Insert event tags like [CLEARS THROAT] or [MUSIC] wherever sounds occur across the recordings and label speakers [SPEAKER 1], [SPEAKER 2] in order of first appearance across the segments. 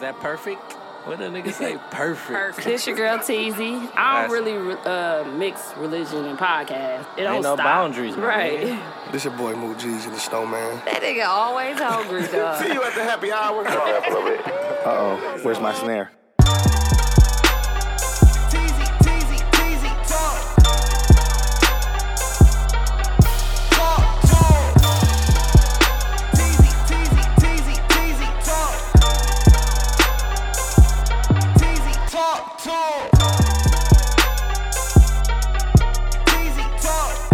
[SPEAKER 1] that perfect? What the nigga [LAUGHS] say? Perfect.
[SPEAKER 2] Perfect.
[SPEAKER 3] This your girl Teasy. I
[SPEAKER 1] Nice.
[SPEAKER 3] don't really uh, mix religion and podcast. It don't
[SPEAKER 1] Ain't no
[SPEAKER 3] stop.
[SPEAKER 1] boundaries, man.
[SPEAKER 3] right? [LAUGHS]
[SPEAKER 4] This your boy Moot G's and the Snowman.
[SPEAKER 2] That nigga always hungry,
[SPEAKER 1] [LAUGHS]
[SPEAKER 2] dog.
[SPEAKER 5] See you at the happy hour.
[SPEAKER 4] Uh-oh, where's my snare?
[SPEAKER 6] Teasy, teasy, teasy, talk. Talk, talk. Teasy, teasy, teasy, teasy, talk. Teasy, talk, talk. Teasy, talk. Talk, talk. Teasy, talk.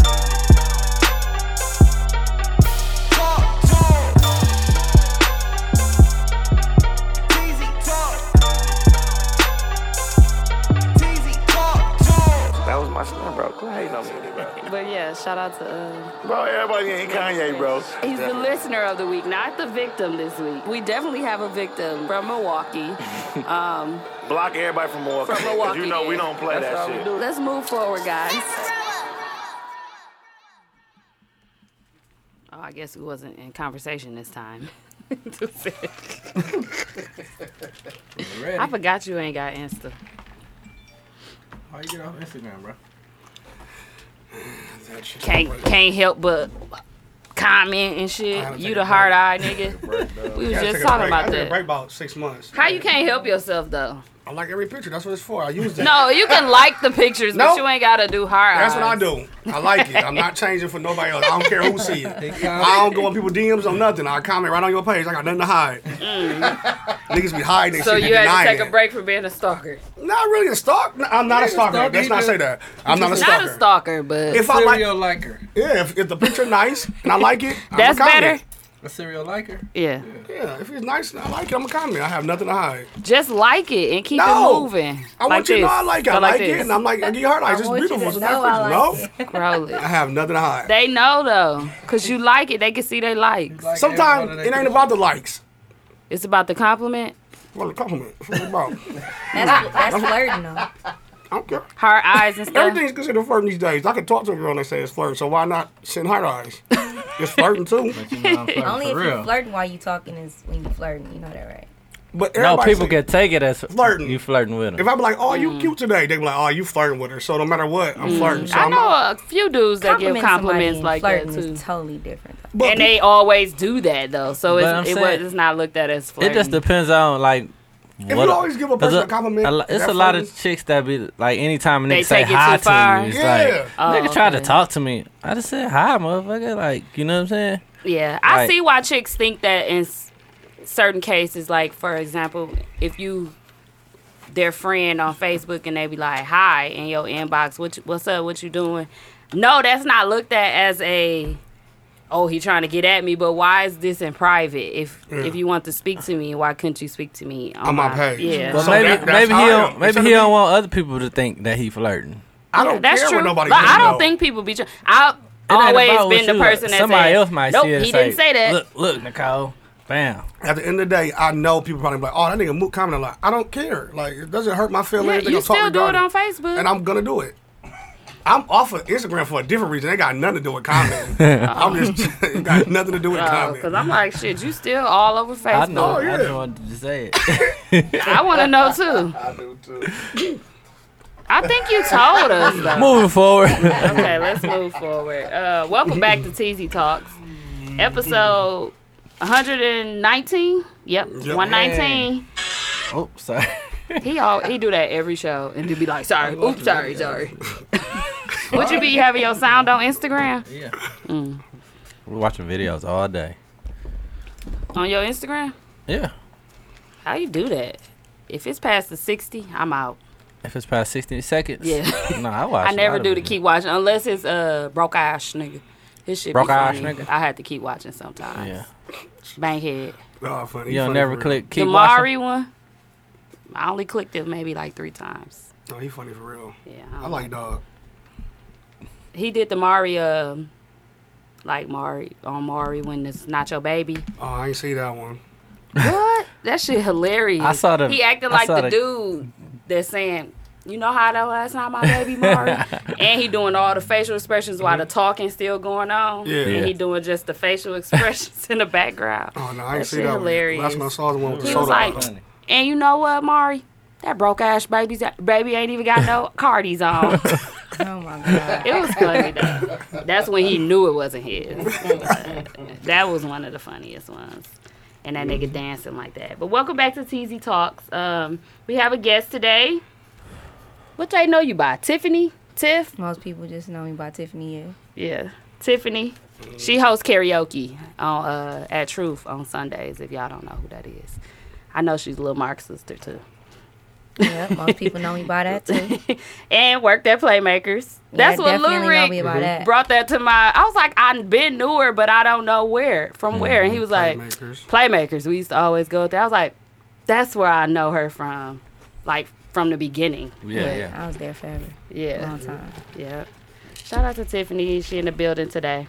[SPEAKER 6] Teasy, talk, talk.
[SPEAKER 1] That was my son, bro. Quit hating on me, bro.
[SPEAKER 3] But yeah, shout out to. Uh,
[SPEAKER 5] Bro, everybody ain't Kanye, bro.
[SPEAKER 3] he's the listener of the week, not the victim this week. We definitely have a victim from Milwaukee.
[SPEAKER 5] Block everybody from Milwaukee.
[SPEAKER 3] From
[SPEAKER 5] 'cause
[SPEAKER 3] Milwaukee,
[SPEAKER 5] you know we
[SPEAKER 3] yeah.
[SPEAKER 5] don't play
[SPEAKER 1] That's all
[SPEAKER 5] that
[SPEAKER 1] we
[SPEAKER 5] shit.
[SPEAKER 1] do.
[SPEAKER 3] Let's move forward, guys. Oh, I guess we wasn't in conversation this time. [LAUGHS] I forgot you ain't got Insta.
[SPEAKER 7] How you get off Instagram, bro?
[SPEAKER 3] [SIGHS] Can't can't help but comment and
[SPEAKER 8] gotta
[SPEAKER 3] shit.
[SPEAKER 8] take
[SPEAKER 3] You
[SPEAKER 8] a
[SPEAKER 3] the
[SPEAKER 8] break.
[SPEAKER 3] hard eye nigga. We was
[SPEAKER 8] Gotta
[SPEAKER 3] just
[SPEAKER 8] take
[SPEAKER 3] talking
[SPEAKER 8] a break. I
[SPEAKER 3] about
[SPEAKER 8] took a break
[SPEAKER 3] that.
[SPEAKER 8] about six months.
[SPEAKER 3] How you can't help yourself though?
[SPEAKER 8] I like every picture. That's what it's for. I use that.
[SPEAKER 3] No, you can like the pictures,
[SPEAKER 8] No.
[SPEAKER 3] but you ain't gotta do hard
[SPEAKER 8] That's
[SPEAKER 3] eyes.
[SPEAKER 8] what I do. I like it. I'm not changing for nobody else. I don't care who see it. I don't go on people DMs on nothing. I comment right on your page. I got nothing to hide. Niggas be hiding. and
[SPEAKER 3] So
[SPEAKER 8] shit, they
[SPEAKER 3] you had
[SPEAKER 8] denying
[SPEAKER 3] to take
[SPEAKER 8] it.
[SPEAKER 3] a break from being a stalker.
[SPEAKER 8] Not really a stalk. No, I'm not a stalker.
[SPEAKER 7] stalker,
[SPEAKER 8] Let's
[SPEAKER 7] you
[SPEAKER 8] not
[SPEAKER 7] just-
[SPEAKER 8] say that. I'm not a
[SPEAKER 3] Not
[SPEAKER 8] stalker.
[SPEAKER 3] a stalker, but
[SPEAKER 8] If I like,
[SPEAKER 7] Serial liker.
[SPEAKER 8] yeah, if, if the picture nice and I like it,
[SPEAKER 3] that's
[SPEAKER 8] I'm a
[SPEAKER 3] better.
[SPEAKER 8] comment.
[SPEAKER 7] A serial liker.
[SPEAKER 3] Yeah.
[SPEAKER 8] Yeah, if it's nice and I like it, I'm a comment. I have nothing to hide.
[SPEAKER 3] Just like it and keep
[SPEAKER 8] No.
[SPEAKER 3] it moving.
[SPEAKER 8] I
[SPEAKER 3] like
[SPEAKER 8] want you
[SPEAKER 3] this.
[SPEAKER 8] to know I like it.
[SPEAKER 3] Go
[SPEAKER 8] I like it,
[SPEAKER 3] this.
[SPEAKER 8] and I'm like, I get hard eyes. It's
[SPEAKER 2] want you
[SPEAKER 8] beautiful.
[SPEAKER 2] to
[SPEAKER 8] It's a
[SPEAKER 2] know I
[SPEAKER 8] nice picture. no,
[SPEAKER 3] Roll it.
[SPEAKER 8] I have nothing to hide.
[SPEAKER 3] They know though, cause you like it. They can see they likes.
[SPEAKER 7] Like
[SPEAKER 8] Sometimes
[SPEAKER 7] everybody
[SPEAKER 8] it
[SPEAKER 7] that
[SPEAKER 8] ain't about the likes.
[SPEAKER 3] It's about the compliment.
[SPEAKER 8] Well, the compliment. It's what it's about.
[SPEAKER 2] That's, that's flirting, though.
[SPEAKER 8] I don't care.
[SPEAKER 3] Her eyes and stuff.
[SPEAKER 8] Everything's considered flirting these days. I can talk to a girl and they say it's flirting, so why not send hard eyes? It's
[SPEAKER 3] [LAUGHS]
[SPEAKER 8] flirting too.
[SPEAKER 7] you know, I'm flirting
[SPEAKER 2] Only
[SPEAKER 7] for
[SPEAKER 2] if
[SPEAKER 7] real.
[SPEAKER 2] you flirting while you talking is when you flirting. You know that, right?
[SPEAKER 8] But
[SPEAKER 1] No,
[SPEAKER 8] everybody
[SPEAKER 1] people
[SPEAKER 8] say-
[SPEAKER 1] can take it as
[SPEAKER 8] Flirting.
[SPEAKER 1] You flirting with
[SPEAKER 8] If
[SPEAKER 1] them.
[SPEAKER 8] I be like, "Oh, you
[SPEAKER 3] Mm.
[SPEAKER 8] cute today," they be like, "Oh, you flirting with her." So no matter what, I'm flirting. So
[SPEAKER 3] I
[SPEAKER 8] I'm
[SPEAKER 3] know
[SPEAKER 8] out.
[SPEAKER 3] a few dudes that give
[SPEAKER 2] Complimenting somebody
[SPEAKER 3] compliments
[SPEAKER 2] and
[SPEAKER 3] like that
[SPEAKER 2] flirting
[SPEAKER 3] too,
[SPEAKER 2] is totally different. though.
[SPEAKER 8] But
[SPEAKER 3] and they always do that though. So
[SPEAKER 1] But
[SPEAKER 3] it's,
[SPEAKER 1] I'm
[SPEAKER 3] it
[SPEAKER 1] saying-
[SPEAKER 3] was it's not looked at as
[SPEAKER 1] It
[SPEAKER 3] flirting.
[SPEAKER 1] just depends on like.
[SPEAKER 8] If
[SPEAKER 1] what-
[SPEAKER 8] you always give a
[SPEAKER 1] 'cause
[SPEAKER 8] person a compliment,
[SPEAKER 1] lo-
[SPEAKER 8] is
[SPEAKER 1] it's
[SPEAKER 8] that
[SPEAKER 1] a lot of
[SPEAKER 8] flirting?
[SPEAKER 1] chicks that be like, anytime a
[SPEAKER 3] They
[SPEAKER 1] nigga say
[SPEAKER 3] take it too
[SPEAKER 1] hi
[SPEAKER 3] far.
[SPEAKER 1] to you, it's
[SPEAKER 8] Yeah.
[SPEAKER 1] like,
[SPEAKER 3] Oh,
[SPEAKER 1] nigga tried to
[SPEAKER 3] okay.
[SPEAKER 1] talk to me. I just said hi, motherfucker. Like, you know what I'm saying?
[SPEAKER 3] Yeah, I
[SPEAKER 1] Right.
[SPEAKER 3] see why chicks think that in s- certain cases, like for example, if you their friend on Facebook and they be like, "Hi," in your inbox, what you, what's up, what you doing? No, that's not looked at as a oh he trying to get at me. But why is this in private? If if you want to speak to me, why couldn't you speak to me on,
[SPEAKER 8] On my page.
[SPEAKER 3] Yeah,
[SPEAKER 1] But
[SPEAKER 8] So
[SPEAKER 1] maybe,
[SPEAKER 8] that- that's
[SPEAKER 1] maybe
[SPEAKER 8] how
[SPEAKER 1] he
[SPEAKER 8] I am.
[SPEAKER 1] don't, maybe
[SPEAKER 8] Instead
[SPEAKER 1] he
[SPEAKER 8] of
[SPEAKER 1] don't
[SPEAKER 8] me-
[SPEAKER 1] want other people to think that he flirting.
[SPEAKER 8] I don't
[SPEAKER 3] that's
[SPEAKER 8] care
[SPEAKER 3] true.
[SPEAKER 8] what nobody.
[SPEAKER 3] But
[SPEAKER 8] thinks,
[SPEAKER 3] I don't
[SPEAKER 8] though.
[SPEAKER 3] think people be. Tr- I
[SPEAKER 1] It ain't
[SPEAKER 3] always
[SPEAKER 1] about what
[SPEAKER 3] been the
[SPEAKER 1] you look.
[SPEAKER 3] person that
[SPEAKER 1] somebody
[SPEAKER 3] said,
[SPEAKER 1] else might
[SPEAKER 3] nope,
[SPEAKER 1] see it and
[SPEAKER 3] he didn't say that.
[SPEAKER 1] Look, look, Nicole, bam.
[SPEAKER 8] At the end of the day, I know people probably be like, "Oh, that nigga moot comment a lot." I don't care. Like it doesn't hurt my
[SPEAKER 3] Yeah,
[SPEAKER 8] feelings. They
[SPEAKER 3] you
[SPEAKER 8] gonna talk
[SPEAKER 3] still do it
[SPEAKER 8] regardless.
[SPEAKER 3] on Facebook.
[SPEAKER 8] and I'm gonna do it. I'm off of Instagram for a different reason. They got nothing to do with
[SPEAKER 1] [LAUGHS]
[SPEAKER 8] comments. I'm just [LAUGHS] it got nothing to do with comments.
[SPEAKER 3] Because I'm like, shit, you still all over
[SPEAKER 1] I
[SPEAKER 3] Facebook.
[SPEAKER 1] know.
[SPEAKER 8] Oh, yeah.
[SPEAKER 1] I just wanted to say it.
[SPEAKER 3] I want to know too. I do too. I think you told
[SPEAKER 1] [LAUGHS]
[SPEAKER 3] us though.
[SPEAKER 1] Moving forward. [LAUGHS]
[SPEAKER 3] Okay, let's move forward. Uh, welcome back to TZ Talks, episode 119. Yep, 119.
[SPEAKER 1] Oops, Oh, sorry.
[SPEAKER 3] He all he do that every show and do be like, sorry, oops, sorry, sorry. [LAUGHS] Would you be having your sound on Instagram?
[SPEAKER 7] Yeah.
[SPEAKER 1] Mm. We're watching videos all day.
[SPEAKER 3] On your Instagram?
[SPEAKER 1] Yeah.
[SPEAKER 3] How you do that? If it's past the 60, I'm out.
[SPEAKER 1] If it's past 60 seconds.
[SPEAKER 3] Yeah.
[SPEAKER 1] [LAUGHS] No, I watch.
[SPEAKER 3] I
[SPEAKER 1] a
[SPEAKER 3] never
[SPEAKER 1] lot
[SPEAKER 3] do
[SPEAKER 1] of
[SPEAKER 3] to
[SPEAKER 1] videos.
[SPEAKER 3] keep watching unless it's uh broke ass nigga. This shit
[SPEAKER 1] Broke
[SPEAKER 3] be
[SPEAKER 1] Ash
[SPEAKER 3] funny.
[SPEAKER 1] Nigga?
[SPEAKER 3] I had to keep watching sometimes.
[SPEAKER 1] Yeah.
[SPEAKER 3] Banghead.
[SPEAKER 8] Oh, funny.
[SPEAKER 1] You don't
[SPEAKER 8] funny
[SPEAKER 1] never
[SPEAKER 8] for real.
[SPEAKER 1] click
[SPEAKER 3] The
[SPEAKER 1] keep watching.
[SPEAKER 3] Mari one. I only clicked it maybe like three times.
[SPEAKER 8] No, he funny for real.
[SPEAKER 3] Yeah.
[SPEAKER 8] I like dog.
[SPEAKER 3] He did the Mari um like Mari on Mari when it's not your baby.
[SPEAKER 8] Oh, I ain't see that one.
[SPEAKER 3] What? That shit hilarious.
[SPEAKER 1] I saw the-
[SPEAKER 3] He acted
[SPEAKER 1] I
[SPEAKER 3] like
[SPEAKER 1] saw
[SPEAKER 3] the,
[SPEAKER 1] the-
[SPEAKER 3] dude that's saying, you know how that was not my baby
[SPEAKER 1] [LAUGHS]
[SPEAKER 3] Mari, and he doing all the facial expressions while the talking still going on.
[SPEAKER 8] Yeah.
[SPEAKER 3] And he
[SPEAKER 1] Mm-hmm. Yeah.
[SPEAKER 3] doing just the facial [LAUGHS] expressions in the background.
[SPEAKER 8] Oh no, I
[SPEAKER 3] That
[SPEAKER 8] ain't see
[SPEAKER 3] shit
[SPEAKER 8] that
[SPEAKER 3] hilarious.
[SPEAKER 8] one. Last one I saw was the one with the
[SPEAKER 3] He
[SPEAKER 8] soda.
[SPEAKER 3] was like,
[SPEAKER 1] Funny.
[SPEAKER 3] And you know what, Mari? That broke ass baby's baby ain't even got
[SPEAKER 1] [LAUGHS]
[SPEAKER 3] no Cardi's on.
[SPEAKER 2] Oh my god.
[SPEAKER 3] It was funny though. That's when he knew it wasn't his. that was one of the funniest ones. And that nigga dancing like that. But welcome back to TZ Talks. Um, we have a guest today. What they know you by? Tiffany? Tiff?
[SPEAKER 2] Most people just know me by Tiffany. Yeah.
[SPEAKER 3] Yeah. Tiffany. She hosts karaoke on uh, at Truth on Sundays, if y'all don't know who that is. I know she's Lil Mark's sister too.
[SPEAKER 2] Yeah, most people know me by that too. Yeah,
[SPEAKER 3] [LAUGHS] and worked at Playmakers. That's what Lil
[SPEAKER 2] definitely know
[SPEAKER 3] Rick
[SPEAKER 2] me by that.
[SPEAKER 3] brought that to my. I was like, I've been to her, but I don't know where from where. And he was like,
[SPEAKER 8] Playmakers.
[SPEAKER 3] Playmakers. We used to always go there. I was like, that's where I know her from, like from the beginning.
[SPEAKER 1] Yeah, yeah.
[SPEAKER 2] I was there forever.
[SPEAKER 3] Yeah,
[SPEAKER 2] Long time.
[SPEAKER 3] yeah. Shout out to Tiffany. She in the building today.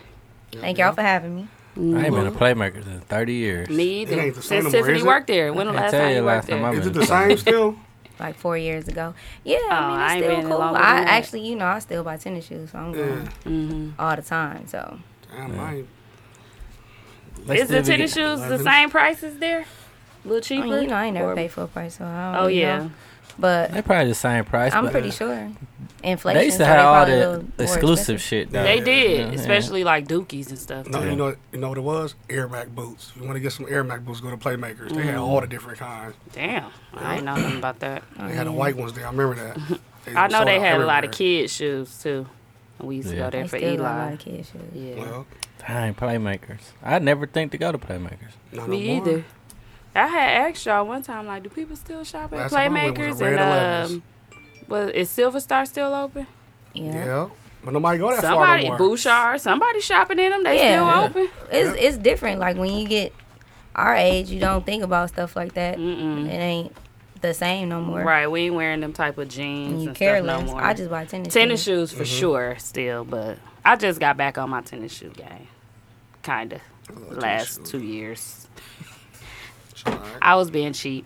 [SPEAKER 2] Thank y'all for having me.
[SPEAKER 1] I ain't been a playmaker in 30 years.
[SPEAKER 3] Mm. Me
[SPEAKER 8] It ain't
[SPEAKER 3] either.
[SPEAKER 8] the same
[SPEAKER 3] Since
[SPEAKER 8] no more,
[SPEAKER 3] Tiffany
[SPEAKER 8] is it?
[SPEAKER 3] worked there. When the
[SPEAKER 1] I
[SPEAKER 3] last
[SPEAKER 1] tell
[SPEAKER 3] time
[SPEAKER 1] you
[SPEAKER 3] you worked
[SPEAKER 1] last time
[SPEAKER 3] there?
[SPEAKER 1] I
[SPEAKER 8] Is
[SPEAKER 1] been
[SPEAKER 8] it the same still?
[SPEAKER 2] Like four years ago. Yeah,
[SPEAKER 3] Oh, I
[SPEAKER 2] I mean it's
[SPEAKER 3] ain't been
[SPEAKER 2] still
[SPEAKER 3] in
[SPEAKER 2] cool.
[SPEAKER 3] longer
[SPEAKER 2] I
[SPEAKER 3] than that.
[SPEAKER 2] actually, you know, I still buy tennis shoes, so I'm going
[SPEAKER 3] Mm-hmm.
[SPEAKER 2] all the time. So
[SPEAKER 8] Damn, I ain't.
[SPEAKER 1] Let's
[SPEAKER 3] Is the
[SPEAKER 1] live again.
[SPEAKER 3] tennis shoes the
[SPEAKER 8] Eleven.
[SPEAKER 3] same price as there? A little
[SPEAKER 2] I
[SPEAKER 3] cheaper.
[SPEAKER 2] mean, you know, I ain't never
[SPEAKER 3] Or-
[SPEAKER 2] paid full price, so I don't
[SPEAKER 3] Oh
[SPEAKER 2] really
[SPEAKER 3] yeah.
[SPEAKER 2] know. But
[SPEAKER 1] They're probably the same price.
[SPEAKER 2] I'm
[SPEAKER 1] but
[SPEAKER 2] pretty sure. Inflation.
[SPEAKER 1] They used uh, to
[SPEAKER 2] so
[SPEAKER 1] have all
[SPEAKER 2] probably a
[SPEAKER 1] the
[SPEAKER 2] little more
[SPEAKER 1] exclusive
[SPEAKER 2] expensive.
[SPEAKER 1] shit. Though.
[SPEAKER 3] They did,
[SPEAKER 1] Yeah.
[SPEAKER 3] especially like dookies and stuff.
[SPEAKER 8] No, you know, you know what it was? Air Mac boots. If you want to get some Air Mac boots, go to Playmakers. They had
[SPEAKER 1] Mm.
[SPEAKER 8] all the different kinds.
[SPEAKER 3] Damn, I ain't know nothing about
[SPEAKER 8] [CLEARS THROAT]
[SPEAKER 3] that.
[SPEAKER 8] They had the white ones there. I remember
[SPEAKER 3] [LAUGHS]
[SPEAKER 8] that. They
[SPEAKER 3] Oh, I know
[SPEAKER 8] sold
[SPEAKER 3] they
[SPEAKER 8] out
[SPEAKER 3] had a lot of
[SPEAKER 8] everywhere.
[SPEAKER 3] kids' shoes too. And we used to
[SPEAKER 1] Yeah.
[SPEAKER 3] go there
[SPEAKER 2] They
[SPEAKER 3] for
[SPEAKER 2] still got a lot
[SPEAKER 3] Eli.
[SPEAKER 2] of kids shoes.
[SPEAKER 3] Yeah,
[SPEAKER 8] Well,
[SPEAKER 1] Dang, playmakers. I never think to go to playmakers.
[SPEAKER 8] not no
[SPEAKER 3] me
[SPEAKER 8] more.
[SPEAKER 3] either. I had asked y'all one time, like, do people still shop at
[SPEAKER 8] Last time I went was
[SPEAKER 3] Playmakers?
[SPEAKER 8] a Red
[SPEAKER 3] and
[SPEAKER 8] Elevens.
[SPEAKER 3] um, well, is Silver Star still
[SPEAKER 8] [LAUGHS]
[SPEAKER 3] open?
[SPEAKER 2] Yeah.
[SPEAKER 8] Yeah, but nobody go that
[SPEAKER 3] Somebody,
[SPEAKER 8] far no more.
[SPEAKER 3] Bouchard, somebody shopping in them. They
[SPEAKER 2] Yeah.
[SPEAKER 3] still open.
[SPEAKER 2] It's it's different. Like when you get our age, you don't think about stuff like that.
[SPEAKER 3] Mm-mm.
[SPEAKER 2] It ain't the same no more.
[SPEAKER 3] Right, we ain't wearing them type of jeans
[SPEAKER 2] And you
[SPEAKER 3] and
[SPEAKER 2] care
[SPEAKER 3] stuff no
[SPEAKER 2] less.
[SPEAKER 3] more.
[SPEAKER 2] I just buy tennis.
[SPEAKER 3] tennis shoes for sure still but i just got back on my tennis shoe game kind of last two years
[SPEAKER 8] It's all right.
[SPEAKER 3] i was being cheap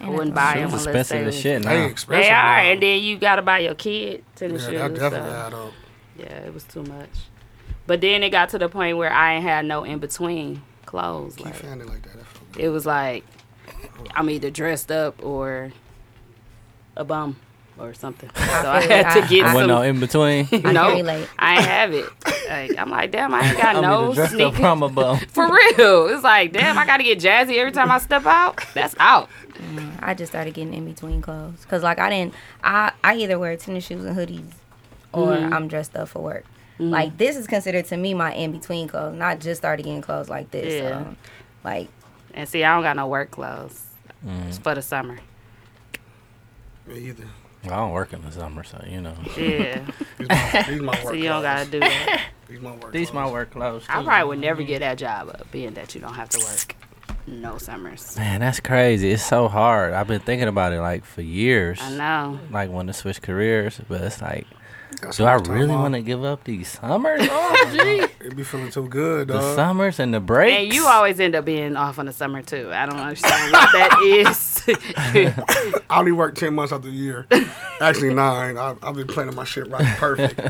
[SPEAKER 3] i
[SPEAKER 2] And
[SPEAKER 3] wouldn't
[SPEAKER 2] I-
[SPEAKER 3] buy them
[SPEAKER 1] Shoes
[SPEAKER 3] unless
[SPEAKER 1] expensive
[SPEAKER 3] they
[SPEAKER 1] as
[SPEAKER 3] was,
[SPEAKER 1] shit
[SPEAKER 8] They
[SPEAKER 1] now.
[SPEAKER 8] expensive.
[SPEAKER 3] they are
[SPEAKER 8] now.
[SPEAKER 3] and then you gotta buy your kid tennis
[SPEAKER 8] Yeah, that
[SPEAKER 3] shoes
[SPEAKER 8] definitely
[SPEAKER 3] so,
[SPEAKER 8] add up.
[SPEAKER 3] yeah it was too much but then it got to the point where i ain't had no in-between clothes
[SPEAKER 8] Keep
[SPEAKER 3] like
[SPEAKER 8] fanning like that. That feel good.
[SPEAKER 3] it was like i'm either dressed up or a bum or something so i
[SPEAKER 2] feel you.
[SPEAKER 3] had to
[SPEAKER 2] I-
[SPEAKER 3] get
[SPEAKER 2] I-
[SPEAKER 3] some
[SPEAKER 1] Wasn't no
[SPEAKER 3] [LAUGHS]
[SPEAKER 1] in between.
[SPEAKER 2] I
[SPEAKER 3] no,
[SPEAKER 2] can relate.
[SPEAKER 3] I ain't have it. Like, I'm like, damn, I ain't got
[SPEAKER 1] [LAUGHS] I'm
[SPEAKER 3] no
[SPEAKER 1] either dressed up
[SPEAKER 3] sneakers.
[SPEAKER 1] from a bum.
[SPEAKER 3] [LAUGHS] For real, it's like, damn, I gotta get jazzy every time I step out. That's out.
[SPEAKER 2] I just started getting in between clothes because like I didn't. I I either wear tennis shoes and hoodies, or
[SPEAKER 3] Mm-hmm.
[SPEAKER 2] I'm dressed up for work. Like this is considered to me my in between clothes. Not just started getting clothes like this.
[SPEAKER 3] Yeah.
[SPEAKER 2] So, like
[SPEAKER 3] And see, I don't got no work clothes.
[SPEAKER 1] Mm.
[SPEAKER 3] It's for the summer.
[SPEAKER 8] Me either.
[SPEAKER 1] I don't work in the summer, so you know. [LAUGHS]
[SPEAKER 3] Yeah,
[SPEAKER 8] These
[SPEAKER 3] [LAUGHS]
[SPEAKER 8] my, these my work.
[SPEAKER 3] so you don't
[SPEAKER 8] clothes.
[SPEAKER 3] gotta do that.
[SPEAKER 8] These my work.
[SPEAKER 1] These my
[SPEAKER 8] clothes.
[SPEAKER 1] work clothes.
[SPEAKER 3] I probably would never get that job up, being that you don't have to work no summers.
[SPEAKER 1] Man, that's crazy. It's so hard. I've been thinking about it like for years.
[SPEAKER 3] I know.
[SPEAKER 1] Like want to switch careers, but it's like,
[SPEAKER 8] That's
[SPEAKER 1] do
[SPEAKER 8] what
[SPEAKER 1] I
[SPEAKER 8] I'm talking
[SPEAKER 1] really
[SPEAKER 8] about. Uh-huh.
[SPEAKER 1] want to give up these summers?
[SPEAKER 8] [LAUGHS]
[SPEAKER 1] Oh, gee.
[SPEAKER 8] It be feeling too good,
[SPEAKER 1] the
[SPEAKER 8] dog.
[SPEAKER 1] summers and the breaks.
[SPEAKER 3] And you always end up being off in the summer too. I don't understand what that
[SPEAKER 1] [LAUGHS]
[SPEAKER 3] is. [LAUGHS]
[SPEAKER 8] I only work ten months out the year. Actually nine. I, I've been planning my
[SPEAKER 1] [LAUGHS]
[SPEAKER 8] shit right perfect.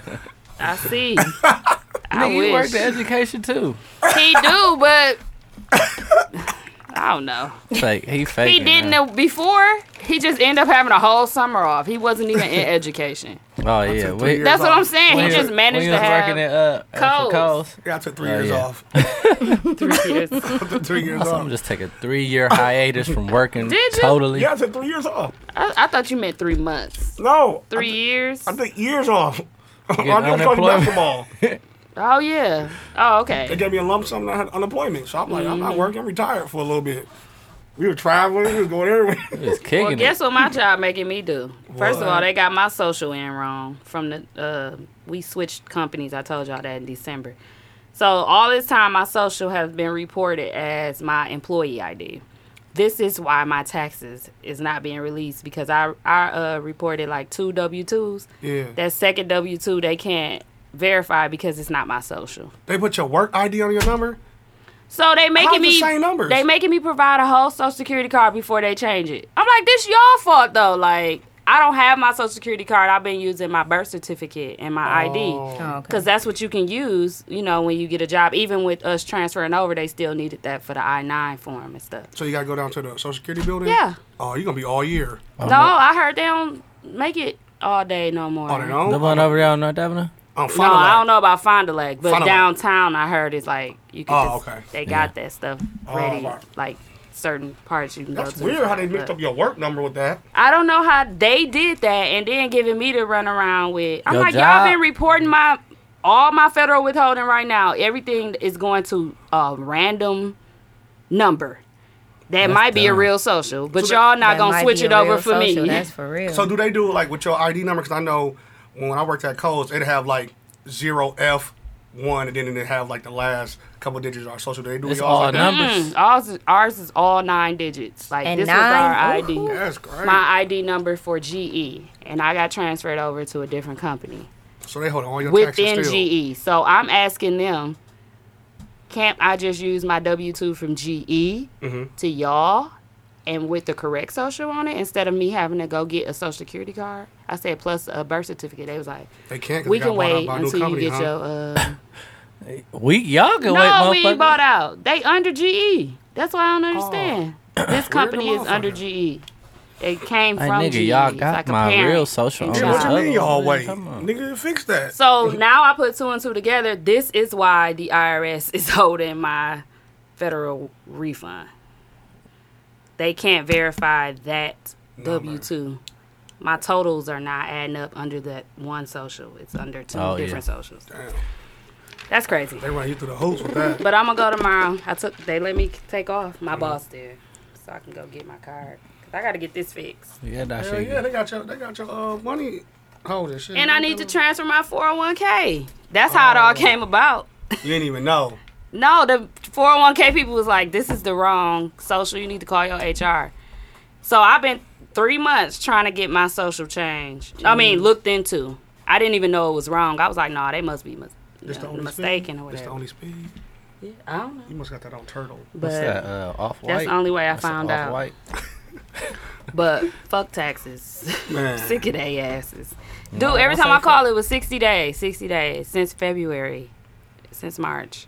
[SPEAKER 3] I see. I
[SPEAKER 1] Nigga, you
[SPEAKER 3] wish.
[SPEAKER 1] work the education too.
[SPEAKER 3] He do, but [LAUGHS] I don't know.
[SPEAKER 1] It's like he
[SPEAKER 3] He
[SPEAKER 1] faking.
[SPEAKER 3] didn't
[SPEAKER 1] man.
[SPEAKER 3] uh, before. He just ended up having a whole summer off. He wasn't even in education.
[SPEAKER 1] Oh yeah,
[SPEAKER 8] took
[SPEAKER 1] we-
[SPEAKER 8] three years
[SPEAKER 3] That's what
[SPEAKER 8] off.
[SPEAKER 3] I'm saying.
[SPEAKER 1] when
[SPEAKER 3] He just
[SPEAKER 1] was-
[SPEAKER 3] managed
[SPEAKER 1] when
[SPEAKER 3] to
[SPEAKER 1] was working
[SPEAKER 3] have
[SPEAKER 1] at uh, at
[SPEAKER 3] Kohl's.
[SPEAKER 1] Kohl's.
[SPEAKER 8] Yeah, I took three
[SPEAKER 1] Oh,
[SPEAKER 8] years
[SPEAKER 1] yeah.
[SPEAKER 8] off.
[SPEAKER 3] three years.
[SPEAKER 8] I took [LAUGHS] three years
[SPEAKER 1] So I'm
[SPEAKER 8] off.
[SPEAKER 1] just taking three year hiatus from working
[SPEAKER 3] Did you?
[SPEAKER 1] totally.
[SPEAKER 8] Yeah, I took three years off.
[SPEAKER 3] [LAUGHS] I, I thought you meant three months.
[SPEAKER 8] No,
[SPEAKER 3] Three years.
[SPEAKER 8] I took years off. [LAUGHS] I never played
[SPEAKER 1] unemployment.
[SPEAKER 8] basketball.
[SPEAKER 3] Oh yeah. Oh
[SPEAKER 8] They
[SPEAKER 3] okay.
[SPEAKER 8] gave me a lump sum and I had unemployment. So I'm like, I'm
[SPEAKER 3] Mm.
[SPEAKER 8] not working. I'm retired for a little bit. We were traveling. We was going everywhere.
[SPEAKER 1] Just
[SPEAKER 3] Well,
[SPEAKER 1] kicking
[SPEAKER 3] guess
[SPEAKER 1] it.
[SPEAKER 3] what my job making me do? First of all,
[SPEAKER 8] What?
[SPEAKER 3] they got my social in wrong from the. Uh, we switched companies. I told y'all that in December. So all this time, my social has been reported as my employee ID. This is why my taxes is not being released because I I uh, reported like two W twos.
[SPEAKER 8] Yeah.
[SPEAKER 3] That second W two they can't verify because it's not my social.
[SPEAKER 8] They put your work ID on your number.
[SPEAKER 3] So they making
[SPEAKER 8] How's the
[SPEAKER 3] me
[SPEAKER 8] same numbers?
[SPEAKER 3] they making me provide a whole social security card before they change it. I'm like, this y'all fault though. Like I don't have my social security card. I've been using my birth certificate and my ID.
[SPEAKER 2] Oh, okay.
[SPEAKER 3] Because that's what you can use, you know, when you get a job. Even with us transferring over, they still needed that for the I 9 form and stuff.
[SPEAKER 8] So you gotta go down to the Social Security building.
[SPEAKER 3] Yeah.
[SPEAKER 8] Oh, you gonna be all year.
[SPEAKER 3] no, I heard they don't make it all day no more.
[SPEAKER 8] Oh, they
[SPEAKER 3] no,
[SPEAKER 1] The
[SPEAKER 8] don't.
[SPEAKER 1] one over there on North Avenue?
[SPEAKER 8] I'm
[SPEAKER 3] no I don't know about Fond du Lac, but
[SPEAKER 8] Fond du Lac.
[SPEAKER 3] downtown I heard it's like you can.
[SPEAKER 8] Oh,
[SPEAKER 3] just,
[SPEAKER 8] okay. Oh,
[SPEAKER 3] They got that stuff ready,
[SPEAKER 8] wow.
[SPEAKER 3] like certain parts you can go
[SPEAKER 8] That's
[SPEAKER 3] to.
[SPEAKER 8] weird how they mixed
[SPEAKER 3] But
[SPEAKER 8] up your work number with that.
[SPEAKER 3] I don't know how they did that, and then giving me the runaround with. I'm
[SPEAKER 1] Your
[SPEAKER 3] like,
[SPEAKER 1] job-
[SPEAKER 3] y'all been reporting my all my federal withholding right now. Everything is going to a random number. That
[SPEAKER 1] That's
[SPEAKER 3] might be a
[SPEAKER 1] dumb.
[SPEAKER 3] real social, but
[SPEAKER 8] So that-
[SPEAKER 3] y'all not
[SPEAKER 2] That
[SPEAKER 3] gonna
[SPEAKER 2] might
[SPEAKER 3] switch
[SPEAKER 2] be
[SPEAKER 3] it
[SPEAKER 2] a
[SPEAKER 3] over
[SPEAKER 2] real
[SPEAKER 3] for
[SPEAKER 2] social,
[SPEAKER 3] me.
[SPEAKER 2] That's
[SPEAKER 3] [LAUGHS]
[SPEAKER 2] for real.
[SPEAKER 8] So do they do like with your ID number? Because I know when I worked at Coles, it'd have like zero F one, and then it'd have like the last couple digits of our social. Do they do
[SPEAKER 1] It's
[SPEAKER 8] y'all
[SPEAKER 1] all
[SPEAKER 8] like that?
[SPEAKER 1] numbers.
[SPEAKER 3] Mm, ours, is, ours is all nine digits. Like
[SPEAKER 2] And
[SPEAKER 3] this
[SPEAKER 2] nine?
[SPEAKER 3] was our ID,
[SPEAKER 8] That's great.
[SPEAKER 3] my ID number for GE, and I got transferred over to a different company
[SPEAKER 8] so they hold on all your
[SPEAKER 3] within
[SPEAKER 8] taxes still.
[SPEAKER 3] GE. So I'm asking them, can't I just use my W two from GE
[SPEAKER 8] Mm-hmm.
[SPEAKER 3] to y'all, and with the correct social on it instead of me having to go get a social security card? I said plus a birth certificate. They was like,
[SPEAKER 8] They can't. 'cause
[SPEAKER 3] we
[SPEAKER 8] they got
[SPEAKER 3] can
[SPEAKER 8] bought out
[SPEAKER 3] wait
[SPEAKER 8] by a new
[SPEAKER 3] until
[SPEAKER 8] company,
[SPEAKER 3] you get
[SPEAKER 8] huh? [LAUGHS]
[SPEAKER 3] your. Uh,
[SPEAKER 1] We y'all can wait,
[SPEAKER 3] no, we
[SPEAKER 1] motherfucker.
[SPEAKER 3] ain't bought out. They under GE. That's why I
[SPEAKER 8] Oh.
[SPEAKER 3] don't
[SPEAKER 8] [COUGHS]
[SPEAKER 3] understand. This company is under GE. They came
[SPEAKER 1] Hey,
[SPEAKER 3] from
[SPEAKER 1] nigga,
[SPEAKER 3] GE.
[SPEAKER 1] y'all
[SPEAKER 3] It's
[SPEAKER 1] got
[SPEAKER 3] like a
[SPEAKER 1] my
[SPEAKER 3] parent
[SPEAKER 1] real social
[SPEAKER 3] and
[SPEAKER 1] on
[SPEAKER 8] Yeah,
[SPEAKER 1] my
[SPEAKER 3] child.
[SPEAKER 8] what you mean
[SPEAKER 1] What
[SPEAKER 8] y'all
[SPEAKER 1] are
[SPEAKER 8] wait?
[SPEAKER 1] you talking about?
[SPEAKER 8] Nigga, fix that.
[SPEAKER 3] So now I put two and two together. This is why the IRS is [LAUGHS] holding my federal refund. They can't verify that W two. My totals are not adding up under that one social. It's under two
[SPEAKER 1] Oh, yeah.
[SPEAKER 3] different socials.
[SPEAKER 8] Damn,
[SPEAKER 3] That's crazy.
[SPEAKER 8] they run you through the hoops with that.
[SPEAKER 3] But I'm gonna go tomorrow. I took they let me take off.
[SPEAKER 1] Mm-hmm.
[SPEAKER 3] My boss did, so I can go get my card. 'Cause I gotta get this fixed.
[SPEAKER 1] Yeah, that
[SPEAKER 8] Hell
[SPEAKER 1] shit.
[SPEAKER 8] yeah, they got your they got your uh, money hold and
[SPEAKER 1] Mm-hmm.
[SPEAKER 8] shit.
[SPEAKER 3] And I need to transfer my 401k. That's how it
[SPEAKER 1] Oh.
[SPEAKER 3] all came about.
[SPEAKER 8] You didn't even know.
[SPEAKER 3] No, the 401k people was like, "This is the wrong social. You need to call your HR." So I've been three months trying to get my social changed.
[SPEAKER 8] Mm-hmm.
[SPEAKER 3] I mean, looked into. I didn't even know it was wrong. I was like, "Nah, they must be mis- you
[SPEAKER 8] This the
[SPEAKER 3] know,
[SPEAKER 8] only
[SPEAKER 3] mistaken
[SPEAKER 8] speed.
[SPEAKER 3] or
[SPEAKER 8] This the
[SPEAKER 3] whatever."
[SPEAKER 8] only speed.
[SPEAKER 3] Yeah, I don't know.
[SPEAKER 8] You must got that on turtle.
[SPEAKER 1] What's that?
[SPEAKER 3] But
[SPEAKER 1] Uh, off white.
[SPEAKER 3] that's the only way I found out.
[SPEAKER 1] Off-white.
[SPEAKER 3] But fuck taxes. [LAUGHS]
[SPEAKER 8] Man.
[SPEAKER 3] Sick of they asses. Dude, every time I call it was 60 days, 60 days since February, since March.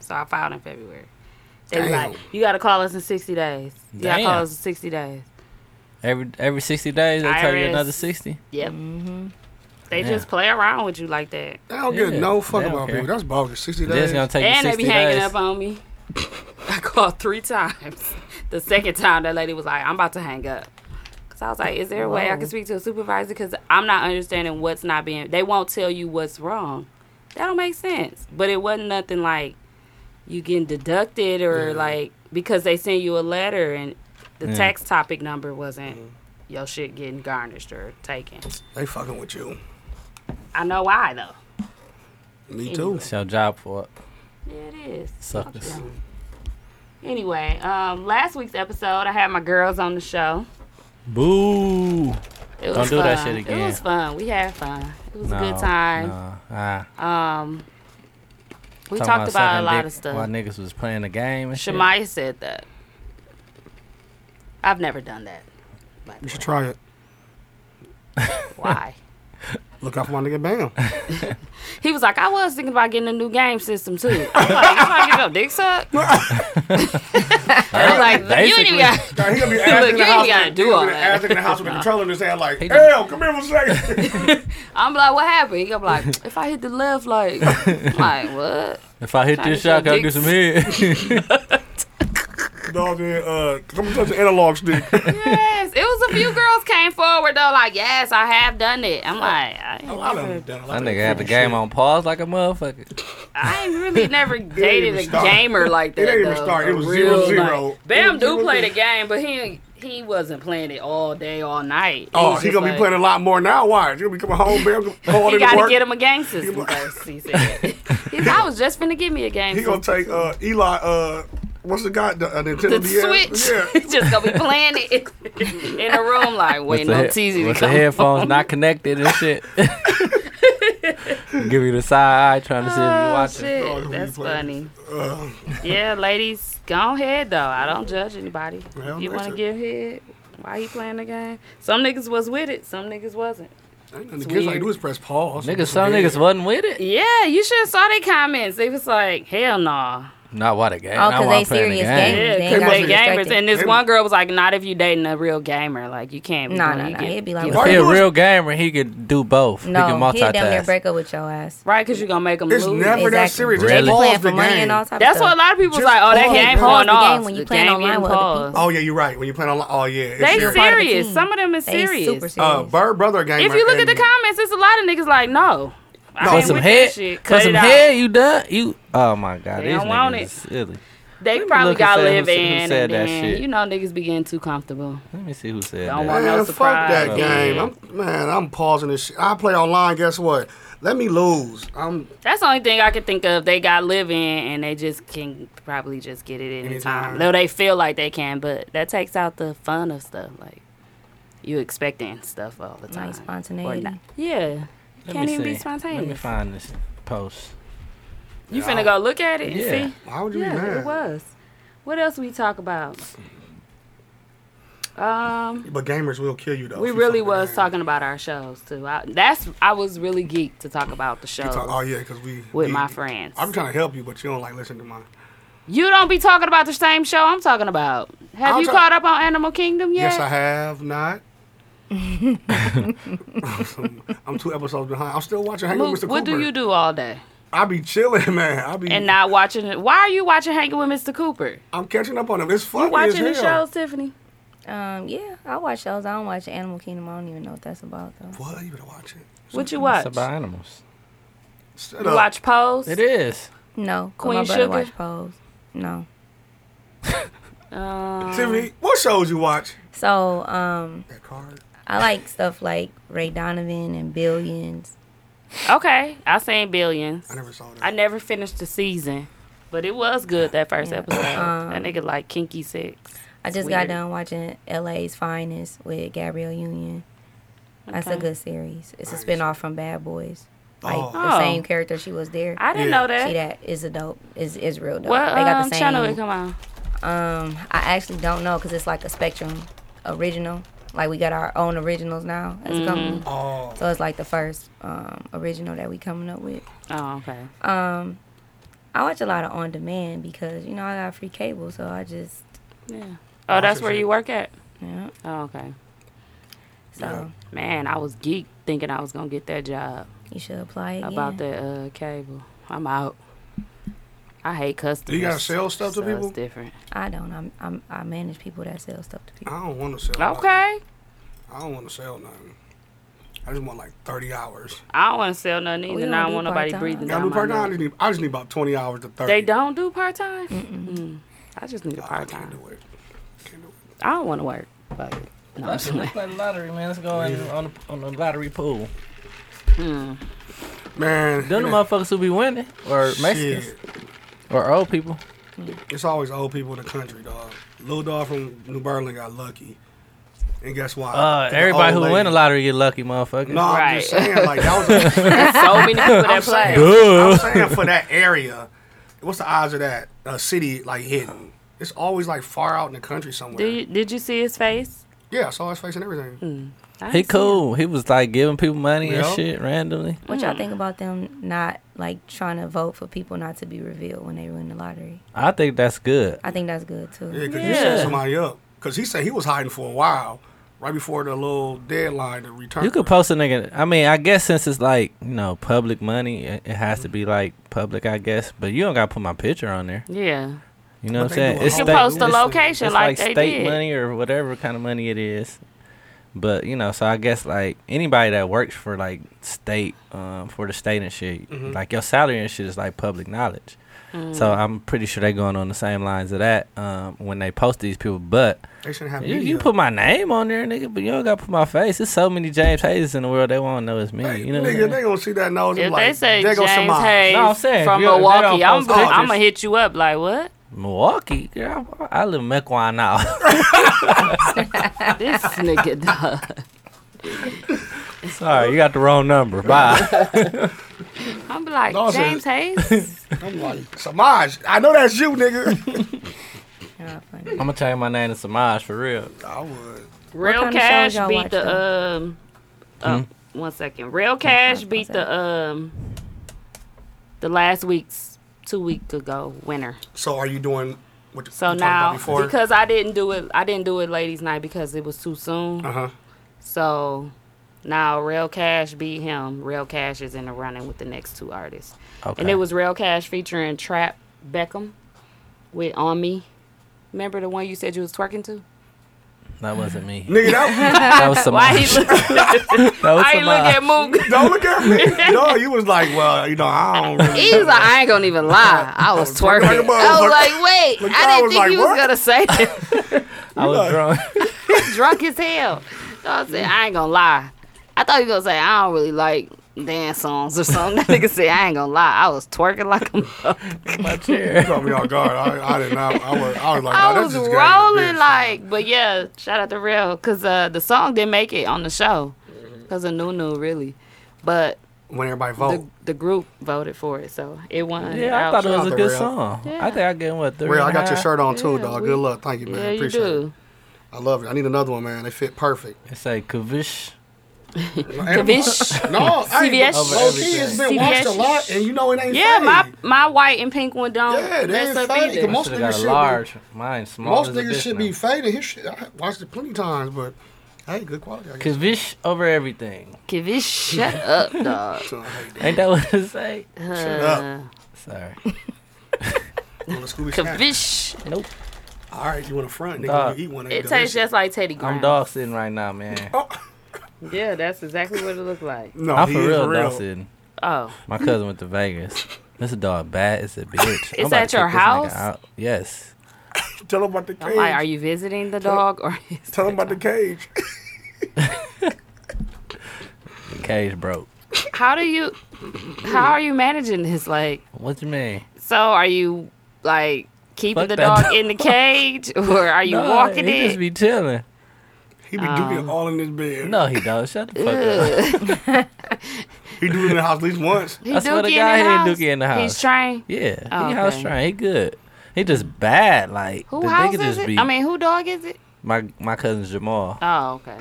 [SPEAKER 3] So I filed in February. They was
[SPEAKER 8] Damn.
[SPEAKER 3] like, you got to call us in 60 days. You got to
[SPEAKER 1] Damn.
[SPEAKER 3] call us in 60 days.
[SPEAKER 1] Every every sixty days they tell you
[SPEAKER 3] IRS.
[SPEAKER 1] another sixty.
[SPEAKER 3] Yep. They
[SPEAKER 1] Yeah.
[SPEAKER 3] just play around with you like that.
[SPEAKER 8] They don't
[SPEAKER 1] Yeah,
[SPEAKER 8] give no fuck
[SPEAKER 1] they don't
[SPEAKER 8] about
[SPEAKER 1] care.
[SPEAKER 8] people. That's bogus. Sixty
[SPEAKER 1] They're
[SPEAKER 8] days.
[SPEAKER 1] just gonna take
[SPEAKER 3] and
[SPEAKER 1] you
[SPEAKER 3] they
[SPEAKER 1] sixty
[SPEAKER 3] be hanging
[SPEAKER 1] days.
[SPEAKER 3] up on me. [LAUGHS] I called three times. [LAUGHS] The second time, that lady was like, "I'm about to hang up." Cause I was like, "Is there a way I can speak to a supervisor?" Cause I'm not understanding what's not being. They won't tell you what's wrong. That don't make sense. But it wasn't nothing like you getting deducted or like because they send you a letter and the
[SPEAKER 1] Yeah.
[SPEAKER 3] tax topic number wasn't your shit getting garnished or taken.
[SPEAKER 8] they fucking with you.
[SPEAKER 3] I know why though.
[SPEAKER 8] Me too.
[SPEAKER 1] It's your job for it,
[SPEAKER 3] Yeah, it is.
[SPEAKER 1] suckers.
[SPEAKER 3] Anyway, um, last week's episode, I had my girls on the show.
[SPEAKER 1] Boo!
[SPEAKER 3] It was
[SPEAKER 1] Don't do
[SPEAKER 3] fun.
[SPEAKER 1] that shit
[SPEAKER 3] It
[SPEAKER 1] again.
[SPEAKER 3] was fun. We had fun. It was a good time.
[SPEAKER 1] No, ah.
[SPEAKER 3] Um, we
[SPEAKER 1] Talking
[SPEAKER 3] talked about a
[SPEAKER 1] sucking
[SPEAKER 3] lot
[SPEAKER 1] dick
[SPEAKER 3] of
[SPEAKER 1] While
[SPEAKER 3] stuff.
[SPEAKER 1] niggas was playing the game and shit.
[SPEAKER 3] Shamaya said that. I've never done that. by the
[SPEAKER 8] You
[SPEAKER 3] way.
[SPEAKER 8] should try it.
[SPEAKER 1] [LAUGHS]
[SPEAKER 3] Why?
[SPEAKER 8] Look out for my nigga Bam.
[SPEAKER 3] He was like, I was thinking about getting a new game system too. I'm like, you trying to get your dick sucked? [LAUGHS] I was like, you ain't even got.
[SPEAKER 1] Basically.
[SPEAKER 8] [LAUGHS] Nah, he gonna
[SPEAKER 3] [LAUGHS]
[SPEAKER 8] be
[SPEAKER 3] Look,
[SPEAKER 8] asking
[SPEAKER 3] you ain't
[SPEAKER 8] the house.
[SPEAKER 3] gotta
[SPEAKER 8] with-
[SPEAKER 3] do
[SPEAKER 8] he gonna
[SPEAKER 3] all
[SPEAKER 8] be
[SPEAKER 3] that.
[SPEAKER 8] asking the house with the controller in his hand, like,
[SPEAKER 1] just-
[SPEAKER 8] "Hell, come here for a
[SPEAKER 3] [LAUGHS]
[SPEAKER 8] second.
[SPEAKER 3] I'm like, what happened? He gonna be like, if I hit the left, like, I'm like what?
[SPEAKER 1] If I hit
[SPEAKER 3] Trying
[SPEAKER 1] this
[SPEAKER 3] to suck
[SPEAKER 1] shot, I'll
[SPEAKER 3] dicks.
[SPEAKER 1] get
[SPEAKER 3] [LAUGHS]
[SPEAKER 1] some head.
[SPEAKER 8] Dog, man, uh, come touch the analog
[SPEAKER 3] [LAUGHS]
[SPEAKER 8] stick.
[SPEAKER 3] Yes, it was a few girls came forward though, like, yes, I have done it. I'm like, I ain't,
[SPEAKER 8] A lot of them have done a lot
[SPEAKER 1] That
[SPEAKER 8] of
[SPEAKER 1] nigga had the
[SPEAKER 8] freaking
[SPEAKER 1] game
[SPEAKER 8] shit.
[SPEAKER 1] on pause like a motherfucker.
[SPEAKER 3] I ain't really never dated
[SPEAKER 8] even
[SPEAKER 3] a
[SPEAKER 8] start.
[SPEAKER 3] gamer like that.
[SPEAKER 8] It didn't even
[SPEAKER 3] though.
[SPEAKER 8] start. It
[SPEAKER 3] A
[SPEAKER 8] was
[SPEAKER 3] real,
[SPEAKER 8] zero zero.
[SPEAKER 3] like- Bam
[SPEAKER 8] It was
[SPEAKER 3] do
[SPEAKER 8] zero,
[SPEAKER 3] play the
[SPEAKER 8] zero.
[SPEAKER 3] game, but he he wasn't playing it all day, all night.
[SPEAKER 8] Oh,
[SPEAKER 3] was
[SPEAKER 8] he
[SPEAKER 3] just
[SPEAKER 8] gonna be
[SPEAKER 3] like-
[SPEAKER 8] playing a lot more now. Why? He gonna be coming home,
[SPEAKER 3] [LAUGHS]
[SPEAKER 8] Bam, going
[SPEAKER 3] He
[SPEAKER 8] into
[SPEAKER 3] gotta
[SPEAKER 8] work.
[SPEAKER 3] get him a gang system
[SPEAKER 8] [LAUGHS]
[SPEAKER 3] first. He said, He's, "I was just finna give me a game
[SPEAKER 8] He gonna
[SPEAKER 3] system."
[SPEAKER 8] take uh, Eli. Uh, what's the guy? The, uh, Nintendo
[SPEAKER 3] The
[SPEAKER 8] DS.
[SPEAKER 3] switch,
[SPEAKER 8] Yeah.
[SPEAKER 3] [LAUGHS] He's just gonna be playing it [LAUGHS] in a room, like
[SPEAKER 1] With
[SPEAKER 3] waiting
[SPEAKER 1] the,
[SPEAKER 3] on
[SPEAKER 1] he-
[SPEAKER 3] TZ to
[SPEAKER 1] with the
[SPEAKER 3] come.
[SPEAKER 1] headphones not connected and
[SPEAKER 3] [LAUGHS]
[SPEAKER 1] shit. Give you the side eye trying to see if you're
[SPEAKER 3] Oh,
[SPEAKER 1] watching.
[SPEAKER 3] shit.
[SPEAKER 8] Oh, who you
[SPEAKER 3] That's funny.
[SPEAKER 8] playing? Uh,
[SPEAKER 3] Yeah, ladies, go ahead though. I don't judge anybody.
[SPEAKER 8] Well,
[SPEAKER 3] you
[SPEAKER 8] that's
[SPEAKER 3] want to
[SPEAKER 8] it.
[SPEAKER 3] give head? Why you playing the game? Some niggas was with it, some niggas wasn't.
[SPEAKER 8] Ain't nothing the kids like to do is press pause.
[SPEAKER 1] Niggas, some niggas wasn't with it.
[SPEAKER 3] Yeah, you should have saw their comments. They was like, hell no.
[SPEAKER 1] Not why the game.
[SPEAKER 2] Oh,
[SPEAKER 1] not
[SPEAKER 2] 'cause
[SPEAKER 1] why
[SPEAKER 2] they
[SPEAKER 1] I'm playing the
[SPEAKER 2] serious
[SPEAKER 1] game.
[SPEAKER 2] gamers.
[SPEAKER 3] Yeah,
[SPEAKER 2] They
[SPEAKER 3] because
[SPEAKER 8] got
[SPEAKER 3] they
[SPEAKER 8] you
[SPEAKER 3] gamers.
[SPEAKER 2] distracted.
[SPEAKER 3] And this
[SPEAKER 8] They-
[SPEAKER 3] one girl was like, not if you dating a real gamer. Like, you can't. be
[SPEAKER 2] Nah,
[SPEAKER 3] doing-
[SPEAKER 2] nah,
[SPEAKER 3] you
[SPEAKER 2] nah.
[SPEAKER 3] get-
[SPEAKER 2] He'd be like,
[SPEAKER 3] get-
[SPEAKER 1] If
[SPEAKER 8] Why
[SPEAKER 1] he
[SPEAKER 8] you
[SPEAKER 1] a
[SPEAKER 8] was-
[SPEAKER 1] real gamer, he could do both. he can
[SPEAKER 2] No, he damn near
[SPEAKER 1] multitask.
[SPEAKER 2] break up with your ass.
[SPEAKER 3] [LAUGHS] right, because you're going to make them
[SPEAKER 8] It's
[SPEAKER 3] lose.
[SPEAKER 8] never that serious. Just
[SPEAKER 2] They be
[SPEAKER 1] Really?
[SPEAKER 2] playing
[SPEAKER 8] pause the
[SPEAKER 2] for money and
[SPEAKER 8] game.
[SPEAKER 2] all type
[SPEAKER 3] That's
[SPEAKER 2] of
[SPEAKER 3] what a
[SPEAKER 2] stuff.
[SPEAKER 3] lot of people was
[SPEAKER 8] Just
[SPEAKER 3] like, oh, that
[SPEAKER 8] pause
[SPEAKER 3] game
[SPEAKER 8] the
[SPEAKER 3] going
[SPEAKER 2] game
[SPEAKER 3] off.
[SPEAKER 2] when you
[SPEAKER 3] The
[SPEAKER 2] playing
[SPEAKER 3] game
[SPEAKER 2] online
[SPEAKER 3] getting
[SPEAKER 2] with other
[SPEAKER 3] paused.
[SPEAKER 8] Oh yeah, you're right. When you plan on, oh yeah, it's
[SPEAKER 3] They
[SPEAKER 8] serious.
[SPEAKER 2] part of the
[SPEAKER 3] serious.
[SPEAKER 2] team.
[SPEAKER 3] Some of them is
[SPEAKER 2] They
[SPEAKER 3] serious.
[SPEAKER 2] super serious.
[SPEAKER 8] Uh, Bird brother gamer.
[SPEAKER 3] If you look at the
[SPEAKER 8] and-
[SPEAKER 3] comments, it's a lot of niggas like, no. I
[SPEAKER 8] No,
[SPEAKER 1] For
[SPEAKER 3] ain't
[SPEAKER 1] some
[SPEAKER 3] with that
[SPEAKER 1] head,
[SPEAKER 3] shit.
[SPEAKER 1] for
[SPEAKER 3] Cut
[SPEAKER 1] some
[SPEAKER 3] it out.
[SPEAKER 1] head, you done. You. Oh my god,
[SPEAKER 3] They
[SPEAKER 1] these
[SPEAKER 3] don't want
[SPEAKER 1] niggas
[SPEAKER 3] it.
[SPEAKER 1] is silly.
[SPEAKER 3] They
[SPEAKER 1] me
[SPEAKER 3] probably
[SPEAKER 1] look
[SPEAKER 3] got
[SPEAKER 1] and
[SPEAKER 3] to
[SPEAKER 1] say who
[SPEAKER 3] live
[SPEAKER 1] s- who
[SPEAKER 3] in,
[SPEAKER 1] said
[SPEAKER 3] and
[SPEAKER 1] that
[SPEAKER 3] then,
[SPEAKER 1] shit.
[SPEAKER 3] you know, niggas be getting too comfortable.
[SPEAKER 1] Let me see who said
[SPEAKER 3] Don't
[SPEAKER 1] that.
[SPEAKER 3] want- No
[SPEAKER 8] Man, fuck
[SPEAKER 3] surprise.
[SPEAKER 8] that game. I'm, man, I'm pausing this shit. I play online. Guess what? Let me lose. I'm
[SPEAKER 3] That's the only thing I could think of. They got live in, and they just can probably just get it any time.
[SPEAKER 8] Anytime.
[SPEAKER 3] Though they feel like they can, but that takes out the fun of stuff. Like, you expecting stuff all the time.
[SPEAKER 2] Like
[SPEAKER 3] Or not.
[SPEAKER 2] spontaneity.
[SPEAKER 3] Yeah.
[SPEAKER 1] Let
[SPEAKER 3] Can't
[SPEAKER 1] me
[SPEAKER 3] even be
[SPEAKER 1] see. Let me
[SPEAKER 3] spontaneous.
[SPEAKER 1] find this post.
[SPEAKER 3] You finna go look at it and
[SPEAKER 1] Yeah.
[SPEAKER 3] see?
[SPEAKER 8] Why would you
[SPEAKER 3] Yeah,
[SPEAKER 8] be mad?
[SPEAKER 3] it was. What else we talk about? Um,
[SPEAKER 8] But gamers will kill you though.
[SPEAKER 3] we
[SPEAKER 8] if you
[SPEAKER 3] really
[SPEAKER 8] fuck
[SPEAKER 3] was
[SPEAKER 8] around.
[SPEAKER 3] talking about our shows too. I, that's I was really geeked to talk about the
[SPEAKER 8] You
[SPEAKER 3] shows
[SPEAKER 8] talk- oh yeah, because we
[SPEAKER 3] with
[SPEAKER 8] we-
[SPEAKER 3] my friends.
[SPEAKER 8] I'm trying to help you, but you don't like listen to mine.
[SPEAKER 3] You don't be talking about the same show I'm talking about. Have
[SPEAKER 8] I'm
[SPEAKER 3] you
[SPEAKER 8] try-
[SPEAKER 3] caught up on Animal Kingdom yet?
[SPEAKER 8] Yes, I
[SPEAKER 3] [LAUGHS]
[SPEAKER 8] have not. I'm two episodes behind. I'm still watching Hanging
[SPEAKER 3] Mo-
[SPEAKER 8] with Mr.
[SPEAKER 3] what
[SPEAKER 8] Cooper.
[SPEAKER 3] do you do all day?
[SPEAKER 8] I be chilling, man. I be
[SPEAKER 3] And not watching it. Why are you watching Hanging with Mr. Cooper?
[SPEAKER 8] I'm catching up on him. It's funny as
[SPEAKER 3] watching the
[SPEAKER 8] hell.
[SPEAKER 3] shows, Tiffany?
[SPEAKER 2] Um, yeah, I watch shows. I don't watch Animal Kingdom. I don't even know what that's about though.
[SPEAKER 8] What you better watch it.
[SPEAKER 3] What you
[SPEAKER 1] It's
[SPEAKER 3] watch?
[SPEAKER 1] about animals.
[SPEAKER 8] Shut
[SPEAKER 3] You
[SPEAKER 8] up.
[SPEAKER 3] watch Pose?
[SPEAKER 1] It is.
[SPEAKER 2] No, but
[SPEAKER 3] Queen
[SPEAKER 2] my brother
[SPEAKER 3] Sugar?
[SPEAKER 2] watch Pose. No.
[SPEAKER 3] Um,
[SPEAKER 8] Tiffany, what shows you watch?
[SPEAKER 2] So um,
[SPEAKER 8] That card.
[SPEAKER 2] I like stuff like Ray Donovan and Billions.
[SPEAKER 3] okay, I seen Billions.
[SPEAKER 8] I never saw that.
[SPEAKER 3] I never finished the season, but it was good that first
[SPEAKER 2] Yeah.
[SPEAKER 3] episode.
[SPEAKER 2] Um,
[SPEAKER 3] that nigga like kinky sex.
[SPEAKER 2] I just got
[SPEAKER 3] Weird.
[SPEAKER 2] done watching L.A.'s Finest with Gabrielle Union. That's a
[SPEAKER 3] Okay.
[SPEAKER 2] good series. It's a
[SPEAKER 8] Nice.
[SPEAKER 2] spin off from Bad Boys. Like
[SPEAKER 8] oh,
[SPEAKER 2] the
[SPEAKER 3] Oh.
[SPEAKER 2] same character she was there.
[SPEAKER 3] I didn't know
[SPEAKER 8] Yeah.
[SPEAKER 2] See
[SPEAKER 3] that.
[SPEAKER 2] that is a dope. Is is real dope.
[SPEAKER 3] What
[SPEAKER 2] they got
[SPEAKER 3] um,
[SPEAKER 2] the same
[SPEAKER 3] channel it come on?
[SPEAKER 2] Um, I actually don't know because it's like a Spectrum original. Like we got our own originals now as a
[SPEAKER 3] Mm-hmm.
[SPEAKER 2] company.
[SPEAKER 8] oh.
[SPEAKER 2] So it's like the first um, original that we coming up with.
[SPEAKER 3] Oh, okay.
[SPEAKER 2] Um, I watch a lot of on demand because you know I got free cable, so I just
[SPEAKER 3] Yeah. Oh, that's
[SPEAKER 8] it
[SPEAKER 3] where
[SPEAKER 8] too.
[SPEAKER 3] you work at?
[SPEAKER 2] yeah.
[SPEAKER 3] Oh, okay.
[SPEAKER 2] So
[SPEAKER 3] Man, I was geeked thinking I was gonna get that job
[SPEAKER 2] you should apply again.
[SPEAKER 3] about that uh, cable. I'm out. I hate customers.
[SPEAKER 8] You gotta sell stuff to
[SPEAKER 3] so
[SPEAKER 8] people?
[SPEAKER 3] It's different.
[SPEAKER 2] I don't. I'm, I'm I manage people that sell stuff to people.
[SPEAKER 8] I don't want to sell. nothing.
[SPEAKER 3] Okay.
[SPEAKER 8] I don't want to sell nothing. I just want like 30 hours.
[SPEAKER 3] I don't want to sell nothing either.
[SPEAKER 2] We
[SPEAKER 3] and
[SPEAKER 2] don't
[SPEAKER 3] I don't
[SPEAKER 2] do
[SPEAKER 3] want nobody
[SPEAKER 2] part-time.
[SPEAKER 3] breathing
[SPEAKER 8] Yeah, I
[SPEAKER 3] down
[SPEAKER 8] do
[SPEAKER 3] my
[SPEAKER 8] part time. I
[SPEAKER 3] neck.
[SPEAKER 8] just need- I just need about 20 hours to 30.
[SPEAKER 3] They don't do part time. Mm. I just need a
[SPEAKER 8] Oh,
[SPEAKER 3] part
[SPEAKER 8] I can't
[SPEAKER 3] time.
[SPEAKER 8] do it. Can't do it.
[SPEAKER 3] I don't want to work. Fuck it. No, I'm
[SPEAKER 1] Let's
[SPEAKER 3] just playing.
[SPEAKER 1] play the lottery, man. Let's go in on the, on the lottery pool. Them
[SPEAKER 8] Man,
[SPEAKER 1] the
[SPEAKER 8] man,
[SPEAKER 1] motherfuckers who be winning, or Mexicans,
[SPEAKER 8] shit.
[SPEAKER 1] or old people.
[SPEAKER 8] It's always old people in the country, dog. Little dog from New Berlin got lucky, and guess why?
[SPEAKER 1] Uh,
[SPEAKER 8] The
[SPEAKER 1] everybody
[SPEAKER 8] old
[SPEAKER 1] who
[SPEAKER 8] lady-
[SPEAKER 1] win the lottery get lucky, motherfucker.
[SPEAKER 8] No, I'm just
[SPEAKER 3] Right.
[SPEAKER 8] saying, like that was.
[SPEAKER 3] [LAUGHS]
[SPEAKER 8] A,
[SPEAKER 3] [LAUGHS] so many people
[SPEAKER 8] I'm
[SPEAKER 3] that
[SPEAKER 8] saying,
[SPEAKER 3] play.
[SPEAKER 8] I'm saying for that area, what's the odds of that a city like hidden? It's always like far out in the country somewhere.
[SPEAKER 3] Did you, did you see his face?
[SPEAKER 8] yeah, I saw his face and everything.
[SPEAKER 3] I
[SPEAKER 1] He
[SPEAKER 3] ain't seen
[SPEAKER 1] cool. He was like giving people money and
[SPEAKER 8] Yeah.
[SPEAKER 1] shit randomly.
[SPEAKER 2] What
[SPEAKER 3] Mm.
[SPEAKER 2] y'all think about them not like trying to vote for people not to be revealed when they win the lottery?
[SPEAKER 1] I think that's good.
[SPEAKER 2] I think that's good too.
[SPEAKER 8] Yeah, because you
[SPEAKER 3] Yeah.
[SPEAKER 8] set somebody up. Because he said he was hiding for a while, right before the little deadline to return.
[SPEAKER 1] You could post a nigga. I mean, I guess since it's like you know public money, it it has to be like public, I guess. But you don't gotta put my picture on there.
[SPEAKER 3] him. Yeah.
[SPEAKER 1] You know what
[SPEAKER 8] But
[SPEAKER 1] I'm
[SPEAKER 8] they
[SPEAKER 1] saying?
[SPEAKER 8] do a
[SPEAKER 3] You
[SPEAKER 8] State-
[SPEAKER 3] post the
[SPEAKER 8] it's-
[SPEAKER 3] location
[SPEAKER 1] it's
[SPEAKER 3] like,
[SPEAKER 1] like,
[SPEAKER 3] they
[SPEAKER 1] state
[SPEAKER 3] did.
[SPEAKER 1] money or whatever kind of money it is. But you know, so I guess like anybody that works for like state, um, for the state and shit,
[SPEAKER 3] Mm-hmm.
[SPEAKER 1] like your salary and shit is like public knowledge.
[SPEAKER 3] Mm.
[SPEAKER 1] So I'm pretty sure they going on the same lines of that um, when they post these people. But
[SPEAKER 8] They shouldn't have
[SPEAKER 1] you,
[SPEAKER 8] media.
[SPEAKER 1] you put my name on there, nigga, but you don't got to put my face. There's so many James Hayes in the world. They won't know it's me.
[SPEAKER 8] Hey,
[SPEAKER 1] you know, what I'm
[SPEAKER 8] nigga,
[SPEAKER 1] saying?
[SPEAKER 8] they gonna see that nose. and
[SPEAKER 3] If
[SPEAKER 8] like,
[SPEAKER 3] they say
[SPEAKER 8] there go
[SPEAKER 3] James
[SPEAKER 8] Samaj.
[SPEAKER 3] Hayes
[SPEAKER 1] No, I'm saying,
[SPEAKER 3] from
[SPEAKER 1] if you- if they don't
[SPEAKER 3] Milwaukee, I'm
[SPEAKER 1] post pictures-
[SPEAKER 3] I'm gonna hit you up. Like what?
[SPEAKER 1] Milwaukee, girl. I live in Mequon now. [LAUGHS]
[SPEAKER 2] [LAUGHS]
[SPEAKER 3] This nigga. dog.
[SPEAKER 1] Sorry, you got the wrong
[SPEAKER 8] [LAUGHS]
[SPEAKER 1] number. Bye.
[SPEAKER 3] I'm be like
[SPEAKER 8] No,
[SPEAKER 3] James
[SPEAKER 1] [LAUGHS]
[SPEAKER 3] Hayes.
[SPEAKER 8] I'm like, Samaj, I know that's you, nigga. [LAUGHS]
[SPEAKER 2] Y'all funny.
[SPEAKER 1] I'm gonna change my name to Samaj for real.
[SPEAKER 8] I would.
[SPEAKER 3] Real
[SPEAKER 2] kind of
[SPEAKER 3] Cash
[SPEAKER 2] shows y'all
[SPEAKER 3] beat
[SPEAKER 2] watch,
[SPEAKER 3] the
[SPEAKER 2] though?
[SPEAKER 3] um. oh,
[SPEAKER 1] Hmm?
[SPEAKER 3] one second. Real Cash
[SPEAKER 2] I was
[SPEAKER 3] beat
[SPEAKER 2] gonna
[SPEAKER 3] the um. The last week's two week ago winner.
[SPEAKER 8] So are you doing what you
[SPEAKER 3] So
[SPEAKER 8] talked
[SPEAKER 3] now
[SPEAKER 8] about before?
[SPEAKER 3] because I didn't do it, I didn't do it ladies' night because it was too soon.
[SPEAKER 8] uh huh.
[SPEAKER 3] So now Real Cash beat him. Real Cash is in the running with the next two artists.
[SPEAKER 1] Okay.
[SPEAKER 3] And it was Real Cash featuring Trap Beckham with On Me. Remember the one you said you was twerking
[SPEAKER 8] [LAUGHS]
[SPEAKER 3] to?
[SPEAKER 1] That
[SPEAKER 3] [LAUGHS]
[SPEAKER 1] wasn't me.
[SPEAKER 8] Nigga, that,
[SPEAKER 1] That was
[SPEAKER 3] Why
[SPEAKER 1] somebody.
[SPEAKER 3] he look,
[SPEAKER 1] [LAUGHS] That was
[SPEAKER 3] why he look at
[SPEAKER 1] somebody.
[SPEAKER 3] Mook?
[SPEAKER 8] don't look at me. No, you was like, well, you know, I don't really.
[SPEAKER 3] He's like, I ain't gonna even lie. I
[SPEAKER 8] [LAUGHS]
[SPEAKER 3] was twerking. I
[SPEAKER 8] twerking like a
[SPEAKER 3] was
[SPEAKER 8] motherfucker.
[SPEAKER 3] like, wait,
[SPEAKER 8] Look,
[SPEAKER 3] I
[SPEAKER 8] I
[SPEAKER 3] didn't
[SPEAKER 8] was
[SPEAKER 3] think
[SPEAKER 8] like,
[SPEAKER 3] you was
[SPEAKER 8] what?
[SPEAKER 3] gonna say that.
[SPEAKER 1] I
[SPEAKER 3] [LAUGHS]
[SPEAKER 1] was drunk. [LAUGHS]
[SPEAKER 3] Drunk as hell. So I said, I ain't gonna lie. I thought you was gonna say I don't really like dance songs or something. [LAUGHS] That nigga said I ain't gonna lie. I was twerking
[SPEAKER 8] [LAUGHS]
[SPEAKER 3] like a
[SPEAKER 1] My chair.
[SPEAKER 8] Caught me off guard. I, I did not. I was, I was like,
[SPEAKER 3] I
[SPEAKER 8] no,
[SPEAKER 3] was
[SPEAKER 8] that's just gay as a
[SPEAKER 3] rolling
[SPEAKER 8] bitch.
[SPEAKER 3] like, but yeah, shout out to Real because uh, the song didn't make it on the show
[SPEAKER 8] Mm-hmm.
[SPEAKER 3] because of Nunu really, but
[SPEAKER 8] when everybody
[SPEAKER 3] the
[SPEAKER 8] vote.
[SPEAKER 3] the group voted for it, so it won.
[SPEAKER 1] Yeah, I thought it
[SPEAKER 3] Ouch.
[SPEAKER 1] was a
[SPEAKER 8] Shout
[SPEAKER 1] good
[SPEAKER 8] out to Rel.
[SPEAKER 1] song.
[SPEAKER 3] Yeah.
[SPEAKER 1] I think I gave him what three.
[SPEAKER 8] Real, I
[SPEAKER 1] and a
[SPEAKER 8] got your
[SPEAKER 1] half?
[SPEAKER 8] shirt on too,
[SPEAKER 3] Yeah,
[SPEAKER 8] dog.
[SPEAKER 3] we-
[SPEAKER 8] Good luck. Thank you, man.
[SPEAKER 3] Yeah, you
[SPEAKER 8] Appreciate it.
[SPEAKER 3] do.
[SPEAKER 8] I love it. I need another one, man. They fit perfect.
[SPEAKER 1] It say Kavish.
[SPEAKER 3] Kavish. [LAUGHS]
[SPEAKER 8] No, I ain't.
[SPEAKER 3] CVS.
[SPEAKER 8] Low key, it's been
[SPEAKER 3] CVS.
[SPEAKER 8] watched a lot, and you know it ain't
[SPEAKER 3] Yeah,
[SPEAKER 8] fake.
[SPEAKER 3] my my white and pink one don't
[SPEAKER 8] Yeah, they
[SPEAKER 3] mess
[SPEAKER 8] ain't
[SPEAKER 3] up
[SPEAKER 8] fake.
[SPEAKER 3] either.
[SPEAKER 8] Come on. Most
[SPEAKER 1] Most
[SPEAKER 8] niggas
[SPEAKER 1] got a
[SPEAKER 8] should be-
[SPEAKER 1] large. Mine small.
[SPEAKER 8] Most
[SPEAKER 1] as a
[SPEAKER 8] niggas
[SPEAKER 1] bitch
[SPEAKER 8] should
[SPEAKER 1] now.
[SPEAKER 8] be faded. His shit, I watched it plenty of times, but hey, good quality. I guess.
[SPEAKER 1] Kavish over everything.
[SPEAKER 3] Kavish, shut
[SPEAKER 8] [LAUGHS]
[SPEAKER 3] up, dog.
[SPEAKER 8] So, hey,
[SPEAKER 1] Ain't that what
[SPEAKER 3] [LAUGHS]
[SPEAKER 1] it say?
[SPEAKER 8] shut up.
[SPEAKER 1] Sorry.
[SPEAKER 8] On the Scooby Snack.
[SPEAKER 3] Kavish.
[SPEAKER 1] Nope.
[SPEAKER 8] All right, you want a front? Nigga,
[SPEAKER 1] Dog.
[SPEAKER 8] you eat one.
[SPEAKER 3] It tastes just like Teddy Graham.
[SPEAKER 1] I'm dog sitting right now, man.
[SPEAKER 8] Oh,
[SPEAKER 3] Yeah, that's exactly what it looked like.
[SPEAKER 8] no,
[SPEAKER 1] I'm
[SPEAKER 8] Oh, he
[SPEAKER 1] for
[SPEAKER 8] is
[SPEAKER 1] real,
[SPEAKER 8] real.
[SPEAKER 1] dog sitting.
[SPEAKER 3] Oh,
[SPEAKER 1] My cousin went to Vegas. This dog bad. It's a
[SPEAKER 3] [LAUGHS]
[SPEAKER 1] bitch. I'm
[SPEAKER 3] It's
[SPEAKER 1] about
[SPEAKER 3] at
[SPEAKER 1] to
[SPEAKER 3] your
[SPEAKER 1] kick this nigga
[SPEAKER 3] house?
[SPEAKER 1] out. Yes.
[SPEAKER 8] Tell him about the cage.
[SPEAKER 3] I'm like, are you visiting the dog or?
[SPEAKER 8] Tell him about the cage.
[SPEAKER 1] The cage broke.
[SPEAKER 3] How do you? How are you managing this? Like,
[SPEAKER 1] What you mean?
[SPEAKER 3] So are you like keeping
[SPEAKER 1] Fuck
[SPEAKER 3] the
[SPEAKER 1] that
[SPEAKER 3] dog, in the cage, or are you
[SPEAKER 1] Nah,
[SPEAKER 3] walking
[SPEAKER 1] he
[SPEAKER 3] it?
[SPEAKER 1] just be chilling.
[SPEAKER 8] He
[SPEAKER 3] Um,
[SPEAKER 8] be doing it all in his bed.
[SPEAKER 1] No, he don't. Shut the fuck up.
[SPEAKER 8] He do it in the house at least once.
[SPEAKER 3] he
[SPEAKER 1] I swear to
[SPEAKER 3] dookie
[SPEAKER 1] God,
[SPEAKER 3] in the
[SPEAKER 1] he didn't
[SPEAKER 3] house.
[SPEAKER 1] dookie in the
[SPEAKER 3] He's
[SPEAKER 1] house.
[SPEAKER 3] trying.
[SPEAKER 1] Yeah,
[SPEAKER 3] Oh,
[SPEAKER 1] he house
[SPEAKER 3] okay.
[SPEAKER 1] trying. He good. He just bad. Like
[SPEAKER 3] Who
[SPEAKER 1] the
[SPEAKER 3] house
[SPEAKER 1] nigga
[SPEAKER 3] is
[SPEAKER 1] just
[SPEAKER 3] it?
[SPEAKER 1] be.
[SPEAKER 3] I mean, who dog is it?
[SPEAKER 1] my my cousin Jamal.
[SPEAKER 3] Oh, okay.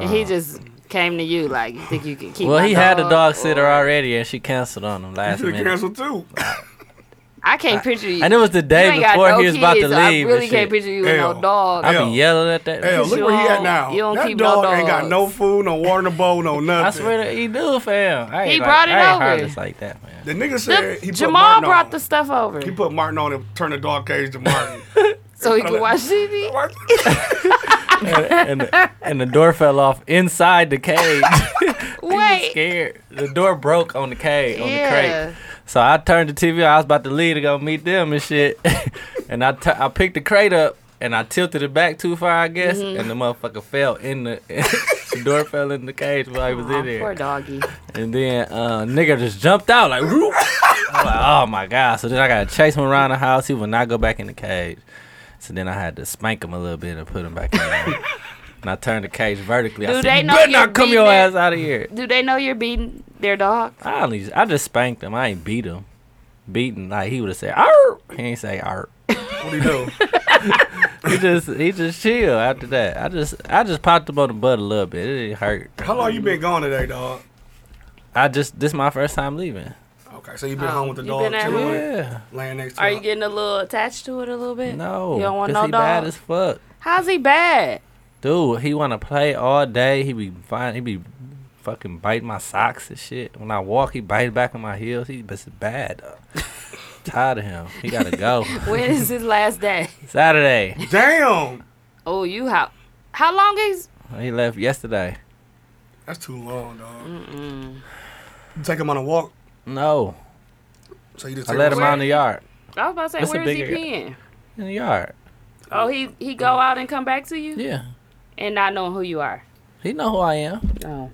[SPEAKER 3] and he just came to you like you think you can keep.
[SPEAKER 1] Uh, Well,
[SPEAKER 3] my
[SPEAKER 1] he had a dog sitter
[SPEAKER 3] or-
[SPEAKER 1] already, and she canceled on him
[SPEAKER 8] He
[SPEAKER 1] last
[SPEAKER 8] should have
[SPEAKER 3] [LAUGHS]
[SPEAKER 1] minute.
[SPEAKER 8] canceled too.
[SPEAKER 3] I can't picture you.
[SPEAKER 1] And it was the
[SPEAKER 3] you
[SPEAKER 1] day
[SPEAKER 3] ain't got
[SPEAKER 1] before
[SPEAKER 3] no
[SPEAKER 1] he was about to
[SPEAKER 3] kids, so
[SPEAKER 1] leave.
[SPEAKER 3] I really
[SPEAKER 1] and
[SPEAKER 3] can't
[SPEAKER 1] shit.
[SPEAKER 3] picture you with no
[SPEAKER 8] Hell.
[SPEAKER 3] dog.
[SPEAKER 1] I
[SPEAKER 8] Hell.
[SPEAKER 1] been yelling at that. [LAUGHS]
[SPEAKER 8] Hell,
[SPEAKER 1] bitch.
[SPEAKER 8] look where he at now.
[SPEAKER 3] You don't
[SPEAKER 8] that
[SPEAKER 3] keep no
[SPEAKER 8] dog ain't got
[SPEAKER 3] dogs.
[SPEAKER 8] no food, no water, no bowl, no nothing.
[SPEAKER 1] I swear to he do, fam. I ain't
[SPEAKER 3] He
[SPEAKER 1] like,
[SPEAKER 3] brought it
[SPEAKER 1] I ain't
[SPEAKER 3] over.
[SPEAKER 1] heartless like that, man.
[SPEAKER 8] The nigga said he
[SPEAKER 3] The,
[SPEAKER 8] put
[SPEAKER 3] Jamal
[SPEAKER 8] Martin
[SPEAKER 3] brought
[SPEAKER 8] on.
[SPEAKER 3] the stuff over
[SPEAKER 8] He put Martin on and turned the dog cage
[SPEAKER 3] [LAUGHS]
[SPEAKER 8] to Martin.
[SPEAKER 3] so he could watch
[SPEAKER 1] [LAUGHS]
[SPEAKER 3] TV.
[SPEAKER 1] and, the, and the door fell off inside the cage. [LAUGHS]
[SPEAKER 3] Wait.
[SPEAKER 1] Scared. The door broke on the cage on the
[SPEAKER 3] Yeah.
[SPEAKER 1] crate. So I turned the TV. on. I was about to leave to go meet them and shit. [LAUGHS] and I tu- I picked the crate up and I tilted it back too far, I guess.
[SPEAKER 3] Mm-hmm.
[SPEAKER 1] And the motherfucker fell in the. [LAUGHS] the door fell in the cage while he was
[SPEAKER 3] Aw,
[SPEAKER 1] in there.
[SPEAKER 3] Oh, poor doggy.
[SPEAKER 1] And then uh, nigga just jumped out like, whoop. I'm like, oh my god! So then I gotta chase him around the house. He would not go back in the cage. So then I had to spank him a little bit and put him back
[SPEAKER 3] [LAUGHS]
[SPEAKER 1] in. there. and I turned the cage vertically.
[SPEAKER 3] Do
[SPEAKER 1] I
[SPEAKER 3] they
[SPEAKER 1] said, you
[SPEAKER 3] know
[SPEAKER 1] better
[SPEAKER 3] you're
[SPEAKER 1] not come your
[SPEAKER 3] beating it?"
[SPEAKER 1] ass out of here.
[SPEAKER 3] Do they know you're beating their dog?
[SPEAKER 1] I only, I just spanked him. I ain't beat him. Beating like he would have said, "Arr!" He ain't say "Arr."
[SPEAKER 8] What do you do?
[SPEAKER 1] He just, he just chill after that. I just, I just popped him on the butt a little bit. It didn't hurt.
[SPEAKER 8] How long you been gone today, dog?
[SPEAKER 1] I just, this my first time leaving.
[SPEAKER 8] Okay, so you been home with the
[SPEAKER 3] Oh, you
[SPEAKER 8] dog
[SPEAKER 3] been at
[SPEAKER 8] chilling,
[SPEAKER 3] home?
[SPEAKER 1] Yeah.
[SPEAKER 8] laying next to
[SPEAKER 3] Are
[SPEAKER 8] her.
[SPEAKER 3] you getting a little attached to it a little bit?
[SPEAKER 1] No.
[SPEAKER 3] You don't want
[SPEAKER 1] 'cause
[SPEAKER 3] no
[SPEAKER 1] he bad
[SPEAKER 3] dog.
[SPEAKER 1] as fuck.
[SPEAKER 3] How's he bad?
[SPEAKER 1] Dude, he wanna play all day. He be fine. He be fucking biting my socks and shit. When I walk, he bites back on my heels. He just bad. [LAUGHS] Though. Tired of him. He gotta go.
[SPEAKER 3] When is his last day?
[SPEAKER 1] Saturday.
[SPEAKER 8] Damn,
[SPEAKER 3] [LAUGHS] Oh, you how? How long is?
[SPEAKER 1] He left yesterday.
[SPEAKER 8] that's too long, dog. You take him on a walk,
[SPEAKER 1] No,
[SPEAKER 8] so you just
[SPEAKER 1] I
[SPEAKER 8] take
[SPEAKER 1] let
[SPEAKER 8] him.
[SPEAKER 1] him
[SPEAKER 3] Where-
[SPEAKER 1] out in the yard.
[SPEAKER 3] I was about to say,
[SPEAKER 1] That's a
[SPEAKER 3] where is he
[SPEAKER 1] bigger-
[SPEAKER 3] peeing?
[SPEAKER 1] In the yard.
[SPEAKER 3] Oh, he he go out and come back to you,
[SPEAKER 1] Yeah.
[SPEAKER 3] and not knowing who you are.
[SPEAKER 1] He know who I am.
[SPEAKER 3] No.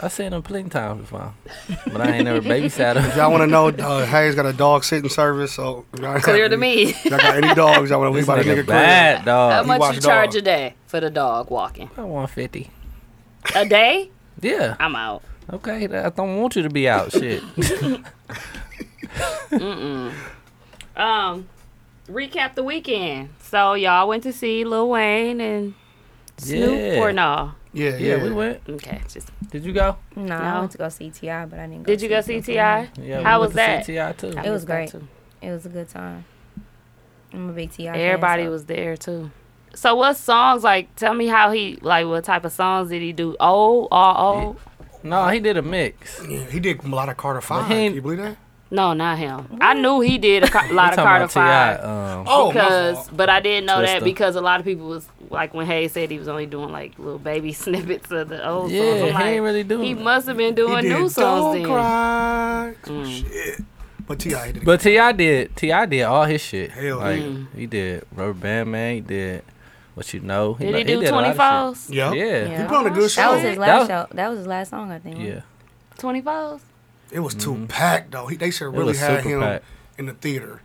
[SPEAKER 1] I seen him plenty times before, but I ain't never babysat [LAUGHS] him.
[SPEAKER 8] Y'all want to know? Uh, Hayes got a dog sitting service, so y'all
[SPEAKER 3] Clear to me.
[SPEAKER 8] Y'all got any dogs? Y'all want to
[SPEAKER 1] This
[SPEAKER 8] leave by the
[SPEAKER 1] nigga
[SPEAKER 8] nigga crib?
[SPEAKER 3] [LAUGHS]
[SPEAKER 1] bad
[SPEAKER 3] How
[SPEAKER 1] dog.
[SPEAKER 3] much
[SPEAKER 8] watch
[SPEAKER 3] you
[SPEAKER 8] the dog.
[SPEAKER 3] charge a day for the dog walking?
[SPEAKER 1] I want fifty.
[SPEAKER 3] A day?
[SPEAKER 1] Yeah.
[SPEAKER 3] I'm out.
[SPEAKER 1] Okay. I don't want you to be out. Shit.
[SPEAKER 3] Um, recap the weekend. So y'all went to see Lil Wayne and Snoop
[SPEAKER 1] Yeah.
[SPEAKER 3] or no?
[SPEAKER 1] [LAUGHS]
[SPEAKER 8] Yeah,
[SPEAKER 1] Yeah, we went.
[SPEAKER 3] Okay, just
[SPEAKER 1] Did you go?
[SPEAKER 2] No, I
[SPEAKER 3] No.
[SPEAKER 2] went to go see Ti, but I didn't. go
[SPEAKER 3] did you go see
[SPEAKER 2] Snoop.
[SPEAKER 3] Ti?
[SPEAKER 1] Yeah. we
[SPEAKER 3] How
[SPEAKER 1] went
[SPEAKER 3] was that?
[SPEAKER 1] To CTI too.
[SPEAKER 2] It was
[SPEAKER 3] I missed that
[SPEAKER 2] great.
[SPEAKER 3] too.
[SPEAKER 2] It was a good time. I'm a big Ti. fan,
[SPEAKER 3] Everybody
[SPEAKER 2] so-
[SPEAKER 3] was there too. So what songs like? Tell me how he like. What type of songs did he do? Old, all old?
[SPEAKER 1] No, he did a mix.
[SPEAKER 8] Yeah, he did a lot of Carter Five.
[SPEAKER 1] he
[SPEAKER 8] Can
[SPEAKER 1] ain't-
[SPEAKER 8] you believe that?
[SPEAKER 3] No, not him. I knew he did a co- lot of Carter Five.
[SPEAKER 1] Um,
[SPEAKER 8] Oh, my
[SPEAKER 3] because
[SPEAKER 8] fault.
[SPEAKER 3] but I didn't know that
[SPEAKER 1] Twista.
[SPEAKER 3] because a lot of people was like when Hayes said he was only doing like little baby [LAUGHS] snippets of the old
[SPEAKER 1] Yeah,
[SPEAKER 3] songs. I'm
[SPEAKER 1] he
[SPEAKER 3] like,
[SPEAKER 1] ain't really doing
[SPEAKER 3] He
[SPEAKER 1] it.
[SPEAKER 3] must have been doing
[SPEAKER 8] he did
[SPEAKER 3] new songs
[SPEAKER 8] Don't
[SPEAKER 3] then. Mm.
[SPEAKER 8] cry. Shit. But Ti did. it.
[SPEAKER 1] but Ti did. Ti did all his shit.
[SPEAKER 8] Hell
[SPEAKER 1] like,
[SPEAKER 8] yeah.
[SPEAKER 3] Mm.
[SPEAKER 1] He did Rubber Band Man. He did what you know.
[SPEAKER 3] Did he
[SPEAKER 1] like-
[SPEAKER 3] do
[SPEAKER 1] a lot
[SPEAKER 3] twenty
[SPEAKER 1] of shit.
[SPEAKER 3] fours?
[SPEAKER 8] yeah.
[SPEAKER 1] Yeah.
[SPEAKER 8] He put on a good show.
[SPEAKER 2] That was his
[SPEAKER 1] That
[SPEAKER 2] last
[SPEAKER 1] was-
[SPEAKER 2] show. That was his last song, I think.
[SPEAKER 1] Yeah.
[SPEAKER 3] Twenty fours?
[SPEAKER 8] It was too packed though. He, they should really
[SPEAKER 1] Mm-hmm. was
[SPEAKER 8] have
[SPEAKER 1] super
[SPEAKER 8] him
[SPEAKER 1] packed.
[SPEAKER 8] in the theater.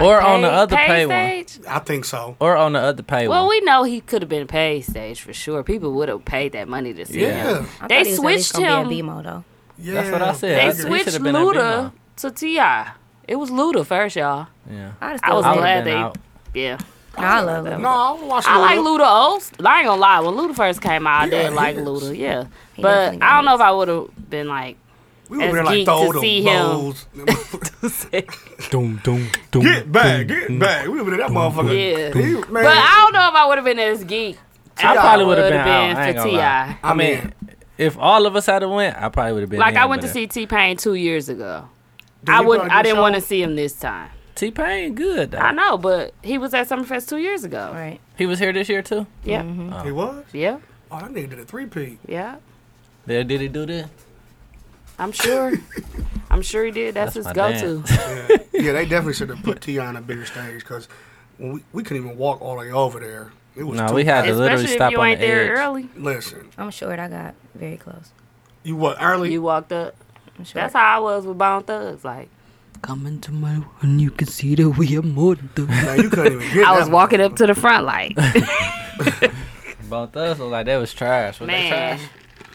[SPEAKER 1] Or on the other pay one.
[SPEAKER 3] stage?
[SPEAKER 8] I think so.
[SPEAKER 1] Or on the other pay
[SPEAKER 3] Well,
[SPEAKER 1] one.
[SPEAKER 3] we know he could have been paid stage for sure. People would have paid that money to see him.
[SPEAKER 8] Yeah.
[SPEAKER 2] I thought
[SPEAKER 3] They
[SPEAKER 2] he was at least
[SPEAKER 3] switched
[SPEAKER 2] gonna
[SPEAKER 3] him.
[SPEAKER 2] Be in BMO though.
[SPEAKER 8] Yeah.
[SPEAKER 1] That's what I said.
[SPEAKER 3] They
[SPEAKER 1] I- he
[SPEAKER 3] switched
[SPEAKER 1] should've been at
[SPEAKER 3] Luda to Ti. It was Luda first, y'all.
[SPEAKER 1] Yeah.
[SPEAKER 2] I, just
[SPEAKER 3] I was
[SPEAKER 1] I would've
[SPEAKER 3] glad
[SPEAKER 1] been
[SPEAKER 3] they.
[SPEAKER 1] out.
[SPEAKER 3] Yeah,
[SPEAKER 2] No, I love him.
[SPEAKER 8] No, I was watching.
[SPEAKER 3] I like
[SPEAKER 8] Luda.
[SPEAKER 3] Luda Old. I ain't gonna lie. When Luda first came out, I
[SPEAKER 8] Yeah,
[SPEAKER 3] did
[SPEAKER 8] he
[SPEAKER 3] like
[SPEAKER 8] is.
[SPEAKER 3] Luda. Yeah,
[SPEAKER 2] He
[SPEAKER 3] but
[SPEAKER 2] definitely
[SPEAKER 3] I don't know
[SPEAKER 2] is.
[SPEAKER 3] if I would have been like.
[SPEAKER 8] We were
[SPEAKER 3] as
[SPEAKER 8] there like
[SPEAKER 3] geek to
[SPEAKER 8] throw
[SPEAKER 3] see
[SPEAKER 8] them
[SPEAKER 3] him. [LAUGHS]
[SPEAKER 8] bows.
[SPEAKER 1] Doom, doom, doom.
[SPEAKER 8] Get back, get back. We were there that motherfucker.
[SPEAKER 3] Yeah.
[SPEAKER 8] He- man,
[SPEAKER 3] But I don't know if I would have been as geek.
[SPEAKER 1] I probably would have
[SPEAKER 3] would've
[SPEAKER 1] been, out. I ain't
[SPEAKER 3] for
[SPEAKER 1] gonna
[SPEAKER 3] Ti.
[SPEAKER 1] lie. I
[SPEAKER 8] I'm
[SPEAKER 1] mean, if all of us had a went, I probably would have been.
[SPEAKER 3] Like
[SPEAKER 1] in,
[SPEAKER 3] I went to
[SPEAKER 1] but
[SPEAKER 3] see T Pain two years ago.
[SPEAKER 8] Did
[SPEAKER 3] I
[SPEAKER 8] he
[SPEAKER 3] wouldn't.
[SPEAKER 8] put on a
[SPEAKER 3] I
[SPEAKER 8] good
[SPEAKER 3] didn't
[SPEAKER 8] show?
[SPEAKER 3] want to see him this time.
[SPEAKER 1] T Pain good. Though.
[SPEAKER 3] I know, but he was at Summerfest two years ago.
[SPEAKER 2] Right.
[SPEAKER 1] He was here this year too.
[SPEAKER 3] Yeah.
[SPEAKER 8] He was.
[SPEAKER 3] Yeah.
[SPEAKER 8] Oh, that nigga did a
[SPEAKER 1] [LAUGHS]
[SPEAKER 8] three peat.
[SPEAKER 3] Yeah.
[SPEAKER 1] There, did he do this?
[SPEAKER 3] I'm sure. I'm sure he did. That's, his
[SPEAKER 1] That's my
[SPEAKER 3] go-to.
[SPEAKER 1] [LAUGHS]
[SPEAKER 8] Yeah. yeah, they definitely should have put Ti on a bigger stage because we, we couldn't even walk all the way over there. It was
[SPEAKER 1] No,
[SPEAKER 8] too
[SPEAKER 1] we had to literally
[SPEAKER 3] Especially if
[SPEAKER 1] stop
[SPEAKER 3] you
[SPEAKER 1] on
[SPEAKER 3] ain't
[SPEAKER 1] the
[SPEAKER 3] there
[SPEAKER 1] edge.
[SPEAKER 3] early.
[SPEAKER 8] Listen,
[SPEAKER 2] I'm short. I got very close.
[SPEAKER 8] you what early?
[SPEAKER 3] You walked up.
[SPEAKER 2] I'm short.
[SPEAKER 3] That's how I was with Bone Thugs. Like
[SPEAKER 9] Coming tomorrow, and you can see that we are more than the
[SPEAKER 8] Man, you couldn't
[SPEAKER 3] [LAUGHS]
[SPEAKER 8] even get.
[SPEAKER 3] I
[SPEAKER 8] that
[SPEAKER 3] was walking
[SPEAKER 8] motherfucker.
[SPEAKER 3] up to the front,
[SPEAKER 1] [LAUGHS]
[SPEAKER 3] like
[SPEAKER 1] Both us look like that was trash. Was that
[SPEAKER 3] man,
[SPEAKER 1] trash?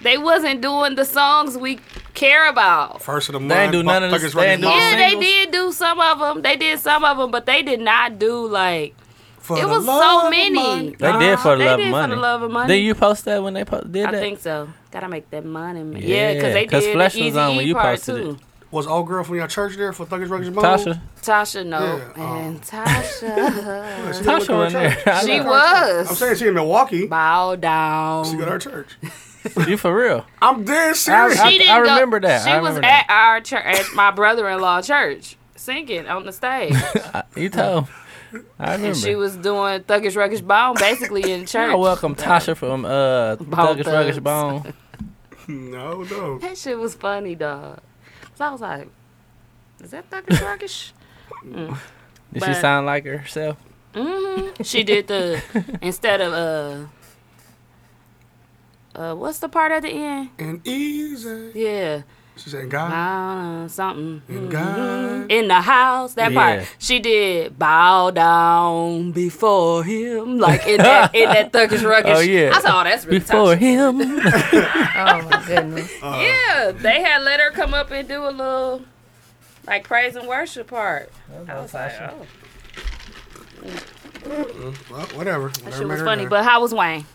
[SPEAKER 3] they wasn't doing the songs we care about.
[SPEAKER 8] First of the month.
[SPEAKER 1] ain't do none of this-
[SPEAKER 8] motherfuckers
[SPEAKER 1] they ain't
[SPEAKER 8] running
[SPEAKER 1] do
[SPEAKER 8] mouth
[SPEAKER 1] all
[SPEAKER 3] Yeah, they
[SPEAKER 1] singles?
[SPEAKER 3] did do some of them. They did some of them, but they did not do like
[SPEAKER 8] for
[SPEAKER 3] it
[SPEAKER 8] the
[SPEAKER 3] was
[SPEAKER 8] love
[SPEAKER 3] so
[SPEAKER 8] of
[SPEAKER 3] many.
[SPEAKER 8] money.
[SPEAKER 1] They did for the
[SPEAKER 3] Uh-huh. They did for
[SPEAKER 1] love of money.
[SPEAKER 3] the love of money.
[SPEAKER 1] Did you post that when they po- did
[SPEAKER 3] I
[SPEAKER 1] that?
[SPEAKER 3] think so. Gotta make that money, man. Yeah, because
[SPEAKER 1] Yeah,
[SPEAKER 3] they
[SPEAKER 1] 'cause
[SPEAKER 3] did
[SPEAKER 1] Flesh
[SPEAKER 3] the
[SPEAKER 1] was
[SPEAKER 3] Easy
[SPEAKER 1] on when
[SPEAKER 3] E
[SPEAKER 1] you
[SPEAKER 3] part
[SPEAKER 1] posted it.
[SPEAKER 3] too.
[SPEAKER 8] Was old girl from your church there for Thuggers Records Bone?
[SPEAKER 1] Tasha,
[SPEAKER 3] Tasha, no,
[SPEAKER 8] Yeah,
[SPEAKER 3] and Tasha,
[SPEAKER 8] She went to
[SPEAKER 1] Tasha
[SPEAKER 8] our
[SPEAKER 1] was
[SPEAKER 8] church.
[SPEAKER 1] there.
[SPEAKER 3] she
[SPEAKER 8] I'm
[SPEAKER 3] was
[SPEAKER 8] saying she in Milwaukee.
[SPEAKER 3] bow
[SPEAKER 8] She got
[SPEAKER 3] down.
[SPEAKER 8] our church.
[SPEAKER 1] you for real?
[SPEAKER 8] I'm dead serious.
[SPEAKER 1] I-
[SPEAKER 3] She didn't
[SPEAKER 1] I
[SPEAKER 3] go-
[SPEAKER 1] remember that.
[SPEAKER 3] She
[SPEAKER 1] I
[SPEAKER 3] was
[SPEAKER 1] remember that.
[SPEAKER 3] at our church, at my brother-in-law church, singing on the
[SPEAKER 1] [LAUGHS]
[SPEAKER 3] stage. [LAUGHS]
[SPEAKER 1] You told. I remember.
[SPEAKER 3] and she was doing thuggish ruggish bone basically
[SPEAKER 1] [LAUGHS]
[SPEAKER 3] in church.
[SPEAKER 1] I welcome Tasha from uh Thuggish
[SPEAKER 3] Thugs.
[SPEAKER 1] Ruggish Bone.
[SPEAKER 8] no, no.
[SPEAKER 3] That shit was funny, dog. So I was like, is that thuggish ruggish?
[SPEAKER 1] Did she
[SPEAKER 3] But-
[SPEAKER 1] sound like herself?
[SPEAKER 3] mm-hmm. She did the
[SPEAKER 1] [LAUGHS]
[SPEAKER 3] instead of uh uh what's the part at the end?
[SPEAKER 8] And easy.
[SPEAKER 3] Yeah.
[SPEAKER 8] She said,
[SPEAKER 1] Uh-huh.
[SPEAKER 8] God.
[SPEAKER 3] Uh, something.
[SPEAKER 8] And God.
[SPEAKER 3] In the house, that
[SPEAKER 1] Yeah.
[SPEAKER 3] part. She did bow down before him. Like in that in
[SPEAKER 1] [LAUGHS]
[SPEAKER 3] that thuggish ruggish.
[SPEAKER 1] Oh, yeah.
[SPEAKER 3] I saw oh, that's really
[SPEAKER 1] Before
[SPEAKER 3] Tasha." [LAUGHS]
[SPEAKER 1] him.
[SPEAKER 2] oh my goodness.
[SPEAKER 3] Yeah, they had let her come up and do a little like praise and worship part. I was like,
[SPEAKER 1] Tasha.
[SPEAKER 3] oh.
[SPEAKER 8] Well, whatever.
[SPEAKER 3] That
[SPEAKER 8] Whatever
[SPEAKER 3] shit
[SPEAKER 8] made
[SPEAKER 3] was
[SPEAKER 8] her
[SPEAKER 3] funny.
[SPEAKER 8] do.
[SPEAKER 3] But how was Wayne?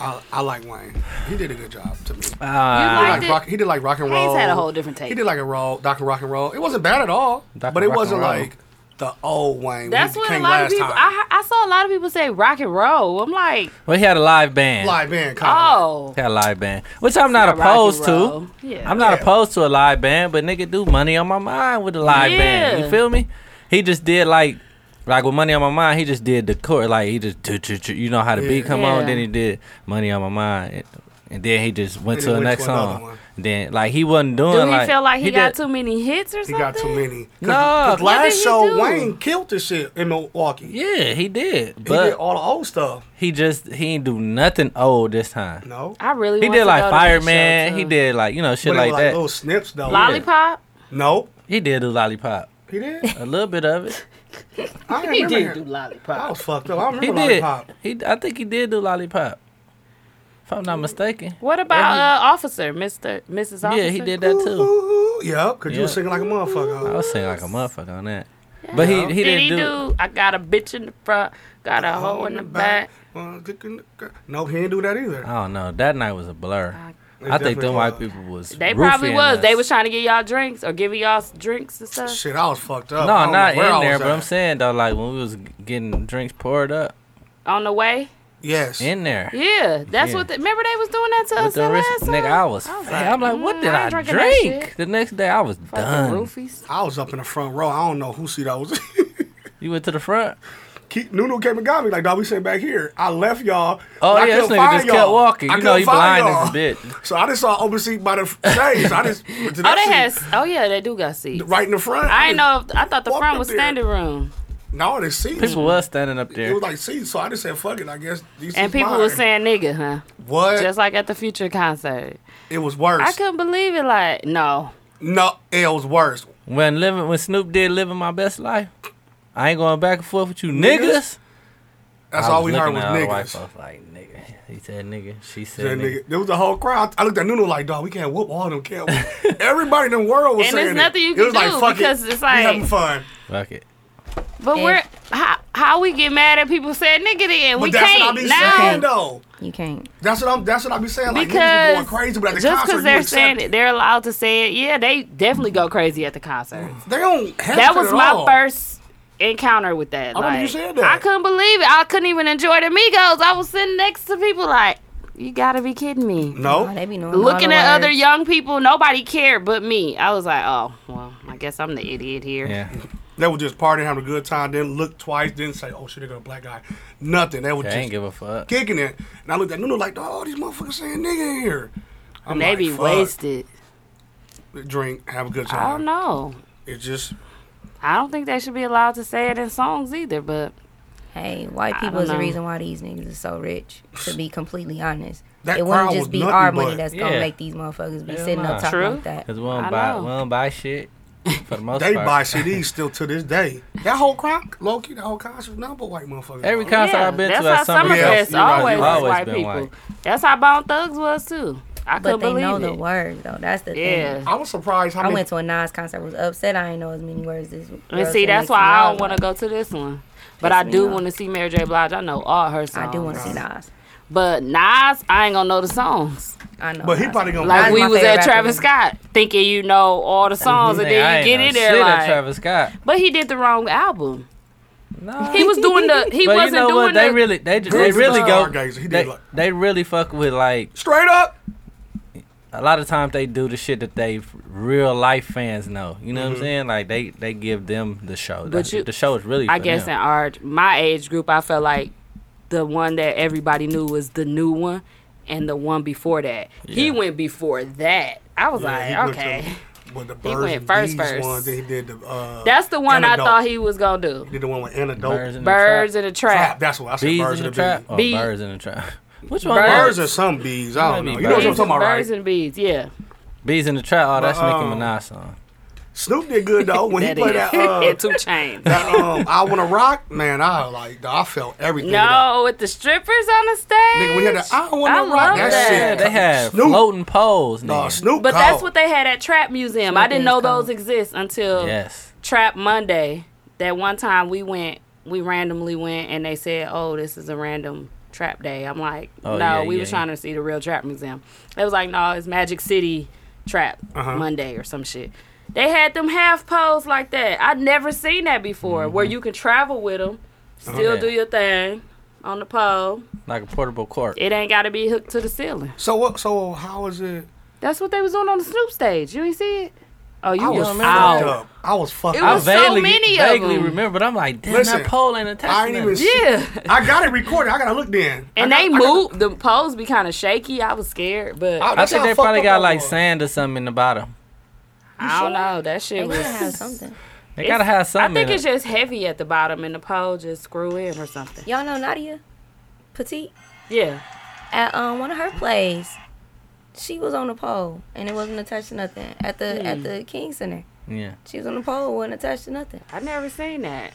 [SPEAKER 8] I, I like Wayne. He did a good job to me.
[SPEAKER 1] Ah,
[SPEAKER 8] He
[SPEAKER 3] I
[SPEAKER 8] did like
[SPEAKER 3] did-
[SPEAKER 8] rock, he did like rock and roll.
[SPEAKER 3] Hayes had a whole different
[SPEAKER 8] He
[SPEAKER 3] take.
[SPEAKER 8] did like a raw Dr. Rock and Roll. It wasn't bad at all,
[SPEAKER 1] Dr.
[SPEAKER 8] but it
[SPEAKER 1] Rock and
[SPEAKER 8] wasn't
[SPEAKER 1] Roll.
[SPEAKER 8] like the old Wayne.
[SPEAKER 3] That's
[SPEAKER 8] when
[SPEAKER 3] what
[SPEAKER 8] he
[SPEAKER 3] a
[SPEAKER 8] came
[SPEAKER 3] lot of
[SPEAKER 8] last
[SPEAKER 3] people. I,
[SPEAKER 8] Time.
[SPEAKER 3] he- I saw a lot of people say rock and roll. I'm like,
[SPEAKER 1] well, he had a live band.
[SPEAKER 8] Live band, kind
[SPEAKER 3] oh,
[SPEAKER 1] He had a live band, which I'm not
[SPEAKER 3] Yeah, rock and
[SPEAKER 1] opposed
[SPEAKER 3] roll.
[SPEAKER 1] to.
[SPEAKER 3] Yeah.
[SPEAKER 1] I'm not
[SPEAKER 8] Yeah.
[SPEAKER 1] opposed to a live band, but nigga do money on my mind with a live band.
[SPEAKER 3] Yeah.
[SPEAKER 1] You feel me? He just did like like with money on my mind, he just did the chord like he just do, do, do, you know how the beat
[SPEAKER 8] Yeah.
[SPEAKER 1] come on,
[SPEAKER 3] Yeah.
[SPEAKER 1] then he did money on my mind. And, and then he just went
[SPEAKER 8] And
[SPEAKER 1] to
[SPEAKER 8] he
[SPEAKER 1] the
[SPEAKER 8] went
[SPEAKER 1] next
[SPEAKER 8] to another
[SPEAKER 1] song.
[SPEAKER 8] one.
[SPEAKER 1] Then like he wasn't doing
[SPEAKER 3] do he
[SPEAKER 1] like
[SPEAKER 3] feel like he, got
[SPEAKER 1] did-
[SPEAKER 3] too many hits or
[SPEAKER 8] He
[SPEAKER 3] something?
[SPEAKER 8] got too many. Cause,
[SPEAKER 1] No,
[SPEAKER 8] 'cause
[SPEAKER 1] what
[SPEAKER 3] did he
[SPEAKER 8] last show
[SPEAKER 3] do?
[SPEAKER 8] Wayne killed this shit in Milwaukee.
[SPEAKER 1] Yeah, he did.
[SPEAKER 8] he did
[SPEAKER 1] But
[SPEAKER 8] all the old stuff.
[SPEAKER 1] he, just he ain't do nothing old this time.
[SPEAKER 8] No,
[SPEAKER 3] I really.
[SPEAKER 1] He
[SPEAKER 3] want
[SPEAKER 1] did
[SPEAKER 3] to
[SPEAKER 1] like
[SPEAKER 3] go to that
[SPEAKER 1] Fireman,
[SPEAKER 3] show,
[SPEAKER 1] he
[SPEAKER 3] too.
[SPEAKER 1] did like you know
[SPEAKER 8] But
[SPEAKER 1] shit
[SPEAKER 8] it
[SPEAKER 1] like
[SPEAKER 8] was
[SPEAKER 1] that.
[SPEAKER 8] little snips though.
[SPEAKER 3] Lollipop.
[SPEAKER 8] No,
[SPEAKER 1] He did do lollipop.
[SPEAKER 8] he did.
[SPEAKER 1] A little bit of it. [LAUGHS]
[SPEAKER 8] I didn't remember him. I
[SPEAKER 3] lollipop.
[SPEAKER 8] was fucked up. I remember
[SPEAKER 1] He did.
[SPEAKER 8] Lollipop.
[SPEAKER 1] He, I think he did do lollipop. If I'm not mistaken.
[SPEAKER 3] What about uh, Officer, Mister, Mrs. Officer?
[SPEAKER 1] Yeah, he did that too.
[SPEAKER 8] Ooh, yep, because you
[SPEAKER 1] Yeah.
[SPEAKER 8] was singing like a
[SPEAKER 1] I
[SPEAKER 8] motherfucker.
[SPEAKER 1] was saying like a motherfucker on that. But he, he
[SPEAKER 3] Did
[SPEAKER 1] didn't
[SPEAKER 3] he
[SPEAKER 1] do,
[SPEAKER 3] do? I got a bitch in the front, got a hoe in the back.
[SPEAKER 8] Well, dick in the gu- No, he didn't do that either.
[SPEAKER 1] I don't know. That night was a blur.
[SPEAKER 8] It
[SPEAKER 1] I think
[SPEAKER 8] definitely
[SPEAKER 1] them white
[SPEAKER 8] was.
[SPEAKER 1] people was.
[SPEAKER 3] They probably
[SPEAKER 1] roofing
[SPEAKER 3] was. They
[SPEAKER 1] us.
[SPEAKER 3] was trying to get y'all drinks or giving y'all s- drinks and stuff.
[SPEAKER 8] Shit, I was fucked up.
[SPEAKER 1] Uh-huh. No,
[SPEAKER 8] I don't know
[SPEAKER 1] not
[SPEAKER 8] where I
[SPEAKER 1] in there.
[SPEAKER 8] was
[SPEAKER 1] But I'm
[SPEAKER 8] at.
[SPEAKER 1] saying though, like when we was getting drinks poured up
[SPEAKER 3] On the way.
[SPEAKER 8] Yes.
[SPEAKER 1] in there.
[SPEAKER 3] Yeah, that's
[SPEAKER 1] Yeah.
[SPEAKER 3] what. The, remember they was doing that to us
[SPEAKER 1] With the
[SPEAKER 3] that
[SPEAKER 1] wrist,
[SPEAKER 3] last time.
[SPEAKER 1] nigga, I was.
[SPEAKER 3] I was
[SPEAKER 1] fat. I'm like,
[SPEAKER 3] mm,
[SPEAKER 1] what did
[SPEAKER 3] I
[SPEAKER 1] I
[SPEAKER 3] ain't drinking that
[SPEAKER 1] drink?
[SPEAKER 3] shit.
[SPEAKER 1] The next day, I was
[SPEAKER 3] Fucking
[SPEAKER 1] done.
[SPEAKER 3] roofies.
[SPEAKER 8] I was up in the front row. I don't know who seat I was. [LAUGHS]
[SPEAKER 1] You went to the front.
[SPEAKER 8] Keep, Nunu came and got me like, dog, we sitting back here. I left y'all.
[SPEAKER 1] Oh,
[SPEAKER 8] but I
[SPEAKER 1] yeah, this
[SPEAKER 8] couldn't
[SPEAKER 1] nigga
[SPEAKER 8] find
[SPEAKER 1] just kept walking.
[SPEAKER 8] I
[SPEAKER 1] You know
[SPEAKER 8] couldn't
[SPEAKER 1] he
[SPEAKER 8] find
[SPEAKER 1] blind as a
[SPEAKER 8] y'all. [LAUGHS]
[SPEAKER 1] bitch.
[SPEAKER 8] So I just saw open seat
[SPEAKER 1] [LAUGHS]
[SPEAKER 8] by the stage. So I just went to
[SPEAKER 3] Oh,
[SPEAKER 8] that
[SPEAKER 3] they
[SPEAKER 8] seat
[SPEAKER 3] had. s- Oh yeah, they do got seats.
[SPEAKER 8] right in the front.
[SPEAKER 3] I ain't
[SPEAKER 8] just
[SPEAKER 3] know. If, I thought the
[SPEAKER 8] walked
[SPEAKER 3] front
[SPEAKER 8] up
[SPEAKER 3] was
[SPEAKER 8] there.
[SPEAKER 3] standing room,
[SPEAKER 8] No, the seats.
[SPEAKER 1] People was standing up
[SPEAKER 8] It
[SPEAKER 1] there.
[SPEAKER 8] was like seats. So I just said, fuck it. I guess these
[SPEAKER 3] and
[SPEAKER 8] is
[SPEAKER 3] people
[SPEAKER 8] mine.
[SPEAKER 3] were saying nigga, huh?
[SPEAKER 8] what?
[SPEAKER 3] Just like at the Future concert.
[SPEAKER 8] it was worse.
[SPEAKER 3] I couldn't believe it. Like no,
[SPEAKER 8] no, it was worse.
[SPEAKER 1] When living, when Snoop did living my best life, I ain't going back and forth with you niggas.
[SPEAKER 8] That's
[SPEAKER 1] I
[SPEAKER 8] all we heard
[SPEAKER 1] looking
[SPEAKER 8] was
[SPEAKER 1] at all the white
[SPEAKER 8] niggas.
[SPEAKER 1] folks Like nigga, he said nigga, she
[SPEAKER 8] That
[SPEAKER 1] said nigga.
[SPEAKER 8] nigga, there was a whole crowd. I looked at Nuno like, dog, we can't whoop all them, can
[SPEAKER 1] [LAUGHS]
[SPEAKER 8] we? Everybody in the world was
[SPEAKER 3] And
[SPEAKER 8] saying
[SPEAKER 3] there's nothing
[SPEAKER 8] it.
[SPEAKER 3] you
[SPEAKER 8] It
[SPEAKER 3] can
[SPEAKER 8] was like,
[SPEAKER 3] do
[SPEAKER 8] fuck it.
[SPEAKER 3] because it's
[SPEAKER 8] We
[SPEAKER 3] like-
[SPEAKER 8] having fun.
[SPEAKER 1] Fuck it.
[SPEAKER 3] but
[SPEAKER 2] And-
[SPEAKER 3] we're how how we get mad at people saying nigga then
[SPEAKER 8] But
[SPEAKER 3] we
[SPEAKER 8] that's what I
[SPEAKER 3] can't
[SPEAKER 8] be
[SPEAKER 3] now
[SPEAKER 8] saying though.
[SPEAKER 2] You can't.
[SPEAKER 8] That's what I'm. That's what I be saying. Like niggas be
[SPEAKER 3] because
[SPEAKER 8] going crazy, but at the
[SPEAKER 3] just
[SPEAKER 8] concert,
[SPEAKER 3] because
[SPEAKER 8] you
[SPEAKER 3] they're
[SPEAKER 8] accept
[SPEAKER 3] saying
[SPEAKER 8] it.
[SPEAKER 3] it, they're allowed to say it. Yeah, they definitely go crazy at the concert.
[SPEAKER 8] they don't. Hesitate
[SPEAKER 3] that was
[SPEAKER 8] at
[SPEAKER 3] my
[SPEAKER 8] all.
[SPEAKER 3] first encounter with that.
[SPEAKER 8] I remember you
[SPEAKER 3] like,
[SPEAKER 8] said that.
[SPEAKER 3] I couldn't believe it. I couldn't even enjoy the Migos. I was sitting next to people like, you gotta be kidding me.
[SPEAKER 2] Oh,
[SPEAKER 8] No,
[SPEAKER 2] they be knowing all
[SPEAKER 3] Looking
[SPEAKER 2] the
[SPEAKER 3] at other
[SPEAKER 2] words.
[SPEAKER 3] young people, nobody cared but me. I was like, oh, well, I guess I'm the idiot here.
[SPEAKER 8] [LAUGHS]
[SPEAKER 1] Yeah.
[SPEAKER 8] they were just partying, having a good time. Didn't look twice. Didn't say, "Oh shit, they got a black guy." Nothing. They were
[SPEAKER 1] I ain't
[SPEAKER 8] just
[SPEAKER 1] give a fuck.
[SPEAKER 8] kicking it. And I looked at Nuno like, "Dog, all these motherfuckers saying nigga in here." I'm
[SPEAKER 3] And they be
[SPEAKER 8] like, fuck.
[SPEAKER 3] wasted.
[SPEAKER 8] Drink, have a good time.
[SPEAKER 3] I don't know.
[SPEAKER 8] It just
[SPEAKER 3] I don't think they should be allowed to say it in songs either, but
[SPEAKER 2] Hey, white
[SPEAKER 3] I
[SPEAKER 2] people
[SPEAKER 3] don't
[SPEAKER 2] is the
[SPEAKER 3] know.
[SPEAKER 2] reason why these niggas is so rich. To be completely honest,
[SPEAKER 8] That
[SPEAKER 2] it wouldn't
[SPEAKER 8] crowd
[SPEAKER 2] just
[SPEAKER 8] was
[SPEAKER 2] be
[SPEAKER 8] nothing
[SPEAKER 2] our
[SPEAKER 8] but-
[SPEAKER 2] money that's
[SPEAKER 1] Yeah.
[SPEAKER 2] gonna make these motherfuckers be
[SPEAKER 1] Hell
[SPEAKER 2] sitting
[SPEAKER 1] nah.
[SPEAKER 2] up talking
[SPEAKER 3] True.
[SPEAKER 2] like that.
[SPEAKER 1] Cause we don't
[SPEAKER 3] I
[SPEAKER 1] buy,
[SPEAKER 3] know.
[SPEAKER 1] we don't buy shit for
[SPEAKER 8] [LAUGHS]
[SPEAKER 1] the most
[SPEAKER 8] they
[SPEAKER 1] part.
[SPEAKER 8] buy CDs still to this day. That whole crowd, low key, that whole concert, nothing but white motherfuckers.
[SPEAKER 1] Every
[SPEAKER 8] dog.
[SPEAKER 1] concert
[SPEAKER 3] yeah,
[SPEAKER 1] I've been
[SPEAKER 3] that's
[SPEAKER 1] to, at
[SPEAKER 3] how
[SPEAKER 1] Summerfest,
[SPEAKER 3] Summerfest
[SPEAKER 8] you're right,
[SPEAKER 3] always was
[SPEAKER 1] right.
[SPEAKER 8] you're
[SPEAKER 3] white
[SPEAKER 1] Always been
[SPEAKER 3] people.
[SPEAKER 1] white.
[SPEAKER 3] That's how Bone Thugs was too. I
[SPEAKER 2] But
[SPEAKER 3] couldn't
[SPEAKER 2] they
[SPEAKER 3] believe
[SPEAKER 2] know
[SPEAKER 3] it.
[SPEAKER 2] the words though. That's the
[SPEAKER 3] yeah.
[SPEAKER 2] thing.
[SPEAKER 8] I was surprised how
[SPEAKER 2] I
[SPEAKER 8] many.
[SPEAKER 2] went to a Nas concert. Was upset. I ain't know as many words as.
[SPEAKER 3] And see, that's why I don't want to go to this one. But I
[SPEAKER 2] Piss me
[SPEAKER 3] do
[SPEAKER 2] off.
[SPEAKER 3] want to see Mary J. Blige. I know all her songs.
[SPEAKER 2] I do want to see Nas.
[SPEAKER 3] But Nas, I ain't gonna know the songs.
[SPEAKER 2] I know.
[SPEAKER 8] but he
[SPEAKER 2] Nas.
[SPEAKER 8] probably gonna
[SPEAKER 3] Like
[SPEAKER 2] Nas
[SPEAKER 3] we
[SPEAKER 2] my
[SPEAKER 3] was
[SPEAKER 2] favorite
[SPEAKER 3] at Travis
[SPEAKER 2] rapper.
[SPEAKER 3] Scott, thinking you know all the songs, and
[SPEAKER 1] Nigga, I
[SPEAKER 3] then
[SPEAKER 1] ain't
[SPEAKER 3] you get
[SPEAKER 1] know
[SPEAKER 3] in there
[SPEAKER 1] shit at
[SPEAKER 3] like.
[SPEAKER 1] Travis Scott.
[SPEAKER 3] But he did the wrong album.
[SPEAKER 1] No.
[SPEAKER 3] [LAUGHS] He was doing the. He
[SPEAKER 1] but
[SPEAKER 3] wasn't
[SPEAKER 1] you know
[SPEAKER 3] doing
[SPEAKER 1] what? They
[SPEAKER 3] the.
[SPEAKER 1] really, they, ju- they
[SPEAKER 8] Groove
[SPEAKER 1] really
[SPEAKER 8] is a
[SPEAKER 1] go.
[SPEAKER 8] stargazer. He did
[SPEAKER 1] They,
[SPEAKER 8] like-
[SPEAKER 1] they really fuck with like
[SPEAKER 8] straight up.
[SPEAKER 1] a lot of times they do the shit that they f- real life fans know. You know what
[SPEAKER 8] Mm-hmm.
[SPEAKER 1] I'm saying? Like they they give them the show. That's-
[SPEAKER 3] you-
[SPEAKER 1] the show is really.
[SPEAKER 3] I
[SPEAKER 1] for
[SPEAKER 3] guess in
[SPEAKER 1] them.
[SPEAKER 3] our my age group, I felt like the one that everybody knew was the new one, and the one before that. He
[SPEAKER 1] Yeah.
[SPEAKER 3] went before that. I was
[SPEAKER 8] Yeah, he
[SPEAKER 3] like,
[SPEAKER 8] went to-
[SPEAKER 3] okay,
[SPEAKER 8] But the birds
[SPEAKER 3] He went
[SPEAKER 8] and
[SPEAKER 3] first,
[SPEAKER 8] bees
[SPEAKER 3] first.
[SPEAKER 8] one, then he did the.
[SPEAKER 3] [LAUGHS]
[SPEAKER 8] Uh,
[SPEAKER 3] that's the one
[SPEAKER 8] Antidote.
[SPEAKER 3] I thought he was gonna do.
[SPEAKER 8] He did the one with antidote.
[SPEAKER 1] birds in the
[SPEAKER 3] Birds
[SPEAKER 1] trap.
[SPEAKER 3] in the
[SPEAKER 8] trap.
[SPEAKER 3] trap.
[SPEAKER 8] That's what I said.
[SPEAKER 1] bees
[SPEAKER 8] birds
[SPEAKER 1] in the
[SPEAKER 8] and
[SPEAKER 1] trap.
[SPEAKER 8] bees.
[SPEAKER 1] Oh,
[SPEAKER 3] Bee-
[SPEAKER 1] birds in the trap. [LAUGHS] Which one?
[SPEAKER 3] Birds.
[SPEAKER 8] Birds are some bees. I don't know.
[SPEAKER 1] Maybe
[SPEAKER 8] You know what I'm
[SPEAKER 1] birds.
[SPEAKER 8] talking about,
[SPEAKER 3] Birds
[SPEAKER 8] right?
[SPEAKER 3] and bees, yeah.
[SPEAKER 1] Bees in the trap. Oh, that's Nicki
[SPEAKER 8] um,
[SPEAKER 1] Minaj song.
[SPEAKER 8] Snoop did good though when he
[SPEAKER 3] That
[SPEAKER 8] played
[SPEAKER 3] is. [LAUGHS]
[SPEAKER 8] that. Uh,
[SPEAKER 3] and two chains.
[SPEAKER 8] that, um, I wanna rock, man. I like. I felt everything. of
[SPEAKER 3] No, with the strippers on the stage.
[SPEAKER 8] Nigga, we had that, I wanna
[SPEAKER 3] I
[SPEAKER 8] rock
[SPEAKER 3] love
[SPEAKER 8] that,
[SPEAKER 3] that.
[SPEAKER 1] Yeah,
[SPEAKER 8] shit.
[SPEAKER 1] they had
[SPEAKER 8] Snoop.
[SPEAKER 1] floating poles.
[SPEAKER 8] No,
[SPEAKER 1] nigga.
[SPEAKER 8] Snoop.
[SPEAKER 3] But that's
[SPEAKER 8] called.
[SPEAKER 3] what they had at Trap Museum. I didn't
[SPEAKER 2] is
[SPEAKER 3] know
[SPEAKER 2] cold.
[SPEAKER 3] those exist until
[SPEAKER 1] Yes.
[SPEAKER 3] Trap Monday. That one time we went, we randomly went, and they said, "Oh, this is a random Trap Day." I'm like, "No,
[SPEAKER 1] Oh, yeah,
[SPEAKER 3] we
[SPEAKER 1] yeah,
[SPEAKER 3] were trying to see the real Trap Museum." They was like, "No, it's Magic City Trap
[SPEAKER 8] Uh-huh.
[SPEAKER 3] Monday or some shit." They had them half poles like that. I'd never seen that before, where
[SPEAKER 1] Mm-hmm.
[SPEAKER 3] you can travel with them,
[SPEAKER 8] Oh,
[SPEAKER 3] still
[SPEAKER 1] Yeah.
[SPEAKER 3] do your thing on the pole.
[SPEAKER 1] Like a portable court.
[SPEAKER 3] It ain't got to be hooked to the ceiling.
[SPEAKER 8] So what? So how is it?
[SPEAKER 3] That's what they was doing on the Snoop stage. You ain't see it? Oh, you
[SPEAKER 8] I was
[SPEAKER 3] was
[SPEAKER 8] fucked
[SPEAKER 3] out.
[SPEAKER 8] up. I was fucked
[SPEAKER 3] It
[SPEAKER 8] up.
[SPEAKER 3] was so many of
[SPEAKER 1] vaguely
[SPEAKER 3] them.
[SPEAKER 1] remember, but I'm like, damn,
[SPEAKER 8] Listen,
[SPEAKER 1] that pole ain't attached.
[SPEAKER 8] I ain't
[SPEAKER 1] to
[SPEAKER 8] even.
[SPEAKER 1] nothing.
[SPEAKER 3] Yeah.
[SPEAKER 8] I got it recorded. I gotta look then.
[SPEAKER 3] And
[SPEAKER 8] I
[SPEAKER 3] they
[SPEAKER 8] got- I got-
[SPEAKER 3] moved. The poles be kind of shaky. I was scared, but I,
[SPEAKER 8] I-
[SPEAKER 1] I
[SPEAKER 8] that's
[SPEAKER 1] think
[SPEAKER 8] how
[SPEAKER 1] they
[SPEAKER 8] fucked
[SPEAKER 1] probably
[SPEAKER 8] up I
[SPEAKER 1] got like
[SPEAKER 8] was.
[SPEAKER 1] sand or something in the bottom.
[SPEAKER 3] don't know. That
[SPEAKER 2] They
[SPEAKER 3] shit was.
[SPEAKER 2] gotta have something.
[SPEAKER 1] They
[SPEAKER 3] it's-
[SPEAKER 1] gotta have something.
[SPEAKER 3] I think
[SPEAKER 1] in
[SPEAKER 3] it's
[SPEAKER 1] it.
[SPEAKER 3] just heavy at the bottom, and the pole just screw in or something.
[SPEAKER 2] Y'all know Nadia Petite
[SPEAKER 3] Yeah.
[SPEAKER 2] at um one of her plays. She was on the pole and it wasn't attached to nothing at the
[SPEAKER 3] Hmm.
[SPEAKER 2] at the King Center.
[SPEAKER 1] yeah.
[SPEAKER 2] She was on the pole, wasn't attached to nothing.
[SPEAKER 3] I never seen that.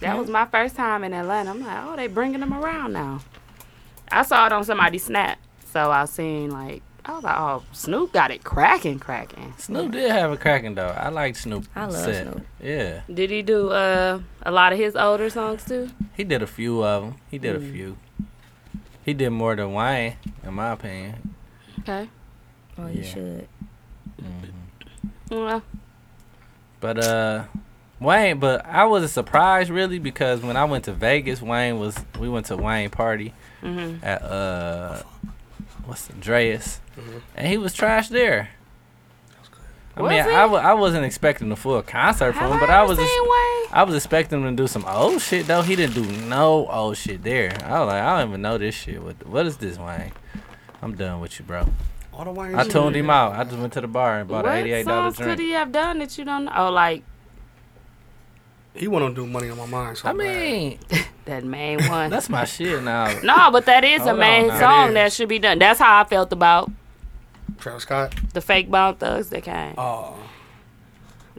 [SPEAKER 3] That was my first time in Atlanta. I'm like, oh, they bringing them around now. I saw it on somebody's snap, so I seen like I was like, oh, Snoop got it cracking, cracking.
[SPEAKER 1] Snoop did have a cracking though. I like Snoop.
[SPEAKER 2] I love
[SPEAKER 1] set.
[SPEAKER 2] Snoop.
[SPEAKER 1] Yeah,
[SPEAKER 3] Did he do uh, a lot of his older songs too?
[SPEAKER 1] he did a few of them. He
[SPEAKER 3] Mm.
[SPEAKER 1] did a few. He did more than Wayne, in my opinion.
[SPEAKER 3] Okay.
[SPEAKER 2] Oh, you
[SPEAKER 1] Yeah.
[SPEAKER 2] should.
[SPEAKER 3] Well,
[SPEAKER 1] But uh, Wayne. But I wasn't surprised really because when I went to Vegas, Wayne was. We went to Wayne party
[SPEAKER 3] Mm-hmm.
[SPEAKER 1] at uh, what's Andreas, and he was trash there. I
[SPEAKER 3] Was
[SPEAKER 1] mean,
[SPEAKER 3] he?
[SPEAKER 1] I I, w- I wasn't expecting a full concert from
[SPEAKER 3] have
[SPEAKER 1] him,
[SPEAKER 3] I
[SPEAKER 1] but I
[SPEAKER 3] ever
[SPEAKER 1] was ex-
[SPEAKER 3] seen Wayne?
[SPEAKER 1] I was expecting him to do some old shit though. He didn't do no old shit there. I was like, I don't even know this shit. What what is this, Wayne? I'm done with you, bro.
[SPEAKER 8] All the way
[SPEAKER 1] I tuned him out. I just went to the bar and bought an
[SPEAKER 3] Mm. What
[SPEAKER 1] eighty-eight dollar
[SPEAKER 3] songs could he
[SPEAKER 1] drink.
[SPEAKER 3] have done that you don't know? Oh, like
[SPEAKER 8] He want to do money on my mind. So
[SPEAKER 1] I mean,
[SPEAKER 3] that
[SPEAKER 1] [LAUGHS]
[SPEAKER 3] main one.
[SPEAKER 1] that's my
[SPEAKER 3] [LAUGHS]
[SPEAKER 1] shit now.
[SPEAKER 3] no, but that is a
[SPEAKER 1] Hold
[SPEAKER 3] main
[SPEAKER 1] on now.
[SPEAKER 3] song
[SPEAKER 8] It
[SPEAKER 3] that
[SPEAKER 8] is.
[SPEAKER 3] should be done. That's how I felt about
[SPEAKER 8] bad. Travis Scott.
[SPEAKER 3] the fake bomb thugs that came.
[SPEAKER 1] Oh.
[SPEAKER 8] Uh,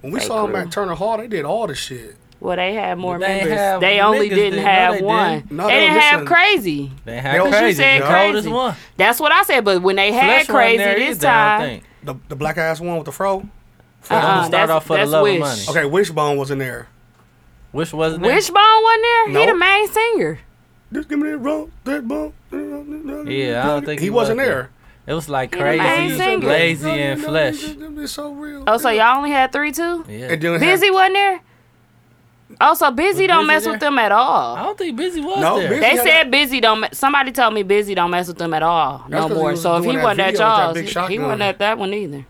[SPEAKER 8] when we
[SPEAKER 3] Fake
[SPEAKER 8] saw him
[SPEAKER 3] crew.
[SPEAKER 8] at Turner Hall, they did all the shit.
[SPEAKER 3] Well, they had more
[SPEAKER 1] They
[SPEAKER 3] members.
[SPEAKER 1] have
[SPEAKER 3] they only
[SPEAKER 1] niggas
[SPEAKER 3] didn't
[SPEAKER 1] that- no,
[SPEAKER 3] have
[SPEAKER 1] they
[SPEAKER 3] one.
[SPEAKER 1] didn't.
[SPEAKER 8] No,
[SPEAKER 3] they
[SPEAKER 8] they
[SPEAKER 3] didn't
[SPEAKER 8] don't
[SPEAKER 3] have
[SPEAKER 8] listen.
[SPEAKER 3] crazy.
[SPEAKER 1] They
[SPEAKER 8] They
[SPEAKER 1] had
[SPEAKER 8] don't- 'Cause you
[SPEAKER 1] crazy.
[SPEAKER 3] said
[SPEAKER 1] the
[SPEAKER 3] crazy.
[SPEAKER 1] coldest one.
[SPEAKER 3] That's what I said. But when they had
[SPEAKER 1] Flesh wasn't
[SPEAKER 3] crazy
[SPEAKER 1] there
[SPEAKER 3] this
[SPEAKER 1] either, I don't
[SPEAKER 3] time,
[SPEAKER 1] think.
[SPEAKER 8] The the black ass one with the fro.
[SPEAKER 3] uh-uh,
[SPEAKER 1] That one start
[SPEAKER 3] that's,
[SPEAKER 1] off for the
[SPEAKER 3] that's
[SPEAKER 1] love of
[SPEAKER 3] Wish.
[SPEAKER 1] money.
[SPEAKER 8] Okay, Wishbone was in there.
[SPEAKER 1] Which wasn't there?
[SPEAKER 3] Wishbone wasn't there. He the
[SPEAKER 8] Nope.
[SPEAKER 3] main singer.
[SPEAKER 8] Just give me that bump, that bump. Yeah,
[SPEAKER 1] Yeah, I don't think
[SPEAKER 8] he,
[SPEAKER 1] he
[SPEAKER 8] wasn't
[SPEAKER 1] was
[SPEAKER 8] there.
[SPEAKER 1] It was like
[SPEAKER 3] He the main
[SPEAKER 1] crazy,
[SPEAKER 3] singer.
[SPEAKER 1] lazy, and flesh.
[SPEAKER 8] It's so real.
[SPEAKER 3] Oh, so y'all only had three too.
[SPEAKER 1] Yeah.
[SPEAKER 8] And then
[SPEAKER 3] Busy wasn't there. Also, Busy
[SPEAKER 1] Was
[SPEAKER 3] don't
[SPEAKER 1] Busy
[SPEAKER 3] mess
[SPEAKER 1] there?
[SPEAKER 3] with them at
[SPEAKER 1] I
[SPEAKER 3] all.
[SPEAKER 1] don't think Busy was
[SPEAKER 8] No,
[SPEAKER 1] there.
[SPEAKER 8] Busy-
[SPEAKER 3] They
[SPEAKER 8] Yeah,
[SPEAKER 3] said Busy don't. me- Somebody told me Busy don't mess with them at all
[SPEAKER 8] That's
[SPEAKER 3] no
[SPEAKER 8] 'cause he
[SPEAKER 3] more.
[SPEAKER 8] was
[SPEAKER 3] So if he
[SPEAKER 8] doing that
[SPEAKER 3] wasn't at
[SPEAKER 8] video with that
[SPEAKER 3] y'all's,
[SPEAKER 8] big
[SPEAKER 3] he
[SPEAKER 8] shotgun.
[SPEAKER 3] wasn't at that one either.
[SPEAKER 2] Ain't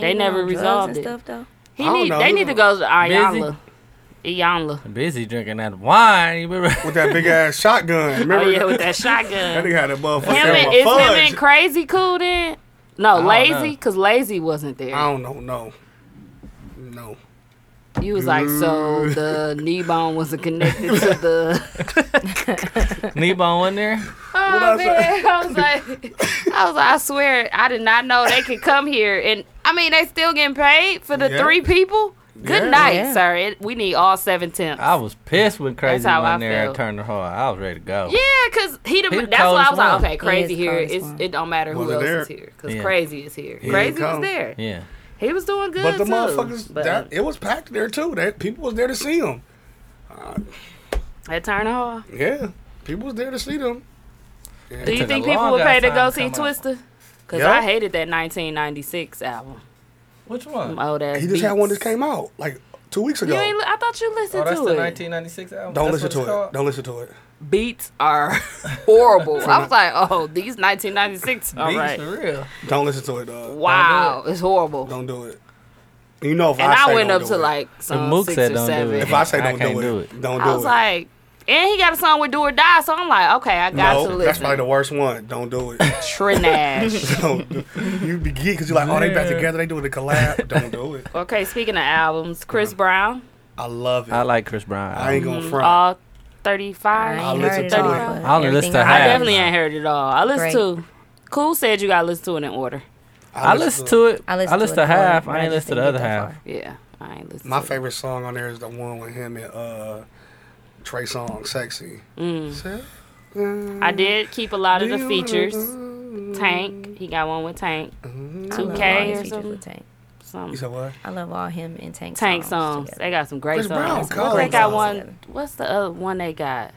[SPEAKER 3] They
[SPEAKER 2] he on
[SPEAKER 3] never
[SPEAKER 2] drugs
[SPEAKER 3] resolved
[SPEAKER 2] and
[SPEAKER 3] it.
[SPEAKER 2] Stuff though.
[SPEAKER 3] He
[SPEAKER 8] I don't
[SPEAKER 3] need,
[SPEAKER 8] know.
[SPEAKER 3] they need to go to Ayala. Ayala.
[SPEAKER 1] Busy drinking that wine. You remember?
[SPEAKER 8] with [LAUGHS] that big ass
[SPEAKER 1] [LAUGHS]
[SPEAKER 8] shotgun. Remember?
[SPEAKER 3] Oh yeah, with that
[SPEAKER 8] [LAUGHS] That
[SPEAKER 3] shotgun.
[SPEAKER 8] nigga had that motherfucker.
[SPEAKER 3] him
[SPEAKER 8] that
[SPEAKER 3] and,
[SPEAKER 8] was
[SPEAKER 3] is him
[SPEAKER 8] fudge.
[SPEAKER 3] and Crazy cool then? No,
[SPEAKER 1] don't
[SPEAKER 3] Lazy,
[SPEAKER 1] know.
[SPEAKER 3] cause Lazy wasn't there.
[SPEAKER 8] I don't know. No, no.
[SPEAKER 3] You was like, so
[SPEAKER 8] [LAUGHS]
[SPEAKER 3] the knee bone wasn't connected to the. [LAUGHS]
[SPEAKER 1] [LAUGHS] Nebo in there.
[SPEAKER 3] Oh man, I was like, I was like, I swear, I did not know they could come here, and I mean, they still getting paid for the
[SPEAKER 8] Yeah.
[SPEAKER 3] three people. Good
[SPEAKER 8] Yeah.
[SPEAKER 3] night,
[SPEAKER 2] Yeah.
[SPEAKER 3] sir. It, we need all seven temps.
[SPEAKER 1] I was pissed when Crazy
[SPEAKER 3] how I
[SPEAKER 1] went there
[SPEAKER 3] felt.
[SPEAKER 1] and turned the hall. I was ready to go.
[SPEAKER 3] Yeah, cause he. The,
[SPEAKER 1] He the
[SPEAKER 3] that's why I
[SPEAKER 1] coldest
[SPEAKER 3] was like,
[SPEAKER 1] one.
[SPEAKER 3] okay, crazy
[SPEAKER 2] is the
[SPEAKER 3] here.
[SPEAKER 2] coldest
[SPEAKER 3] It's,
[SPEAKER 2] one.
[SPEAKER 3] it don't matter who
[SPEAKER 8] Wasn't
[SPEAKER 3] else
[SPEAKER 8] there.
[SPEAKER 3] is here, cause
[SPEAKER 1] Yeah.
[SPEAKER 3] crazy is here.
[SPEAKER 8] Here
[SPEAKER 3] crazy
[SPEAKER 8] it
[SPEAKER 3] was
[SPEAKER 8] come.
[SPEAKER 3] there.
[SPEAKER 1] Yeah.
[SPEAKER 3] He was doing good.
[SPEAKER 8] But the
[SPEAKER 3] too,
[SPEAKER 8] motherfuckers,
[SPEAKER 3] but
[SPEAKER 8] that it was packed there too. That people was there to see him.
[SPEAKER 3] at Turner Hall.
[SPEAKER 8] Yeah, people was there to see them.
[SPEAKER 3] Do you
[SPEAKER 1] took a
[SPEAKER 3] think people
[SPEAKER 1] long
[SPEAKER 3] would
[SPEAKER 1] ass
[SPEAKER 3] pay to
[SPEAKER 1] time
[SPEAKER 3] go
[SPEAKER 1] to
[SPEAKER 3] see
[SPEAKER 1] come out.
[SPEAKER 3] Twista? Cause
[SPEAKER 8] Yeah.
[SPEAKER 3] I hated that 1996 album.
[SPEAKER 1] Which one?
[SPEAKER 3] Them old ass.
[SPEAKER 8] He just had one that
[SPEAKER 3] beats.
[SPEAKER 8] came out like two weeks
[SPEAKER 3] You
[SPEAKER 8] ago.
[SPEAKER 3] ain't, li- I thought you listened
[SPEAKER 1] Oh, that's
[SPEAKER 3] to
[SPEAKER 1] the
[SPEAKER 3] it.
[SPEAKER 1] 1996 album.
[SPEAKER 8] Don't
[SPEAKER 1] That's
[SPEAKER 8] listen to
[SPEAKER 1] what
[SPEAKER 8] it.
[SPEAKER 1] it's called?
[SPEAKER 8] Don't listen to it.
[SPEAKER 3] beats
[SPEAKER 1] [LAUGHS]
[SPEAKER 3] are horrible. I was like, oh, these 1996. All
[SPEAKER 1] Beats
[SPEAKER 3] right.
[SPEAKER 1] for real.
[SPEAKER 8] Don't listen to it, dog.
[SPEAKER 3] Wow, it's horrible.
[SPEAKER 8] Don't do it. You know if
[SPEAKER 3] And
[SPEAKER 8] I,
[SPEAKER 3] I
[SPEAKER 8] say
[SPEAKER 3] went
[SPEAKER 8] don't
[SPEAKER 3] up
[SPEAKER 8] do
[SPEAKER 3] to
[SPEAKER 8] it.
[SPEAKER 3] like some
[SPEAKER 1] Mook
[SPEAKER 3] six
[SPEAKER 1] said
[SPEAKER 3] or
[SPEAKER 1] don't do
[SPEAKER 3] seven.
[SPEAKER 1] it.
[SPEAKER 8] if I say
[SPEAKER 1] I
[SPEAKER 8] don't
[SPEAKER 1] can't
[SPEAKER 8] do, it,
[SPEAKER 1] do it.
[SPEAKER 8] don't do
[SPEAKER 3] I was
[SPEAKER 8] it.
[SPEAKER 3] like, and he got a song with Do or Die, so I'm like, okay, I got to
[SPEAKER 8] no, that's
[SPEAKER 3] listen.
[SPEAKER 8] probably the worst one. Don't do
[SPEAKER 3] [LAUGHS]
[SPEAKER 8] it. [LAUGHS]
[SPEAKER 3] Trinash.
[SPEAKER 8] don't do, you be geek because you're like, oh, they back together. They doing
[SPEAKER 3] [LAUGHS]
[SPEAKER 8] a collab. don't do it.
[SPEAKER 3] okay, speaking of albums,
[SPEAKER 8] Uh-huh.
[SPEAKER 3] Chris Brown,
[SPEAKER 8] I love it.
[SPEAKER 1] I
[SPEAKER 8] I,
[SPEAKER 1] like Chris Brown.
[SPEAKER 8] ain't gonna
[SPEAKER 3] Mm-hmm.
[SPEAKER 8] front.
[SPEAKER 3] all 35.
[SPEAKER 8] I'll
[SPEAKER 2] ain't
[SPEAKER 8] listen
[SPEAKER 2] heard
[SPEAKER 8] to
[SPEAKER 2] it all,
[SPEAKER 8] it.
[SPEAKER 2] but
[SPEAKER 1] I only listen
[SPEAKER 2] everything
[SPEAKER 1] to
[SPEAKER 3] I
[SPEAKER 1] half.
[SPEAKER 3] definitely ain't heard it all. I listened
[SPEAKER 2] Great.
[SPEAKER 3] to. Cool said you gotta listen to it in order.
[SPEAKER 1] I listen to it. I listen, to,
[SPEAKER 2] it,
[SPEAKER 1] half.
[SPEAKER 2] but
[SPEAKER 1] I ain't
[SPEAKER 2] just
[SPEAKER 1] listen to the
[SPEAKER 2] didn't
[SPEAKER 1] other
[SPEAKER 2] get that
[SPEAKER 1] half.
[SPEAKER 2] far.
[SPEAKER 3] Yeah, I ain't listened.
[SPEAKER 8] My
[SPEAKER 3] to it.
[SPEAKER 8] favorite song on there is the one with him and uh, Trey Song, "Sexy."
[SPEAKER 3] Mm.
[SPEAKER 8] Se-
[SPEAKER 3] I did keep a lot of the features. Tank, he got one with Tank.
[SPEAKER 2] I love all
[SPEAKER 3] 2K
[SPEAKER 2] his
[SPEAKER 3] or
[SPEAKER 2] features
[SPEAKER 3] something.
[SPEAKER 2] with Tank.
[SPEAKER 3] Some
[SPEAKER 8] You said what?
[SPEAKER 2] I love all him and Tank.
[SPEAKER 3] Tank songs.
[SPEAKER 2] songs.
[SPEAKER 3] They
[SPEAKER 2] together.
[SPEAKER 3] got some great
[SPEAKER 8] Chris Brown,
[SPEAKER 3] songs.
[SPEAKER 8] Colin.
[SPEAKER 3] they got
[SPEAKER 2] Great
[SPEAKER 3] one.
[SPEAKER 2] songs.
[SPEAKER 3] What's the other one they got?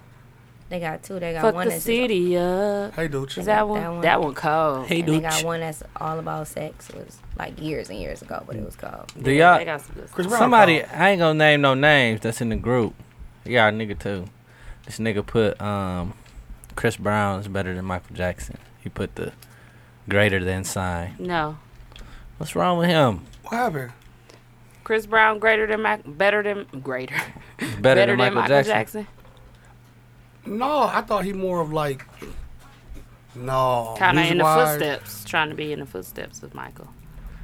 [SPEAKER 2] They got two. They got
[SPEAKER 3] Fuck
[SPEAKER 2] one
[SPEAKER 3] the
[SPEAKER 2] that's
[SPEAKER 3] city up.
[SPEAKER 8] Hey, dude.
[SPEAKER 3] Is that one?
[SPEAKER 2] That one.
[SPEAKER 3] That one cold.
[SPEAKER 1] Hey,
[SPEAKER 2] and they
[SPEAKER 1] dude.
[SPEAKER 2] got one that's all about sex. It was like years and years ago, but it was called.
[SPEAKER 1] Do
[SPEAKER 3] They
[SPEAKER 1] y'all?
[SPEAKER 3] got some good
[SPEAKER 8] Chris Brown
[SPEAKER 1] Somebody.
[SPEAKER 8] called.
[SPEAKER 1] I ain't gonna name no names. That's in the group. Yeah, nigga too. This nigga put um, Chris Brown is better than Michael Jackson. He put the greater than sign.
[SPEAKER 3] stuff. No,
[SPEAKER 1] What's wrong with him?
[SPEAKER 8] What happened?
[SPEAKER 3] Chris Brown greater than Mac, better than greater,
[SPEAKER 1] Better,
[SPEAKER 3] better
[SPEAKER 1] than Michael, Jackson.
[SPEAKER 8] No, I thought he more of like. No,
[SPEAKER 3] Kind of in the
[SPEAKER 8] music-wise,
[SPEAKER 3] footsteps, trying to be in the footsteps of Michael.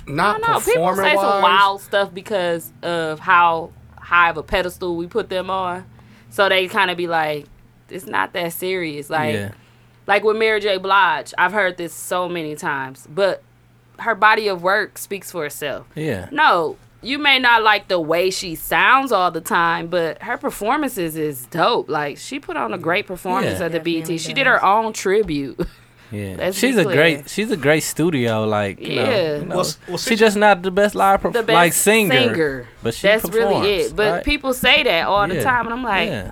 [SPEAKER 3] I
[SPEAKER 8] Not
[SPEAKER 3] don't know. People
[SPEAKER 8] performing
[SPEAKER 3] say some
[SPEAKER 8] wise.
[SPEAKER 3] wild stuff because of how high of a pedestal we put them on. So they kind of be like, it's not that serious. Like,
[SPEAKER 1] yeah.
[SPEAKER 3] like with Mary J. Blige, I've heard this so many times, but her body of work speaks for itself.
[SPEAKER 1] Yeah.
[SPEAKER 3] No, you may not like the way she sounds all the time, but her performances is dope. Like she put on a great performance
[SPEAKER 1] Yeah.
[SPEAKER 3] at the
[SPEAKER 2] Definitely
[SPEAKER 3] BT. She
[SPEAKER 2] does.
[SPEAKER 3] did her own tribute. [LAUGHS]
[SPEAKER 1] Yeah,
[SPEAKER 3] Let's be
[SPEAKER 1] she's a
[SPEAKER 3] clear.
[SPEAKER 1] great she's a great studio. Like you know,
[SPEAKER 3] Yeah.
[SPEAKER 1] you know,
[SPEAKER 8] What's- what's
[SPEAKER 1] she just not the best live perf-
[SPEAKER 3] The best
[SPEAKER 1] like singer,
[SPEAKER 3] singer.
[SPEAKER 1] but she
[SPEAKER 3] That's
[SPEAKER 1] performs,
[SPEAKER 3] really it. But
[SPEAKER 1] right?
[SPEAKER 3] people say that all the
[SPEAKER 1] Yeah.
[SPEAKER 3] time, and I'm like,
[SPEAKER 1] Yeah.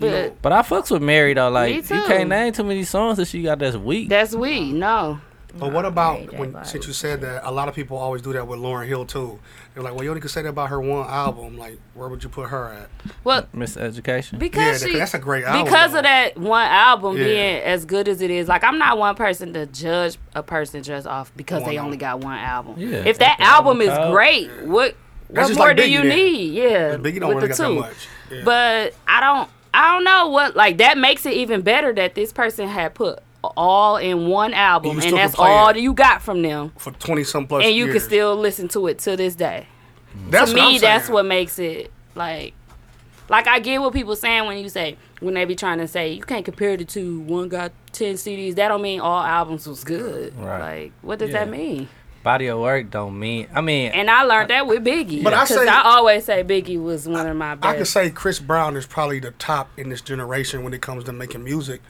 [SPEAKER 3] but
[SPEAKER 1] But I fucks with Mary though. Like
[SPEAKER 3] Me
[SPEAKER 1] you
[SPEAKER 3] too.
[SPEAKER 1] can't name too many songs that she got that's weak.
[SPEAKER 3] that's we. No,
[SPEAKER 8] But what about
[SPEAKER 2] J.
[SPEAKER 8] when
[SPEAKER 2] Blige.
[SPEAKER 8] since you said that a lot of people always do that with Lauren Hill too? They're like, well, you only could say that about her one album. Like, where would you put her at?
[SPEAKER 3] well,
[SPEAKER 1] Miseducation.
[SPEAKER 3] because
[SPEAKER 8] yeah,
[SPEAKER 3] she,
[SPEAKER 8] that's a great album.
[SPEAKER 3] because
[SPEAKER 8] though.
[SPEAKER 3] of that one album
[SPEAKER 8] Yeah.
[SPEAKER 3] being as good as it is, like I'm not one person to judge a person just off because
[SPEAKER 8] One
[SPEAKER 3] they
[SPEAKER 8] album.
[SPEAKER 3] only got one album.
[SPEAKER 1] Yeah.
[SPEAKER 3] If that
[SPEAKER 1] If the
[SPEAKER 3] album
[SPEAKER 1] album
[SPEAKER 3] is
[SPEAKER 1] cold.
[SPEAKER 3] great, what
[SPEAKER 8] That's
[SPEAKER 3] what
[SPEAKER 8] just
[SPEAKER 3] more
[SPEAKER 8] like
[SPEAKER 3] do
[SPEAKER 8] Biggie
[SPEAKER 3] you
[SPEAKER 8] then.
[SPEAKER 3] need? Yeah,
[SPEAKER 8] Biggie don't
[SPEAKER 3] with
[SPEAKER 8] really
[SPEAKER 3] the
[SPEAKER 8] got
[SPEAKER 3] two.
[SPEAKER 8] that much. Yeah.
[SPEAKER 3] But I don't I don't know what like that makes it even better that this person had put all in one album
[SPEAKER 8] And you
[SPEAKER 3] and,
[SPEAKER 8] still
[SPEAKER 3] that's
[SPEAKER 8] can play
[SPEAKER 3] all
[SPEAKER 8] it.
[SPEAKER 3] that you got from them.
[SPEAKER 8] for twenty some plus,
[SPEAKER 3] And you
[SPEAKER 8] years.
[SPEAKER 3] can still listen to it to this day.
[SPEAKER 8] That's
[SPEAKER 3] to
[SPEAKER 8] what I'm
[SPEAKER 3] me that's
[SPEAKER 8] saying.
[SPEAKER 3] what makes it like like I get what people saying when you say when they be trying to say you can't compare the two one got ten CDs that don't mean all albums was good
[SPEAKER 1] Right.
[SPEAKER 3] like what does that
[SPEAKER 1] Yeah.
[SPEAKER 3] mean
[SPEAKER 1] Body of work don't mean. I mean,
[SPEAKER 3] and I learned that with Biggie
[SPEAKER 8] But I
[SPEAKER 3] because
[SPEAKER 8] say-
[SPEAKER 3] I, always say Biggie was one of my
[SPEAKER 8] I could
[SPEAKER 3] best
[SPEAKER 8] say Chris Brown is probably the top in this generation when it comes to making music,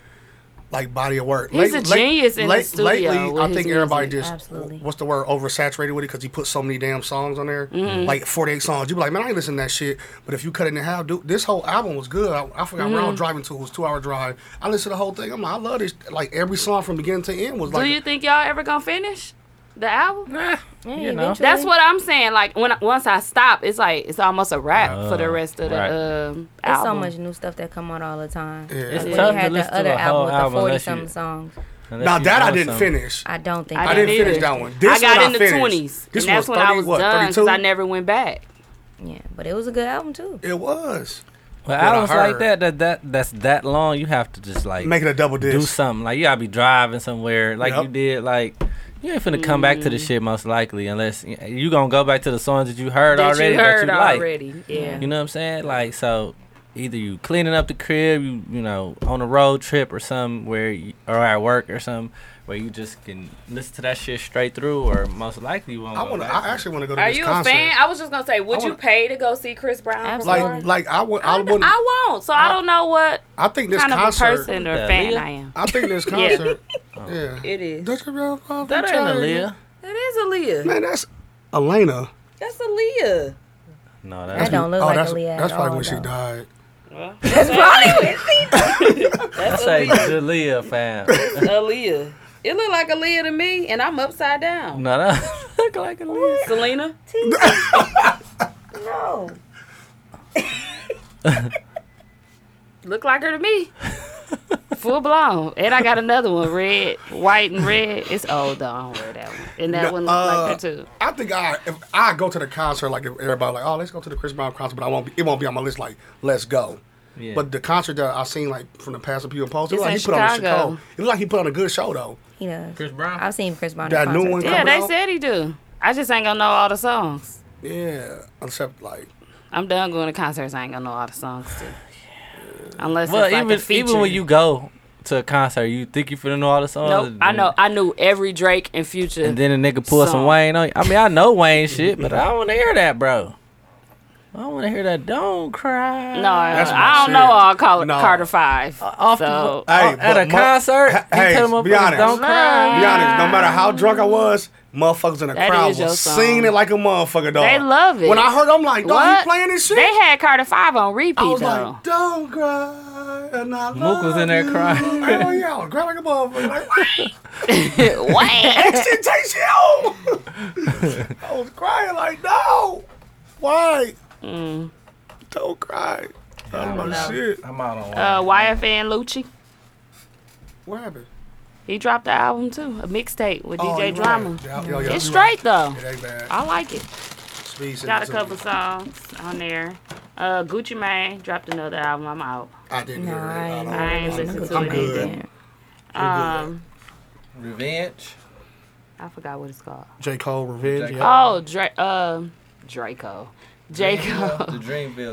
[SPEAKER 8] like body of work.
[SPEAKER 3] He's a genius in the studio
[SPEAKER 8] Lately,
[SPEAKER 3] with
[SPEAKER 8] I
[SPEAKER 3] his
[SPEAKER 8] think everybody
[SPEAKER 3] music.
[SPEAKER 8] just
[SPEAKER 2] Absolutely.
[SPEAKER 8] what's the word oversaturated with it because he put so many damn songs on there,
[SPEAKER 3] Mm-hmm.
[SPEAKER 8] like forty eight songs. You be like, man, I ain't listen to that shit. But if you cut it in half, dude, this whole album was good. I, I forgot where
[SPEAKER 3] Mm-hmm.
[SPEAKER 8] I was driving to. It was two hour drive. I listened to the whole thing. I'm like, I love this. Like every song from beginning to end was like.
[SPEAKER 3] do you think y'all ever gonna finish the album
[SPEAKER 2] Yeah,
[SPEAKER 1] You know.
[SPEAKER 2] eventually.
[SPEAKER 3] That's what I'm saying. Like when once I stop, it's like it's almost a wrap for
[SPEAKER 8] Uh,
[SPEAKER 3] the
[SPEAKER 1] Oh,
[SPEAKER 3] rest of the
[SPEAKER 1] right.
[SPEAKER 3] um,
[SPEAKER 2] There's so
[SPEAKER 3] album.
[SPEAKER 2] much new stuff that come out all the time.
[SPEAKER 8] Yeah.
[SPEAKER 2] Like,
[SPEAKER 8] It's
[SPEAKER 2] when
[SPEAKER 1] tough
[SPEAKER 2] you
[SPEAKER 1] to
[SPEAKER 2] had
[SPEAKER 1] listen
[SPEAKER 2] the other
[SPEAKER 1] to a
[SPEAKER 2] album
[SPEAKER 1] whole
[SPEAKER 2] with the
[SPEAKER 1] album
[SPEAKER 2] forty
[SPEAKER 1] unless
[SPEAKER 2] something
[SPEAKER 1] you-
[SPEAKER 2] songs.
[SPEAKER 1] unless
[SPEAKER 8] now
[SPEAKER 1] you
[SPEAKER 8] that I
[SPEAKER 1] know
[SPEAKER 8] didn't
[SPEAKER 1] something.
[SPEAKER 8] finish.
[SPEAKER 2] I don't think
[SPEAKER 8] I,
[SPEAKER 3] I
[SPEAKER 8] didn't
[SPEAKER 3] didn't
[SPEAKER 8] finish
[SPEAKER 3] either.
[SPEAKER 8] that one. This
[SPEAKER 3] I got
[SPEAKER 8] one
[SPEAKER 3] in
[SPEAKER 8] I
[SPEAKER 3] the
[SPEAKER 8] finished.
[SPEAKER 3] twenties, and
[SPEAKER 8] This
[SPEAKER 3] that's
[SPEAKER 8] one's
[SPEAKER 3] when I
[SPEAKER 8] 30,
[SPEAKER 3] was
[SPEAKER 8] what,
[SPEAKER 3] done because
[SPEAKER 8] 32?
[SPEAKER 3] I never went back.
[SPEAKER 2] Yeah, but it was a good album too.
[SPEAKER 8] It was.
[SPEAKER 1] Well,
[SPEAKER 8] I
[SPEAKER 1] albums like
[SPEAKER 8] heard.
[SPEAKER 1] that, that that that's that long. You have to just like
[SPEAKER 8] Make it a double
[SPEAKER 1] do
[SPEAKER 8] disc.
[SPEAKER 1] something. Like you gotta be driving somewhere, like
[SPEAKER 8] Yep.
[SPEAKER 1] you did. Like you ain't finna come back to
[SPEAKER 3] Mm.
[SPEAKER 1] the shit most likely, unless you gonna go back to the songs that you heard
[SPEAKER 3] That
[SPEAKER 1] already
[SPEAKER 3] you heard
[SPEAKER 1] that you like.
[SPEAKER 3] already, yeah.
[SPEAKER 1] You know what I'm saying? Like so, either you cleaning up the crib, you you know, on a road trip or something where, you, or at work or something where you just can listen to that shit straight through, or most likely you won't.
[SPEAKER 8] I
[SPEAKER 1] go
[SPEAKER 8] want to.
[SPEAKER 1] back
[SPEAKER 8] I actually want to go to
[SPEAKER 3] Are
[SPEAKER 8] this
[SPEAKER 3] you
[SPEAKER 8] concert.
[SPEAKER 3] a fan? I was just gonna say, would
[SPEAKER 8] I
[SPEAKER 3] you
[SPEAKER 8] wanna-
[SPEAKER 3] pay to go see Chris Brown? perform?
[SPEAKER 8] Like, like I would.
[SPEAKER 3] I,
[SPEAKER 8] I would.
[SPEAKER 3] don't-
[SPEAKER 8] I,
[SPEAKER 3] I won't. So I, don't know what
[SPEAKER 8] think this
[SPEAKER 3] kind of a
[SPEAKER 8] concert.
[SPEAKER 3] person or
[SPEAKER 1] Yeah,
[SPEAKER 3] fan
[SPEAKER 1] Leah.
[SPEAKER 3] I am.
[SPEAKER 8] I
[SPEAKER 3] [LAUGHS]
[SPEAKER 8] think this concert.
[SPEAKER 2] Oh.
[SPEAKER 8] yeah.
[SPEAKER 3] It is.
[SPEAKER 8] That's a real problem.
[SPEAKER 1] That ain't Aaliyah.
[SPEAKER 3] It is Aaliyah.
[SPEAKER 8] Man, that's Elena.
[SPEAKER 3] That's Aaliyah.
[SPEAKER 1] No,
[SPEAKER 2] I
[SPEAKER 1] that
[SPEAKER 2] don't look
[SPEAKER 8] oh,
[SPEAKER 2] like
[SPEAKER 8] that's
[SPEAKER 2] Aaliyah.
[SPEAKER 8] that's
[SPEAKER 2] at
[SPEAKER 8] probably
[SPEAKER 2] all,
[SPEAKER 8] when she
[SPEAKER 2] though.
[SPEAKER 8] died.
[SPEAKER 2] That's [LAUGHS] probably when she died.
[SPEAKER 1] I say Aaliyah,
[SPEAKER 8] [LAUGHS]
[SPEAKER 1] fam.
[SPEAKER 3] Aaliyah. It looked like Aaliyah to me, and I'm upside down.
[SPEAKER 1] no, that [LAUGHS] look like Aaliyah.
[SPEAKER 3] Selena.
[SPEAKER 2] No.
[SPEAKER 3] Look like her to me. Full blown. And I got another one, red, white, and red. It's old though. I don't wear that one. And that
[SPEAKER 8] No,
[SPEAKER 3] one look like that
[SPEAKER 8] uh,
[SPEAKER 3] too.
[SPEAKER 8] I think I if I go to the concert like if everybody like oh let's go to the Chris Brown concert but I won't be, it won't be on my list like let's go.
[SPEAKER 1] Yeah.
[SPEAKER 8] But the concert that I seen like from the past people post, it
[SPEAKER 3] It's
[SPEAKER 8] was like
[SPEAKER 3] in
[SPEAKER 8] he put on a
[SPEAKER 3] Chicago.
[SPEAKER 8] Chicago. It was like he put on a good show though.
[SPEAKER 2] He does.
[SPEAKER 7] Chris Brown?
[SPEAKER 2] I've seen Chris Brown.
[SPEAKER 8] That
[SPEAKER 2] in
[SPEAKER 8] new
[SPEAKER 2] concert.
[SPEAKER 8] one
[SPEAKER 2] too.
[SPEAKER 3] Yeah,
[SPEAKER 8] coming
[SPEAKER 3] they
[SPEAKER 8] out?
[SPEAKER 3] said he do. I just ain't gonna know all the songs.
[SPEAKER 8] Yeah, except like
[SPEAKER 3] I'm done going to concerts. I ain't gonna know all the songs too.
[SPEAKER 8] [SIGHS]
[SPEAKER 3] Unless
[SPEAKER 1] Well,
[SPEAKER 3] it's like a
[SPEAKER 1] even
[SPEAKER 3] feature.
[SPEAKER 1] even when you go to a concert, you think you finna know all the songs.
[SPEAKER 3] nope,
[SPEAKER 1] and
[SPEAKER 3] I
[SPEAKER 1] then-
[SPEAKER 3] know. I knew every Drake and Future.
[SPEAKER 1] And then a nigga pull some
[SPEAKER 3] Song.
[SPEAKER 1] Wayne on. you. I mean, I know
[SPEAKER 7] [LAUGHS]
[SPEAKER 1] Wayne shit, but I don't want to hear that, bro. I don't want to hear that. Don't cry.
[SPEAKER 3] no,
[SPEAKER 8] That's my
[SPEAKER 3] I don't
[SPEAKER 8] shit.
[SPEAKER 3] know all Col-
[SPEAKER 8] No. Uh,
[SPEAKER 3] Carter Five.
[SPEAKER 1] off the-
[SPEAKER 3] so
[SPEAKER 8] Hey,
[SPEAKER 1] Oh, at
[SPEAKER 8] but
[SPEAKER 1] a
[SPEAKER 8] mo-
[SPEAKER 1] concert,
[SPEAKER 8] Ha-
[SPEAKER 1] you
[SPEAKER 8] hey,
[SPEAKER 1] tell them
[SPEAKER 8] be honest.
[SPEAKER 1] don't cry.
[SPEAKER 8] Be honest, no matter how drunk I was, motherfuckers in the
[SPEAKER 3] That
[SPEAKER 8] crowd
[SPEAKER 3] is your
[SPEAKER 8] was
[SPEAKER 3] song.
[SPEAKER 8] singing it like a motherfucker, dog.
[SPEAKER 3] They love it.
[SPEAKER 8] When I heard, I'm like, dog,
[SPEAKER 3] What?
[SPEAKER 8] he playing this shit.
[SPEAKER 3] They had Carter Five on repeat
[SPEAKER 8] I was
[SPEAKER 3] though.
[SPEAKER 8] like, don't cry. And I
[SPEAKER 1] Mook was in there
[SPEAKER 8] love
[SPEAKER 1] crying.
[SPEAKER 8] you. Hell yeah, I was crying like a motherfucker. Like,
[SPEAKER 3] [LAUGHS] Wham!
[SPEAKER 8] shit takes you. [LAUGHS] I was crying like, no. Why?
[SPEAKER 3] Mm.
[SPEAKER 8] Don't cry. I'm like, shit.
[SPEAKER 1] I'm out on
[SPEAKER 3] uh, YFN Lucci.
[SPEAKER 8] What happened?
[SPEAKER 3] He dropped the album too, a mixtape with
[SPEAKER 8] Oh,
[SPEAKER 3] DJ
[SPEAKER 8] you're right.
[SPEAKER 3] Drama.
[SPEAKER 8] Yeah, yeah, yeah,
[SPEAKER 3] It's
[SPEAKER 8] you're right.
[SPEAKER 3] straight though.
[SPEAKER 8] It ain't bad.
[SPEAKER 3] I like it.
[SPEAKER 8] Speed sent
[SPEAKER 3] Got a
[SPEAKER 8] it to
[SPEAKER 3] couple
[SPEAKER 8] me.
[SPEAKER 3] songs on there. Uh, Gucci Mane dropped another album. I'm out.
[SPEAKER 8] I didn't
[SPEAKER 2] No,
[SPEAKER 8] hear it.
[SPEAKER 2] I
[SPEAKER 8] I
[SPEAKER 2] ain't-
[SPEAKER 8] don't
[SPEAKER 3] I ain't
[SPEAKER 8] know.
[SPEAKER 3] listened to
[SPEAKER 8] I'm
[SPEAKER 3] it
[SPEAKER 8] good.
[SPEAKER 3] either.
[SPEAKER 8] I'm good.
[SPEAKER 3] Um,
[SPEAKER 1] Revenge.
[SPEAKER 3] I forgot what it's called.
[SPEAKER 8] J. Cole, Revenge.
[SPEAKER 1] J.
[SPEAKER 8] yeah.
[SPEAKER 3] Oh, Dra- uh, Draco. Draco.
[SPEAKER 1] Dreamville.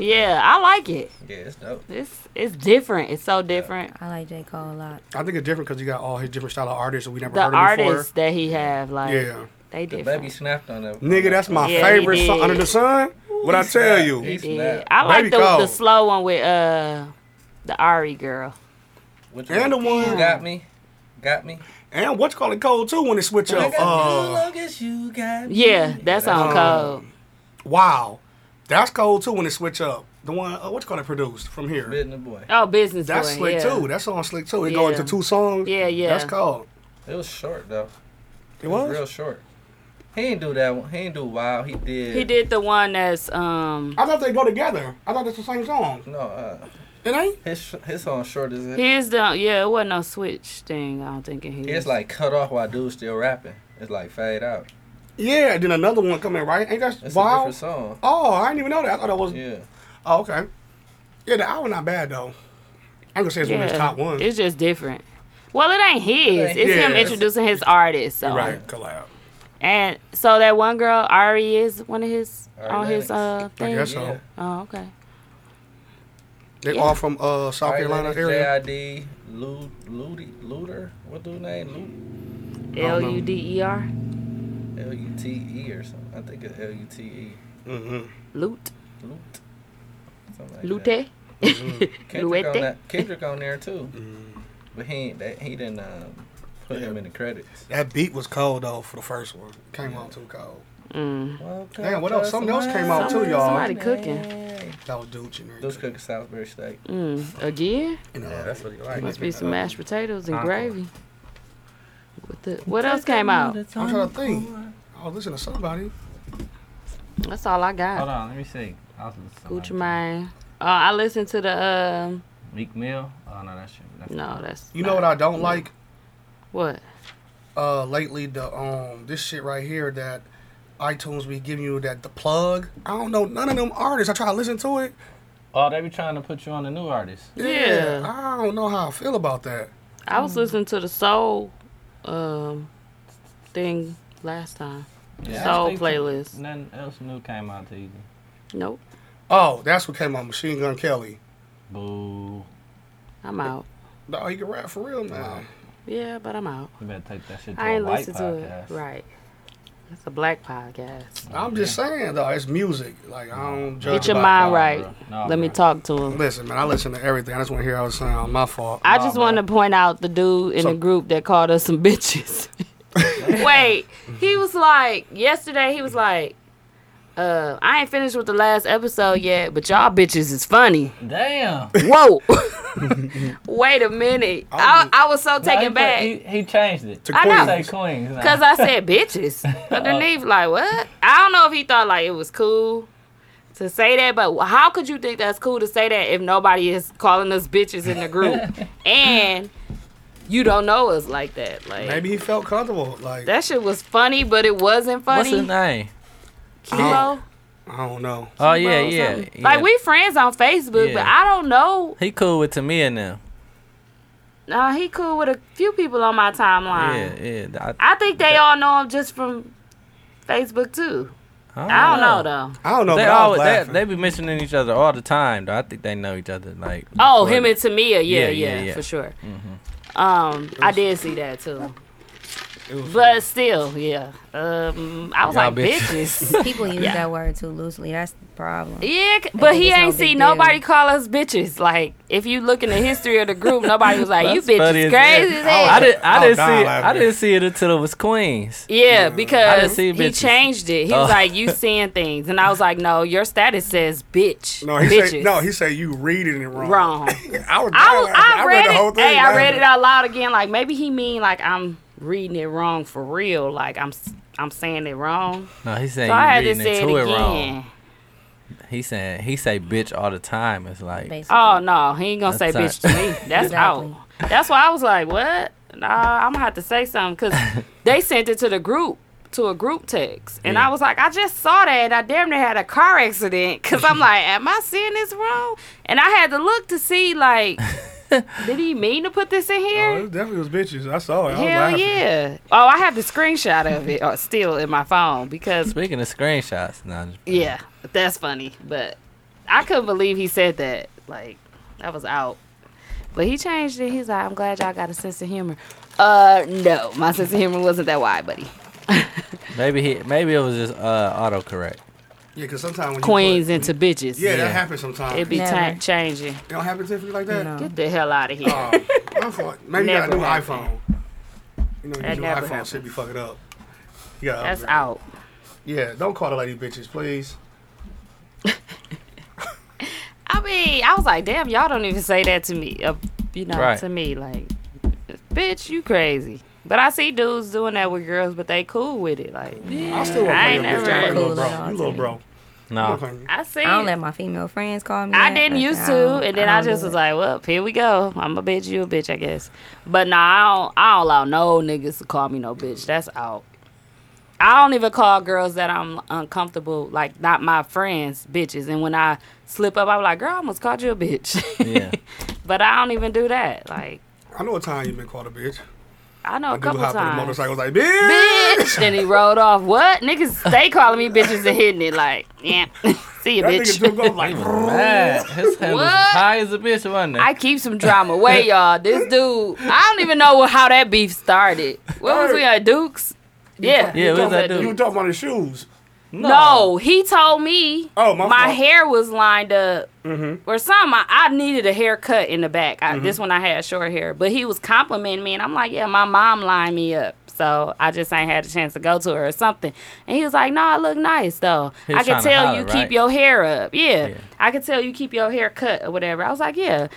[SPEAKER 3] [LAUGHS] yeah, I like it.
[SPEAKER 1] yeah, it's dope.
[SPEAKER 3] It's it's different. It's so different.
[SPEAKER 2] I like J Cole a lot.
[SPEAKER 8] I think it's different because you got all his different style of artists that we never
[SPEAKER 3] The
[SPEAKER 8] heard of
[SPEAKER 3] artists that he have, like,
[SPEAKER 8] before. Yeah.
[SPEAKER 3] they different.
[SPEAKER 1] snapped on that.
[SPEAKER 8] Nigga, that's my
[SPEAKER 3] Yeah, he
[SPEAKER 8] favorite song
[SPEAKER 3] did.
[SPEAKER 8] under the sun. What I tell you,
[SPEAKER 1] He's
[SPEAKER 3] Yeah.
[SPEAKER 1] snapped.
[SPEAKER 3] I like
[SPEAKER 8] Baby
[SPEAKER 3] the, the
[SPEAKER 8] Cole.
[SPEAKER 3] slow one with uh the Ari girl.
[SPEAKER 1] Which
[SPEAKER 8] And
[SPEAKER 1] one?
[SPEAKER 8] the one-
[SPEAKER 1] You got me.
[SPEAKER 7] Got me.
[SPEAKER 8] And what you call it cold too when it switch up.
[SPEAKER 7] Nigga, you
[SPEAKER 8] Uh,
[SPEAKER 7] look as you got me.
[SPEAKER 3] Yeah, that's
[SPEAKER 8] Um,
[SPEAKER 3] on code.
[SPEAKER 8] wow, that's cold too when it switch up. The one uh, what you call it produced from here.
[SPEAKER 7] Bitten the boy.
[SPEAKER 3] Oh, business
[SPEAKER 8] That's
[SPEAKER 3] boy.
[SPEAKER 8] slick
[SPEAKER 3] yeah.
[SPEAKER 8] too. That's on slick too. It go
[SPEAKER 3] Yeah.
[SPEAKER 8] into two songs.
[SPEAKER 3] Yeah, yeah.
[SPEAKER 8] That's cold.
[SPEAKER 7] It was short though.
[SPEAKER 8] It was.
[SPEAKER 7] real short. He ain't do that one. He ain't do wild. He did.
[SPEAKER 3] He did the one that's um
[SPEAKER 8] I thought they go together. I thought that's the same song.
[SPEAKER 7] No, uh,
[SPEAKER 8] It ain't.
[SPEAKER 7] his sh- his song short as it.
[SPEAKER 3] here's the yeah, it wasn't no switch thing, I don't think it
[SPEAKER 7] It's like cut off while dude's still rapping. It's like fade out.
[SPEAKER 8] Yeah. Then another one come in right. Ain't that
[SPEAKER 7] It's a
[SPEAKER 8] wow?
[SPEAKER 7] different song.
[SPEAKER 8] Oh, I didn't even know that. I thought that was.
[SPEAKER 7] Yeah.
[SPEAKER 8] Oh, okay. Yeah, the hour not bad though. I ain't gonna say it's one of his top ones.
[SPEAKER 3] It's just different. Well, it ain't his.
[SPEAKER 7] ain't
[SPEAKER 3] it's
[SPEAKER 8] his.
[SPEAKER 3] him introducing his artist. So.
[SPEAKER 8] right, collab.
[SPEAKER 3] And so that one girl, Ari, is one of his
[SPEAKER 7] Ari
[SPEAKER 3] on his uh
[SPEAKER 7] Lennox.
[SPEAKER 8] I
[SPEAKER 3] thing.
[SPEAKER 8] guess so.
[SPEAKER 7] Yeah.
[SPEAKER 3] Oh, okay.
[SPEAKER 8] They all from uh, South Carolina area.
[SPEAKER 7] JID Lud Ludi Luder. What dude name?
[SPEAKER 3] L U D E R.
[SPEAKER 7] Lute L U T E or something. I think it's L U T E.
[SPEAKER 8] Mm-hmm.
[SPEAKER 3] Lute.
[SPEAKER 7] Lute. Something like that.
[SPEAKER 3] [LAUGHS] Lute.
[SPEAKER 7] Kendrick on,
[SPEAKER 3] Luete.
[SPEAKER 7] that, Kendrick on there too.
[SPEAKER 8] Mm.
[SPEAKER 7] But he ain't that he didn't um, put him in the credits.
[SPEAKER 8] That beat was cold though for the first one. Came out too cold.
[SPEAKER 3] Mm-hmm.
[SPEAKER 7] Welcome
[SPEAKER 8] Damn, what else?
[SPEAKER 7] to
[SPEAKER 8] Something else came out too,
[SPEAKER 3] Somebody,
[SPEAKER 8] y'all.
[SPEAKER 3] somebody cooking.
[SPEAKER 8] That was Dude and
[SPEAKER 7] Those
[SPEAKER 8] everything.
[SPEAKER 7] cooking Salisbury steak.
[SPEAKER 3] Mm, again?
[SPEAKER 8] You know,
[SPEAKER 7] that's what you like.
[SPEAKER 3] Must be some mashed potatoes and
[SPEAKER 1] Encore.
[SPEAKER 3] gravy. What, the, what else came out?
[SPEAKER 8] I'm trying to think. I was listening to somebody.
[SPEAKER 3] That's all I got.
[SPEAKER 1] Hold on, let me see. I was listening
[SPEAKER 3] Gucci
[SPEAKER 1] to
[SPEAKER 3] Mane. Uh, I listened to the um.
[SPEAKER 1] Meek Mill. Oh no, that's that's
[SPEAKER 3] No, that's
[SPEAKER 8] You know what I don't like
[SPEAKER 3] what?
[SPEAKER 8] uh, lately? The um, this shit right here that iTunes be giving you that the plug. I don't know none of them artists. I try to listen to it.
[SPEAKER 1] Oh, they be trying to put you on the new artist.
[SPEAKER 3] Yeah.
[SPEAKER 8] I don't know how I feel about that.
[SPEAKER 3] I was listening to the soul um thing last time.
[SPEAKER 1] Yeah.
[SPEAKER 3] Soul
[SPEAKER 1] I think
[SPEAKER 3] playlist.
[SPEAKER 1] Nothing else new came out to you.
[SPEAKER 3] Nope.
[SPEAKER 8] Oh, that's what came out. Machine Gun Kelly.
[SPEAKER 1] Boo.
[SPEAKER 3] I'm out.
[SPEAKER 8] Oh, he can rap for real now.
[SPEAKER 3] Yeah, but I'm out.
[SPEAKER 1] You better take that shit to
[SPEAKER 3] I
[SPEAKER 1] a
[SPEAKER 3] ain't
[SPEAKER 1] white
[SPEAKER 3] listen to
[SPEAKER 1] podcast.
[SPEAKER 3] it. Right. That's a black podcast.
[SPEAKER 8] I'm just saying though, it's music. Like I don't judge.
[SPEAKER 3] Get your
[SPEAKER 8] by-
[SPEAKER 3] mind
[SPEAKER 1] nah,
[SPEAKER 3] right.
[SPEAKER 1] bruh. Nah,
[SPEAKER 3] Let me
[SPEAKER 1] bruh.
[SPEAKER 3] talk to him.
[SPEAKER 8] Listen, man, I listen to everything. I just want to hear how it sound. My fault.
[SPEAKER 3] I just want to point out the dude in
[SPEAKER 8] So-
[SPEAKER 3] the group that called us some
[SPEAKER 1] [LAUGHS]
[SPEAKER 3] bitches. Wait, he was like yesterday. He was like, uh, "I ain't finished with the last episode yet, but y'all bitches is funny." [LAUGHS]
[SPEAKER 1] Damn.
[SPEAKER 3] Whoa!
[SPEAKER 1] [LAUGHS]
[SPEAKER 3] Wait a minute. I, I was so
[SPEAKER 1] Nah, he
[SPEAKER 3] taken
[SPEAKER 1] put- He,
[SPEAKER 3] back
[SPEAKER 1] he changed it.
[SPEAKER 8] To
[SPEAKER 3] I know.
[SPEAKER 1] [LAUGHS] Say Queens. now.
[SPEAKER 3] because I said bitches underneath. Like what? I don't know if he thought like it was cool to say that, but how could you think that's cool to say that if nobody is calling us bitches in the
[SPEAKER 1] [LAUGHS]
[SPEAKER 3] group and you don't know us like that? Like
[SPEAKER 8] Maybe he felt comfortable. Like
[SPEAKER 3] that shit was funny, but it wasn't
[SPEAKER 1] What's
[SPEAKER 3] funny.
[SPEAKER 1] his name?
[SPEAKER 3] Kilo?
[SPEAKER 8] I don't know.
[SPEAKER 3] Kilo
[SPEAKER 1] Oh yeah,
[SPEAKER 3] or
[SPEAKER 1] yeah,
[SPEAKER 3] something.
[SPEAKER 1] yeah.
[SPEAKER 3] Like we friends on Facebook, but
[SPEAKER 1] Yeah.
[SPEAKER 3] I don't know.
[SPEAKER 1] He cool with Tamia now.
[SPEAKER 3] Uh, he cool with a few people on my timeline.
[SPEAKER 1] Yeah, yeah.
[SPEAKER 3] I think they all know him just from Facebook too.
[SPEAKER 1] I,
[SPEAKER 3] I don't know though.
[SPEAKER 8] I don't know.
[SPEAKER 1] They
[SPEAKER 8] but I was
[SPEAKER 1] always they,
[SPEAKER 8] laughing.
[SPEAKER 1] they be mentioning each other all the time. Though I think they know each other. Like
[SPEAKER 3] Oh,
[SPEAKER 1] before
[SPEAKER 3] him
[SPEAKER 1] the-
[SPEAKER 3] and Tamia, yeah, yeah,
[SPEAKER 1] Yeah, yeah, yeah. Mm-hmm.
[SPEAKER 3] for sure. Um, I did see that too. But still, yeah. Um, I was
[SPEAKER 1] Y'all
[SPEAKER 3] like
[SPEAKER 1] bitches. [LAUGHS]
[SPEAKER 3] bitches.
[SPEAKER 2] People use
[SPEAKER 3] Yeah.
[SPEAKER 2] that word too loosely. That's the problem.
[SPEAKER 3] yeah, c- but
[SPEAKER 2] think
[SPEAKER 3] he
[SPEAKER 2] it's no
[SPEAKER 3] ain't
[SPEAKER 2] big
[SPEAKER 3] see
[SPEAKER 2] deal.
[SPEAKER 3] nobody call us bitches. Like if you look in the history of the group, nobody was like you
[SPEAKER 1] That's funny
[SPEAKER 3] bitches
[SPEAKER 1] as
[SPEAKER 3] crazy as
[SPEAKER 1] hell. Oh,
[SPEAKER 3] hell.
[SPEAKER 1] I didn't. I
[SPEAKER 8] I
[SPEAKER 1] didn't
[SPEAKER 8] was
[SPEAKER 1] see.
[SPEAKER 8] dying
[SPEAKER 1] It,
[SPEAKER 8] laughing.
[SPEAKER 1] I didn't see it until it was Queens.
[SPEAKER 3] Yeah,
[SPEAKER 1] I done
[SPEAKER 3] because he
[SPEAKER 1] seen bitches.
[SPEAKER 3] changed it. He was
[SPEAKER 1] Oh.
[SPEAKER 3] like, "You seeing things," and I was like, "No, your status says bitch."
[SPEAKER 8] no, he
[SPEAKER 3] bitches.
[SPEAKER 8] said no. He said you reading it wrong.
[SPEAKER 3] wrong.
[SPEAKER 8] [LAUGHS] I was.
[SPEAKER 3] I,
[SPEAKER 8] dying
[SPEAKER 3] was-
[SPEAKER 8] laughing.
[SPEAKER 3] I read,
[SPEAKER 8] the whole
[SPEAKER 3] it.
[SPEAKER 8] thing.
[SPEAKER 3] Hey, I read
[SPEAKER 8] laughing.
[SPEAKER 3] it out loud again. Like maybe he mean like I'm reading it wrong for real. Like I'm s- I'm saying it wrong.
[SPEAKER 1] No, he's saying
[SPEAKER 3] So I had
[SPEAKER 1] you
[SPEAKER 3] to
[SPEAKER 1] reading
[SPEAKER 3] say it
[SPEAKER 1] into it wrong.
[SPEAKER 3] again.
[SPEAKER 1] He saying he say bitch all the time. It's like
[SPEAKER 2] Basically.
[SPEAKER 3] Oh no, he ain't gonna say
[SPEAKER 1] That's
[SPEAKER 3] bitch to me. That's
[SPEAKER 2] Exactly.
[SPEAKER 3] out. That's why I was like, what? Nah, I'm gonna have to say something
[SPEAKER 1] [LAUGHS]
[SPEAKER 3] because they sent it to the group. To a group text, and I was like, I just saw that, and I damn near had a car accident because I'm like, am I seeing this wrong? And I had to look to see,
[SPEAKER 1] [LAUGHS]
[SPEAKER 3] like, did he mean to put this in here?
[SPEAKER 8] Oh, it definitely was bitches. I saw it. I was
[SPEAKER 3] Hell
[SPEAKER 8] laughing.
[SPEAKER 3] yeah! Oh, I have the screenshot of it uh, still in my phone because
[SPEAKER 1] speaking of screenshots. No, I'm just-
[SPEAKER 3] yeah, that's funny. But I couldn't believe he said that. Like that was out. But he changed it. He's like, I'm glad y'all got a sense of humor. Uh, no, my sense of humor wasn't that wide, buddy.
[SPEAKER 1] maybe he maybe it was just uh autocorrect.
[SPEAKER 8] Yeah, because sometimes when you
[SPEAKER 3] Queens
[SPEAKER 8] put-
[SPEAKER 3] into bitches.
[SPEAKER 8] yeah,
[SPEAKER 1] Yeah.
[SPEAKER 8] that happens sometimes.
[SPEAKER 3] it
[SPEAKER 8] It
[SPEAKER 3] be ta-
[SPEAKER 2] Never.
[SPEAKER 3] changing.
[SPEAKER 8] don't happen to you like that.
[SPEAKER 3] Get the hell out of here.
[SPEAKER 8] Oh, my fault. Maybe you got a new
[SPEAKER 3] Never
[SPEAKER 8] iPhone. You know,
[SPEAKER 3] That
[SPEAKER 8] you do
[SPEAKER 3] never
[SPEAKER 8] iPhone shit be fucking up. Yeah,
[SPEAKER 3] That's out.
[SPEAKER 8] Yeah, don't call the lady bitches, please.
[SPEAKER 3] I mean, I was like, damn, y'all don't even say that to me. Uh, you know,
[SPEAKER 1] Right.
[SPEAKER 3] to me, like, bitch, you crazy. But I see dudes doing that with girls, but they cool with it. Like,
[SPEAKER 8] I still want to
[SPEAKER 3] I
[SPEAKER 8] play
[SPEAKER 3] ain't
[SPEAKER 8] your
[SPEAKER 3] never-
[SPEAKER 8] bitch. Don't play
[SPEAKER 2] Cool at
[SPEAKER 8] little bro.
[SPEAKER 2] all
[SPEAKER 8] You
[SPEAKER 2] to
[SPEAKER 8] little
[SPEAKER 2] me.
[SPEAKER 8] bro.
[SPEAKER 1] No.
[SPEAKER 3] I see.
[SPEAKER 2] I don't
[SPEAKER 3] it.
[SPEAKER 2] let my female friends call me.
[SPEAKER 3] I
[SPEAKER 2] that.
[SPEAKER 3] didn't
[SPEAKER 2] Like,
[SPEAKER 3] used to,
[SPEAKER 2] don't-
[SPEAKER 3] and then
[SPEAKER 2] I
[SPEAKER 3] I,
[SPEAKER 2] don't
[SPEAKER 3] just
[SPEAKER 2] do
[SPEAKER 3] was
[SPEAKER 2] it.
[SPEAKER 3] like, "Well, here we go. I'm a bitch, you a bitch, I guess." But nah, I don't, I don't allow no niggas to call me no bitch. That's out. I don't even call girls that I'm uncomfortable, like not my friends, bitches. And when I slip up, I'm like, "Girl, I almost called you a bitch."
[SPEAKER 1] Yeah.
[SPEAKER 3] [LAUGHS] but I don't even do that. Like
[SPEAKER 8] I know a time you've been called a bitch.
[SPEAKER 3] I know a
[SPEAKER 8] I do
[SPEAKER 3] couple
[SPEAKER 8] hop on the
[SPEAKER 3] times.
[SPEAKER 8] motorcycle like, bitch.
[SPEAKER 3] Bitch, then he rolled off. What niggas? They calling me bitches and hitting it like, yeah, [LAUGHS] see you,
[SPEAKER 8] That nigga
[SPEAKER 3] bitch.
[SPEAKER 8] took off like,
[SPEAKER 1] Mad. His head was
[SPEAKER 3] What?
[SPEAKER 1] as high as a bitch, wasn't it?
[SPEAKER 3] I keep some drama. Wait, y'all. This dude, I don't even know what, how that beef started. What was we at Duke's? Yeah.
[SPEAKER 1] yeah, what was that
[SPEAKER 8] you
[SPEAKER 1] dude?
[SPEAKER 8] were talking about his shoes.
[SPEAKER 3] No. he told me
[SPEAKER 8] Oh, my fault.
[SPEAKER 3] hair was lined up or something. I, I needed a haircut in the back. I,
[SPEAKER 1] Mm-hmm.
[SPEAKER 3] This one I had short hair, but he was complimenting me, and I'm like, yeah, my mom lined me up. So I just ain't had a chance to go to her or something. And he was like, "No, I look nice though.
[SPEAKER 1] He was
[SPEAKER 3] I can
[SPEAKER 1] trying to
[SPEAKER 3] tell
[SPEAKER 1] holler,
[SPEAKER 3] you
[SPEAKER 1] right?
[SPEAKER 3] keep your hair up. Yeah.
[SPEAKER 1] Yeah.
[SPEAKER 3] I could tell you keep your hair cut or whatever." I was like, "Yeah."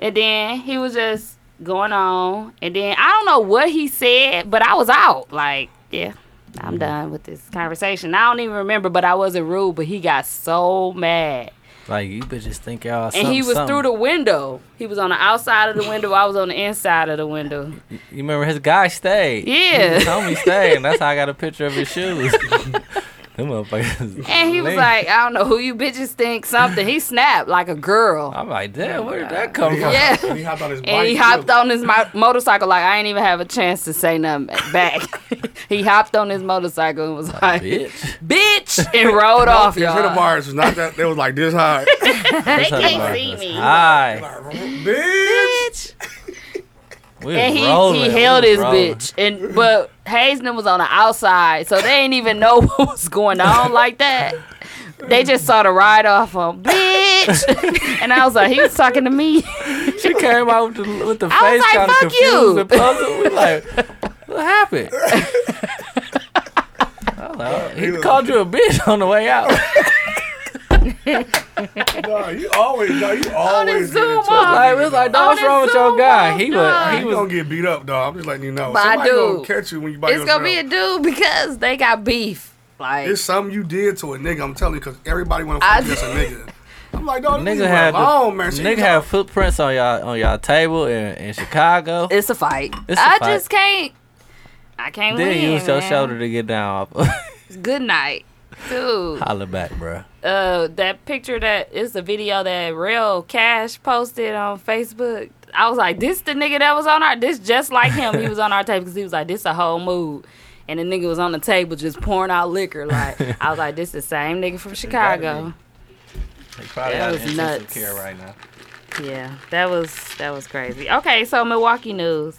[SPEAKER 3] And then he was just going on, and then I don't know what he said, but I was out. Like, yeah,
[SPEAKER 1] Mm-hmm.
[SPEAKER 3] I'm done with this conversation. I don't even remember, but I wasn't rude. But he got so mad
[SPEAKER 1] Like you bitches think y'all.
[SPEAKER 3] and
[SPEAKER 1] Something,
[SPEAKER 3] he was
[SPEAKER 1] something.
[SPEAKER 3] through the window. He was on the outside of the window. I was on the inside of the window.
[SPEAKER 1] You remember his guy stayed.
[SPEAKER 3] Yeah.
[SPEAKER 1] His homie stayed, and that's how I got a picture of
[SPEAKER 3] [LAUGHS]
[SPEAKER 1] his shoes. Them motherfuckers.
[SPEAKER 3] And he was like, I don't know who you bitches think something. He snapped like a girl.
[SPEAKER 1] I'm like, damn, where did that come from?
[SPEAKER 3] Yeah.
[SPEAKER 8] And he hopped on his bike.
[SPEAKER 3] And he
[SPEAKER 8] too.
[SPEAKER 3] hopped on his mo- motorcycle like I ain't even have a chance to say nothing back. [LAUGHS] he hopped on his motorcycle and was like, "Bitch,",
[SPEAKER 1] Bitch.
[SPEAKER 3] and
[SPEAKER 1] [LAUGHS]
[SPEAKER 3] rode off,
[SPEAKER 8] His
[SPEAKER 3] y'all.
[SPEAKER 8] handlebars was not that. They was like this
[SPEAKER 3] [LAUGHS]
[SPEAKER 8] high.
[SPEAKER 3] They
[SPEAKER 1] Somebody
[SPEAKER 3] can't see
[SPEAKER 1] was
[SPEAKER 3] me.
[SPEAKER 1] High.
[SPEAKER 8] bitch.
[SPEAKER 1] We
[SPEAKER 3] And
[SPEAKER 1] was
[SPEAKER 3] he,
[SPEAKER 1] rolling.
[SPEAKER 3] he
[SPEAKER 1] We
[SPEAKER 3] held
[SPEAKER 1] was
[SPEAKER 3] his
[SPEAKER 1] rolling.
[SPEAKER 3] bitch, and but Hazen was on the outside, so they didn't even know [LAUGHS] what was going on like that. They just saw the ride off on bitch, [LAUGHS] and I was like, he was talking to me.
[SPEAKER 1] She came out with the, with the
[SPEAKER 3] I was
[SPEAKER 1] face
[SPEAKER 3] like,
[SPEAKER 1] kind of
[SPEAKER 3] "Fuck
[SPEAKER 1] confused
[SPEAKER 3] you."
[SPEAKER 1] and puzzled. We like, what
[SPEAKER 3] [LAUGHS]
[SPEAKER 1] happened? I was like, he called you a bitch on the
[SPEAKER 3] [LAUGHS]
[SPEAKER 1] way out.
[SPEAKER 8] Nah, you always, nah, you always. get
[SPEAKER 3] Zoom
[SPEAKER 8] into
[SPEAKER 3] off.
[SPEAKER 8] it.
[SPEAKER 1] Like, it was like, no, what's
[SPEAKER 3] this
[SPEAKER 1] wrong with
[SPEAKER 3] Zoom
[SPEAKER 1] your guy?
[SPEAKER 3] off,
[SPEAKER 1] He was, he
[SPEAKER 8] You
[SPEAKER 1] was.
[SPEAKER 8] gonna get beat up, dog. I'm just letting you know.
[SPEAKER 3] By a
[SPEAKER 8] Somebody gonna
[SPEAKER 3] dude.
[SPEAKER 8] catch you when you
[SPEAKER 3] [LAUGHS]
[SPEAKER 8] by
[SPEAKER 3] It's
[SPEAKER 8] yourself.
[SPEAKER 3] gonna be a dude because they got beef. Like
[SPEAKER 8] It's something you did to a nigga. I'm telling you, because everybody want to
[SPEAKER 3] I
[SPEAKER 8] fuck just a nigga. I'm like, dog,
[SPEAKER 1] Nigga had the,
[SPEAKER 8] alone, man. She
[SPEAKER 1] nigga
[SPEAKER 8] talk-
[SPEAKER 1] had footprints on y'all on y'all table in, in Chicago.
[SPEAKER 3] it's a fight.
[SPEAKER 1] It's a
[SPEAKER 3] I
[SPEAKER 1] fight.
[SPEAKER 3] just can't. I can't
[SPEAKER 1] Then
[SPEAKER 3] win.
[SPEAKER 1] use your
[SPEAKER 3] man.
[SPEAKER 1] shoulder to get down.
[SPEAKER 3] Good night, dude.
[SPEAKER 1] [LAUGHS] Holla back, bruh.
[SPEAKER 3] uh that picture that is the video that real cash posted on facebook i was like this the nigga that was on our this just like him he was on our table because he was like this a whole mood and the nigga was on the table just pouring out liquor like i was like this the same nigga from chicago
[SPEAKER 1] They probably
[SPEAKER 3] That
[SPEAKER 1] out
[SPEAKER 3] was
[SPEAKER 1] in intensive
[SPEAKER 3] nuts.
[SPEAKER 1] care right now.
[SPEAKER 3] yeah that was that was crazy okay so milwaukee news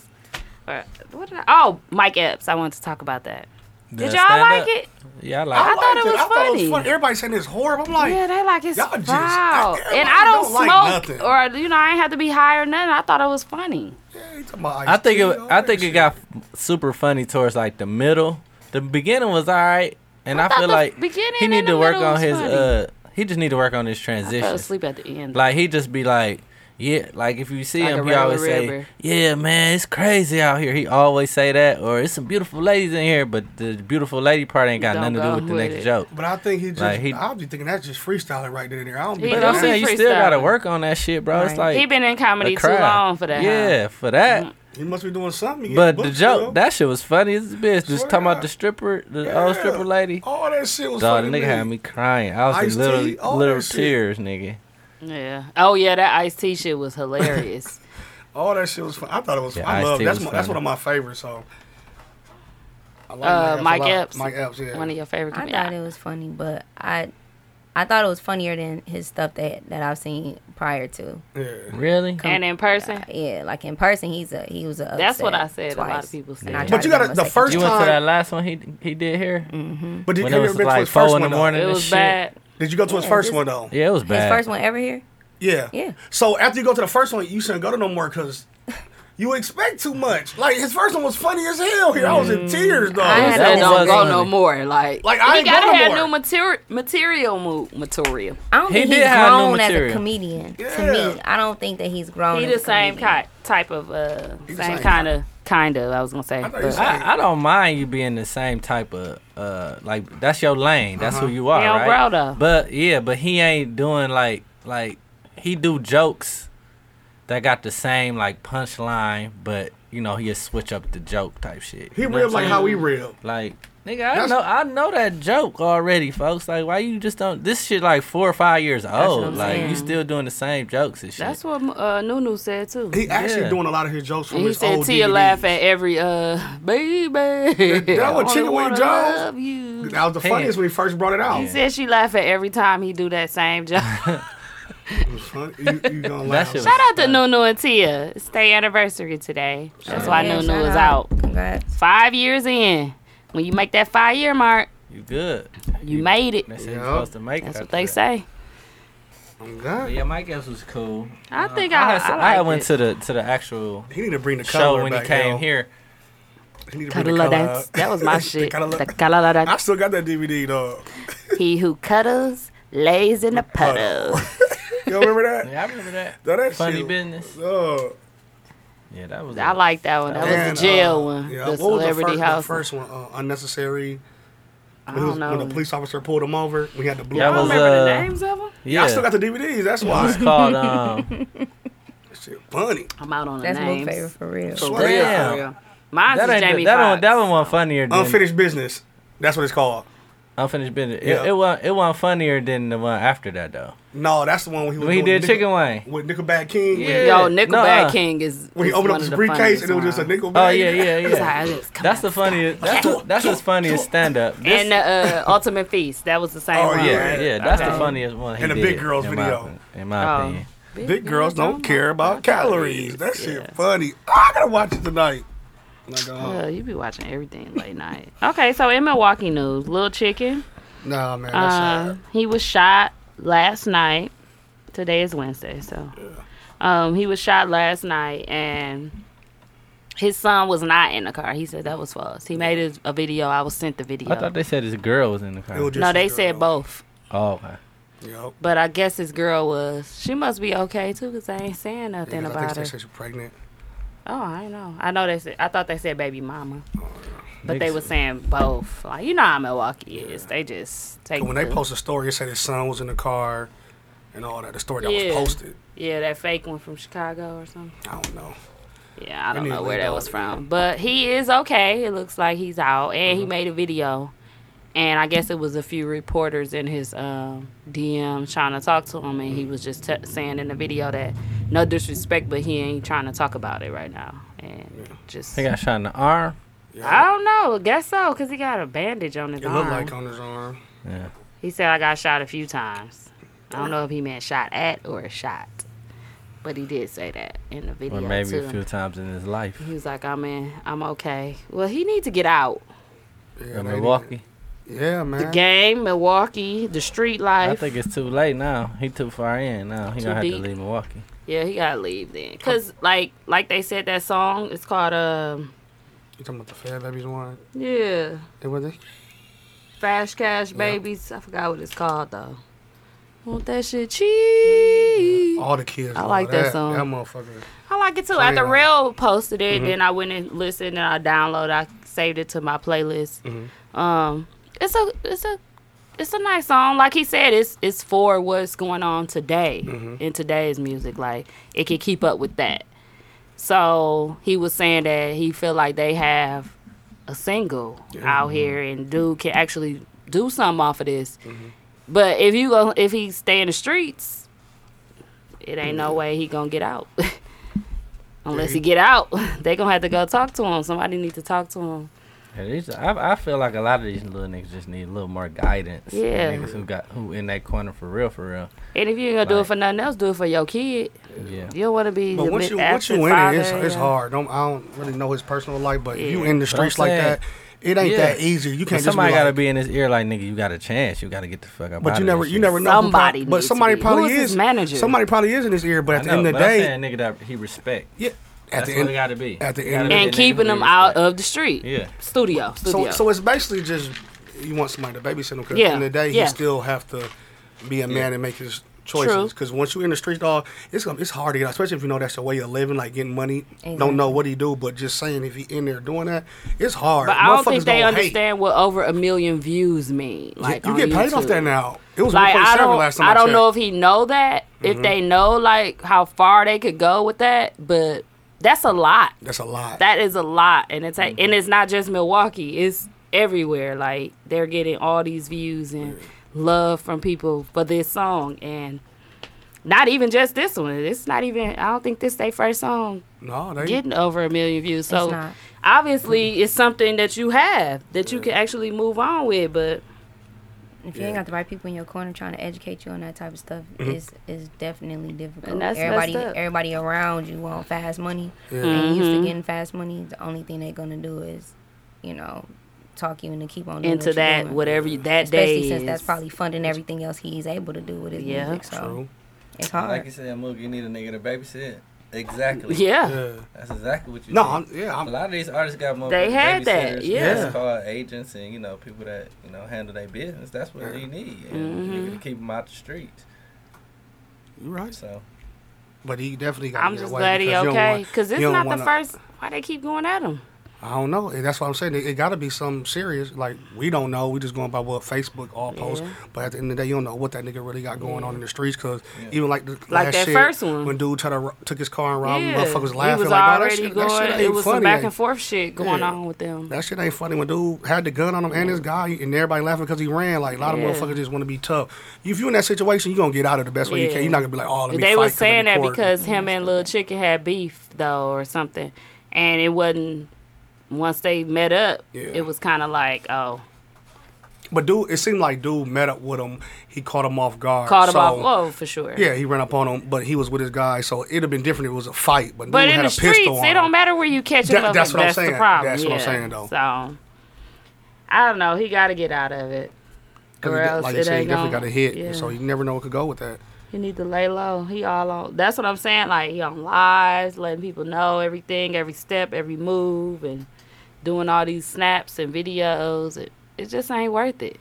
[SPEAKER 3] Or, what did I- oh mike epps i wanted to talk about that did y'all like it
[SPEAKER 1] Yeah, I
[SPEAKER 8] I,
[SPEAKER 1] like it.
[SPEAKER 8] thought it was funny.
[SPEAKER 3] funny.
[SPEAKER 8] Everybody saying it's horrible. I'm like,
[SPEAKER 3] yeah, they like it's
[SPEAKER 8] y'all just-
[SPEAKER 3] proud.
[SPEAKER 8] everybody
[SPEAKER 3] And I don't,
[SPEAKER 8] don't like
[SPEAKER 3] smoke,
[SPEAKER 8] nothing.
[SPEAKER 3] or you know, I ain't have to be high or nothing. I thought it was funny.
[SPEAKER 8] yeah, he talking about Ice
[SPEAKER 1] I think
[SPEAKER 8] T,
[SPEAKER 1] it.
[SPEAKER 8] all
[SPEAKER 1] I
[SPEAKER 8] that
[SPEAKER 1] think it
[SPEAKER 8] shit.
[SPEAKER 1] got super funny towards like the middle. The beginning was all right, and I,
[SPEAKER 3] thought
[SPEAKER 1] feel
[SPEAKER 3] the
[SPEAKER 1] like
[SPEAKER 3] beginning
[SPEAKER 1] he
[SPEAKER 3] and
[SPEAKER 1] need
[SPEAKER 3] the
[SPEAKER 1] to work
[SPEAKER 3] middle
[SPEAKER 1] on
[SPEAKER 3] was
[SPEAKER 1] his.
[SPEAKER 3] funny.
[SPEAKER 1] uh He just need to work on his
[SPEAKER 3] I fell
[SPEAKER 1] transition.
[SPEAKER 3] asleep at the end.
[SPEAKER 1] Like he just be like, yeah. Like if you see
[SPEAKER 3] Like a
[SPEAKER 1] him, he
[SPEAKER 3] regular
[SPEAKER 1] always say,
[SPEAKER 3] ribber.
[SPEAKER 1] "Yeah, man, it's crazy out here." He always say that, or "It's some beautiful ladies in here," but the beautiful lady part ain't got
[SPEAKER 3] Don't
[SPEAKER 1] nothing to do
[SPEAKER 3] go
[SPEAKER 1] with the
[SPEAKER 3] with
[SPEAKER 1] next
[SPEAKER 3] it.
[SPEAKER 1] joke.
[SPEAKER 8] But I think he just,
[SPEAKER 1] Like, he-
[SPEAKER 8] I'll be thinking that's just freestyling right there and there. I don't be
[SPEAKER 3] He
[SPEAKER 1] But
[SPEAKER 3] do
[SPEAKER 1] I'm
[SPEAKER 3] be
[SPEAKER 1] saying you still
[SPEAKER 3] freestyling.
[SPEAKER 1] gotta work on that shit, bro. It's
[SPEAKER 2] Right.
[SPEAKER 1] like
[SPEAKER 3] he been in
[SPEAKER 1] a
[SPEAKER 3] comedy too
[SPEAKER 1] crowd.
[SPEAKER 3] long for that. huh?
[SPEAKER 1] Yeah, for that.
[SPEAKER 8] He must be doing something. He
[SPEAKER 1] But
[SPEAKER 8] getting
[SPEAKER 1] the
[SPEAKER 8] booked,
[SPEAKER 1] joke,
[SPEAKER 8] you know?
[SPEAKER 1] that shit was funny as a bitch. Just
[SPEAKER 8] Swear
[SPEAKER 1] talking
[SPEAKER 8] to
[SPEAKER 1] about
[SPEAKER 8] God.
[SPEAKER 1] the stripper, the
[SPEAKER 8] Yeah.
[SPEAKER 1] old stripper lady.
[SPEAKER 8] All that shit was
[SPEAKER 1] Dog, the
[SPEAKER 8] funny.
[SPEAKER 1] nigga
[SPEAKER 8] to
[SPEAKER 1] had me crying. I was
[SPEAKER 8] Ice-T,
[SPEAKER 1] in little,
[SPEAKER 8] all
[SPEAKER 1] little
[SPEAKER 8] that shit.
[SPEAKER 1] tears, nigga.
[SPEAKER 3] yeah. Oh yeah, that iced tea shit was
[SPEAKER 8] [LAUGHS]
[SPEAKER 3] hilarious.
[SPEAKER 8] All that shit was funny. I thought it was.
[SPEAKER 1] Yeah,
[SPEAKER 8] I
[SPEAKER 1] Ice-T
[SPEAKER 8] love that's
[SPEAKER 1] was
[SPEAKER 8] my, that's
[SPEAKER 1] funny.
[SPEAKER 8] one of my favorites. So. I
[SPEAKER 3] Uh,
[SPEAKER 8] like
[SPEAKER 3] Mike
[SPEAKER 8] a lot.
[SPEAKER 3] Epps.
[SPEAKER 8] Mike Epps, yeah.
[SPEAKER 3] One of your favorite.
[SPEAKER 2] I
[SPEAKER 3] comedians.
[SPEAKER 2] thought it was funny, but I, I thought it was funnier than his stuff that that I've seen prior to.
[SPEAKER 3] Mm-hmm.
[SPEAKER 8] yeah.
[SPEAKER 1] Really?
[SPEAKER 3] and in person,
[SPEAKER 2] Yeah, like in person, he's a he was a.
[SPEAKER 3] that's what I
[SPEAKER 2] upset
[SPEAKER 3] said. A lot
[SPEAKER 2] twice.
[SPEAKER 3] of people said.
[SPEAKER 2] And I
[SPEAKER 8] But
[SPEAKER 2] tried
[SPEAKER 8] you
[SPEAKER 2] to give
[SPEAKER 8] got to
[SPEAKER 2] him
[SPEAKER 8] the
[SPEAKER 2] second
[SPEAKER 8] first
[SPEAKER 1] You
[SPEAKER 8] time.
[SPEAKER 1] went to that last one he he did here
[SPEAKER 8] Mm. but did,
[SPEAKER 1] when
[SPEAKER 8] have
[SPEAKER 1] it was
[SPEAKER 8] you ever been to
[SPEAKER 1] like
[SPEAKER 8] his first
[SPEAKER 1] four in
[SPEAKER 8] one
[SPEAKER 1] the
[SPEAKER 8] though?
[SPEAKER 1] morning.
[SPEAKER 3] it
[SPEAKER 1] and
[SPEAKER 3] was
[SPEAKER 1] shit.
[SPEAKER 3] bad.
[SPEAKER 8] Did you go to his
[SPEAKER 2] Yeah,
[SPEAKER 8] first
[SPEAKER 2] this-
[SPEAKER 8] one though?
[SPEAKER 1] Yeah, it was
[SPEAKER 2] His
[SPEAKER 1] bad.
[SPEAKER 2] first one ever here.
[SPEAKER 8] Yeah.
[SPEAKER 2] Yeah.
[SPEAKER 3] [LAUGHS]
[SPEAKER 8] So after you go to the first one, you shouldn't go to no more because You expect too much. Like his first one was funny as hell. Here, I was in tears though.
[SPEAKER 3] Mm. I had
[SPEAKER 1] That
[SPEAKER 3] that
[SPEAKER 1] was
[SPEAKER 3] don't go
[SPEAKER 1] funny.
[SPEAKER 3] no more. Like,
[SPEAKER 8] Like, I
[SPEAKER 3] he
[SPEAKER 8] ain't go
[SPEAKER 3] gotta
[SPEAKER 8] no
[SPEAKER 3] have
[SPEAKER 8] more.
[SPEAKER 3] new material, material, mo- material.
[SPEAKER 2] I don't
[SPEAKER 1] He
[SPEAKER 2] think
[SPEAKER 1] did
[SPEAKER 2] he's
[SPEAKER 1] have no
[SPEAKER 2] grown as a
[SPEAKER 1] material.
[SPEAKER 2] comedian.
[SPEAKER 8] Yeah.
[SPEAKER 2] To me, I don't think that he's grown.
[SPEAKER 3] He
[SPEAKER 2] as
[SPEAKER 3] the
[SPEAKER 2] a
[SPEAKER 3] same
[SPEAKER 2] comedian.
[SPEAKER 3] ki- type of, uh,
[SPEAKER 8] He the
[SPEAKER 3] same
[SPEAKER 8] same
[SPEAKER 3] kind of, kind of. I was gonna say.
[SPEAKER 8] I thought
[SPEAKER 3] but-
[SPEAKER 8] you said-
[SPEAKER 1] I, I don't mind you being the same type of uh like that's your lane. That's
[SPEAKER 8] Uh-huh.
[SPEAKER 1] who you are,
[SPEAKER 3] He on
[SPEAKER 1] right?
[SPEAKER 3] Bro, though.
[SPEAKER 1] But yeah, but he ain't doing like like he do jokes that got the same like punchline, but you know he'll switch up the joke type shit.
[SPEAKER 8] He
[SPEAKER 1] You know what
[SPEAKER 8] reeled
[SPEAKER 1] I'm
[SPEAKER 8] like
[SPEAKER 1] saying?
[SPEAKER 8] how
[SPEAKER 3] Mm.
[SPEAKER 8] we reeled.
[SPEAKER 1] Like nigga, I
[SPEAKER 8] That's-
[SPEAKER 1] know I know that joke already, folks. Like why you just don't this shit like four or five years
[SPEAKER 2] what
[SPEAKER 1] old.
[SPEAKER 2] I'm
[SPEAKER 1] Like you
[SPEAKER 2] saying.
[SPEAKER 1] still doing the same jokes and shit.
[SPEAKER 3] that's what uh, Nunu said too.
[SPEAKER 8] He actually
[SPEAKER 1] Yeah.
[SPEAKER 8] doing a lot of his jokes from
[SPEAKER 3] And he
[SPEAKER 8] his
[SPEAKER 3] said
[SPEAKER 8] old
[SPEAKER 3] Tia laugh
[SPEAKER 8] DVDs.
[SPEAKER 3] at every uh [LAUGHS] baby.
[SPEAKER 8] that what
[SPEAKER 3] I
[SPEAKER 8] Chicken Wing
[SPEAKER 3] wanna
[SPEAKER 8] Jones?
[SPEAKER 3] love you.
[SPEAKER 8] That was the funniest when he first brought it out.
[SPEAKER 3] He said she laugh at every time he do that same [LAUGHS] job. Shout
[SPEAKER 8] It was funny. You, you
[SPEAKER 1] [LAUGHS]
[SPEAKER 8] gonna
[SPEAKER 1] That
[SPEAKER 8] laugh.
[SPEAKER 1] shit was-
[SPEAKER 3] out to Nunu and Tia. It's their anniversary today. That's why
[SPEAKER 2] Yeah,
[SPEAKER 3] Nunu
[SPEAKER 2] shout
[SPEAKER 3] is out.
[SPEAKER 2] Congrats.
[SPEAKER 3] Five years in. When you make that five year mark,
[SPEAKER 1] You good.
[SPEAKER 3] you made it.
[SPEAKER 1] They said you
[SPEAKER 8] Yup.
[SPEAKER 1] supposed to make it
[SPEAKER 3] That's what
[SPEAKER 1] after
[SPEAKER 3] they
[SPEAKER 1] that.
[SPEAKER 3] say.
[SPEAKER 8] I'm glad.
[SPEAKER 1] Yeah, my guess was cool.
[SPEAKER 3] I think
[SPEAKER 1] I,
[SPEAKER 3] I,
[SPEAKER 1] had-
[SPEAKER 3] I,
[SPEAKER 1] I
[SPEAKER 3] liked
[SPEAKER 1] went
[SPEAKER 3] it.
[SPEAKER 1] to the to the actual
[SPEAKER 8] He need to bring the
[SPEAKER 1] show
[SPEAKER 8] color
[SPEAKER 1] when he
[SPEAKER 8] back,
[SPEAKER 1] came
[SPEAKER 8] yo.
[SPEAKER 1] here.
[SPEAKER 8] He need to bring the
[SPEAKER 3] Cuddler
[SPEAKER 8] color
[SPEAKER 3] dance.
[SPEAKER 8] out.
[SPEAKER 3] That was my
[SPEAKER 8] [LAUGHS] The
[SPEAKER 3] shit.
[SPEAKER 8] cuddler-
[SPEAKER 3] The cuddler
[SPEAKER 8] I
[SPEAKER 3] dance.
[SPEAKER 8] still got that DVD though.
[SPEAKER 3] He who cuddles lays in the puddle. [LAUGHS]
[SPEAKER 8] You remember that?
[SPEAKER 1] Yeah, I remember that.
[SPEAKER 8] Now that
[SPEAKER 1] Funny
[SPEAKER 8] shit-
[SPEAKER 1] business.
[SPEAKER 8] Oh,
[SPEAKER 1] Yeah, that was.
[SPEAKER 3] I like that one. That
[SPEAKER 8] and,
[SPEAKER 3] was the jail
[SPEAKER 8] uh,
[SPEAKER 3] one.
[SPEAKER 8] yeah,
[SPEAKER 3] the
[SPEAKER 8] what was
[SPEAKER 3] celebrity
[SPEAKER 8] the first,
[SPEAKER 3] house.
[SPEAKER 8] The first one, uh, unnecessary.
[SPEAKER 3] I
[SPEAKER 8] When, he was,
[SPEAKER 3] don't
[SPEAKER 8] when the
[SPEAKER 3] know.
[SPEAKER 8] police officer pulled him over, we had the blue.
[SPEAKER 1] Yeah, I
[SPEAKER 3] I
[SPEAKER 1] was,
[SPEAKER 3] don't
[SPEAKER 1] uh,
[SPEAKER 8] Yeah,
[SPEAKER 3] remember the names of them.
[SPEAKER 1] Yeah,
[SPEAKER 8] I still got the DVDs. That's
[SPEAKER 1] it was
[SPEAKER 8] why.
[SPEAKER 3] [LAUGHS]
[SPEAKER 1] called. Um,
[SPEAKER 8] shit, funny.
[SPEAKER 3] I'm out on the
[SPEAKER 2] That's my
[SPEAKER 3] names.
[SPEAKER 2] favorite for real.
[SPEAKER 8] Swear to God.
[SPEAKER 1] damn,
[SPEAKER 3] real. Mine's
[SPEAKER 1] that
[SPEAKER 3] is
[SPEAKER 1] ain't
[SPEAKER 3] Jamie
[SPEAKER 1] that
[SPEAKER 3] Foxx.
[SPEAKER 1] one. That one wasn't funnier than
[SPEAKER 8] Unfinished business. That's what it's called.
[SPEAKER 1] unfinished business.
[SPEAKER 8] Yeah.
[SPEAKER 1] It, it was it wasn't funnier than the one after that though.
[SPEAKER 8] No, that's the one when he was
[SPEAKER 1] When he
[SPEAKER 8] doing
[SPEAKER 1] did Chicken Wing.
[SPEAKER 8] with Nickelback King.
[SPEAKER 1] Yeah.
[SPEAKER 3] Yo,
[SPEAKER 1] No,
[SPEAKER 3] Nickelback
[SPEAKER 1] uh,
[SPEAKER 3] King is.
[SPEAKER 8] When he
[SPEAKER 3] is
[SPEAKER 8] opened
[SPEAKER 3] one
[SPEAKER 8] up
[SPEAKER 3] of
[SPEAKER 8] his
[SPEAKER 3] the
[SPEAKER 8] briefcase
[SPEAKER 3] funniest
[SPEAKER 8] and it was just a
[SPEAKER 3] ones.
[SPEAKER 8] Nickelback.
[SPEAKER 1] Oh yeah, yeah,
[SPEAKER 3] It's like,
[SPEAKER 1] yeah.
[SPEAKER 3] I just come
[SPEAKER 1] That's the
[SPEAKER 3] outside.
[SPEAKER 1] funniest. That's the, that's his funniest stand up.
[SPEAKER 3] And the uh, Ultimate Feast. That was the same
[SPEAKER 8] Oh,
[SPEAKER 3] one.
[SPEAKER 8] yeah.
[SPEAKER 3] right?
[SPEAKER 1] yeah, that's
[SPEAKER 3] Okay.
[SPEAKER 1] the funniest one. he
[SPEAKER 8] And the big
[SPEAKER 1] did,
[SPEAKER 8] girls
[SPEAKER 1] in my
[SPEAKER 8] video.
[SPEAKER 1] opinion- in my
[SPEAKER 3] Oh.
[SPEAKER 1] opinion.
[SPEAKER 8] Big girls don't care about calories. That shit funny. I gotta watch it tonight. When I go home.
[SPEAKER 3] Well, you be watching everything late night. Okay, so in Milwaukee news, Lil Chicken,
[SPEAKER 8] Nah, man, that's
[SPEAKER 3] um,
[SPEAKER 8] sad.
[SPEAKER 3] he was shot last night. Today is Wednesday, so um, he was shot last night, and his son was not in the car. He said that was false. He made a, a video. I was sent the video.
[SPEAKER 1] I thought they said his girl was in the car.
[SPEAKER 8] It was just
[SPEAKER 3] no,
[SPEAKER 8] a
[SPEAKER 3] they
[SPEAKER 8] girl.
[SPEAKER 3] said both,
[SPEAKER 1] Oh, okay.
[SPEAKER 8] Yup.
[SPEAKER 3] but I guess his girl was. She must be okay too, cause they ain't saying nothing
[SPEAKER 8] Yeah, I think
[SPEAKER 3] about
[SPEAKER 8] they
[SPEAKER 3] her.
[SPEAKER 8] said she pregnant.
[SPEAKER 3] Oh, I know. I know they said. I thought they said baby mama, but they
[SPEAKER 1] Niggas-
[SPEAKER 3] were saying both. Like you know how Milwaukee is. They just take.
[SPEAKER 8] When they
[SPEAKER 3] the-
[SPEAKER 8] post a story, it said his son was in the car and all that. The story that
[SPEAKER 3] Yeah.
[SPEAKER 8] was posted.
[SPEAKER 3] Yeah, that fake one from Chicago or something.
[SPEAKER 8] I don't know.
[SPEAKER 3] Yeah, I don't
[SPEAKER 8] need
[SPEAKER 3] know
[SPEAKER 8] to
[SPEAKER 3] where
[SPEAKER 8] leave
[SPEAKER 3] that
[SPEAKER 8] all
[SPEAKER 3] was
[SPEAKER 8] that.
[SPEAKER 3] from. But he is okay. It looks like he's out. And
[SPEAKER 8] Mm-hmm.
[SPEAKER 3] he made a video. And I guess it was a few reporters in his um, DM trying to talk to him. And he was just t- saying in the video that no disrespect, but he ain't trying to talk about it right now. And just,
[SPEAKER 1] He got shot in the arm.
[SPEAKER 3] I don't know. Guess so, because he got a bandage on his
[SPEAKER 8] It
[SPEAKER 3] arm.
[SPEAKER 8] looked like uh, on his arm.
[SPEAKER 1] Yeah.
[SPEAKER 3] He said I got shot a few times. I don't know if he meant shot at or shot, but he did say that in the video
[SPEAKER 1] Or maybe
[SPEAKER 3] too.
[SPEAKER 1] a few times in his life.
[SPEAKER 3] he was like, "I'm in. I'm okay." Well, he needs to get out.
[SPEAKER 8] Yeah,
[SPEAKER 1] In
[SPEAKER 8] they-
[SPEAKER 1] Milwaukee.
[SPEAKER 8] Yeah,
[SPEAKER 3] The
[SPEAKER 8] man.
[SPEAKER 3] game, Milwaukee, the street life.
[SPEAKER 1] I think it's too late now. He too far in now. He
[SPEAKER 3] Too
[SPEAKER 1] gonna have to
[SPEAKER 3] deep.
[SPEAKER 1] leave Milwaukee.
[SPEAKER 3] yeah, he gotta leave then, cause like like they said that song. It's called um
[SPEAKER 8] You talking about the Fat Babies one?
[SPEAKER 3] yeah,
[SPEAKER 8] It was it?
[SPEAKER 3] Fast Cash Babies. I forgot what it's called though. Want that shit cheap?
[SPEAKER 1] Oh,
[SPEAKER 8] All the kids.
[SPEAKER 3] I
[SPEAKER 8] love
[SPEAKER 3] like that song.
[SPEAKER 8] That motherfucker.
[SPEAKER 3] Oh, I like it too.
[SPEAKER 8] Play
[SPEAKER 3] After
[SPEAKER 8] on.
[SPEAKER 3] Real posted it, then I went and listened and I downloaded. I saved it to my playlist. Um, it's a it's a it's a nice song. Like he said, it's it's for what's going on today in today's music. Like it can keep up with that. So he was saying that he feel like they have a single out here and dude can actually do something off of this. But if you go if he stay in the streets, it ain't no way he gonna get out. [LAUGHS] Unless he get out, [LAUGHS] they gonna have to go talk to him. Somebody need to talk to him.
[SPEAKER 1] And these, I, I feel like a lot of these little niggas just need a little more guidance. The
[SPEAKER 3] Yeah.
[SPEAKER 1] Niggas who got who in that corner for real, for real.
[SPEAKER 3] And if you ain't gonna do it
[SPEAKER 1] Right.
[SPEAKER 3] for nothing else, do it for your kid.
[SPEAKER 1] Yeah.
[SPEAKER 3] You don't want to be.
[SPEAKER 8] But
[SPEAKER 3] the
[SPEAKER 8] once
[SPEAKER 3] big
[SPEAKER 8] you once you
[SPEAKER 3] absent
[SPEAKER 8] in it, it's,
[SPEAKER 3] father.
[SPEAKER 8] it's hard. Don't, I don't really know his personal life, but if you
[SPEAKER 3] Yeah.
[SPEAKER 8] in the
[SPEAKER 1] But I'm
[SPEAKER 8] streets like
[SPEAKER 1] saying-
[SPEAKER 8] that, it ain't
[SPEAKER 1] Yeah.
[SPEAKER 8] that easy. You
[SPEAKER 1] But
[SPEAKER 8] can't just be
[SPEAKER 1] somebody gotta
[SPEAKER 8] like,
[SPEAKER 1] be in his ear like nigga, you got a chance. You gotta get the fuck up.
[SPEAKER 8] But
[SPEAKER 1] outta
[SPEAKER 8] you
[SPEAKER 1] this
[SPEAKER 8] never, you
[SPEAKER 1] shit."
[SPEAKER 8] never know. who
[SPEAKER 3] Somebody
[SPEAKER 8] prob- but
[SPEAKER 3] needs to
[SPEAKER 8] somebody
[SPEAKER 3] be. Who
[SPEAKER 8] probably
[SPEAKER 3] is his manager?
[SPEAKER 8] Somebody probably is in his ear.
[SPEAKER 1] I
[SPEAKER 8] But at the
[SPEAKER 1] know,
[SPEAKER 8] end of the
[SPEAKER 1] but I'm
[SPEAKER 8] day,
[SPEAKER 1] saying nigga that he respect.
[SPEAKER 8] yeah, at
[SPEAKER 1] That's
[SPEAKER 8] the
[SPEAKER 1] what
[SPEAKER 8] end
[SPEAKER 1] it gotta be.
[SPEAKER 8] at the
[SPEAKER 1] It gotta
[SPEAKER 8] end
[SPEAKER 1] be
[SPEAKER 3] and
[SPEAKER 1] that
[SPEAKER 3] keeping them
[SPEAKER 1] neighborhood
[SPEAKER 3] out
[SPEAKER 1] respect.
[SPEAKER 3] of the street.
[SPEAKER 1] Yeah.
[SPEAKER 3] Studio.
[SPEAKER 8] So
[SPEAKER 3] Studio.
[SPEAKER 8] so it's basically just you want somebody to babysit him because
[SPEAKER 3] Yeah,
[SPEAKER 8] at the end of the day
[SPEAKER 3] yeah.
[SPEAKER 8] you still have to be a man and make his
[SPEAKER 3] True.
[SPEAKER 8] choices. Because once you in the streets, dog, it's gonna, it's hard to get out, especially if you know that's your way of living, like getting money. Don't know what he do, but just saying if he in there doing that, it's hard.
[SPEAKER 3] but I don't
[SPEAKER 8] Motherfuckers
[SPEAKER 3] think they
[SPEAKER 8] gonna hate.
[SPEAKER 3] understand what over a million views mean. Like
[SPEAKER 8] you
[SPEAKER 3] on
[SPEAKER 8] get paid off
[SPEAKER 3] YouTube.
[SPEAKER 8] that now. It was
[SPEAKER 3] Like I
[SPEAKER 8] 1.7
[SPEAKER 3] don't,
[SPEAKER 8] last time I,
[SPEAKER 3] I don't
[SPEAKER 8] checked. Mm-hmm.
[SPEAKER 3] know if he know that. If they know like how far they could go with that, but that's a lot.
[SPEAKER 8] that's a lot.
[SPEAKER 3] That is a lot, and it's
[SPEAKER 2] Mm-hmm.
[SPEAKER 3] like, and it's not just Milwaukee. It's everywhere. Like they're getting all these views and love from people for this song, and not even just this one. It's not even. I don't think this their first song
[SPEAKER 8] no, they
[SPEAKER 3] getting over a million views.
[SPEAKER 2] It's
[SPEAKER 3] So
[SPEAKER 2] not. Mm-hmm.
[SPEAKER 3] obviously, it's something that you have that you can actually move on with. But
[SPEAKER 2] If you ain't got the right people in your corner trying to educate you on that type of stuff, it's it's definitely difficult.
[SPEAKER 3] And that's
[SPEAKER 2] everybody
[SPEAKER 3] messed up.
[SPEAKER 2] everybody around you want fast money.
[SPEAKER 3] Mm-hmm.
[SPEAKER 2] And used to getting fast money, the only thing they're gonna do is, you know, talk you into keep on doing what
[SPEAKER 3] into
[SPEAKER 2] you're
[SPEAKER 3] that,
[SPEAKER 2] doing.
[SPEAKER 3] whatever you, that
[SPEAKER 2] Especially
[SPEAKER 3] day
[SPEAKER 2] since that's
[SPEAKER 3] is.
[SPEAKER 2] probably funding everything else he's able to do with his
[SPEAKER 3] Yeah.
[SPEAKER 2] music. So
[SPEAKER 8] true.
[SPEAKER 2] it's
[SPEAKER 7] Like you
[SPEAKER 2] hard.
[SPEAKER 7] said, Mook, you need a nigga to babysit. Exactly.
[SPEAKER 3] Yeah.
[SPEAKER 8] Yeah.
[SPEAKER 7] That's exactly what you.
[SPEAKER 8] No,
[SPEAKER 7] need.
[SPEAKER 8] I'm, yeah,
[SPEAKER 7] a
[SPEAKER 8] I'm,
[SPEAKER 7] lot of these artists got more.
[SPEAKER 3] They had that, yeah.
[SPEAKER 7] It's called agents and you know people that you know handle their business. That's what you need,
[SPEAKER 3] Mm-hmm.
[SPEAKER 7] and you can keep them out the streets.
[SPEAKER 8] you right.
[SPEAKER 7] So
[SPEAKER 8] But he definitely got.
[SPEAKER 3] I'm just glad he okay because it's not the first. Why they keep going at him?
[SPEAKER 8] I don't know. And That's what I'm saying. It, got to be something serious. Like we don't know. We just going by what Facebook all posts.
[SPEAKER 3] Yeah.
[SPEAKER 8] But at the end of the day, you don't know what that nigga really got going on in the streets. Because even like the last
[SPEAKER 3] that
[SPEAKER 8] shit,
[SPEAKER 3] first one.
[SPEAKER 8] when dude tried to ro- took his car and robbed him,
[SPEAKER 3] yeah,
[SPEAKER 8] motherfuckers was
[SPEAKER 3] He
[SPEAKER 8] laughing.
[SPEAKER 3] was
[SPEAKER 8] like, "Nah,
[SPEAKER 3] already
[SPEAKER 8] that shit,
[SPEAKER 3] going.
[SPEAKER 8] that shit ain't
[SPEAKER 3] it was
[SPEAKER 8] funny.
[SPEAKER 3] some back
[SPEAKER 8] ain't-
[SPEAKER 3] and forth shit going
[SPEAKER 8] Yeah.
[SPEAKER 3] on with them.
[SPEAKER 8] That shit ain't funny when dude had the gun on him and his guy, and everybody laughing because he ran. Like a lot of
[SPEAKER 3] Yeah.
[SPEAKER 8] motherfuckers just want to be tough. If you in that situation, you gonna get out of the best way you
[SPEAKER 3] Yeah.
[SPEAKER 8] can. You're not gonna be like, oh, let me
[SPEAKER 3] they
[SPEAKER 8] fight
[SPEAKER 3] were
[SPEAKER 8] 'cause
[SPEAKER 3] saying
[SPEAKER 8] I'm
[SPEAKER 3] that
[SPEAKER 8] in court.
[SPEAKER 3] because him and Lil Chicken had beef though, or something, and it wasn't. Once they met up,
[SPEAKER 8] Yeah.
[SPEAKER 3] it was kind of like, oh,
[SPEAKER 8] But dude, it seemed like dude met up with him. He caught him off guard.
[SPEAKER 3] called him
[SPEAKER 8] so-
[SPEAKER 3] off. Whoa, for sure.
[SPEAKER 8] Yeah, he ran up on him, but he was with his guy, so it'd have been different. if It was a fight, but,
[SPEAKER 3] But
[SPEAKER 8] dude
[SPEAKER 3] in
[SPEAKER 8] had
[SPEAKER 3] the
[SPEAKER 8] a pistol
[SPEAKER 3] streets,
[SPEAKER 8] on
[SPEAKER 3] it
[SPEAKER 8] him.
[SPEAKER 3] don't matter where you catch him
[SPEAKER 8] That-
[SPEAKER 3] up.
[SPEAKER 8] that's what I'm
[SPEAKER 3] that's
[SPEAKER 8] saying.
[SPEAKER 3] the problem.
[SPEAKER 8] That's what I'm
[SPEAKER 3] yeah.
[SPEAKER 8] saying, though.
[SPEAKER 3] So I don't know. He got to get out of it.
[SPEAKER 8] 'Cause
[SPEAKER 3] Or
[SPEAKER 8] he,
[SPEAKER 3] else
[SPEAKER 8] like
[SPEAKER 3] it
[SPEAKER 8] you said, he
[SPEAKER 3] ain't
[SPEAKER 8] definitely
[SPEAKER 3] gonna-
[SPEAKER 8] got a hit,
[SPEAKER 3] yeah.
[SPEAKER 8] so you never know what could go with that.
[SPEAKER 3] You need to lay low. He all on. That's what I'm saying. Like he on lives, letting people know everything, every step, every move, and doing all these snaps and videos. It, it just ain't worth it.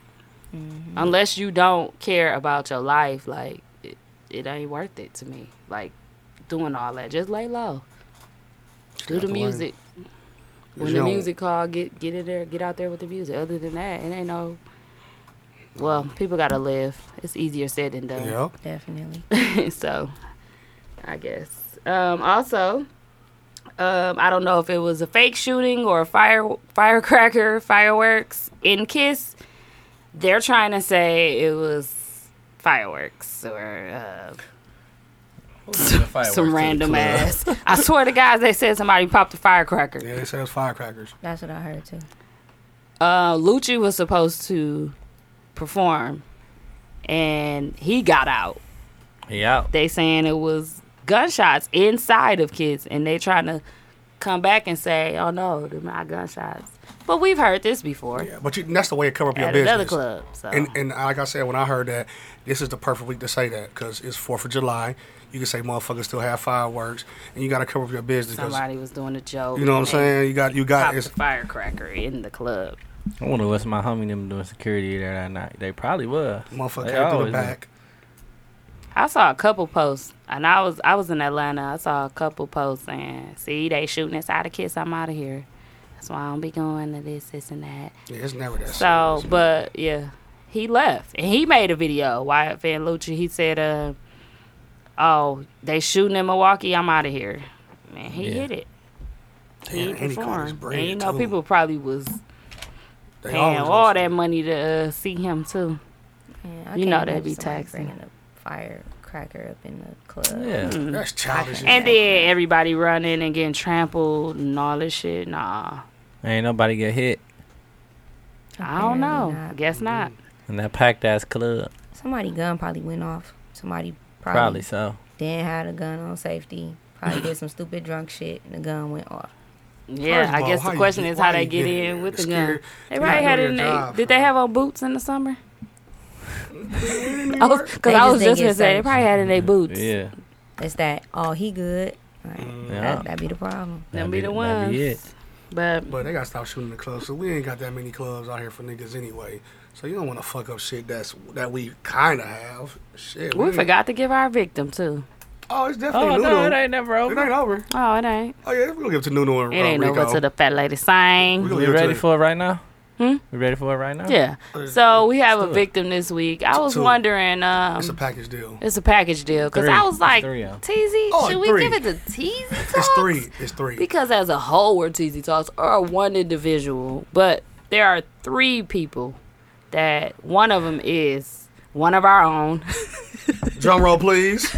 [SPEAKER 8] Mm-hmm.
[SPEAKER 3] Unless you don't care about your life, like it, it ain't worth it to me. Like doing all that, just lay low. Do the
[SPEAKER 8] the way.
[SPEAKER 3] music. When
[SPEAKER 8] you
[SPEAKER 3] the
[SPEAKER 8] don't-
[SPEAKER 3] music call, get get in there, get out there with the music. Other than that, it ain't no. Well, people gotta live. It's easier said than done [LAUGHS]
[SPEAKER 8] Yep.
[SPEAKER 2] Definitely.
[SPEAKER 3] so I guess. Um, also, um, I don't know if it was a fake shooting or a fire firecracker fireworks in Kiss. They're trying to say it was fireworks or uh, [LAUGHS] some random ass. I swear to guys, they said somebody popped a firecracker.
[SPEAKER 8] Yeah, they said it was firecrackers.
[SPEAKER 2] That's what I heard too.
[SPEAKER 3] uh, Lucci was supposed to perform, and he got out.
[SPEAKER 1] He out.
[SPEAKER 3] they saying it was gunshots inside of kids and they trying to come back and say oh no they're not gunshots but we've heard this before
[SPEAKER 8] Yeah, but you, that's the way it cover up your
[SPEAKER 3] at
[SPEAKER 8] business.
[SPEAKER 3] another club so
[SPEAKER 8] And and like I said, when I heard that, this is the perfect week to say that because it's Fourth of July. You can say motherfuckers still have fireworks, and you got to cover up your business. 'cause-
[SPEAKER 3] somebody was doing a joke
[SPEAKER 8] you know what I'm
[SPEAKER 3] and
[SPEAKER 8] saying? You got you got
[SPEAKER 3] popped
[SPEAKER 8] it's
[SPEAKER 3] a firecracker in the club
[SPEAKER 1] I wonder what's my homie them doing security there that night. They probably was.
[SPEAKER 8] motherfucker
[SPEAKER 1] They
[SPEAKER 8] came through the
[SPEAKER 1] always was.
[SPEAKER 8] back.
[SPEAKER 3] I saw a couple posts, and I was I was in Atlanta. I saw a couple posts saying, "See, they shooting inside of kids. I'm out of here. That's why I don't be going to this, this, and that."
[SPEAKER 8] Yeah, it's never that.
[SPEAKER 3] So,
[SPEAKER 8] serious.
[SPEAKER 3] but yeah, he left and he made a video. Wyatt Van Lucci, he said, uh, "Oh, they shooting in Milwaukee. I'm out of here." Man, he
[SPEAKER 1] Yeah.
[SPEAKER 3] hit it.
[SPEAKER 8] Damn,
[SPEAKER 3] he
[SPEAKER 8] and he caught his
[SPEAKER 3] performed,
[SPEAKER 8] bread,
[SPEAKER 3] and you know,
[SPEAKER 8] too.
[SPEAKER 3] people probably was
[SPEAKER 8] They
[SPEAKER 3] paying
[SPEAKER 8] always
[SPEAKER 3] all
[SPEAKER 8] do
[SPEAKER 3] that money to uh, see him too.
[SPEAKER 2] Yeah, I
[SPEAKER 3] You
[SPEAKER 2] can't
[SPEAKER 3] know
[SPEAKER 2] imagine
[SPEAKER 3] that'd be
[SPEAKER 2] somebody
[SPEAKER 3] taxing.
[SPEAKER 2] Bringing a firecracker up in the club.
[SPEAKER 1] Yeah.
[SPEAKER 3] Mm-hmm.
[SPEAKER 8] that. That's childish. as
[SPEAKER 3] And then everybody running and getting trampled and all this shit. Nah,
[SPEAKER 1] Ain't nobody get hit
[SPEAKER 3] I
[SPEAKER 2] Apparently
[SPEAKER 3] don't know.
[SPEAKER 2] not.
[SPEAKER 3] Guess not.
[SPEAKER 1] in that packed ass club.
[SPEAKER 2] Somebody gun probably went off. Somebody probably,
[SPEAKER 1] Probably so.
[SPEAKER 2] didn't have a gun on safety. Probably did some stupid drunk shit and the gun went off.
[SPEAKER 3] Yeah,
[SPEAKER 8] First of
[SPEAKER 3] I
[SPEAKER 8] all,
[SPEAKER 3] guess
[SPEAKER 8] how
[SPEAKER 3] the
[SPEAKER 8] you
[SPEAKER 3] question
[SPEAKER 8] get-
[SPEAKER 3] is how
[SPEAKER 8] why
[SPEAKER 3] they
[SPEAKER 8] you
[SPEAKER 3] get
[SPEAKER 8] get
[SPEAKER 3] in
[SPEAKER 8] in
[SPEAKER 3] with the
[SPEAKER 8] there?
[SPEAKER 3] gun.
[SPEAKER 8] Scared.
[SPEAKER 3] They
[SPEAKER 8] You're
[SPEAKER 3] probably
[SPEAKER 8] not
[SPEAKER 3] had it
[SPEAKER 8] doing
[SPEAKER 3] in
[SPEAKER 8] your
[SPEAKER 3] they,
[SPEAKER 8] job,
[SPEAKER 3] Did they have on boots in the summer? I was, cause
[SPEAKER 2] They
[SPEAKER 3] I
[SPEAKER 2] just didn't
[SPEAKER 3] was just
[SPEAKER 2] get
[SPEAKER 3] gonna say they
[SPEAKER 2] searched.
[SPEAKER 3] probably had it in their boots.
[SPEAKER 1] Yeah.
[SPEAKER 2] It's that oh he good. Like,
[SPEAKER 1] Mm, Yeah.
[SPEAKER 2] that, that be the problem.
[SPEAKER 3] Them
[SPEAKER 1] That'd
[SPEAKER 3] be the
[SPEAKER 1] that'd be it.
[SPEAKER 3] ones. But
[SPEAKER 8] But they gotta stop shooting the clubs. So we ain't got that many clubs out here for niggas anyway. So you don't want to fuck up shit that's that we kind of have. Shit,
[SPEAKER 3] we
[SPEAKER 8] ain't-
[SPEAKER 3] forgot to give our victim too.
[SPEAKER 8] Oh, it's definitely
[SPEAKER 1] Oh
[SPEAKER 8] Nuno.
[SPEAKER 1] no, it
[SPEAKER 8] it,
[SPEAKER 1] ain't never over.
[SPEAKER 8] ain't over.
[SPEAKER 3] Oh, it ain't.
[SPEAKER 8] Oh yeah, we gonna give it to Nuno and
[SPEAKER 3] It
[SPEAKER 8] uh,
[SPEAKER 3] ain't
[SPEAKER 8] Rico.
[SPEAKER 3] over to the fat lady
[SPEAKER 8] We
[SPEAKER 3] sang.
[SPEAKER 8] gonna
[SPEAKER 1] We
[SPEAKER 8] give it to
[SPEAKER 1] ready
[SPEAKER 8] the-
[SPEAKER 1] for it right now?
[SPEAKER 3] Hmm?
[SPEAKER 1] We ready for it right now?
[SPEAKER 3] Yeah. So we have a victim this week. I was
[SPEAKER 8] two.
[SPEAKER 3] wondering. Um,
[SPEAKER 8] It's a package deal.
[SPEAKER 3] it's a package deal because
[SPEAKER 1] Three.
[SPEAKER 3] I was like,
[SPEAKER 1] Three, yeah.
[SPEAKER 3] Teasy,
[SPEAKER 8] Oh,
[SPEAKER 3] should we
[SPEAKER 8] three.
[SPEAKER 3] give it to Teasy?
[SPEAKER 8] It's
[SPEAKER 3] Talks?
[SPEAKER 8] three. It's three.
[SPEAKER 3] Because as a whole, we're TZ Talks or one individual, but there are three people that one of them is one of our own. [LAUGHS]
[SPEAKER 8] Drum roll, please.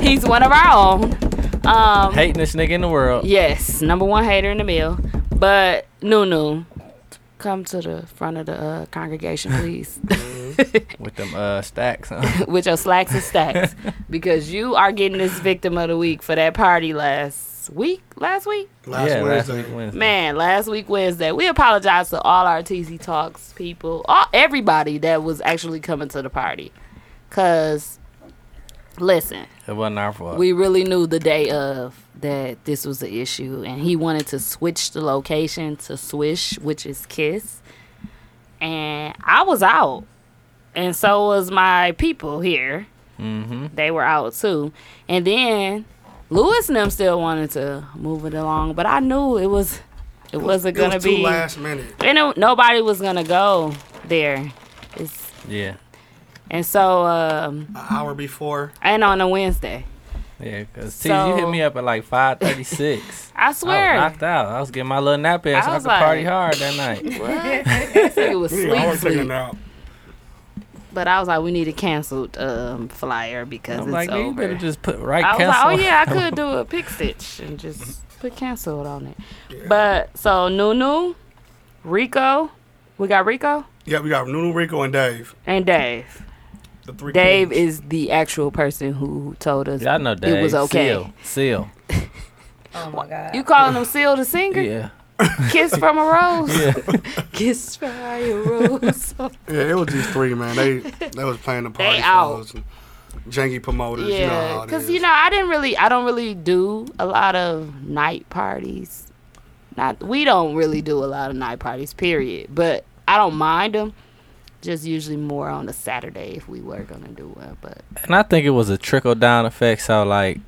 [SPEAKER 3] He's one of our own. Um,
[SPEAKER 1] Hating this nigga in the world.
[SPEAKER 3] Yes, number one hater in the mill. But Nunu, come to the front of the uh, congregation, please, [LAUGHS]
[SPEAKER 1] With them uh stacks on.
[SPEAKER 3] with your slacks and stacks, because you are getting this victim of the week for that party last week. Last week,
[SPEAKER 8] [LAUGHS] Last
[SPEAKER 1] yeah, last
[SPEAKER 8] Wednesday.
[SPEAKER 1] week Wednesday.
[SPEAKER 3] man, last week Wednesday. We apologize to all our TC Talks people, all, everybody that was actually coming to the party, cause listen,
[SPEAKER 1] It wasn't our fault.
[SPEAKER 3] we really knew the day of that this was the issue and he wanted to switch the location to swish which is kiss and i was out and so was my people here mm-hmm. they were out too and then lewis and them still wanted to move it along but i knew it was it wasn't
[SPEAKER 8] It was
[SPEAKER 3] gonna
[SPEAKER 8] too
[SPEAKER 3] be
[SPEAKER 8] last minute.
[SPEAKER 3] and it- nobody was gonna go there it's,
[SPEAKER 1] yeah.
[SPEAKER 3] and so um
[SPEAKER 8] An hour before.
[SPEAKER 3] and on a wednesday
[SPEAKER 1] Yeah, because you hit
[SPEAKER 3] So-
[SPEAKER 1] me up at like 536.
[SPEAKER 3] [LAUGHS]
[SPEAKER 8] Oh,
[SPEAKER 3] i
[SPEAKER 1] I
[SPEAKER 3] swear
[SPEAKER 1] was knocked out. I was getting my little nap in so I
[SPEAKER 3] was
[SPEAKER 1] could party
[SPEAKER 3] like-
[SPEAKER 1] hard that night.
[SPEAKER 3] [LAUGHS] it was
[SPEAKER 8] Yeah, [LAUGHS] I
[SPEAKER 3] sleep,
[SPEAKER 8] was taking
[SPEAKER 3] sleep.
[SPEAKER 8] it out.
[SPEAKER 3] But I was like, we need a canceled um, flyer because
[SPEAKER 1] I'm
[SPEAKER 3] it's
[SPEAKER 1] like, nigga, you
[SPEAKER 3] over.
[SPEAKER 1] better just put right
[SPEAKER 3] I was
[SPEAKER 1] cancel.
[SPEAKER 3] like, oh yeah, I could do a pick stitch and just put canceled on it. But so Nunu, Rico, we got Rico
[SPEAKER 8] Yeah, we got Nuno, Rico, and Dave.
[SPEAKER 3] and Dave.
[SPEAKER 8] The three.
[SPEAKER 3] Dave
[SPEAKER 8] kings.
[SPEAKER 3] is the actual person who told us
[SPEAKER 1] Y'all know Dave.
[SPEAKER 3] it was okay.
[SPEAKER 1] Seal. Seal.
[SPEAKER 2] Oh my god.
[SPEAKER 3] You calling him Seal the singer?
[SPEAKER 1] Yeah.
[SPEAKER 3] Kiss from a rose.
[SPEAKER 1] Yeah.
[SPEAKER 3] [LAUGHS] Kiss from a rose.
[SPEAKER 8] Yeah, it was these three
[SPEAKER 3] [LAUGHS]
[SPEAKER 8] man. They they was playing the party.
[SPEAKER 3] out.
[SPEAKER 8] for us and Janky promoters. you know
[SPEAKER 3] yeah,
[SPEAKER 8] how it
[SPEAKER 3] because
[SPEAKER 8] is.
[SPEAKER 3] you know I didn't really, I don't really do a lot of night parties. Not we don't really do a lot of night parties, period. But I don't mind them. Just usually more on the Saturday if we were gonna do one. But
[SPEAKER 1] And I think it was a trickle down effect. So, like,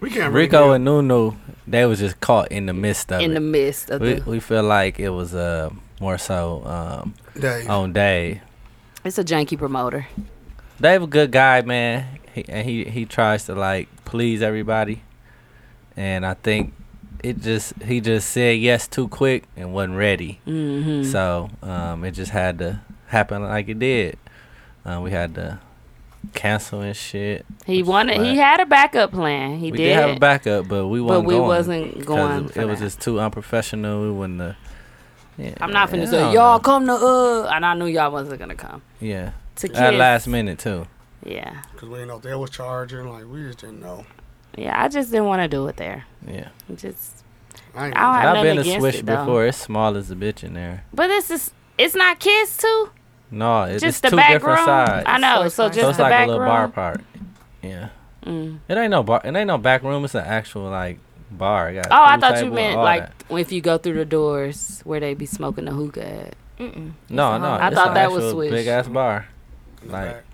[SPEAKER 8] we can't really
[SPEAKER 1] Rico
[SPEAKER 8] do-
[SPEAKER 1] and Nunu, they was just caught in the midst of
[SPEAKER 3] in the
[SPEAKER 1] it.
[SPEAKER 3] midst of
[SPEAKER 1] we,
[SPEAKER 3] the,
[SPEAKER 1] we feel like it was uh, more so um,
[SPEAKER 8] Dave.
[SPEAKER 1] on Dave.
[SPEAKER 3] it's a junkie promoter.
[SPEAKER 1] Dave a good guy, man. He, and he he tries to like please everybody, and I think it just he just said yes too quick and wasn't ready.
[SPEAKER 3] Mm-hmm.
[SPEAKER 1] So um, it just had to happen like it did. Uh, we had to cancel and shit.
[SPEAKER 3] He wanted, he
[SPEAKER 1] whack.
[SPEAKER 3] had a backup plan. He
[SPEAKER 1] we
[SPEAKER 3] did,
[SPEAKER 1] did. have a backup, but we
[SPEAKER 3] but
[SPEAKER 1] wasn't.
[SPEAKER 3] we
[SPEAKER 1] going
[SPEAKER 3] wasn't
[SPEAKER 1] 'cause
[SPEAKER 3] going.
[SPEAKER 1] It,
[SPEAKER 3] for
[SPEAKER 1] it was
[SPEAKER 3] that.
[SPEAKER 1] just too unprofessional. We wouldn't. Uh, yeah,
[SPEAKER 3] I'm not finna
[SPEAKER 1] I
[SPEAKER 3] say
[SPEAKER 1] don't
[SPEAKER 3] y'all
[SPEAKER 1] know.
[SPEAKER 3] come to uh, and I knew y'all wasn't gonna come
[SPEAKER 1] Yeah,
[SPEAKER 3] to kiss.
[SPEAKER 1] at last minute too.
[SPEAKER 3] Yeah,
[SPEAKER 8] Because we didn't know if they was charging. Like, we just didn't know.
[SPEAKER 3] yeah. I just didn't want to do it there.
[SPEAKER 1] Yeah,
[SPEAKER 3] Just
[SPEAKER 8] I ain't
[SPEAKER 3] I
[SPEAKER 1] And
[SPEAKER 3] have
[SPEAKER 1] I've been
[SPEAKER 3] nothing
[SPEAKER 1] to
[SPEAKER 3] against
[SPEAKER 1] Swish
[SPEAKER 3] it, though.
[SPEAKER 1] before. It's small as a bitch in there.
[SPEAKER 3] But this is it's not kids too.
[SPEAKER 1] No, it's
[SPEAKER 3] just
[SPEAKER 1] just
[SPEAKER 3] the
[SPEAKER 1] two
[SPEAKER 3] back
[SPEAKER 1] different
[SPEAKER 3] room.
[SPEAKER 1] sides.
[SPEAKER 3] I know.
[SPEAKER 2] It's
[SPEAKER 3] So
[SPEAKER 2] like-
[SPEAKER 3] just
[SPEAKER 1] so it's
[SPEAKER 3] the
[SPEAKER 1] like
[SPEAKER 3] back
[SPEAKER 1] a little
[SPEAKER 3] room.
[SPEAKER 1] bar part. Yeah.
[SPEAKER 3] Mm.
[SPEAKER 1] It ain't no bar. It ain't no back room. It's an actual like bar. It got a
[SPEAKER 3] Oh, I
[SPEAKER 1] pool
[SPEAKER 3] thought you
[SPEAKER 1] table,
[SPEAKER 3] meant
[SPEAKER 1] all
[SPEAKER 3] like
[SPEAKER 1] that.
[SPEAKER 3] if you go through the doors where they be smoking the hookah. At.
[SPEAKER 2] Mm-mm. it's
[SPEAKER 1] no,
[SPEAKER 2] a
[SPEAKER 1] no.
[SPEAKER 2] hall.
[SPEAKER 3] I
[SPEAKER 1] it's
[SPEAKER 3] thought
[SPEAKER 1] an
[SPEAKER 3] that was
[SPEAKER 1] actual
[SPEAKER 3] Swish.
[SPEAKER 1] Big ass bar.
[SPEAKER 8] in the
[SPEAKER 1] Like
[SPEAKER 8] back.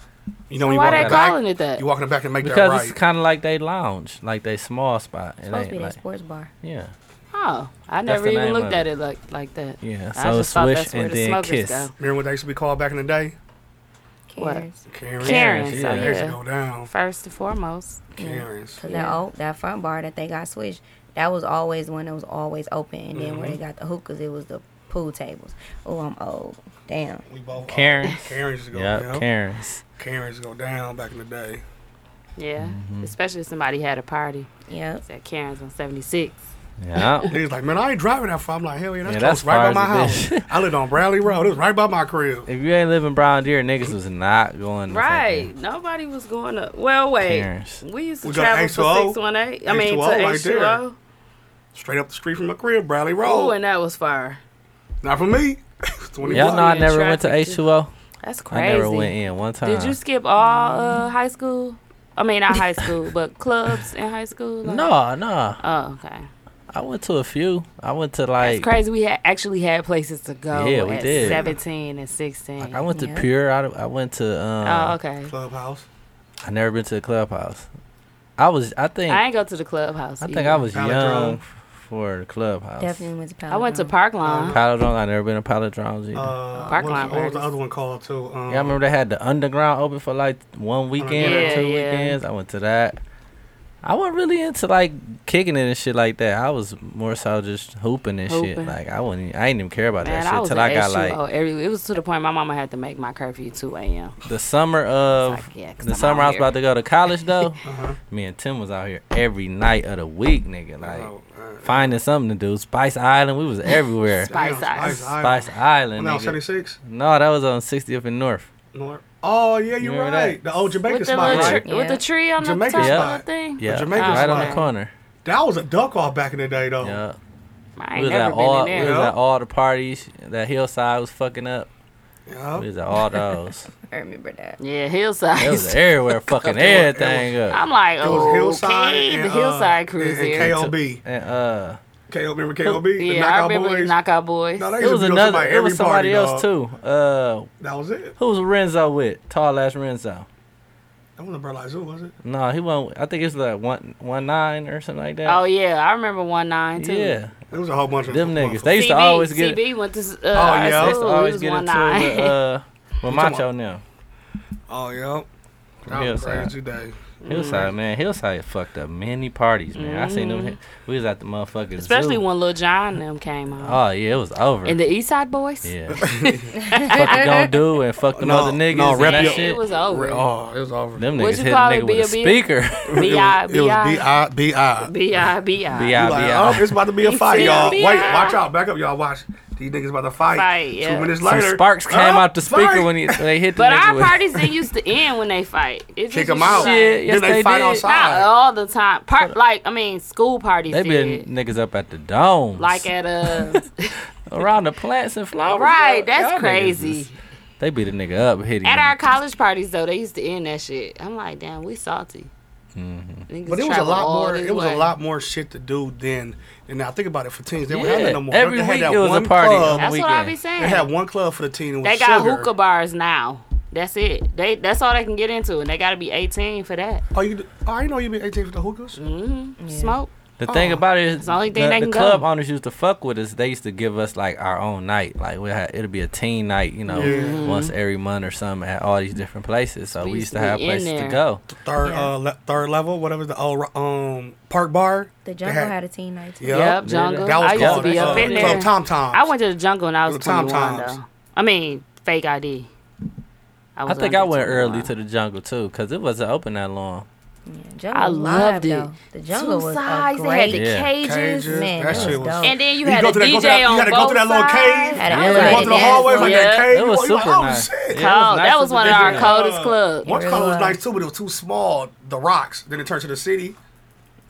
[SPEAKER 8] You know, when you
[SPEAKER 3] Why
[SPEAKER 8] walk
[SPEAKER 3] they
[SPEAKER 8] in the back,
[SPEAKER 3] calling it that?
[SPEAKER 8] you walk in the back and make
[SPEAKER 1] because
[SPEAKER 8] that
[SPEAKER 1] it's
[SPEAKER 8] right.
[SPEAKER 1] kind of like they lounge, like they small spot. It
[SPEAKER 2] supposed to be
[SPEAKER 1] ain't
[SPEAKER 2] their
[SPEAKER 1] like
[SPEAKER 2] sports bar.
[SPEAKER 1] yeah,
[SPEAKER 3] Oh, I
[SPEAKER 1] That's
[SPEAKER 3] never
[SPEAKER 1] the
[SPEAKER 3] even
[SPEAKER 1] name
[SPEAKER 3] looked
[SPEAKER 1] of
[SPEAKER 3] at it like like that.
[SPEAKER 1] yeah.
[SPEAKER 3] I
[SPEAKER 1] So
[SPEAKER 3] just thought
[SPEAKER 1] Swish
[SPEAKER 3] that's where
[SPEAKER 1] and
[SPEAKER 3] the
[SPEAKER 1] then
[SPEAKER 3] smokers
[SPEAKER 1] kiss.
[SPEAKER 3] go.
[SPEAKER 8] Remember what they used to be called back in the day?
[SPEAKER 3] What?
[SPEAKER 2] Cares.
[SPEAKER 8] Karens.
[SPEAKER 3] Karens,
[SPEAKER 1] so
[SPEAKER 8] They used to
[SPEAKER 3] yeah.
[SPEAKER 8] go down.
[SPEAKER 3] First and foremost,
[SPEAKER 8] Karens.
[SPEAKER 2] Cause that
[SPEAKER 3] Yeah.
[SPEAKER 2] old, that front bar that they got switched, that was always one that was always open. And then where they
[SPEAKER 1] Mm-hmm.
[SPEAKER 2] got the hookahs, it was the pool tables. Oh, I'm old. Damn.
[SPEAKER 8] We both
[SPEAKER 1] Karens.
[SPEAKER 8] [LAUGHS] Karens used to go
[SPEAKER 1] Yep,
[SPEAKER 8] down.
[SPEAKER 1] Karens.
[SPEAKER 8] Karens go down back in the day.
[SPEAKER 3] yeah.
[SPEAKER 1] Mm-hmm.
[SPEAKER 3] Especially if somebody had a party.
[SPEAKER 2] Yep.
[SPEAKER 3] It's at Karen's on 76.
[SPEAKER 1] Yeah.
[SPEAKER 8] He was like, man, I ain't driving that far. I'm like, hell yeah, that's,
[SPEAKER 1] Yeah, that's
[SPEAKER 8] close, right by my
[SPEAKER 1] far
[SPEAKER 8] house.
[SPEAKER 1] as it
[SPEAKER 8] I lived on Bradley Road. It was right by my crib.
[SPEAKER 1] if you ain't living Brown Deer, niggas was not going to
[SPEAKER 3] Right.
[SPEAKER 1] fucking
[SPEAKER 3] Nobody was going up. Well, wait.
[SPEAKER 1] Karen's.
[SPEAKER 3] We used to
[SPEAKER 8] We got
[SPEAKER 3] travel
[SPEAKER 8] H2O.
[SPEAKER 3] for 618. I mean,
[SPEAKER 8] H2O right
[SPEAKER 3] to H2O.
[SPEAKER 8] Straight up the street from my crib, Bradley
[SPEAKER 3] Oh,
[SPEAKER 8] Road.
[SPEAKER 3] and that was far.
[SPEAKER 8] Not for me. [LAUGHS] 20
[SPEAKER 1] Y'all know I
[SPEAKER 3] Yeah,
[SPEAKER 1] never went to
[SPEAKER 3] traffic
[SPEAKER 1] H two O.
[SPEAKER 3] That's crazy.
[SPEAKER 1] I never went in one time. Mm.
[SPEAKER 3] Did you skip all uh, high school? I mean, not high school,
[SPEAKER 1] [LAUGHS]
[SPEAKER 3] but clubs in high school. like-
[SPEAKER 1] No, no.
[SPEAKER 3] Oh, okay.
[SPEAKER 1] I went to a few. I went to
[SPEAKER 3] It's
[SPEAKER 1] like
[SPEAKER 3] crazy. We had actually had places to go.
[SPEAKER 1] Yeah, we
[SPEAKER 3] at
[SPEAKER 1] did.
[SPEAKER 3] Seventeen and sixteen.
[SPEAKER 1] I went to
[SPEAKER 2] Yeah.
[SPEAKER 1] Pure. I, I went to um
[SPEAKER 3] oh, okay.
[SPEAKER 8] Clubhouse.
[SPEAKER 1] I never been to the clubhouse. I was I think
[SPEAKER 3] I
[SPEAKER 1] I,
[SPEAKER 3] ain't go to the clubhouse.
[SPEAKER 1] think
[SPEAKER 3] either.
[SPEAKER 1] I was
[SPEAKER 8] Palindrome.
[SPEAKER 1] young for the clubhouse.
[SPEAKER 2] Definitely went to Palindrome.
[SPEAKER 3] I went to Park Lawn.
[SPEAKER 1] Palindrome. I never been to Palindrome. either.
[SPEAKER 8] Uh,
[SPEAKER 3] Park
[SPEAKER 8] what,
[SPEAKER 3] line
[SPEAKER 8] was, what was the
[SPEAKER 3] parties.
[SPEAKER 8] other one called too? Um,
[SPEAKER 1] yeah, I remember they had the underground open for like one weekend
[SPEAKER 3] Yeah,
[SPEAKER 1] or two
[SPEAKER 3] yeah.
[SPEAKER 1] weekends. I went to that. I wasn't really into like kicking it and shit like that. I was more so just hooping and
[SPEAKER 3] Hooping.
[SPEAKER 1] shit. Like I wouldn't, even- I didn't even care about
[SPEAKER 3] Man,
[SPEAKER 1] that shit
[SPEAKER 3] was
[SPEAKER 1] till I
[SPEAKER 3] an
[SPEAKER 1] got
[SPEAKER 3] SUO
[SPEAKER 1] like
[SPEAKER 3] every. It was to the point my mama had to make my curfew two a.m.
[SPEAKER 1] the summer of
[SPEAKER 3] It's like, yeah, 'cause
[SPEAKER 1] the
[SPEAKER 3] I'm
[SPEAKER 1] summer
[SPEAKER 3] out
[SPEAKER 1] I was about to
[SPEAKER 3] here.
[SPEAKER 1] go to
[SPEAKER 3] [LAUGHS]
[SPEAKER 1] college though.
[SPEAKER 8] uh-huh.
[SPEAKER 1] Me and Tim was out here every night of the week, nigga. Like
[SPEAKER 8] Oh, uh,
[SPEAKER 1] finding something to do. Spice Island,
[SPEAKER 3] [LAUGHS]
[SPEAKER 1] we was everywhere.
[SPEAKER 3] Spice
[SPEAKER 8] damn,
[SPEAKER 3] Eyes.
[SPEAKER 1] Spice
[SPEAKER 8] When
[SPEAKER 1] Island,
[SPEAKER 8] I was
[SPEAKER 1] nigga.
[SPEAKER 8] 76.
[SPEAKER 1] No, that was on 60th and North.
[SPEAKER 8] North. Oh yeah, you're
[SPEAKER 1] remember
[SPEAKER 8] right. The old Jamaica
[SPEAKER 3] With the,
[SPEAKER 8] spot,
[SPEAKER 3] little
[SPEAKER 8] right?
[SPEAKER 3] tr- with the
[SPEAKER 2] Yeah.
[SPEAKER 3] tree on
[SPEAKER 8] Jamaica
[SPEAKER 3] the top
[SPEAKER 1] spot.
[SPEAKER 3] of the thing.
[SPEAKER 1] Yeah,
[SPEAKER 8] Jamaica
[SPEAKER 1] right on the
[SPEAKER 3] spot.
[SPEAKER 1] corner.
[SPEAKER 8] That was a duck off back in the day though.
[SPEAKER 1] Yeah,
[SPEAKER 3] I
[SPEAKER 1] we
[SPEAKER 3] ain't
[SPEAKER 1] was at
[SPEAKER 3] never been in
[SPEAKER 1] all we
[SPEAKER 3] there.
[SPEAKER 1] was
[SPEAKER 8] Yeah.
[SPEAKER 1] at all the parties. That hillside was fucking up.
[SPEAKER 8] Yeah.
[SPEAKER 1] We was at all
[SPEAKER 3] [LAUGHS]
[SPEAKER 1] those.
[SPEAKER 2] I remember that.
[SPEAKER 3] Yeah,
[SPEAKER 1] it was
[SPEAKER 3] hillside. [LAUGHS]
[SPEAKER 1] everywhere, fucking everything up.
[SPEAKER 3] I'm like,
[SPEAKER 8] It was
[SPEAKER 3] oh,
[SPEAKER 8] Hillside.
[SPEAKER 3] okay,
[SPEAKER 8] and,
[SPEAKER 3] the
[SPEAKER 8] uh,
[SPEAKER 3] hillside
[SPEAKER 8] and-
[SPEAKER 3] cruise
[SPEAKER 8] And,
[SPEAKER 3] here.
[SPEAKER 8] KLB.
[SPEAKER 1] And uh,
[SPEAKER 8] KLB. Remember KLB? The
[SPEAKER 3] Yeah, I
[SPEAKER 8] Knockout
[SPEAKER 3] remember the
[SPEAKER 8] Boys?
[SPEAKER 3] knockout boys.
[SPEAKER 8] No, they
[SPEAKER 1] it
[SPEAKER 8] used
[SPEAKER 1] was
[SPEAKER 8] to be on
[SPEAKER 1] another.
[SPEAKER 8] somebody
[SPEAKER 1] It was
[SPEAKER 8] every party,
[SPEAKER 1] somebody else
[SPEAKER 8] dog.
[SPEAKER 1] too. Uh,
[SPEAKER 8] That was it.
[SPEAKER 1] who was Renzo with? Tall ass Renzo.
[SPEAKER 8] That wasn't Burlai Zoo, was it?
[SPEAKER 1] No, he won't. I think it's like one one nine or something like that.
[SPEAKER 3] Oh yeah, I remember one nine too.
[SPEAKER 1] yeah.
[SPEAKER 8] It was a whole bunch of
[SPEAKER 1] Them
[SPEAKER 8] motherfuckers.
[SPEAKER 1] niggas, they used to
[SPEAKER 3] CB
[SPEAKER 1] always get.
[SPEAKER 3] CB went to. Uh, oh
[SPEAKER 8] yeah.
[SPEAKER 1] They
[SPEAKER 3] yeah,
[SPEAKER 1] used to always get
[SPEAKER 3] one
[SPEAKER 1] into it with,
[SPEAKER 3] nine.
[SPEAKER 1] uh, with
[SPEAKER 8] talking
[SPEAKER 1] Macho now.
[SPEAKER 8] Oh yeah. That was a
[SPEAKER 1] Hillside.
[SPEAKER 8] crazy day.
[SPEAKER 1] Hillside,
[SPEAKER 3] Mm-hmm.
[SPEAKER 1] man. Hillside fucked up many parties, man. I seen them. We was at the
[SPEAKER 3] [LAUGHS]
[SPEAKER 1] motherfucking
[SPEAKER 3] Especially
[SPEAKER 1] zoo.
[SPEAKER 3] when Lil John and them came out.
[SPEAKER 1] Oh yeah, it was over.
[SPEAKER 3] and the East Side Boys. [LAUGHS]
[SPEAKER 1] yeah. fuck you gonna do and fuck them
[SPEAKER 8] No,
[SPEAKER 1] other niggas
[SPEAKER 8] no,
[SPEAKER 1] and
[SPEAKER 8] rep
[SPEAKER 1] that
[SPEAKER 8] your-
[SPEAKER 1] shit.
[SPEAKER 3] It was over.
[SPEAKER 8] Oh, it was over.
[SPEAKER 1] them
[SPEAKER 3] What
[SPEAKER 1] niggas
[SPEAKER 3] you
[SPEAKER 1] hit a
[SPEAKER 3] call it,
[SPEAKER 1] nigga with a
[SPEAKER 3] B.O.B.? [LAUGHS]
[SPEAKER 1] speaker.
[SPEAKER 3] B I
[SPEAKER 8] It
[SPEAKER 3] B
[SPEAKER 8] was B
[SPEAKER 3] I
[SPEAKER 8] I B I.
[SPEAKER 3] B I B I.
[SPEAKER 1] B.I.
[SPEAKER 8] Like,
[SPEAKER 1] B.I.
[SPEAKER 8] oh, it's about to be a fight,
[SPEAKER 3] said
[SPEAKER 8] y'all. Wait,
[SPEAKER 3] B.I..
[SPEAKER 8] watch out, back up, y'all. Watch these niggas about to fight.
[SPEAKER 3] Fight, yeah.
[SPEAKER 8] Two minutes
[SPEAKER 1] Some
[SPEAKER 8] later,
[SPEAKER 1] sparks came
[SPEAKER 8] oh,
[SPEAKER 1] out the speaker
[SPEAKER 8] fight.
[SPEAKER 1] when, he, when they hit the
[SPEAKER 3] But
[SPEAKER 1] nigga
[SPEAKER 3] our
[SPEAKER 1] with.
[SPEAKER 3] parties didn't used to end when they fight. It just
[SPEAKER 8] kick them
[SPEAKER 3] used to
[SPEAKER 8] out.
[SPEAKER 3] like-
[SPEAKER 1] Shit, yes,
[SPEAKER 8] then
[SPEAKER 1] they
[SPEAKER 8] they fight
[SPEAKER 1] did.
[SPEAKER 3] Not
[SPEAKER 8] outside.
[SPEAKER 3] all the time. Part like I mean, school parties.
[SPEAKER 1] they been
[SPEAKER 3] did.
[SPEAKER 1] niggas up at the dome,
[SPEAKER 3] like at uh,
[SPEAKER 1] [LAUGHS]
[SPEAKER 3] a
[SPEAKER 1] around the plants and flowers.
[SPEAKER 3] right.
[SPEAKER 1] Y'all-
[SPEAKER 3] That's
[SPEAKER 1] y'all niggas
[SPEAKER 3] crazy.
[SPEAKER 1] is- They beat a nigga up, hitting
[SPEAKER 3] At our college parties though, they used to end that shit. I'm like, damn, we salty. Niggas
[SPEAKER 8] But it was a
[SPEAKER 3] travel
[SPEAKER 8] lot
[SPEAKER 3] all
[SPEAKER 8] more.
[SPEAKER 3] this
[SPEAKER 8] It was
[SPEAKER 3] way.
[SPEAKER 8] a lot more shit to do then. And now think about it for teens. They were
[SPEAKER 1] Yeah.
[SPEAKER 8] having no more.
[SPEAKER 1] Every
[SPEAKER 8] they
[SPEAKER 1] week
[SPEAKER 8] had that
[SPEAKER 1] it was a
[SPEAKER 8] one
[SPEAKER 1] party.
[SPEAKER 8] Club.
[SPEAKER 3] That's what I be
[SPEAKER 1] weekend.
[SPEAKER 3] saying.
[SPEAKER 8] They had one club for the teen. It was
[SPEAKER 3] They got
[SPEAKER 8] Sugar.
[SPEAKER 3] hookah bars now. That's it. They that's all they can get into, and they got to be 18 for that.
[SPEAKER 8] Oh, you? Oh, I didn't know you been 18 for the hookahs.
[SPEAKER 3] Mm-hmm. Smoke.
[SPEAKER 1] The thing
[SPEAKER 8] Uh-uh.
[SPEAKER 1] about it is,
[SPEAKER 3] oh, the only thing
[SPEAKER 1] the,
[SPEAKER 3] they
[SPEAKER 1] the
[SPEAKER 3] can go.
[SPEAKER 1] club owners used to fuck with us. They used to give us like our own night, like we had it'll be a teen night, you know,
[SPEAKER 3] Mm-hmm.
[SPEAKER 8] Yeah.
[SPEAKER 1] once every month or something at all these different places. So we, used to,
[SPEAKER 3] be
[SPEAKER 1] have
[SPEAKER 3] in
[SPEAKER 1] places
[SPEAKER 3] there.
[SPEAKER 1] to go.
[SPEAKER 8] Third, uh, le- third level, whatever the old um park bar.
[SPEAKER 2] The
[SPEAKER 8] They
[SPEAKER 2] jungle had, a teen night too.
[SPEAKER 8] Yup.
[SPEAKER 3] Yep, jungle.
[SPEAKER 8] That was
[SPEAKER 3] I used
[SPEAKER 8] called
[SPEAKER 3] to be
[SPEAKER 8] uh,
[SPEAKER 3] up in there.
[SPEAKER 8] Club Tom Tom.
[SPEAKER 3] I went to the jungle and I was
[SPEAKER 8] Little Tom
[SPEAKER 3] 21
[SPEAKER 8] Toms.
[SPEAKER 3] though. I mean, fake ID.
[SPEAKER 1] I
[SPEAKER 3] was
[SPEAKER 1] think I
[SPEAKER 3] under
[SPEAKER 1] went early
[SPEAKER 3] 21.
[SPEAKER 1] to the jungle too, cause it wasn't open that long.
[SPEAKER 2] Yeah,
[SPEAKER 3] I
[SPEAKER 2] jungle was
[SPEAKER 3] loved
[SPEAKER 2] live,
[SPEAKER 3] it.
[SPEAKER 2] though. The jungle
[SPEAKER 3] Two
[SPEAKER 2] was
[SPEAKER 3] sides.
[SPEAKER 2] a
[SPEAKER 3] They had
[SPEAKER 2] great.
[SPEAKER 3] the
[SPEAKER 1] Yeah.
[SPEAKER 3] cages.
[SPEAKER 8] Cages.
[SPEAKER 2] Man,
[SPEAKER 8] that
[SPEAKER 2] that
[SPEAKER 8] shit
[SPEAKER 2] was
[SPEAKER 8] was.
[SPEAKER 2] dope.
[SPEAKER 3] And then you,
[SPEAKER 8] You
[SPEAKER 3] had
[SPEAKER 8] go
[SPEAKER 3] a
[SPEAKER 8] through that- go
[SPEAKER 3] DJ
[SPEAKER 8] through that- you
[SPEAKER 3] on
[SPEAKER 8] had to go
[SPEAKER 3] both
[SPEAKER 8] through that little
[SPEAKER 3] sides.
[SPEAKER 8] cave.
[SPEAKER 2] Had an
[SPEAKER 1] Yeah.
[SPEAKER 8] Walk through
[SPEAKER 2] elevated
[SPEAKER 8] the
[SPEAKER 2] dance
[SPEAKER 8] hallways like
[SPEAKER 2] floor.
[SPEAKER 3] Yeah.
[SPEAKER 8] that cave.
[SPEAKER 1] It was
[SPEAKER 8] you like,
[SPEAKER 1] super
[SPEAKER 8] oh,
[SPEAKER 1] nice.
[SPEAKER 8] Shit.
[SPEAKER 1] Yeah.
[SPEAKER 3] Cold.
[SPEAKER 1] nice
[SPEAKER 3] That
[SPEAKER 1] to
[SPEAKER 3] was
[SPEAKER 1] the
[SPEAKER 3] one of our
[SPEAKER 1] different-
[SPEAKER 3] coldest
[SPEAKER 8] Uh,
[SPEAKER 3] clubs.
[SPEAKER 8] One
[SPEAKER 2] really
[SPEAKER 8] club was
[SPEAKER 2] was.
[SPEAKER 8] nice too, but it was too small. The Rocks. Then it turned to the city.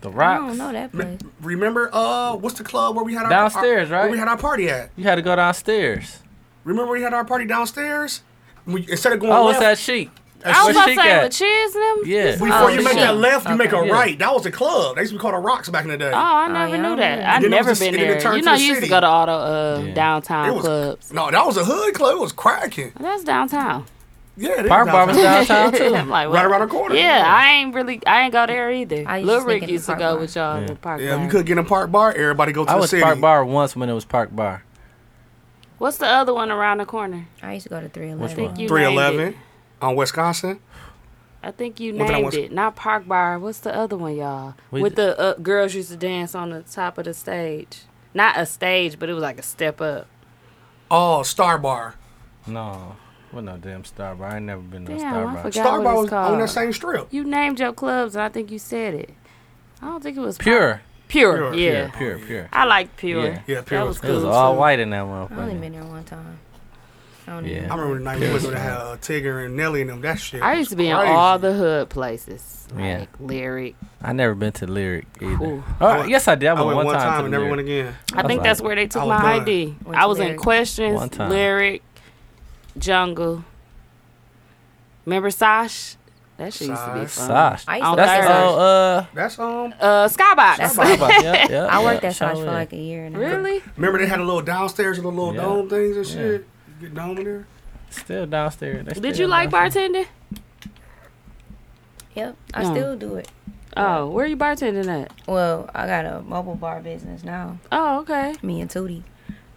[SPEAKER 1] The
[SPEAKER 2] I
[SPEAKER 1] rocks.
[SPEAKER 2] don't know that place.
[SPEAKER 8] Remember, uh, what's the club where we had our
[SPEAKER 1] Downstairs,
[SPEAKER 8] our-
[SPEAKER 1] right?
[SPEAKER 8] Where we had our party at.
[SPEAKER 1] You had to go downstairs.
[SPEAKER 8] Remember, we had our party downstairs. We, instead of going
[SPEAKER 1] Oh, what's
[SPEAKER 8] left,
[SPEAKER 1] that chic?
[SPEAKER 3] I was
[SPEAKER 1] Where
[SPEAKER 3] about to
[SPEAKER 1] she
[SPEAKER 3] say
[SPEAKER 1] at?
[SPEAKER 3] with Chiz and them.
[SPEAKER 1] Yeah.
[SPEAKER 8] before
[SPEAKER 3] Oh,
[SPEAKER 8] you make
[SPEAKER 3] shit.
[SPEAKER 8] that left, you make a
[SPEAKER 1] Yeah.
[SPEAKER 8] right. That was the club. They used to be called the Rocks back in the day.
[SPEAKER 3] Oh, I never
[SPEAKER 2] yeah, I
[SPEAKER 3] knew
[SPEAKER 2] remember
[SPEAKER 3] that. I
[SPEAKER 8] then it
[SPEAKER 3] never
[SPEAKER 8] was just-
[SPEAKER 3] been
[SPEAKER 8] and then it
[SPEAKER 3] there.
[SPEAKER 8] turned
[SPEAKER 3] You
[SPEAKER 8] to
[SPEAKER 3] know,
[SPEAKER 8] the
[SPEAKER 3] you used to
[SPEAKER 8] city.
[SPEAKER 3] go to all the uh,
[SPEAKER 8] it
[SPEAKER 3] downtown
[SPEAKER 8] was
[SPEAKER 3] clubs.
[SPEAKER 8] no, that was a hood club. It was cracking.
[SPEAKER 3] That's
[SPEAKER 8] [LAUGHS]
[SPEAKER 3] downtown.
[SPEAKER 8] Yeah, they
[SPEAKER 1] Park
[SPEAKER 3] [LAUGHS]
[SPEAKER 8] was
[SPEAKER 1] bar was
[SPEAKER 8] downtown.
[SPEAKER 1] downtown too.
[SPEAKER 3] I'm like,
[SPEAKER 8] right
[SPEAKER 3] what?
[SPEAKER 8] around the corner.
[SPEAKER 3] Yeah, I ain't really, I ain't go there either.
[SPEAKER 2] I used
[SPEAKER 3] Lil
[SPEAKER 2] to sneak
[SPEAKER 3] Rick
[SPEAKER 2] in the
[SPEAKER 3] used to
[SPEAKER 2] park
[SPEAKER 3] go
[SPEAKER 2] bar.
[SPEAKER 3] with y'all to park
[SPEAKER 8] Yeah, if
[SPEAKER 3] bar.
[SPEAKER 8] you could get in a park bar, everybody go to
[SPEAKER 1] I
[SPEAKER 8] the
[SPEAKER 1] went to
[SPEAKER 8] city.
[SPEAKER 1] Park Bar once when it was Park Bar.
[SPEAKER 3] What's the other one around the corner?
[SPEAKER 2] I used to go to three
[SPEAKER 3] I
[SPEAKER 2] eleven.
[SPEAKER 3] think you
[SPEAKER 8] Three
[SPEAKER 3] named
[SPEAKER 8] eleven
[SPEAKER 3] it.
[SPEAKER 8] on Wisconsin.
[SPEAKER 3] I think you
[SPEAKER 8] One thing I
[SPEAKER 3] named
[SPEAKER 8] was-
[SPEAKER 3] it. Not Park Bar. What's the other one, y'all?
[SPEAKER 1] We
[SPEAKER 3] with
[SPEAKER 1] d-
[SPEAKER 3] the uh, girls used to dance on the top of the stage. Not a stage, but it was like a step up.
[SPEAKER 8] Oh, Star Bar.
[SPEAKER 1] No, what no damn Star Bar. I ain't never been to a
[SPEAKER 3] Damn,
[SPEAKER 1] Star
[SPEAKER 3] I
[SPEAKER 1] Bar.
[SPEAKER 3] forgot
[SPEAKER 8] Star
[SPEAKER 3] what
[SPEAKER 8] Bar
[SPEAKER 3] it's
[SPEAKER 8] was
[SPEAKER 3] called.
[SPEAKER 8] on that same strip.
[SPEAKER 3] You named your clubs, and I think you said it. I don't think it was Park-
[SPEAKER 1] Pure,
[SPEAKER 3] Pure,
[SPEAKER 8] Pure,
[SPEAKER 3] yeah.
[SPEAKER 1] pure, pure, pure.
[SPEAKER 3] I like Pure.
[SPEAKER 1] Yeah.
[SPEAKER 8] Yeah, Pure
[SPEAKER 3] That
[SPEAKER 8] was
[SPEAKER 3] was
[SPEAKER 1] It was
[SPEAKER 3] cool,
[SPEAKER 1] all
[SPEAKER 3] too.
[SPEAKER 1] white in that
[SPEAKER 2] I only
[SPEAKER 1] motherfucker.
[SPEAKER 2] been there one time. I don't
[SPEAKER 1] Yeah.
[SPEAKER 2] even
[SPEAKER 8] I remember the night we went to have uh, Tigger and Nelly and them. That shit.
[SPEAKER 3] I
[SPEAKER 8] was
[SPEAKER 3] used to be in
[SPEAKER 8] crazy.
[SPEAKER 3] all the hood places. Like
[SPEAKER 1] Yeah.
[SPEAKER 3] Lyric.
[SPEAKER 1] I never been to Lyric either.
[SPEAKER 3] Cool.
[SPEAKER 1] Oh,
[SPEAKER 8] I went-
[SPEAKER 1] yes, I did. I
[SPEAKER 8] I
[SPEAKER 1] went,
[SPEAKER 8] went
[SPEAKER 1] one, time, to
[SPEAKER 8] and
[SPEAKER 1] the
[SPEAKER 8] never went
[SPEAKER 1] Lyric.
[SPEAKER 8] again.
[SPEAKER 3] I
[SPEAKER 1] was
[SPEAKER 3] think
[SPEAKER 1] like-
[SPEAKER 3] that's where they
[SPEAKER 8] I
[SPEAKER 3] took
[SPEAKER 8] was
[SPEAKER 3] my
[SPEAKER 8] done.
[SPEAKER 3] ID.
[SPEAKER 2] Went
[SPEAKER 3] I
[SPEAKER 2] to
[SPEAKER 3] was in
[SPEAKER 2] Lyric.
[SPEAKER 3] questions,
[SPEAKER 1] One time.
[SPEAKER 3] lyric, jungle. Remember Sash? That shit used to be fun.
[SPEAKER 1] Sash.
[SPEAKER 2] I used
[SPEAKER 3] On
[SPEAKER 2] to
[SPEAKER 1] That's the
[SPEAKER 3] Thursday.
[SPEAKER 1] old uh,
[SPEAKER 3] [LAUGHS]
[SPEAKER 8] That's um.
[SPEAKER 3] Uh, Skybox.
[SPEAKER 1] Baba.
[SPEAKER 2] [LAUGHS]
[SPEAKER 1] Yep, yep,
[SPEAKER 2] I worked
[SPEAKER 1] yep.
[SPEAKER 2] at Sosh
[SPEAKER 1] Sure
[SPEAKER 2] for
[SPEAKER 1] is.
[SPEAKER 2] like a year and a half.
[SPEAKER 3] really?
[SPEAKER 8] Remember they had a little downstairs and the little
[SPEAKER 1] Yeah.
[SPEAKER 8] dome things and
[SPEAKER 1] Yeah.
[SPEAKER 8] shit. You get dome in there.
[SPEAKER 1] Still downstairs. They
[SPEAKER 3] Did
[SPEAKER 1] still
[SPEAKER 3] you like
[SPEAKER 1] downstairs.
[SPEAKER 3] bartending?
[SPEAKER 2] Yep. I
[SPEAKER 3] No.
[SPEAKER 2] still do it.
[SPEAKER 3] Oh, where you bartending at?
[SPEAKER 2] Well, I got a mobile bar business now.
[SPEAKER 3] Oh, okay.
[SPEAKER 2] Me and Tootie.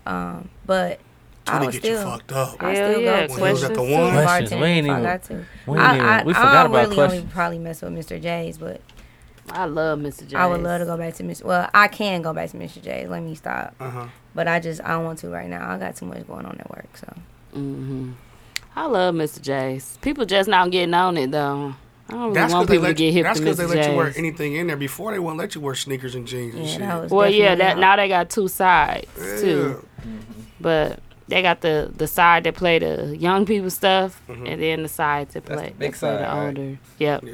[SPEAKER 2] Um, but I
[SPEAKER 8] Tryna
[SPEAKER 2] was
[SPEAKER 8] get
[SPEAKER 2] still.
[SPEAKER 8] you fucked up.
[SPEAKER 2] I
[SPEAKER 3] Hell
[SPEAKER 2] still
[SPEAKER 3] yeah,
[SPEAKER 2] go to
[SPEAKER 8] When he was at the
[SPEAKER 3] questions
[SPEAKER 8] one.
[SPEAKER 3] too.
[SPEAKER 1] Questions,
[SPEAKER 2] bartending
[SPEAKER 1] we ain't
[SPEAKER 2] if I
[SPEAKER 1] even-
[SPEAKER 2] got to.
[SPEAKER 1] we didn't
[SPEAKER 2] I,
[SPEAKER 1] even-
[SPEAKER 2] I,
[SPEAKER 1] we
[SPEAKER 2] I
[SPEAKER 1] forgot
[SPEAKER 2] don't
[SPEAKER 1] about
[SPEAKER 2] really only
[SPEAKER 1] questions.
[SPEAKER 2] probably mess with Mr. J's, but
[SPEAKER 3] I love Mr. J.
[SPEAKER 2] I would love to go back to Mr. Well, I can go back to Mr. J's. Let me stop.
[SPEAKER 8] Uh huh.
[SPEAKER 2] But I just I don't want to right now. I got too much going on at work, so
[SPEAKER 3] hmm I love Mr. J's. People just now getting on it though. I don't really
[SPEAKER 8] That's because
[SPEAKER 3] want
[SPEAKER 8] they
[SPEAKER 3] people to
[SPEAKER 8] let
[SPEAKER 3] get
[SPEAKER 8] you,
[SPEAKER 3] hip
[SPEAKER 8] that's
[SPEAKER 3] to
[SPEAKER 8] 'cause
[SPEAKER 3] Mr.
[SPEAKER 8] they
[SPEAKER 3] J's.
[SPEAKER 8] let you wear anything in there. Before they wouldn't let you wear sneakers and jeans and
[SPEAKER 2] yeah,
[SPEAKER 8] shit.
[SPEAKER 2] that was
[SPEAKER 3] well, yeah,
[SPEAKER 2] definitely
[SPEAKER 3] that
[SPEAKER 2] out.
[SPEAKER 3] now they got two sides too,
[SPEAKER 8] Yeah.
[SPEAKER 3] but they got the the side that play the young people stuff,
[SPEAKER 8] Mm-hmm.
[SPEAKER 3] and then the side that
[SPEAKER 1] That's
[SPEAKER 3] play,
[SPEAKER 1] the big
[SPEAKER 3] that play the
[SPEAKER 1] side, right?
[SPEAKER 3] older. Yep.
[SPEAKER 8] Yeah.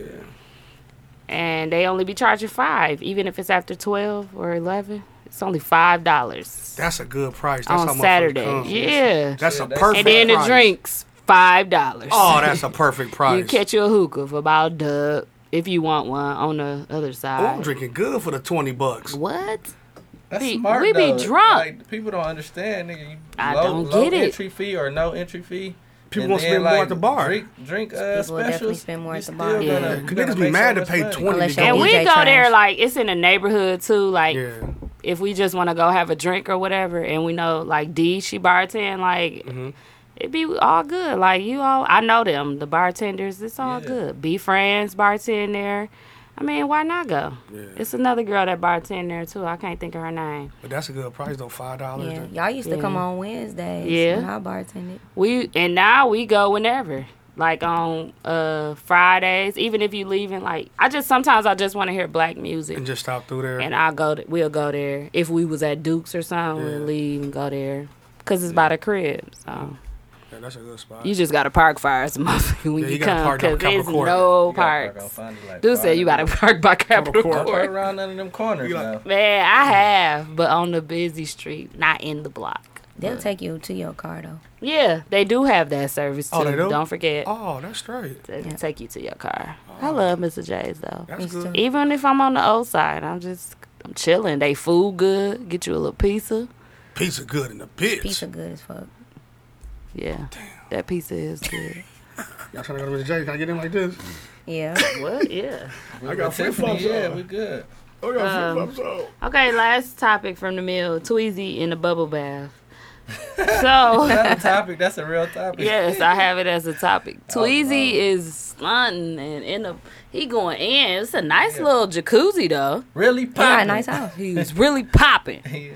[SPEAKER 3] and they only be charging five, even if it's after twelve or eleven. It's only five dollars
[SPEAKER 8] That's a good price. That's
[SPEAKER 3] on
[SPEAKER 8] how motherfuckers
[SPEAKER 3] Saturday.
[SPEAKER 8] come.
[SPEAKER 3] Yeah,
[SPEAKER 8] That's a
[SPEAKER 1] Yeah, that's-
[SPEAKER 8] perfect
[SPEAKER 3] and then the
[SPEAKER 8] price.
[SPEAKER 3] drinks five dollars.
[SPEAKER 8] Oh, that's a perfect price.
[SPEAKER 3] [LAUGHS] You catch you a hookah for about a dub if you want one on the other
[SPEAKER 8] Oh,
[SPEAKER 3] side.
[SPEAKER 8] I'm drinking good for the twenty bucks.
[SPEAKER 3] What?
[SPEAKER 7] That's
[SPEAKER 3] Be-
[SPEAKER 7] smart.
[SPEAKER 3] we be
[SPEAKER 7] though.
[SPEAKER 3] drunk.
[SPEAKER 7] Like, people don't understand, nigga. You
[SPEAKER 3] I
[SPEAKER 7] low,
[SPEAKER 3] don't
[SPEAKER 7] low
[SPEAKER 3] get it.
[SPEAKER 7] Entry fee or no entry fee.
[SPEAKER 8] People
[SPEAKER 7] and
[SPEAKER 8] gonna
[SPEAKER 7] then,
[SPEAKER 8] spend more
[SPEAKER 7] like,
[SPEAKER 8] at the bar.
[SPEAKER 7] Drink, drink uh,
[SPEAKER 2] People will definitely
[SPEAKER 7] specials,
[SPEAKER 2] spend more
[SPEAKER 7] you
[SPEAKER 2] at the
[SPEAKER 7] still
[SPEAKER 2] bar.
[SPEAKER 7] gotta-
[SPEAKER 3] Yeah.
[SPEAKER 7] you
[SPEAKER 8] Cause
[SPEAKER 7] gotta
[SPEAKER 8] niggas
[SPEAKER 7] make
[SPEAKER 8] be
[SPEAKER 7] so
[SPEAKER 8] mad to
[SPEAKER 7] much
[SPEAKER 8] pay
[SPEAKER 7] money.
[SPEAKER 8] twenty
[SPEAKER 2] Unless
[SPEAKER 8] to
[SPEAKER 2] you're
[SPEAKER 8] go
[SPEAKER 3] And we
[SPEAKER 8] eat.
[SPEAKER 2] DJ
[SPEAKER 3] go there
[SPEAKER 2] trash.
[SPEAKER 3] like it's in the neighborhood too. Like
[SPEAKER 8] Yeah.
[SPEAKER 3] if we just want to go have a drink or whatever, and we know like D, she bartend, like it be all good. Like you all, I know them, the bartenders. It's all
[SPEAKER 7] Yeah.
[SPEAKER 3] good. Be friends, bartend there. I mean, why not go? It's another girl that bartend there too. I can't think of her name.
[SPEAKER 8] But that's a good price though, five dollars.
[SPEAKER 2] yeah. Y'all used to come
[SPEAKER 3] Yeah.
[SPEAKER 2] on Wednesdays
[SPEAKER 3] Yeah.
[SPEAKER 2] when I bartended.
[SPEAKER 3] We and now we go whenever. Like on uh Fridays, even if you leaving, like I just sometimes I just want to hear black music.
[SPEAKER 8] And just stop through there.
[SPEAKER 3] and I'll go. th- we'll go there if we was at Duke's or something. We'll
[SPEAKER 8] Yeah.
[SPEAKER 3] leave and go there because it's by the crib. So
[SPEAKER 8] yeah, that's a good spot.
[SPEAKER 3] you just gotta park fire as a [LAUGHS] motherfucker when
[SPEAKER 8] Yeah,
[SPEAKER 3] you,
[SPEAKER 8] you gotta
[SPEAKER 3] come
[SPEAKER 8] park down
[SPEAKER 3] because
[SPEAKER 8] Capitol
[SPEAKER 3] there's
[SPEAKER 8] Court.
[SPEAKER 3] no
[SPEAKER 7] You gotta fuck
[SPEAKER 3] parks.
[SPEAKER 7] around, find, like,
[SPEAKER 3] Duke said
[SPEAKER 7] five
[SPEAKER 3] you gotta [LAUGHS] park by Capitol
[SPEAKER 8] Court.
[SPEAKER 7] Don't
[SPEAKER 3] Court.
[SPEAKER 7] turn around none of them corners
[SPEAKER 8] You like-
[SPEAKER 7] now.
[SPEAKER 3] Man, I have, but on the busy street, not in the block.
[SPEAKER 2] They'll take you to your car though.
[SPEAKER 3] Yeah, they do have that service too.
[SPEAKER 8] Oh, they do?
[SPEAKER 3] not forget.
[SPEAKER 8] oh, that's straight.
[SPEAKER 3] They take you to your car. I love Mr. J's though.
[SPEAKER 8] That's
[SPEAKER 2] Me too.
[SPEAKER 8] good.
[SPEAKER 3] Even if I'm on the old side, I'm just I'm chilling. They food good. Get you a little pizza.
[SPEAKER 8] Piece of good in the bitch.
[SPEAKER 2] Pizza good as fuck.
[SPEAKER 3] Yeah. That pizza is [LAUGHS] good.
[SPEAKER 8] Y'all trying to go to Mr. J? Can I get in like this?
[SPEAKER 3] [LAUGHS]
[SPEAKER 2] Yeah.
[SPEAKER 3] what? Yeah.
[SPEAKER 8] I got flip
[SPEAKER 7] Tiffany,
[SPEAKER 8] flops.
[SPEAKER 7] yeah, we
[SPEAKER 8] Oh, Yeah,
[SPEAKER 7] good.
[SPEAKER 8] I got
[SPEAKER 3] Um,
[SPEAKER 8] flip flops on.
[SPEAKER 3] Okay, last topic from the meal Tweezy in the bubble bath. so,
[SPEAKER 7] That's a topic. That's a real topic.
[SPEAKER 3] yes, I have it as a topic. Tweezy is stunting and in the, he going in. It's a nice little jacuzzi, though.
[SPEAKER 7] Really
[SPEAKER 2] He got a
[SPEAKER 7] popping.
[SPEAKER 2] nice house.
[SPEAKER 3] He's really popping.
[SPEAKER 7] [LAUGHS] Yeah.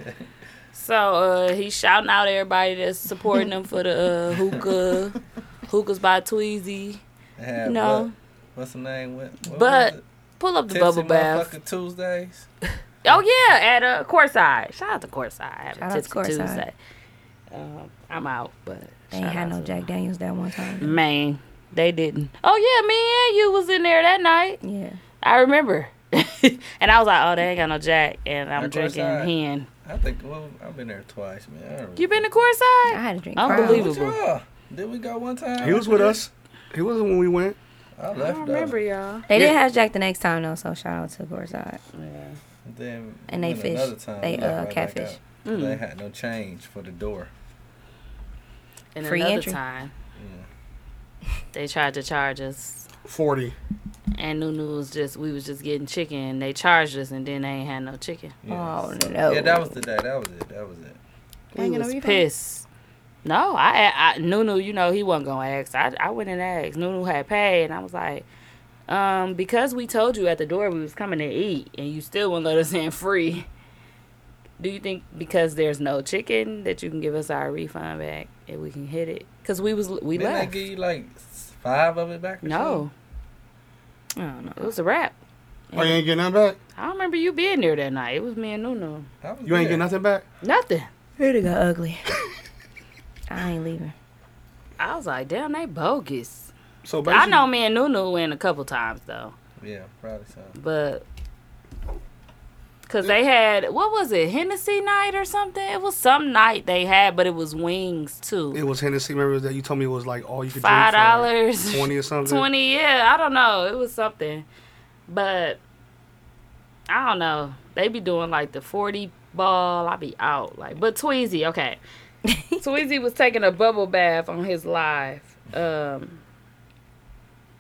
[SPEAKER 3] So, uh, he's shouting out everybody that's supporting him for the uh, hookah. Hookahs by Tweezy.
[SPEAKER 7] Yeah,
[SPEAKER 3] You know,
[SPEAKER 7] but- what's the name? What, what was
[SPEAKER 3] But-
[SPEAKER 7] it?
[SPEAKER 3] pull up the
[SPEAKER 7] Tipsy
[SPEAKER 3] bubble bath.
[SPEAKER 7] Motherfucker Tuesdays.
[SPEAKER 3] Oh yeah, at uh, Courtside. Shout out to Courtside.
[SPEAKER 2] Shout out to
[SPEAKER 3] Tipsy
[SPEAKER 2] Courtside.
[SPEAKER 3] Tuesday. Um, I'm out, but
[SPEAKER 2] They ain't
[SPEAKER 3] shout
[SPEAKER 2] had
[SPEAKER 3] out
[SPEAKER 2] no
[SPEAKER 3] to-
[SPEAKER 2] Jack Daniels that one time.
[SPEAKER 3] Man, they didn't. Oh yeah, me and you was in there that night.
[SPEAKER 2] Yeah.
[SPEAKER 3] I remember. [LAUGHS] and I was like, oh, they ain't got no Jack, and I'm
[SPEAKER 7] At
[SPEAKER 3] drinking
[SPEAKER 7] Courtside.
[SPEAKER 3] hen.
[SPEAKER 7] I think. Well, I've been there twice, man. I don't
[SPEAKER 3] You been to
[SPEAKER 2] I
[SPEAKER 3] Courtside?
[SPEAKER 2] had a drink.
[SPEAKER 3] Unbelievable.
[SPEAKER 2] Unbelievable.
[SPEAKER 7] With y'all. Did we go one time?
[SPEAKER 8] He was with us. He was when we went.
[SPEAKER 7] I left.
[SPEAKER 3] I don't
[SPEAKER 7] though.
[SPEAKER 3] remember y'all.
[SPEAKER 2] They didn't
[SPEAKER 8] Yeah.
[SPEAKER 2] have Jack the next time though, so shout out to Gorside.
[SPEAKER 7] Then
[SPEAKER 2] And they
[SPEAKER 7] went another
[SPEAKER 2] fish.
[SPEAKER 7] time.
[SPEAKER 2] They,
[SPEAKER 7] We left
[SPEAKER 2] uh,
[SPEAKER 7] right back
[SPEAKER 2] catfish.
[SPEAKER 7] out. They
[SPEAKER 3] Mm.
[SPEAKER 7] had no change for the door.
[SPEAKER 3] And
[SPEAKER 2] Free
[SPEAKER 3] another
[SPEAKER 2] entry.
[SPEAKER 3] time, they tried to charge us,
[SPEAKER 8] Forty.
[SPEAKER 3] and Nunu was just we was just getting chicken, and they charged us, and then they ain't had no chicken.
[SPEAKER 2] Oh
[SPEAKER 7] Yeah.
[SPEAKER 2] no.
[SPEAKER 7] Yeah, that was the day. That was it. That was it.
[SPEAKER 3] He was pissed. No, I, I Nunu, you know, he wasn't gonna ask. I, I went and asked. Nunu had paid, and I was like, um, because we told you at the door we was coming to eat, and you still wouldn't let us in free. Do you think because there's no chicken that you can give us our refund back and we can hit it? Cause we was we
[SPEAKER 7] Didn't
[SPEAKER 3] left.
[SPEAKER 7] they give you like s- five of it back? or
[SPEAKER 3] no,
[SPEAKER 2] I don't know.
[SPEAKER 3] it was a wrap.
[SPEAKER 8] Oh, you ain't getting nothing back.
[SPEAKER 3] I don't remember you being there that night. It was me and Nunu.
[SPEAKER 7] something? I was
[SPEAKER 8] You ain't
[SPEAKER 7] there.
[SPEAKER 8] getting nothing back.
[SPEAKER 3] Nothing.
[SPEAKER 2] Here to go ugly. I ain't leaving.
[SPEAKER 3] I was like, damn, they bogus.
[SPEAKER 8] So basically,
[SPEAKER 3] I know me and Nunu went a couple times though.
[SPEAKER 7] Yeah, probably so.
[SPEAKER 3] But Cause they had what was it Hennessy night or something? It was some night they had, but it was wings too.
[SPEAKER 8] It was Hennessy. Remember that you told me it was like all you could
[SPEAKER 3] five
[SPEAKER 8] drink
[SPEAKER 3] dollars,
[SPEAKER 8] for twenty or something.
[SPEAKER 3] Twenty, yeah, I don't know. It was something, but I don't know. They be doing like the forty ball. I be out like, but Tweezy, okay. Tweezy was taking a bubble bath on his live. Um,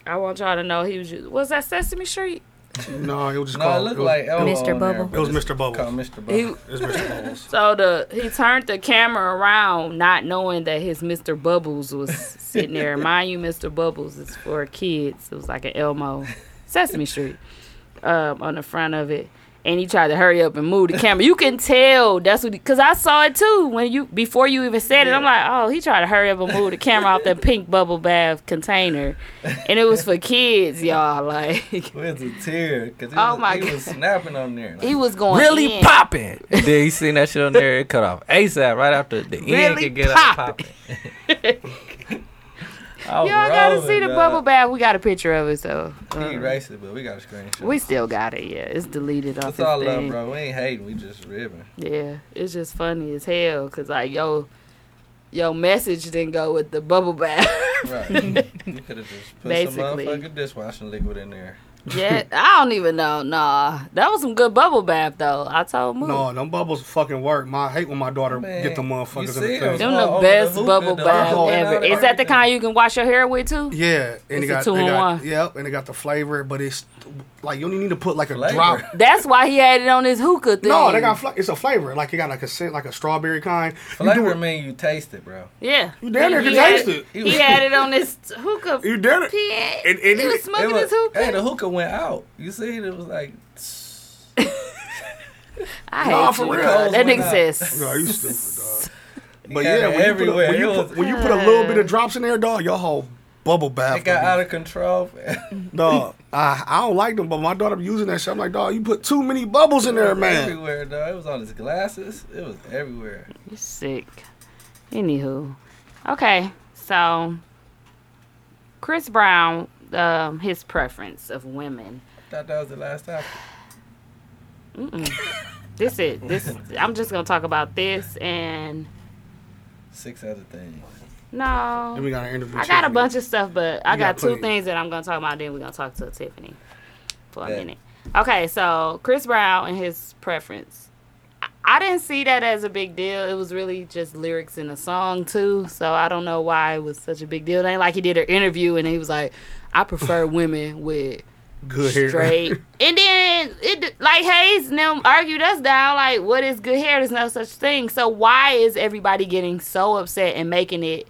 [SPEAKER 3] I want y'all to know he was. Just, was that Sesame Street?
[SPEAKER 8] No, it was just
[SPEAKER 7] No, it
[SPEAKER 8] called.
[SPEAKER 7] looked
[SPEAKER 8] was-
[SPEAKER 7] like elbow
[SPEAKER 2] Mr.
[SPEAKER 7] on there,
[SPEAKER 2] Bubble.
[SPEAKER 7] but
[SPEAKER 8] It was
[SPEAKER 7] it's
[SPEAKER 8] Mr. Bubbles.
[SPEAKER 7] Called Mr.
[SPEAKER 3] He,
[SPEAKER 7] Bubbles.
[SPEAKER 8] it was Mr. Bubbles.
[SPEAKER 3] So the he turned the camera around, not knowing that his Mr. Bubbles was sitting there. Mind you, Mr. Bubbles is for kids. It was like an Elmo, Sesame Street, um, on the front of it. And he tried to hurry up and move the camera. You can tell that's what because I saw it too when you before you even said it. I'm like, oh, he tried to hurry up and move the camera off that pink bubble bath container, and it was for kids, y'all. Like [LAUGHS]
[SPEAKER 7] With a tear, because he,
[SPEAKER 3] Oh
[SPEAKER 7] was-
[SPEAKER 3] my
[SPEAKER 7] he was
[SPEAKER 3] God.
[SPEAKER 7] snapping on there. Like,
[SPEAKER 3] he was going
[SPEAKER 1] really
[SPEAKER 3] in.
[SPEAKER 1] popping. [LAUGHS] And then you seen that shit on there, it cut off ASAP right after the end
[SPEAKER 3] Really
[SPEAKER 1] could get out
[SPEAKER 3] popping.
[SPEAKER 1] popping.
[SPEAKER 7] Y'all
[SPEAKER 3] Y'all
[SPEAKER 1] Oh
[SPEAKER 3] gotta see the bubble bath. We got a picture of it, so
[SPEAKER 7] He
[SPEAKER 3] uh,
[SPEAKER 7] erased it, but we got a screenshot.
[SPEAKER 3] We still got it, yeah. It's deleted off
[SPEAKER 7] That's
[SPEAKER 3] his
[SPEAKER 7] all love,
[SPEAKER 3] thing.
[SPEAKER 7] bro. We ain't hating. We just ribbing.
[SPEAKER 3] Yeah, it's just funny as hell, cause like yo, yo message didn't go with the bubble bath. [LAUGHS]
[SPEAKER 1] [LAUGHS]
[SPEAKER 7] Right. you could have just put
[SPEAKER 3] Basically.
[SPEAKER 7] some motherfucking dishwashing liquid in there.
[SPEAKER 3] yeah, I don't even know. Nah, that was some good bubble bath though. I told Moo.
[SPEAKER 8] No, them bubbles fucking work. My I hate when my daughter
[SPEAKER 7] Man,
[SPEAKER 8] get the
[SPEAKER 7] you
[SPEAKER 8] motherfuckers in
[SPEAKER 7] see
[SPEAKER 8] the
[SPEAKER 7] 'em?
[SPEAKER 8] thing.
[SPEAKER 3] Them
[SPEAKER 7] Oh,
[SPEAKER 3] the
[SPEAKER 7] over
[SPEAKER 3] best
[SPEAKER 7] the hookah,
[SPEAKER 3] bubble
[SPEAKER 7] the
[SPEAKER 3] bath
[SPEAKER 8] alcohol in
[SPEAKER 3] ever.
[SPEAKER 7] it,
[SPEAKER 3] Is that the
[SPEAKER 7] everything.
[SPEAKER 3] kind you can wash your hair with too?
[SPEAKER 8] Yeah, and
[SPEAKER 3] It's
[SPEAKER 8] it
[SPEAKER 3] a
[SPEAKER 8] got,
[SPEAKER 3] two
[SPEAKER 8] they
[SPEAKER 3] in
[SPEAKER 8] got
[SPEAKER 3] one.
[SPEAKER 8] yep, and it got the flavor, but it's like you only need to put like a
[SPEAKER 7] Flavor?
[SPEAKER 8] drop.
[SPEAKER 3] That's why he had it on his hookah thing.
[SPEAKER 8] No, they got fla- it's a flavor. Like you got like a scent, like a strawberry kind. You do
[SPEAKER 7] Flavor
[SPEAKER 8] it,
[SPEAKER 7] mean you taste it, bro.
[SPEAKER 3] yeah.
[SPEAKER 8] You damn near
[SPEAKER 3] He
[SPEAKER 8] can
[SPEAKER 3] had-
[SPEAKER 8] taste it.
[SPEAKER 3] He had it on his hookah.
[SPEAKER 8] You did it.
[SPEAKER 3] He-
[SPEAKER 8] And- and
[SPEAKER 3] he
[SPEAKER 8] it-
[SPEAKER 3] was
[SPEAKER 8] [LAUGHS]
[SPEAKER 3] smoking
[SPEAKER 7] It was-
[SPEAKER 3] his hookah.
[SPEAKER 7] Hey, the hookah went out. You see, it It was like.
[SPEAKER 3] I hate
[SPEAKER 8] Nah, for
[SPEAKER 3] you,
[SPEAKER 8] real.
[SPEAKER 3] bro. That
[SPEAKER 7] Why
[SPEAKER 3] nigga
[SPEAKER 7] not?
[SPEAKER 3] says.
[SPEAKER 8] No, you stupid dog.
[SPEAKER 7] It got
[SPEAKER 8] But yeah, when
[SPEAKER 7] everywhere. It
[SPEAKER 8] You put a, when, you
[SPEAKER 7] was-
[SPEAKER 8] put, when you put a little bit of drops in there, dog, your whole bubble bath.
[SPEAKER 7] It got
[SPEAKER 8] gonna
[SPEAKER 7] out of control. [LAUGHS]
[SPEAKER 8] be- dog, I I don't like them, but my daughter be using that shit. I'm like, dog, you put too many bubbles in there, man.
[SPEAKER 7] Everywhere, though. It was on his glasses. It was everywhere.
[SPEAKER 3] Sick. Anywho, okay, so Chris Brown, um, his preference of women.
[SPEAKER 7] Thought that was the last topic.
[SPEAKER 3] This it. This I'm just gonna talk about this and
[SPEAKER 7] Six other things.
[SPEAKER 8] Then
[SPEAKER 3] no.
[SPEAKER 8] we got an interview.
[SPEAKER 3] I got a
[SPEAKER 8] Tiffany.
[SPEAKER 3] bunch of stuff, but I
[SPEAKER 8] You got
[SPEAKER 3] got two
[SPEAKER 8] plenty.
[SPEAKER 3] things that I'm gonna talk about. Then we're gonna talk to Tiffany for a
[SPEAKER 7] Bet.
[SPEAKER 3] minute. Okay, so Chris Brown and his preference. I- I didn't see that as a big deal. It was really just lyrics in a song too. So I don't know why it was such a big deal. It ain't like he did an interview and he was like, "I prefer women with
[SPEAKER 8] good hair.
[SPEAKER 3] straight." and then it like Hayes and them argued us down. Like, what is good hair? There's no such thing. So why is everybody getting so upset and making it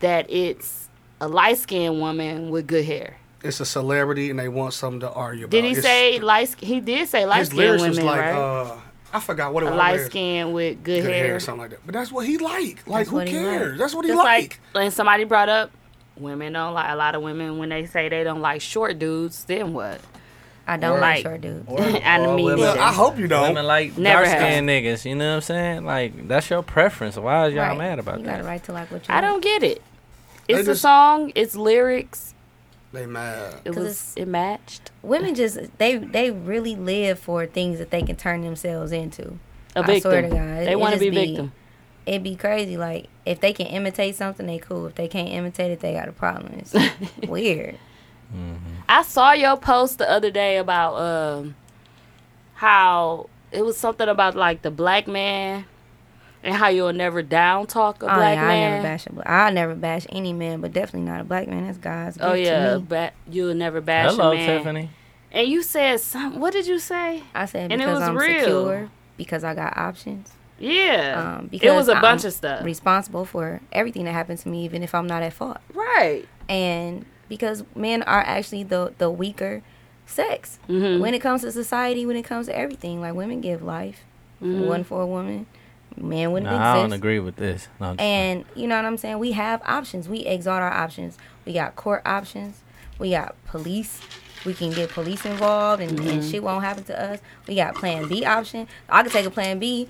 [SPEAKER 3] that it's a light skinned woman with good hair?
[SPEAKER 8] [LAUGHS] It's a celebrity, and they want something to argue about.
[SPEAKER 3] Did he
[SPEAKER 8] It's-
[SPEAKER 3] say light? sk- He did say light
[SPEAKER 8] his lyrics
[SPEAKER 3] skinned
[SPEAKER 8] was
[SPEAKER 3] women,
[SPEAKER 8] like
[SPEAKER 3] right?
[SPEAKER 8] uh, I forgot what it
[SPEAKER 3] a
[SPEAKER 8] was.
[SPEAKER 3] light
[SPEAKER 8] lyrics.
[SPEAKER 3] skin with good,
[SPEAKER 8] good hair.
[SPEAKER 3] hair.
[SPEAKER 8] or something like that. But that's what he like. Like
[SPEAKER 2] That's
[SPEAKER 8] who
[SPEAKER 2] what he like.
[SPEAKER 8] cares? That's what he
[SPEAKER 3] Just
[SPEAKER 8] like.
[SPEAKER 3] like, and somebody brought up women don't like a lot of women when they say they don't like short dudes. Then what?
[SPEAKER 2] I don't
[SPEAKER 7] Or-
[SPEAKER 2] like short dudes.
[SPEAKER 7] Or,
[SPEAKER 3] I
[SPEAKER 7] or
[SPEAKER 3] mean,
[SPEAKER 7] women-
[SPEAKER 3] Well,
[SPEAKER 8] But I hope you don't.
[SPEAKER 1] Women like
[SPEAKER 3] Never
[SPEAKER 1] dark
[SPEAKER 3] have.
[SPEAKER 1] skinned niggas, you know what I'm saying? Like that's your preference. Why is y'all all
[SPEAKER 2] Right.
[SPEAKER 1] mad about
[SPEAKER 2] you
[SPEAKER 1] that?
[SPEAKER 2] got a right to like what you
[SPEAKER 3] I don't get it. It's a
[SPEAKER 8] just-
[SPEAKER 3] song. It's lyrics.
[SPEAKER 8] They mad.
[SPEAKER 3] It
[SPEAKER 2] 'Cause
[SPEAKER 3] was.
[SPEAKER 2] it's-
[SPEAKER 3] It matched
[SPEAKER 2] Women just they they really live for things that they can turn themselves into.
[SPEAKER 3] a
[SPEAKER 2] I
[SPEAKER 3] victim.
[SPEAKER 2] swear to God,
[SPEAKER 3] they
[SPEAKER 2] it
[SPEAKER 3] want to
[SPEAKER 2] just
[SPEAKER 3] be
[SPEAKER 2] be-
[SPEAKER 3] victim.
[SPEAKER 2] It'd be crazy. Like if they can imitate something, they cool. If they can't imitate it, they got a problem.
[SPEAKER 3] [LAUGHS]
[SPEAKER 2] It's weird.
[SPEAKER 3] I saw your post the other day about um how it was something about like the black man and how you'll never down talk a
[SPEAKER 2] oh,
[SPEAKER 3] black
[SPEAKER 2] yeah, I
[SPEAKER 3] man.
[SPEAKER 2] never bash a black. I never bash any man, but definitely not a black man. That's God's gift
[SPEAKER 3] oh yeah,
[SPEAKER 2] to me.
[SPEAKER 3] but you'll never bash
[SPEAKER 1] Hello,
[SPEAKER 3] a man.
[SPEAKER 1] Tiffany.
[SPEAKER 3] And you said some. What did you say?
[SPEAKER 2] I said
[SPEAKER 3] And it
[SPEAKER 2] because
[SPEAKER 3] was
[SPEAKER 2] I'm
[SPEAKER 3] real.
[SPEAKER 2] secure, because I got options.
[SPEAKER 3] Yeah,
[SPEAKER 2] Um,
[SPEAKER 3] it was a
[SPEAKER 2] I'm
[SPEAKER 3] bunch of stuff.
[SPEAKER 2] Responsible for everything that happened to me, even if I'm not at fault.
[SPEAKER 3] right.
[SPEAKER 2] and because men are actually the the weaker sex
[SPEAKER 3] Mm-hmm.
[SPEAKER 2] when it comes to society, when it comes to everything. Like women give life,
[SPEAKER 3] Mm-hmm.
[SPEAKER 2] one for a woman, man wouldn't
[SPEAKER 1] Nah, I don't
[SPEAKER 2] exist.
[SPEAKER 1] agree with this. No, I'm just-
[SPEAKER 2] And you know what I'm saying? We have options. We exalt our options. We got court options. We got police. We can get police involved and, and shit won't happen to us. We got plan B option. I could take a plan B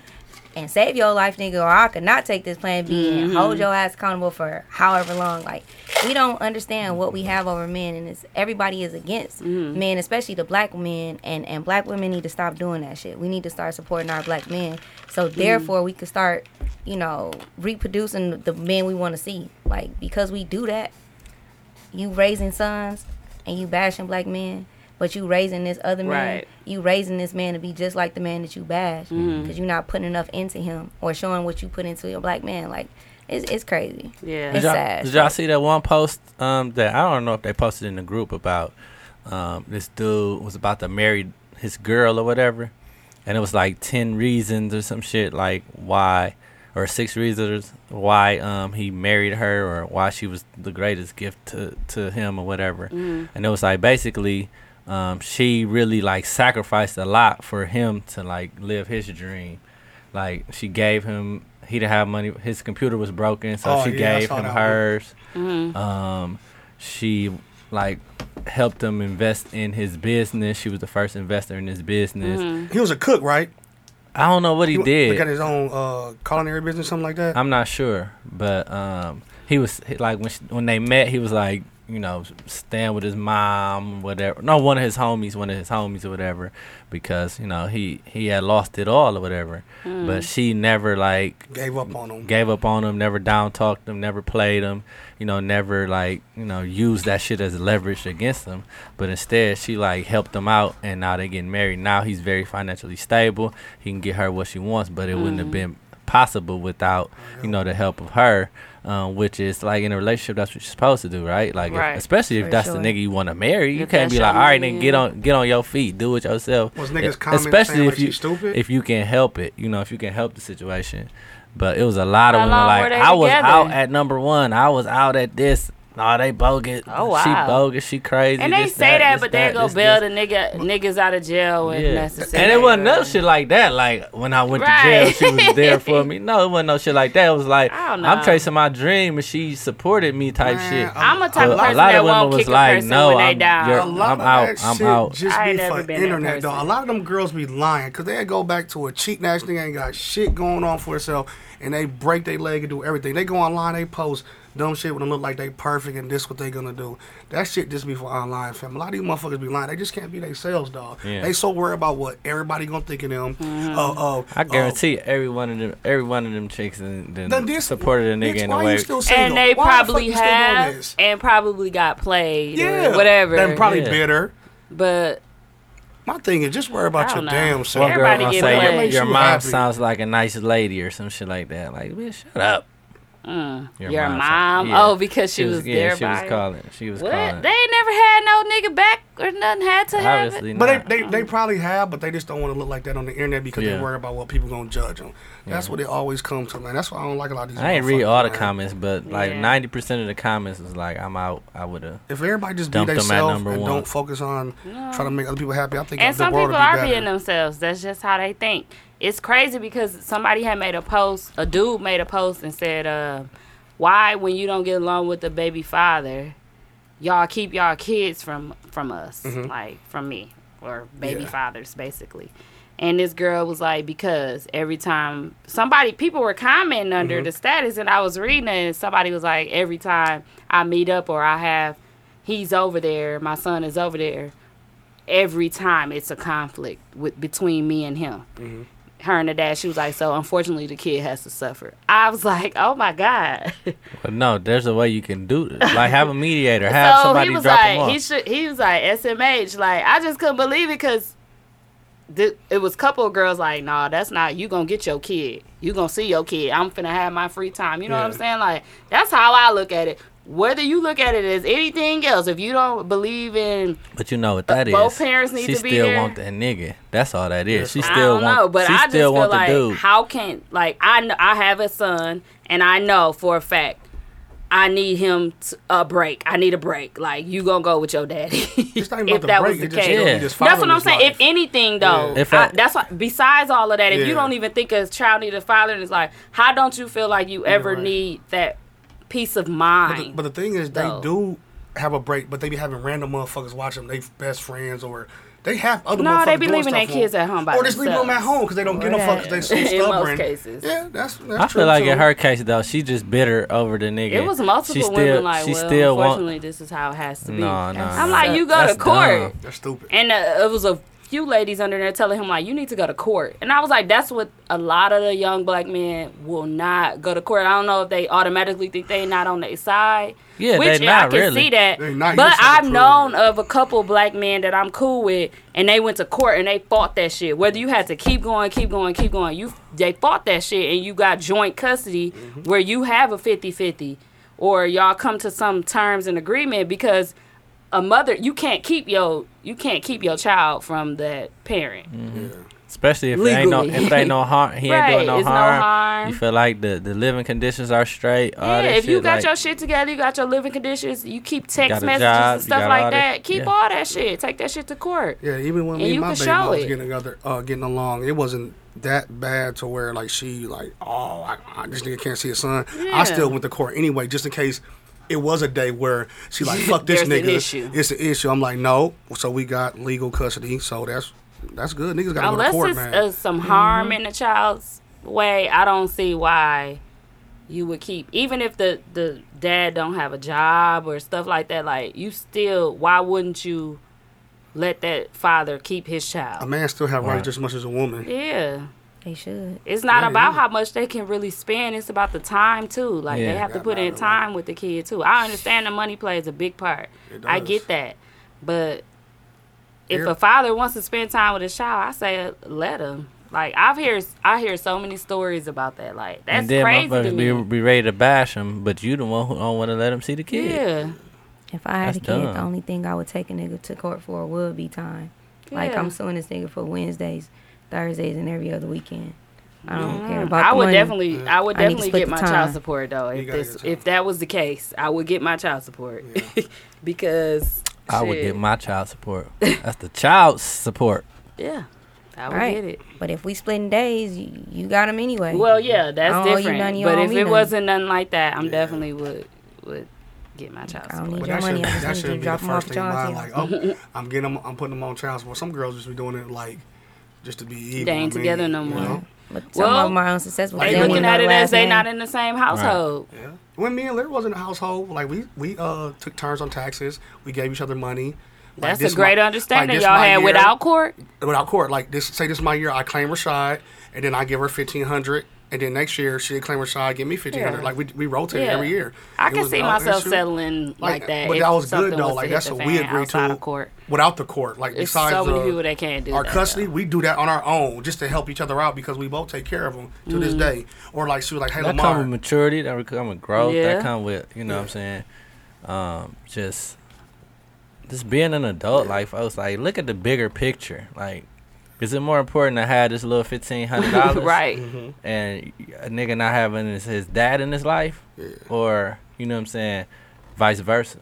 [SPEAKER 2] and save your life, nigga, or I could not take this plan B and hold your ass accountable for however long. Like, we don't understand what we have over men, and it's everybody is against men, especially the black men, and and black women need to stop doing that shit. We need to start supporting our black men, so therefore we could start, you know, reproducing the men we want to see. Like, because we do that, you raising sons and you bashing black men, but you raising this other man,
[SPEAKER 3] Right.
[SPEAKER 2] you raising this man to be just like the man that you bash because you're not putting enough into him or showing what you put into your black man. Like, it's, it's crazy.
[SPEAKER 3] Yeah.
[SPEAKER 1] Did
[SPEAKER 2] It's
[SPEAKER 1] y'all,
[SPEAKER 2] sad.
[SPEAKER 1] did y'all see that one post um, that I don't know if they posted in the group about um, this dude was about to marry his girl or whatever, and it was like ten reasons or some shit like why or six reasons why um, he married her or why she was the greatest gift to to him or whatever, and it was like basically. Um, she really like sacrificed a lot for him to like live his dream. Like she gave him, he didn't have money. His computer was broken, so
[SPEAKER 8] Oh,
[SPEAKER 1] she
[SPEAKER 8] yeah, I
[SPEAKER 1] gave
[SPEAKER 8] saw
[SPEAKER 1] him
[SPEAKER 8] that one.
[SPEAKER 1] hers. Um, she like helped him invest in his business. She was the first investor in his business.
[SPEAKER 8] He was a cook, right?
[SPEAKER 1] I don't know what he,
[SPEAKER 8] He got
[SPEAKER 1] did. Uh,
[SPEAKER 8] his own uh, culinary business, something like that.
[SPEAKER 1] I'm not sure, but um, he was he- like when she, when they met, he was like you know staying with his mom, whatever. No, one of his homies, one of his homies or whatever, because you know he he had lost it all or whatever. But she never like
[SPEAKER 8] Gave up on him.
[SPEAKER 1] gave up on him, never down talked him, never played him, you know, never like, you know, used that shit as leverage against him. But instead she like helped him out and now they getting married. Now he's very financially stable. He can get her what she wants, but it wouldn't have
[SPEAKER 3] Mm-hmm.
[SPEAKER 1] been possible without, you know, the help of her. Um, which is like in a relationship that's what you're supposed to do, right? Like if-
[SPEAKER 3] Right.
[SPEAKER 1] especially if
[SPEAKER 2] For
[SPEAKER 1] that's
[SPEAKER 2] sure.
[SPEAKER 1] the nigga you wanna marry. You
[SPEAKER 3] If
[SPEAKER 1] can't
[SPEAKER 3] that's
[SPEAKER 1] be like,
[SPEAKER 3] your
[SPEAKER 1] All right then
[SPEAKER 3] man."
[SPEAKER 1] get on get on your feet, do it yourself.
[SPEAKER 8] Was
[SPEAKER 1] E-
[SPEAKER 8] niggas commenting saying, like,
[SPEAKER 1] you
[SPEAKER 8] she stupid?
[SPEAKER 1] if you can help it, you know, if you can help the situation. But it was a lot of
[SPEAKER 3] How
[SPEAKER 1] women
[SPEAKER 3] long
[SPEAKER 1] like
[SPEAKER 3] were they
[SPEAKER 1] I was
[SPEAKER 3] together?
[SPEAKER 1] out at number one. I was out at this. Oh, they bogus.
[SPEAKER 3] Oh, wow.
[SPEAKER 1] She bogus. She crazy.
[SPEAKER 3] And they
[SPEAKER 1] this,
[SPEAKER 3] say that,
[SPEAKER 1] this,
[SPEAKER 3] but they go
[SPEAKER 1] this,
[SPEAKER 3] bail
[SPEAKER 1] this.
[SPEAKER 3] the nigga niggas out of jail when
[SPEAKER 1] Yeah.
[SPEAKER 3] necessary.
[SPEAKER 1] And it wasn't no shit like that. Like when I went
[SPEAKER 3] Right.
[SPEAKER 1] to jail, she was
[SPEAKER 3] [LAUGHS]
[SPEAKER 1] there for me. No, it wasn't no shit like that. It was like
[SPEAKER 3] I don't
[SPEAKER 1] I'm
[SPEAKER 3] know.
[SPEAKER 1] chasing my dream, and she supported me type
[SPEAKER 8] Man,
[SPEAKER 1] shit.
[SPEAKER 8] I'm
[SPEAKER 3] I'm a type
[SPEAKER 1] But
[SPEAKER 3] of person that won't kick a person when they
[SPEAKER 1] I'm, you're-
[SPEAKER 3] down.
[SPEAKER 8] A lot
[SPEAKER 1] I'm
[SPEAKER 8] of
[SPEAKER 1] out.
[SPEAKER 8] that
[SPEAKER 1] I'm
[SPEAKER 8] shit
[SPEAKER 1] out.
[SPEAKER 8] just
[SPEAKER 3] I
[SPEAKER 8] be
[SPEAKER 3] ain't never
[SPEAKER 8] for
[SPEAKER 3] been that
[SPEAKER 8] internet, though. A
[SPEAKER 3] person.
[SPEAKER 8] lot of them girls be lying because they go back to a cheating ass nigga ain't got shit going on for herself, and they break their leg and do everything. They go online, they post dumb shit when it look like they perfect, and this what they gonna do. That shit just be for online, fam. A lot of these motherfuckers be lying. They just can't be themselves, dog.
[SPEAKER 1] Yeah.
[SPEAKER 8] They so worried about what everybody gonna think of them.
[SPEAKER 3] Mm-hmm.
[SPEAKER 8] Uh, uh,
[SPEAKER 1] I
[SPEAKER 8] uh,
[SPEAKER 1] guarantee every one of them, every one of them chicks, and then
[SPEAKER 8] then this-
[SPEAKER 1] supported a
[SPEAKER 8] bitch,
[SPEAKER 1] nigga in
[SPEAKER 8] why
[SPEAKER 1] a
[SPEAKER 8] you
[SPEAKER 1] way.
[SPEAKER 8] still
[SPEAKER 3] And
[SPEAKER 8] single?
[SPEAKER 3] they
[SPEAKER 8] Why the fuck
[SPEAKER 3] probably
[SPEAKER 8] you still doing
[SPEAKER 3] have
[SPEAKER 8] this?
[SPEAKER 3] and probably got played
[SPEAKER 8] Yeah,
[SPEAKER 3] or whatever.
[SPEAKER 8] Then probably
[SPEAKER 1] Yeah.
[SPEAKER 8] bitter.
[SPEAKER 3] but
[SPEAKER 8] My thing is just worry about
[SPEAKER 3] I
[SPEAKER 8] your
[SPEAKER 3] don't know.
[SPEAKER 8] damn self.
[SPEAKER 1] One girl
[SPEAKER 3] Everybody
[SPEAKER 1] gonna
[SPEAKER 3] get
[SPEAKER 1] say
[SPEAKER 3] played.
[SPEAKER 1] your,
[SPEAKER 8] Makes
[SPEAKER 1] your
[SPEAKER 8] you
[SPEAKER 1] mom
[SPEAKER 8] happy.
[SPEAKER 1] sounds like a nice lady or some shit like that. Like, bitch, shut up.
[SPEAKER 3] Mm. your,
[SPEAKER 1] sound-
[SPEAKER 3] mom,
[SPEAKER 1] yeah.
[SPEAKER 3] oh, because she, was,
[SPEAKER 1] yeah,
[SPEAKER 3] there
[SPEAKER 1] she
[SPEAKER 3] by
[SPEAKER 1] was calling. She was
[SPEAKER 3] What?
[SPEAKER 1] calling.
[SPEAKER 3] They ain't never had no nigga back or nothing had to have it.
[SPEAKER 1] Obviously, not.
[SPEAKER 8] But they, they, they probably have, but they just don't want to look like that on the internet because
[SPEAKER 1] Yeah.
[SPEAKER 8] they worry about what people gonna judge them. That's what it always comes to, man. That's why I don't like a lot of these.
[SPEAKER 1] I ain't read
[SPEAKER 8] motherfuckers,
[SPEAKER 1] all the
[SPEAKER 8] man.
[SPEAKER 1] comments, but like
[SPEAKER 3] Yeah.
[SPEAKER 1] ninety percent of the comments was like, "I'm out. I would have."
[SPEAKER 8] If everybody just be
[SPEAKER 1] Dumped 'em at
[SPEAKER 8] themselves and
[SPEAKER 1] number one.
[SPEAKER 8] don't focus on trying to make other people happy, I think
[SPEAKER 3] And
[SPEAKER 8] the
[SPEAKER 3] some
[SPEAKER 8] world
[SPEAKER 3] people
[SPEAKER 8] will be
[SPEAKER 3] are
[SPEAKER 8] better.
[SPEAKER 3] being themselves. That's just how they think. It's crazy because somebody had made a post, a dude made a post and said, uh, why when you don't get along with the baby father, y'all keep y'all kids from from us, like from me or baby
[SPEAKER 8] Mm-hmm. Yeah.
[SPEAKER 3] fathers basically. And this girl was like, because every time somebody, people were commenting under
[SPEAKER 8] Mm-hmm.
[SPEAKER 3] the status, and I was reading it, and somebody was like, every time I meet up or I have, he's over there, my son is over there, every time it's a conflict with between me and him.
[SPEAKER 1] Mm-hmm.
[SPEAKER 3] Her and the dad, she was like, so unfortunately, the kid has to suffer. I was like, oh my god.
[SPEAKER 1] But no, there's a way you can do this. [LAUGHS] Like have
[SPEAKER 3] [LAUGHS]
[SPEAKER 1] a mediator, have somebody
[SPEAKER 3] he was
[SPEAKER 1] drop them
[SPEAKER 3] like,
[SPEAKER 1] off.
[SPEAKER 3] he should, he was like, SMH. Like, I just couldn't believe it because it was couple of girls like, nah, that's not. You gonna get your kid. You gonna see your kid. I'm finna have my free time. You know what I'm
[SPEAKER 8] Yeah.
[SPEAKER 3] saying? Like, that's how I look at it. Whether you look at it as anything else, if you don't believe in,
[SPEAKER 1] But you know what that is.
[SPEAKER 3] both parents need
[SPEAKER 1] she
[SPEAKER 3] to be
[SPEAKER 1] still
[SPEAKER 3] there.
[SPEAKER 1] want that nigga. That's all that is. She
[SPEAKER 3] I
[SPEAKER 1] still
[SPEAKER 3] don't know,
[SPEAKER 1] want.
[SPEAKER 3] but
[SPEAKER 1] she
[SPEAKER 3] I just
[SPEAKER 1] still
[SPEAKER 3] feel
[SPEAKER 1] want
[SPEAKER 3] like
[SPEAKER 1] the dude.
[SPEAKER 3] how can like I kn- I have a son and I know for a fact I need him to, a break. I need a break. Like you gonna go with your daddy [LAUGHS]
[SPEAKER 8] It's not even
[SPEAKER 3] if
[SPEAKER 8] about the
[SPEAKER 3] that
[SPEAKER 8] break,
[SPEAKER 3] was the
[SPEAKER 8] it just-
[SPEAKER 1] Yeah.
[SPEAKER 3] case.
[SPEAKER 8] he
[SPEAKER 3] That's
[SPEAKER 8] just
[SPEAKER 3] what
[SPEAKER 8] following
[SPEAKER 3] I'm
[SPEAKER 8] his
[SPEAKER 3] saying. If
[SPEAKER 8] life.
[SPEAKER 3] anything though,
[SPEAKER 1] If
[SPEAKER 3] I-
[SPEAKER 1] I-
[SPEAKER 3] that's why. Besides all of that, if you
[SPEAKER 8] Yeah.
[SPEAKER 3] don't even think a child need a father, and it's like, how don't you feel like you ever
[SPEAKER 8] right.
[SPEAKER 3] need that peace of
[SPEAKER 8] But the,
[SPEAKER 3] mind?
[SPEAKER 8] but the thing is, they
[SPEAKER 3] though.
[SPEAKER 8] do have a break, but they be having random motherfuckers watch them. They best friends or They have other
[SPEAKER 3] No, they
[SPEAKER 8] motherfuckers
[SPEAKER 3] be
[SPEAKER 8] doing
[SPEAKER 3] leaving their
[SPEAKER 8] stuff for
[SPEAKER 3] kids
[SPEAKER 8] them.
[SPEAKER 3] at home by
[SPEAKER 8] Or just leave them at
[SPEAKER 3] themselves.
[SPEAKER 8] home because they don't give a fuck
[SPEAKER 2] Right.
[SPEAKER 8] because they
[SPEAKER 3] [LAUGHS]
[SPEAKER 8] so
[SPEAKER 3] In most
[SPEAKER 8] stubborn.
[SPEAKER 3] cases.
[SPEAKER 8] Yeah, that's, that's
[SPEAKER 1] I
[SPEAKER 8] true
[SPEAKER 1] feel like
[SPEAKER 8] too.
[SPEAKER 1] in her case though, she just bitter over the nigga.
[SPEAKER 3] It was multiple
[SPEAKER 1] she still,
[SPEAKER 3] women like,
[SPEAKER 1] she
[SPEAKER 3] well,
[SPEAKER 1] still
[SPEAKER 3] unfortunately,
[SPEAKER 1] want.
[SPEAKER 3] this is how it has to be.
[SPEAKER 1] No, no.
[SPEAKER 3] I'm like, you go to
[SPEAKER 1] That's
[SPEAKER 3] court,
[SPEAKER 1] dumb.
[SPEAKER 8] They're stupid.
[SPEAKER 3] and uh, it was a few ladies under there telling him like, you need to go to court, and I was like, that's what a lot of the young black men will not go to court. I don't know if they automatically think they not on their side.
[SPEAKER 1] Yeah,
[SPEAKER 3] which
[SPEAKER 1] they
[SPEAKER 3] yeah, I
[SPEAKER 1] not
[SPEAKER 3] can
[SPEAKER 1] really.
[SPEAKER 3] see that.
[SPEAKER 8] They not,
[SPEAKER 3] But
[SPEAKER 8] you said
[SPEAKER 3] I've
[SPEAKER 8] it,
[SPEAKER 3] known of a couple black men that I'm cool with, and they went to court and they fought that shit. Whether you had to keep going, keep going, keep going, you they fought that shit, and you got joint custody
[SPEAKER 8] Mm-hmm.
[SPEAKER 3] where you have a 50-50, or y'all come to some terms and agreement because a mother you can't keep your you can't keep your child from that parent.
[SPEAKER 1] Mm. Especially if there ain't no
[SPEAKER 3] Legally.
[SPEAKER 1] if there ain't no harm, he
[SPEAKER 3] [LAUGHS]
[SPEAKER 1] ain't
[SPEAKER 3] Right,
[SPEAKER 1] doing no
[SPEAKER 3] it's no
[SPEAKER 1] harm.
[SPEAKER 3] harm.
[SPEAKER 1] You feel like the, the living conditions are straight. all
[SPEAKER 3] yeah,
[SPEAKER 1] that
[SPEAKER 3] if you
[SPEAKER 1] shit,
[SPEAKER 3] got
[SPEAKER 1] like-
[SPEAKER 3] your shit together, you got your living conditions, you keep
[SPEAKER 1] got
[SPEAKER 3] text
[SPEAKER 1] a
[SPEAKER 3] messages
[SPEAKER 1] job,
[SPEAKER 3] and
[SPEAKER 1] you
[SPEAKER 3] stuff
[SPEAKER 1] got all
[SPEAKER 3] like that.
[SPEAKER 1] that-
[SPEAKER 3] Keep
[SPEAKER 1] yeah.
[SPEAKER 3] all that shit. Take that shit to court.
[SPEAKER 8] Yeah, even when
[SPEAKER 3] And you
[SPEAKER 8] me and my
[SPEAKER 3] can
[SPEAKER 8] baby
[SPEAKER 3] show
[SPEAKER 8] mom was
[SPEAKER 3] it.
[SPEAKER 8] getting together, uh, getting along, it wasn't that bad to where like she like, oh, I, I, this nigga can't see his son.
[SPEAKER 3] Yeah.
[SPEAKER 8] I still went to court anyway, just in case it was a day where
[SPEAKER 3] [LAUGHS]
[SPEAKER 8] she like, fuck this
[SPEAKER 3] There's an
[SPEAKER 8] nigga,
[SPEAKER 3] issue.
[SPEAKER 8] it's an issue. I'm like, no, so we got legal custody, so that's that's good. Niggas gotta
[SPEAKER 3] Unless
[SPEAKER 8] go to court,
[SPEAKER 3] it's
[SPEAKER 8] man.
[SPEAKER 3] uh, some harm in the child's way, I don't see why you would keep. Even if the the dad don't have a job or stuff like that, like you still, why wouldn't you let that father keep his
[SPEAKER 8] a
[SPEAKER 3] child?
[SPEAKER 8] man still have rights just as much as a woman.
[SPEAKER 3] Yeah.
[SPEAKER 2] They should.
[SPEAKER 3] It's not
[SPEAKER 8] Yeah,
[SPEAKER 3] about
[SPEAKER 8] yeah.
[SPEAKER 3] how much they can really spend. It's about the time too. Like
[SPEAKER 1] Yeah.
[SPEAKER 3] they have to
[SPEAKER 8] Got
[SPEAKER 3] put in
[SPEAKER 8] mine,
[SPEAKER 3] time with the kid too. I understand the money plays a big part.
[SPEAKER 8] It
[SPEAKER 3] I
[SPEAKER 8] does.
[SPEAKER 3] get that, but if
[SPEAKER 8] Yeah.
[SPEAKER 3] a father wants to spend time with his child, I say uh, let him. Like I've hear I hear so many stories about that. Like that's
[SPEAKER 1] and then
[SPEAKER 3] crazy to
[SPEAKER 1] motherfuckers be,
[SPEAKER 3] me.
[SPEAKER 1] be ready to bash him, but you the one who don't want to let him see the kid.
[SPEAKER 3] Yeah,
[SPEAKER 2] If I had
[SPEAKER 1] That's
[SPEAKER 2] a kid, the
[SPEAKER 1] dumb.
[SPEAKER 2] only thing I would take a nigga to court for would be time. Like
[SPEAKER 3] Yeah.
[SPEAKER 2] I'm suing this nigga for Wednesdays, Thursdays, and every other weekend. I don't care about.
[SPEAKER 3] Mm-hmm. Mm. I
[SPEAKER 2] the
[SPEAKER 3] would
[SPEAKER 2] money.
[SPEAKER 3] definitely, I would
[SPEAKER 2] I need to
[SPEAKER 3] definitely
[SPEAKER 2] split
[SPEAKER 3] get
[SPEAKER 2] the
[SPEAKER 3] my
[SPEAKER 2] time.
[SPEAKER 3] child support though. If
[SPEAKER 8] gotta
[SPEAKER 3] this,
[SPEAKER 8] get time.
[SPEAKER 3] if that was the case, I would get my child support [LAUGHS] because
[SPEAKER 1] I would
[SPEAKER 3] shit,
[SPEAKER 1] get my child support. That's the child support.
[SPEAKER 3] yeah, I would
[SPEAKER 2] Right.
[SPEAKER 3] get it.
[SPEAKER 2] But if we splitting days, you, you got him anyway.
[SPEAKER 3] Well, yeah, that's
[SPEAKER 2] I don't owe you
[SPEAKER 3] different.
[SPEAKER 2] none, you
[SPEAKER 3] but
[SPEAKER 2] don't owe
[SPEAKER 3] if
[SPEAKER 2] me
[SPEAKER 3] it
[SPEAKER 2] none.
[SPEAKER 3] wasn't nothing like that, I'm definitely would would get my child
[SPEAKER 2] I don't
[SPEAKER 3] support.
[SPEAKER 2] need
[SPEAKER 8] But
[SPEAKER 2] your
[SPEAKER 8] that
[SPEAKER 2] money.
[SPEAKER 8] should,
[SPEAKER 2] I just
[SPEAKER 8] that
[SPEAKER 2] need you to
[SPEAKER 8] should be the
[SPEAKER 2] drop him off
[SPEAKER 8] first
[SPEAKER 2] at
[SPEAKER 8] thing in mind.
[SPEAKER 2] John's
[SPEAKER 8] Like,
[SPEAKER 2] house.
[SPEAKER 8] oh,
[SPEAKER 3] [LAUGHS]
[SPEAKER 8] I'm getting them, I'm putting them on child support. Some girls just be doing it like just to be evil.
[SPEAKER 3] They
[SPEAKER 8] I
[SPEAKER 3] ain't
[SPEAKER 8] mean,
[SPEAKER 3] together no
[SPEAKER 8] you
[SPEAKER 3] more.
[SPEAKER 8] know?
[SPEAKER 2] But some
[SPEAKER 3] Well,
[SPEAKER 2] of them are unsuccessful.
[SPEAKER 8] like,
[SPEAKER 2] they
[SPEAKER 3] They
[SPEAKER 2] don't
[SPEAKER 3] looking
[SPEAKER 2] even
[SPEAKER 3] at
[SPEAKER 2] know
[SPEAKER 3] it
[SPEAKER 2] the
[SPEAKER 3] as
[SPEAKER 2] last
[SPEAKER 3] they
[SPEAKER 2] name.
[SPEAKER 3] not in the same household.
[SPEAKER 8] Yeah. When me and Larry was in the household, like we we uh took turns on taxes. We gave each other money. Like,
[SPEAKER 3] That's
[SPEAKER 8] this
[SPEAKER 3] a great
[SPEAKER 8] my-
[SPEAKER 3] understanding
[SPEAKER 8] like, this
[SPEAKER 3] y'all
[SPEAKER 8] my
[SPEAKER 3] had
[SPEAKER 8] year-
[SPEAKER 3] without court.
[SPEAKER 8] [LAUGHS] without court. Like this, say this my year, I claim Rashad, and then I give her fifteen hundred, and then next year she claim Rashad, give me fifteen hundred.
[SPEAKER 3] Yeah.
[SPEAKER 8] Like we we rotate
[SPEAKER 3] Yeah.
[SPEAKER 8] every year.
[SPEAKER 3] I
[SPEAKER 8] It
[SPEAKER 3] can
[SPEAKER 8] was
[SPEAKER 3] see
[SPEAKER 8] all- and
[SPEAKER 3] myself
[SPEAKER 8] shoot.
[SPEAKER 3] settling like, that.
[SPEAKER 8] But
[SPEAKER 3] if
[SPEAKER 8] that was good
[SPEAKER 3] something
[SPEAKER 8] though.
[SPEAKER 3] was to
[SPEAKER 8] Like
[SPEAKER 3] hit
[SPEAKER 8] that's
[SPEAKER 3] the
[SPEAKER 8] what we
[SPEAKER 3] fan
[SPEAKER 8] agreed
[SPEAKER 3] outside
[SPEAKER 8] to.
[SPEAKER 3] of court.
[SPEAKER 8] Without the court, like
[SPEAKER 3] There's
[SPEAKER 8] besides
[SPEAKER 3] so many
[SPEAKER 8] uh,
[SPEAKER 3] people that can't do
[SPEAKER 8] our
[SPEAKER 3] that,
[SPEAKER 8] custody, we do that on our own just to help each other out because we both take care of them to
[SPEAKER 3] Mm.
[SPEAKER 8] this day. Or like she was like, hey
[SPEAKER 1] That
[SPEAKER 8] Lamar,
[SPEAKER 1] come with maturity. That would come with growth.
[SPEAKER 3] Yeah.
[SPEAKER 1] That come with you know what I'm saying. Um, just just being an adult. Like I was like, look at the bigger picture. Like, is it more important to have this little fifteen hundred dollars,
[SPEAKER 3] [LAUGHS]
[SPEAKER 8] [LAUGHS]
[SPEAKER 3] right.
[SPEAKER 1] And a nigga not having his, his dad in his life, or you know what I'm saying, vice versa.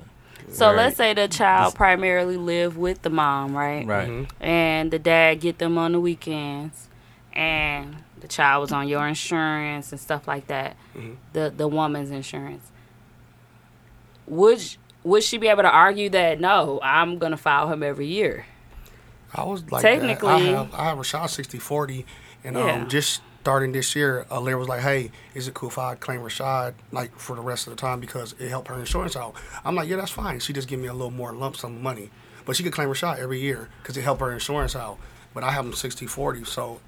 [SPEAKER 3] So
[SPEAKER 1] Right.
[SPEAKER 3] let's say the child primarily live with the mom, right? Mm-hmm.
[SPEAKER 1] Right.
[SPEAKER 3] and the dad get them on the weekends and the child was on your insurance and stuff like that
[SPEAKER 8] Mm-hmm.
[SPEAKER 3] the the woman's insurance would sh- would she be able to argue that no i'm gonna file him every year
[SPEAKER 8] I was like,
[SPEAKER 3] Technically-
[SPEAKER 8] that. I have, I have Rashad 60 40, and
[SPEAKER 3] Yeah.
[SPEAKER 8] um, just starting this year, uh, Larry was like, hey, is it cool if I claim Rashad like for the rest of the time because it helped her insurance out? I'm like, yeah, that's fine. She just give me a little more lump sum of money, but she could claim Rashad every year because it helped her insurance out. But I have him 60 40, so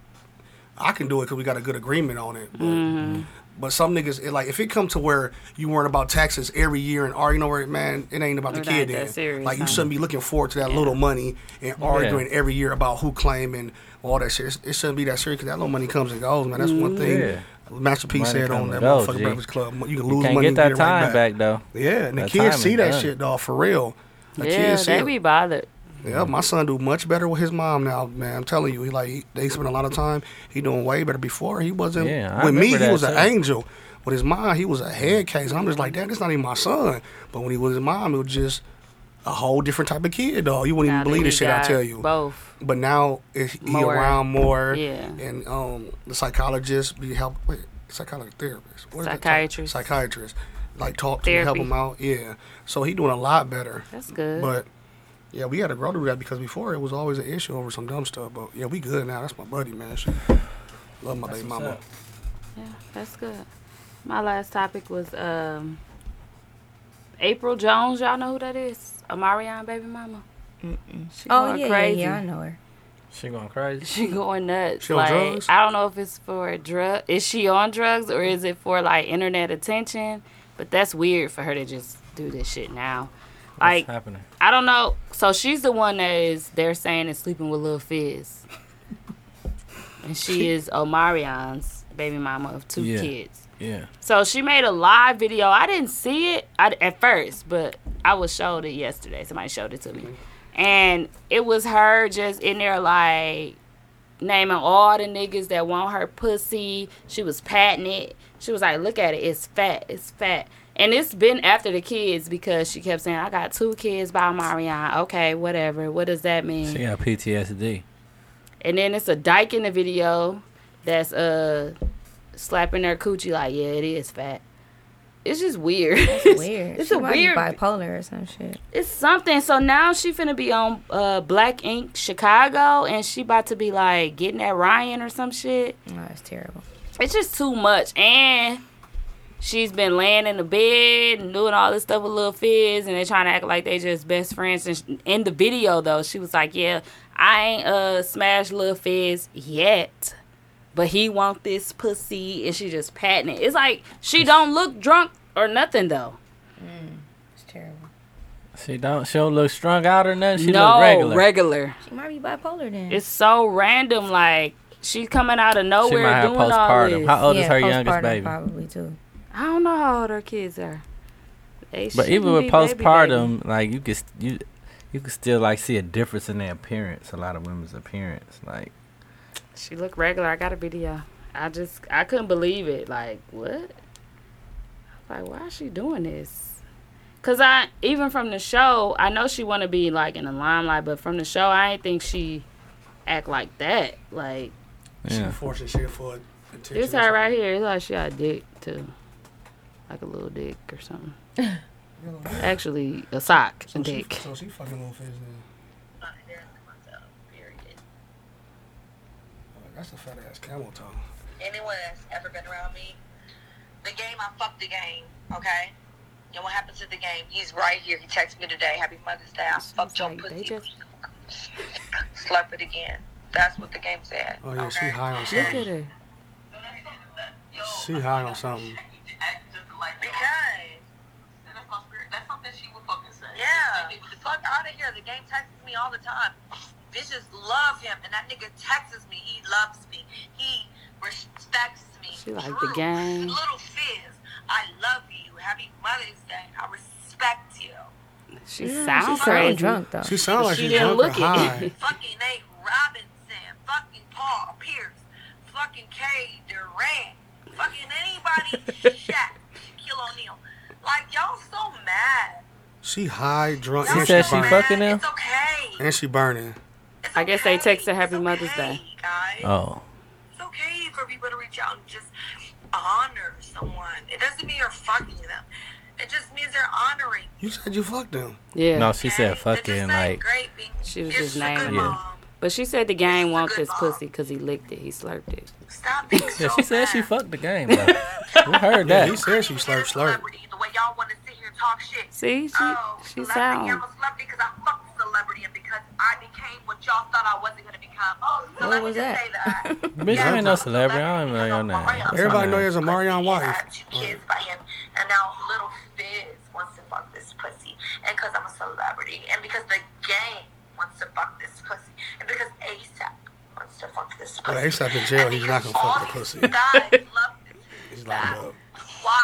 [SPEAKER 8] I can do it because we got a good agreement on it. But,
[SPEAKER 3] Mm-hmm.
[SPEAKER 8] but some niggas, it, like, if it come to where you worrying about taxes every year and "Oh, arguing over it, man, it ain't about the
[SPEAKER 3] It ain't
[SPEAKER 8] kid.
[SPEAKER 3] that
[SPEAKER 8] Then.
[SPEAKER 3] serious,
[SPEAKER 8] like, you
[SPEAKER 3] huh?
[SPEAKER 8] shouldn't be looking forward to that little money and arguing every year about who claiming all that shit. It shouldn't be that serious because that little money comes and goes, man. That's one thing.
[SPEAKER 1] Yeah.
[SPEAKER 8] Master P
[SPEAKER 1] Money
[SPEAKER 8] said
[SPEAKER 1] come
[SPEAKER 8] on
[SPEAKER 1] and
[SPEAKER 8] that
[SPEAKER 1] go,
[SPEAKER 8] motherfucking
[SPEAKER 1] G.
[SPEAKER 8] Breakfast Club, you can
[SPEAKER 1] You
[SPEAKER 8] lose
[SPEAKER 1] can't
[SPEAKER 8] money
[SPEAKER 1] get
[SPEAKER 8] and
[SPEAKER 1] that
[SPEAKER 8] it
[SPEAKER 1] time
[SPEAKER 8] right
[SPEAKER 1] back. though.
[SPEAKER 8] Yeah, and the
[SPEAKER 1] That
[SPEAKER 8] kids
[SPEAKER 1] time
[SPEAKER 8] see
[SPEAKER 1] is
[SPEAKER 8] that
[SPEAKER 1] done.
[SPEAKER 8] shit, dog, for real. The
[SPEAKER 3] yeah
[SPEAKER 8] kids see
[SPEAKER 3] they
[SPEAKER 8] it.
[SPEAKER 3] be bothered
[SPEAKER 8] Yeah,
[SPEAKER 1] Mm-hmm.
[SPEAKER 8] my son do much better with his mom now, man. I'm telling you, he like he, they spend a lot of time. He doing way better. Before he wasn't
[SPEAKER 1] Yeah, I
[SPEAKER 8] with me,
[SPEAKER 1] remember
[SPEAKER 8] he
[SPEAKER 1] that,
[SPEAKER 8] was an
[SPEAKER 1] too.
[SPEAKER 8] angel. With his mom, he was a head case. And I'm just like, damn, that's not even my son. But when he was his mom, it was just a whole different type of kid, dog. You wouldn't
[SPEAKER 3] Now
[SPEAKER 8] even
[SPEAKER 3] that
[SPEAKER 8] believe
[SPEAKER 3] he
[SPEAKER 8] the shit I
[SPEAKER 3] got
[SPEAKER 8] tell you.
[SPEAKER 3] both
[SPEAKER 8] But now it, he
[SPEAKER 3] More.
[SPEAKER 8] around more,
[SPEAKER 3] Yeah.
[SPEAKER 8] and um, the psychologist be help. Wait, psychology therapist, What is that?
[SPEAKER 3] Psychiatrist.
[SPEAKER 8] psychiatrist, like talk to him, help
[SPEAKER 3] Therapy.
[SPEAKER 8] him out. Yeah, so he doing a lot better.
[SPEAKER 3] That's good.
[SPEAKER 8] But Yeah, we had to grow through that because before it was always an issue over some dumb stuff. But yeah, we good now. That's my buddy, man. Shit. Love my baby mama.
[SPEAKER 3] Yeah, that's good. My last topic was um, April Jones. Y'all know who that is? Amarion baby mama. She
[SPEAKER 2] Oh
[SPEAKER 3] going
[SPEAKER 2] yeah,
[SPEAKER 3] crazy.
[SPEAKER 2] yeah, yeah, I know
[SPEAKER 3] [LAUGHS]
[SPEAKER 2] her.
[SPEAKER 1] She going crazy.
[SPEAKER 3] She going nuts.
[SPEAKER 8] She on
[SPEAKER 3] like
[SPEAKER 8] drugs?
[SPEAKER 3] I don't know if it's for drug. Is she on drugs or is it for like internet attention? But that's weird for her to just do this shit now.
[SPEAKER 1] What's
[SPEAKER 3] Like
[SPEAKER 1] happening?
[SPEAKER 3] I don't know. So she's the one that is they're saying is sleeping with Lil
[SPEAKER 8] [LAUGHS]
[SPEAKER 3] Fizz, and she is Omarion's baby mama of two
[SPEAKER 1] Yeah.
[SPEAKER 3] kids.
[SPEAKER 1] Yeah.
[SPEAKER 3] So she made a live video. I didn't see it I, at first, but I was showed it yesterday. Somebody showed it to me. And it was her just in there, like, naming all the niggas that want her pussy. She was patting it. She was like, look at it. It's fat. It's fat. And it's been after the kids because she kept saying, I got two kids by Marion. Okay, whatever. What does that mean?
[SPEAKER 1] She got PTSD.
[SPEAKER 3] And then it's a dyke in the video that's uh slapping her coochie like, yeah, it is fat. It's just weird. [LAUGHS] It's
[SPEAKER 2] Weird.
[SPEAKER 3] It's
[SPEAKER 2] she
[SPEAKER 3] a
[SPEAKER 2] might be
[SPEAKER 3] weird.
[SPEAKER 2] bipolar or some shit.
[SPEAKER 3] It's something. So now she finna be on uh Black Ink Chicago, and she about to be like getting at Ryan or some shit.
[SPEAKER 2] No, it's terrible.
[SPEAKER 3] It's just too much. And she's been laying in the bed and doing all this stuff with Lil Fizz, and they're trying to act like they just best friends. And sh in the video, though, she was like, "Yeah, I ain't uh smashed Lil Fizz yet." But he want this pussy, and she just patting it. It's like she don't look drunk or nothing though.
[SPEAKER 2] It's terrible.
[SPEAKER 1] She don't. She don't look strung out or nothing. She
[SPEAKER 3] no,
[SPEAKER 1] look regular.
[SPEAKER 3] regular.
[SPEAKER 2] She might be bipolar then.
[SPEAKER 3] It's so random. Like she's coming out of
[SPEAKER 1] she
[SPEAKER 3] nowhere
[SPEAKER 1] might have
[SPEAKER 3] Oh, doing all this.
[SPEAKER 1] postpartum. How old
[SPEAKER 2] yeah,
[SPEAKER 1] is Oh, her youngest
[SPEAKER 2] postpartum
[SPEAKER 1] baby?
[SPEAKER 2] Probably too.
[SPEAKER 3] I don't know how old her kids are. They
[SPEAKER 1] But even
[SPEAKER 3] shouldn't
[SPEAKER 1] with
[SPEAKER 3] be baby babies.
[SPEAKER 1] postpartum, like you could st- you you could still like see a difference in their appearance. A lot of women's appearance, like
[SPEAKER 3] She looked regular. I got a video. uh, I just I couldn't believe it. Like what? I was like, why is she doing this? Cause I even from the show, I know she want to be like in the limelight, but from the show, I ain't think she act like that. Like
[SPEAKER 1] yeah.
[SPEAKER 8] She forcing shit for attention.
[SPEAKER 3] this her right here. It's like she got a dick too, like a little dick or something. Actually, a sock, a
[SPEAKER 8] So she,
[SPEAKER 3] dick.
[SPEAKER 8] so she fucking little fizz then. Oh, That's a fat ass camel toe.
[SPEAKER 10] anyone that's ever been around me, the game, I fucked the game, okay? And what happens to the game? He's right here. He texted me today. Happy Mother's Day. I fucked your
[SPEAKER 3] like, they
[SPEAKER 10] pussy.
[SPEAKER 3] just-
[SPEAKER 10] [LAUGHS] Slurp it again. That's what the game said.
[SPEAKER 8] Oh yeah, she
[SPEAKER 10] okay?
[SPEAKER 8] high on
[SPEAKER 3] Look at
[SPEAKER 8] something.
[SPEAKER 3] her.
[SPEAKER 8] She high on something.
[SPEAKER 10] Because. Yeah. Fuck out of here. The game texts me all the time. Bitches love him, and that nigga texts me. He loves me. He respects me.
[SPEAKER 3] She like the game.
[SPEAKER 10] Little Fizz, I love you. Happy Mother's Day. I respect you.
[SPEAKER 3] She
[SPEAKER 2] She
[SPEAKER 3] sounds
[SPEAKER 2] sound
[SPEAKER 3] crazy.
[SPEAKER 2] drunk though.
[SPEAKER 8] She sounds like
[SPEAKER 3] She
[SPEAKER 8] she's
[SPEAKER 3] didn't
[SPEAKER 8] drunk or
[SPEAKER 3] look it.
[SPEAKER 8] high.
[SPEAKER 10] Fucking Nate Robinson. Fucking Paul Pierce. Fucking K. Durant. Fucking anybody. Shaq. Shaquille O'Neal. Like, y'all so mad.
[SPEAKER 8] She high, drunk,
[SPEAKER 10] Y'all
[SPEAKER 8] and
[SPEAKER 1] said
[SPEAKER 8] she
[SPEAKER 1] she
[SPEAKER 10] so
[SPEAKER 8] burning.
[SPEAKER 1] fucked- fucking
[SPEAKER 10] mad.
[SPEAKER 1] him?
[SPEAKER 10] It's okay.
[SPEAKER 8] and she burning.
[SPEAKER 10] It's
[SPEAKER 3] I guess they
[SPEAKER 10] okay.
[SPEAKER 3] texted Happy
[SPEAKER 10] It's
[SPEAKER 3] Mother's
[SPEAKER 10] okay,
[SPEAKER 3] Day.
[SPEAKER 10] guys.
[SPEAKER 1] oh,
[SPEAKER 10] It's okay for people to reach out and just honor someone. It doesn't mean you're fucking them. It just means they're honoring.
[SPEAKER 8] You said you fucked them.
[SPEAKER 3] Yeah.
[SPEAKER 1] no, she
[SPEAKER 10] okay?
[SPEAKER 1] said
[SPEAKER 10] They're just
[SPEAKER 1] fucking
[SPEAKER 10] saying,
[SPEAKER 1] like
[SPEAKER 10] Great being,
[SPEAKER 3] She was
[SPEAKER 10] you're
[SPEAKER 3] just
[SPEAKER 10] a good
[SPEAKER 3] naming
[SPEAKER 1] it.
[SPEAKER 10] mom.
[SPEAKER 3] But she said the gang wants
[SPEAKER 10] good
[SPEAKER 3] his
[SPEAKER 10] mom.
[SPEAKER 3] pussy because he licked it. He slurped it.
[SPEAKER 10] Stop
[SPEAKER 1] [LAUGHS]
[SPEAKER 10] being so
[SPEAKER 1] yeah. She
[SPEAKER 10] [LAUGHS]
[SPEAKER 1] said she
[SPEAKER 10] mad.
[SPEAKER 1] fucked the game. Though. we heard
[SPEAKER 8] Yeah, he
[SPEAKER 1] that.
[SPEAKER 8] said she slurp, slurp.
[SPEAKER 10] Celebrity, The way y'all want to sit here and talk shit.
[SPEAKER 3] See, she
[SPEAKER 10] oh,
[SPEAKER 3] she
[SPEAKER 10] celebrity, I'm
[SPEAKER 3] sound.
[SPEAKER 10] a celebrity because I fucked with celebrity and because I became what y'all thought I wasn't going to become. Oh, so
[SPEAKER 2] What
[SPEAKER 10] let me
[SPEAKER 2] was
[SPEAKER 10] just
[SPEAKER 2] that?
[SPEAKER 10] say that.
[SPEAKER 1] [LAUGHS] Bitch, you ain't no celebrity. I don't even know your name. What's her
[SPEAKER 8] Everybody
[SPEAKER 1] name?
[SPEAKER 8] know there's a Marion wife.
[SPEAKER 10] Got two kids by him, and now little Fizz wants to fuck this pussy, and because I'm a celebrity, and because the gang wants to fuck this pussy, and because ASAP wants to fuck this pussy.
[SPEAKER 8] Well, A$AP in jail,
[SPEAKER 10] and
[SPEAKER 8] he's not
[SPEAKER 10] because
[SPEAKER 8] gonna fuck
[SPEAKER 10] all
[SPEAKER 8] the
[SPEAKER 10] these
[SPEAKER 8] pussy.
[SPEAKER 10] Guys love this
[SPEAKER 8] He's
[SPEAKER 10] guy.
[SPEAKER 8] locked up.
[SPEAKER 10] Why?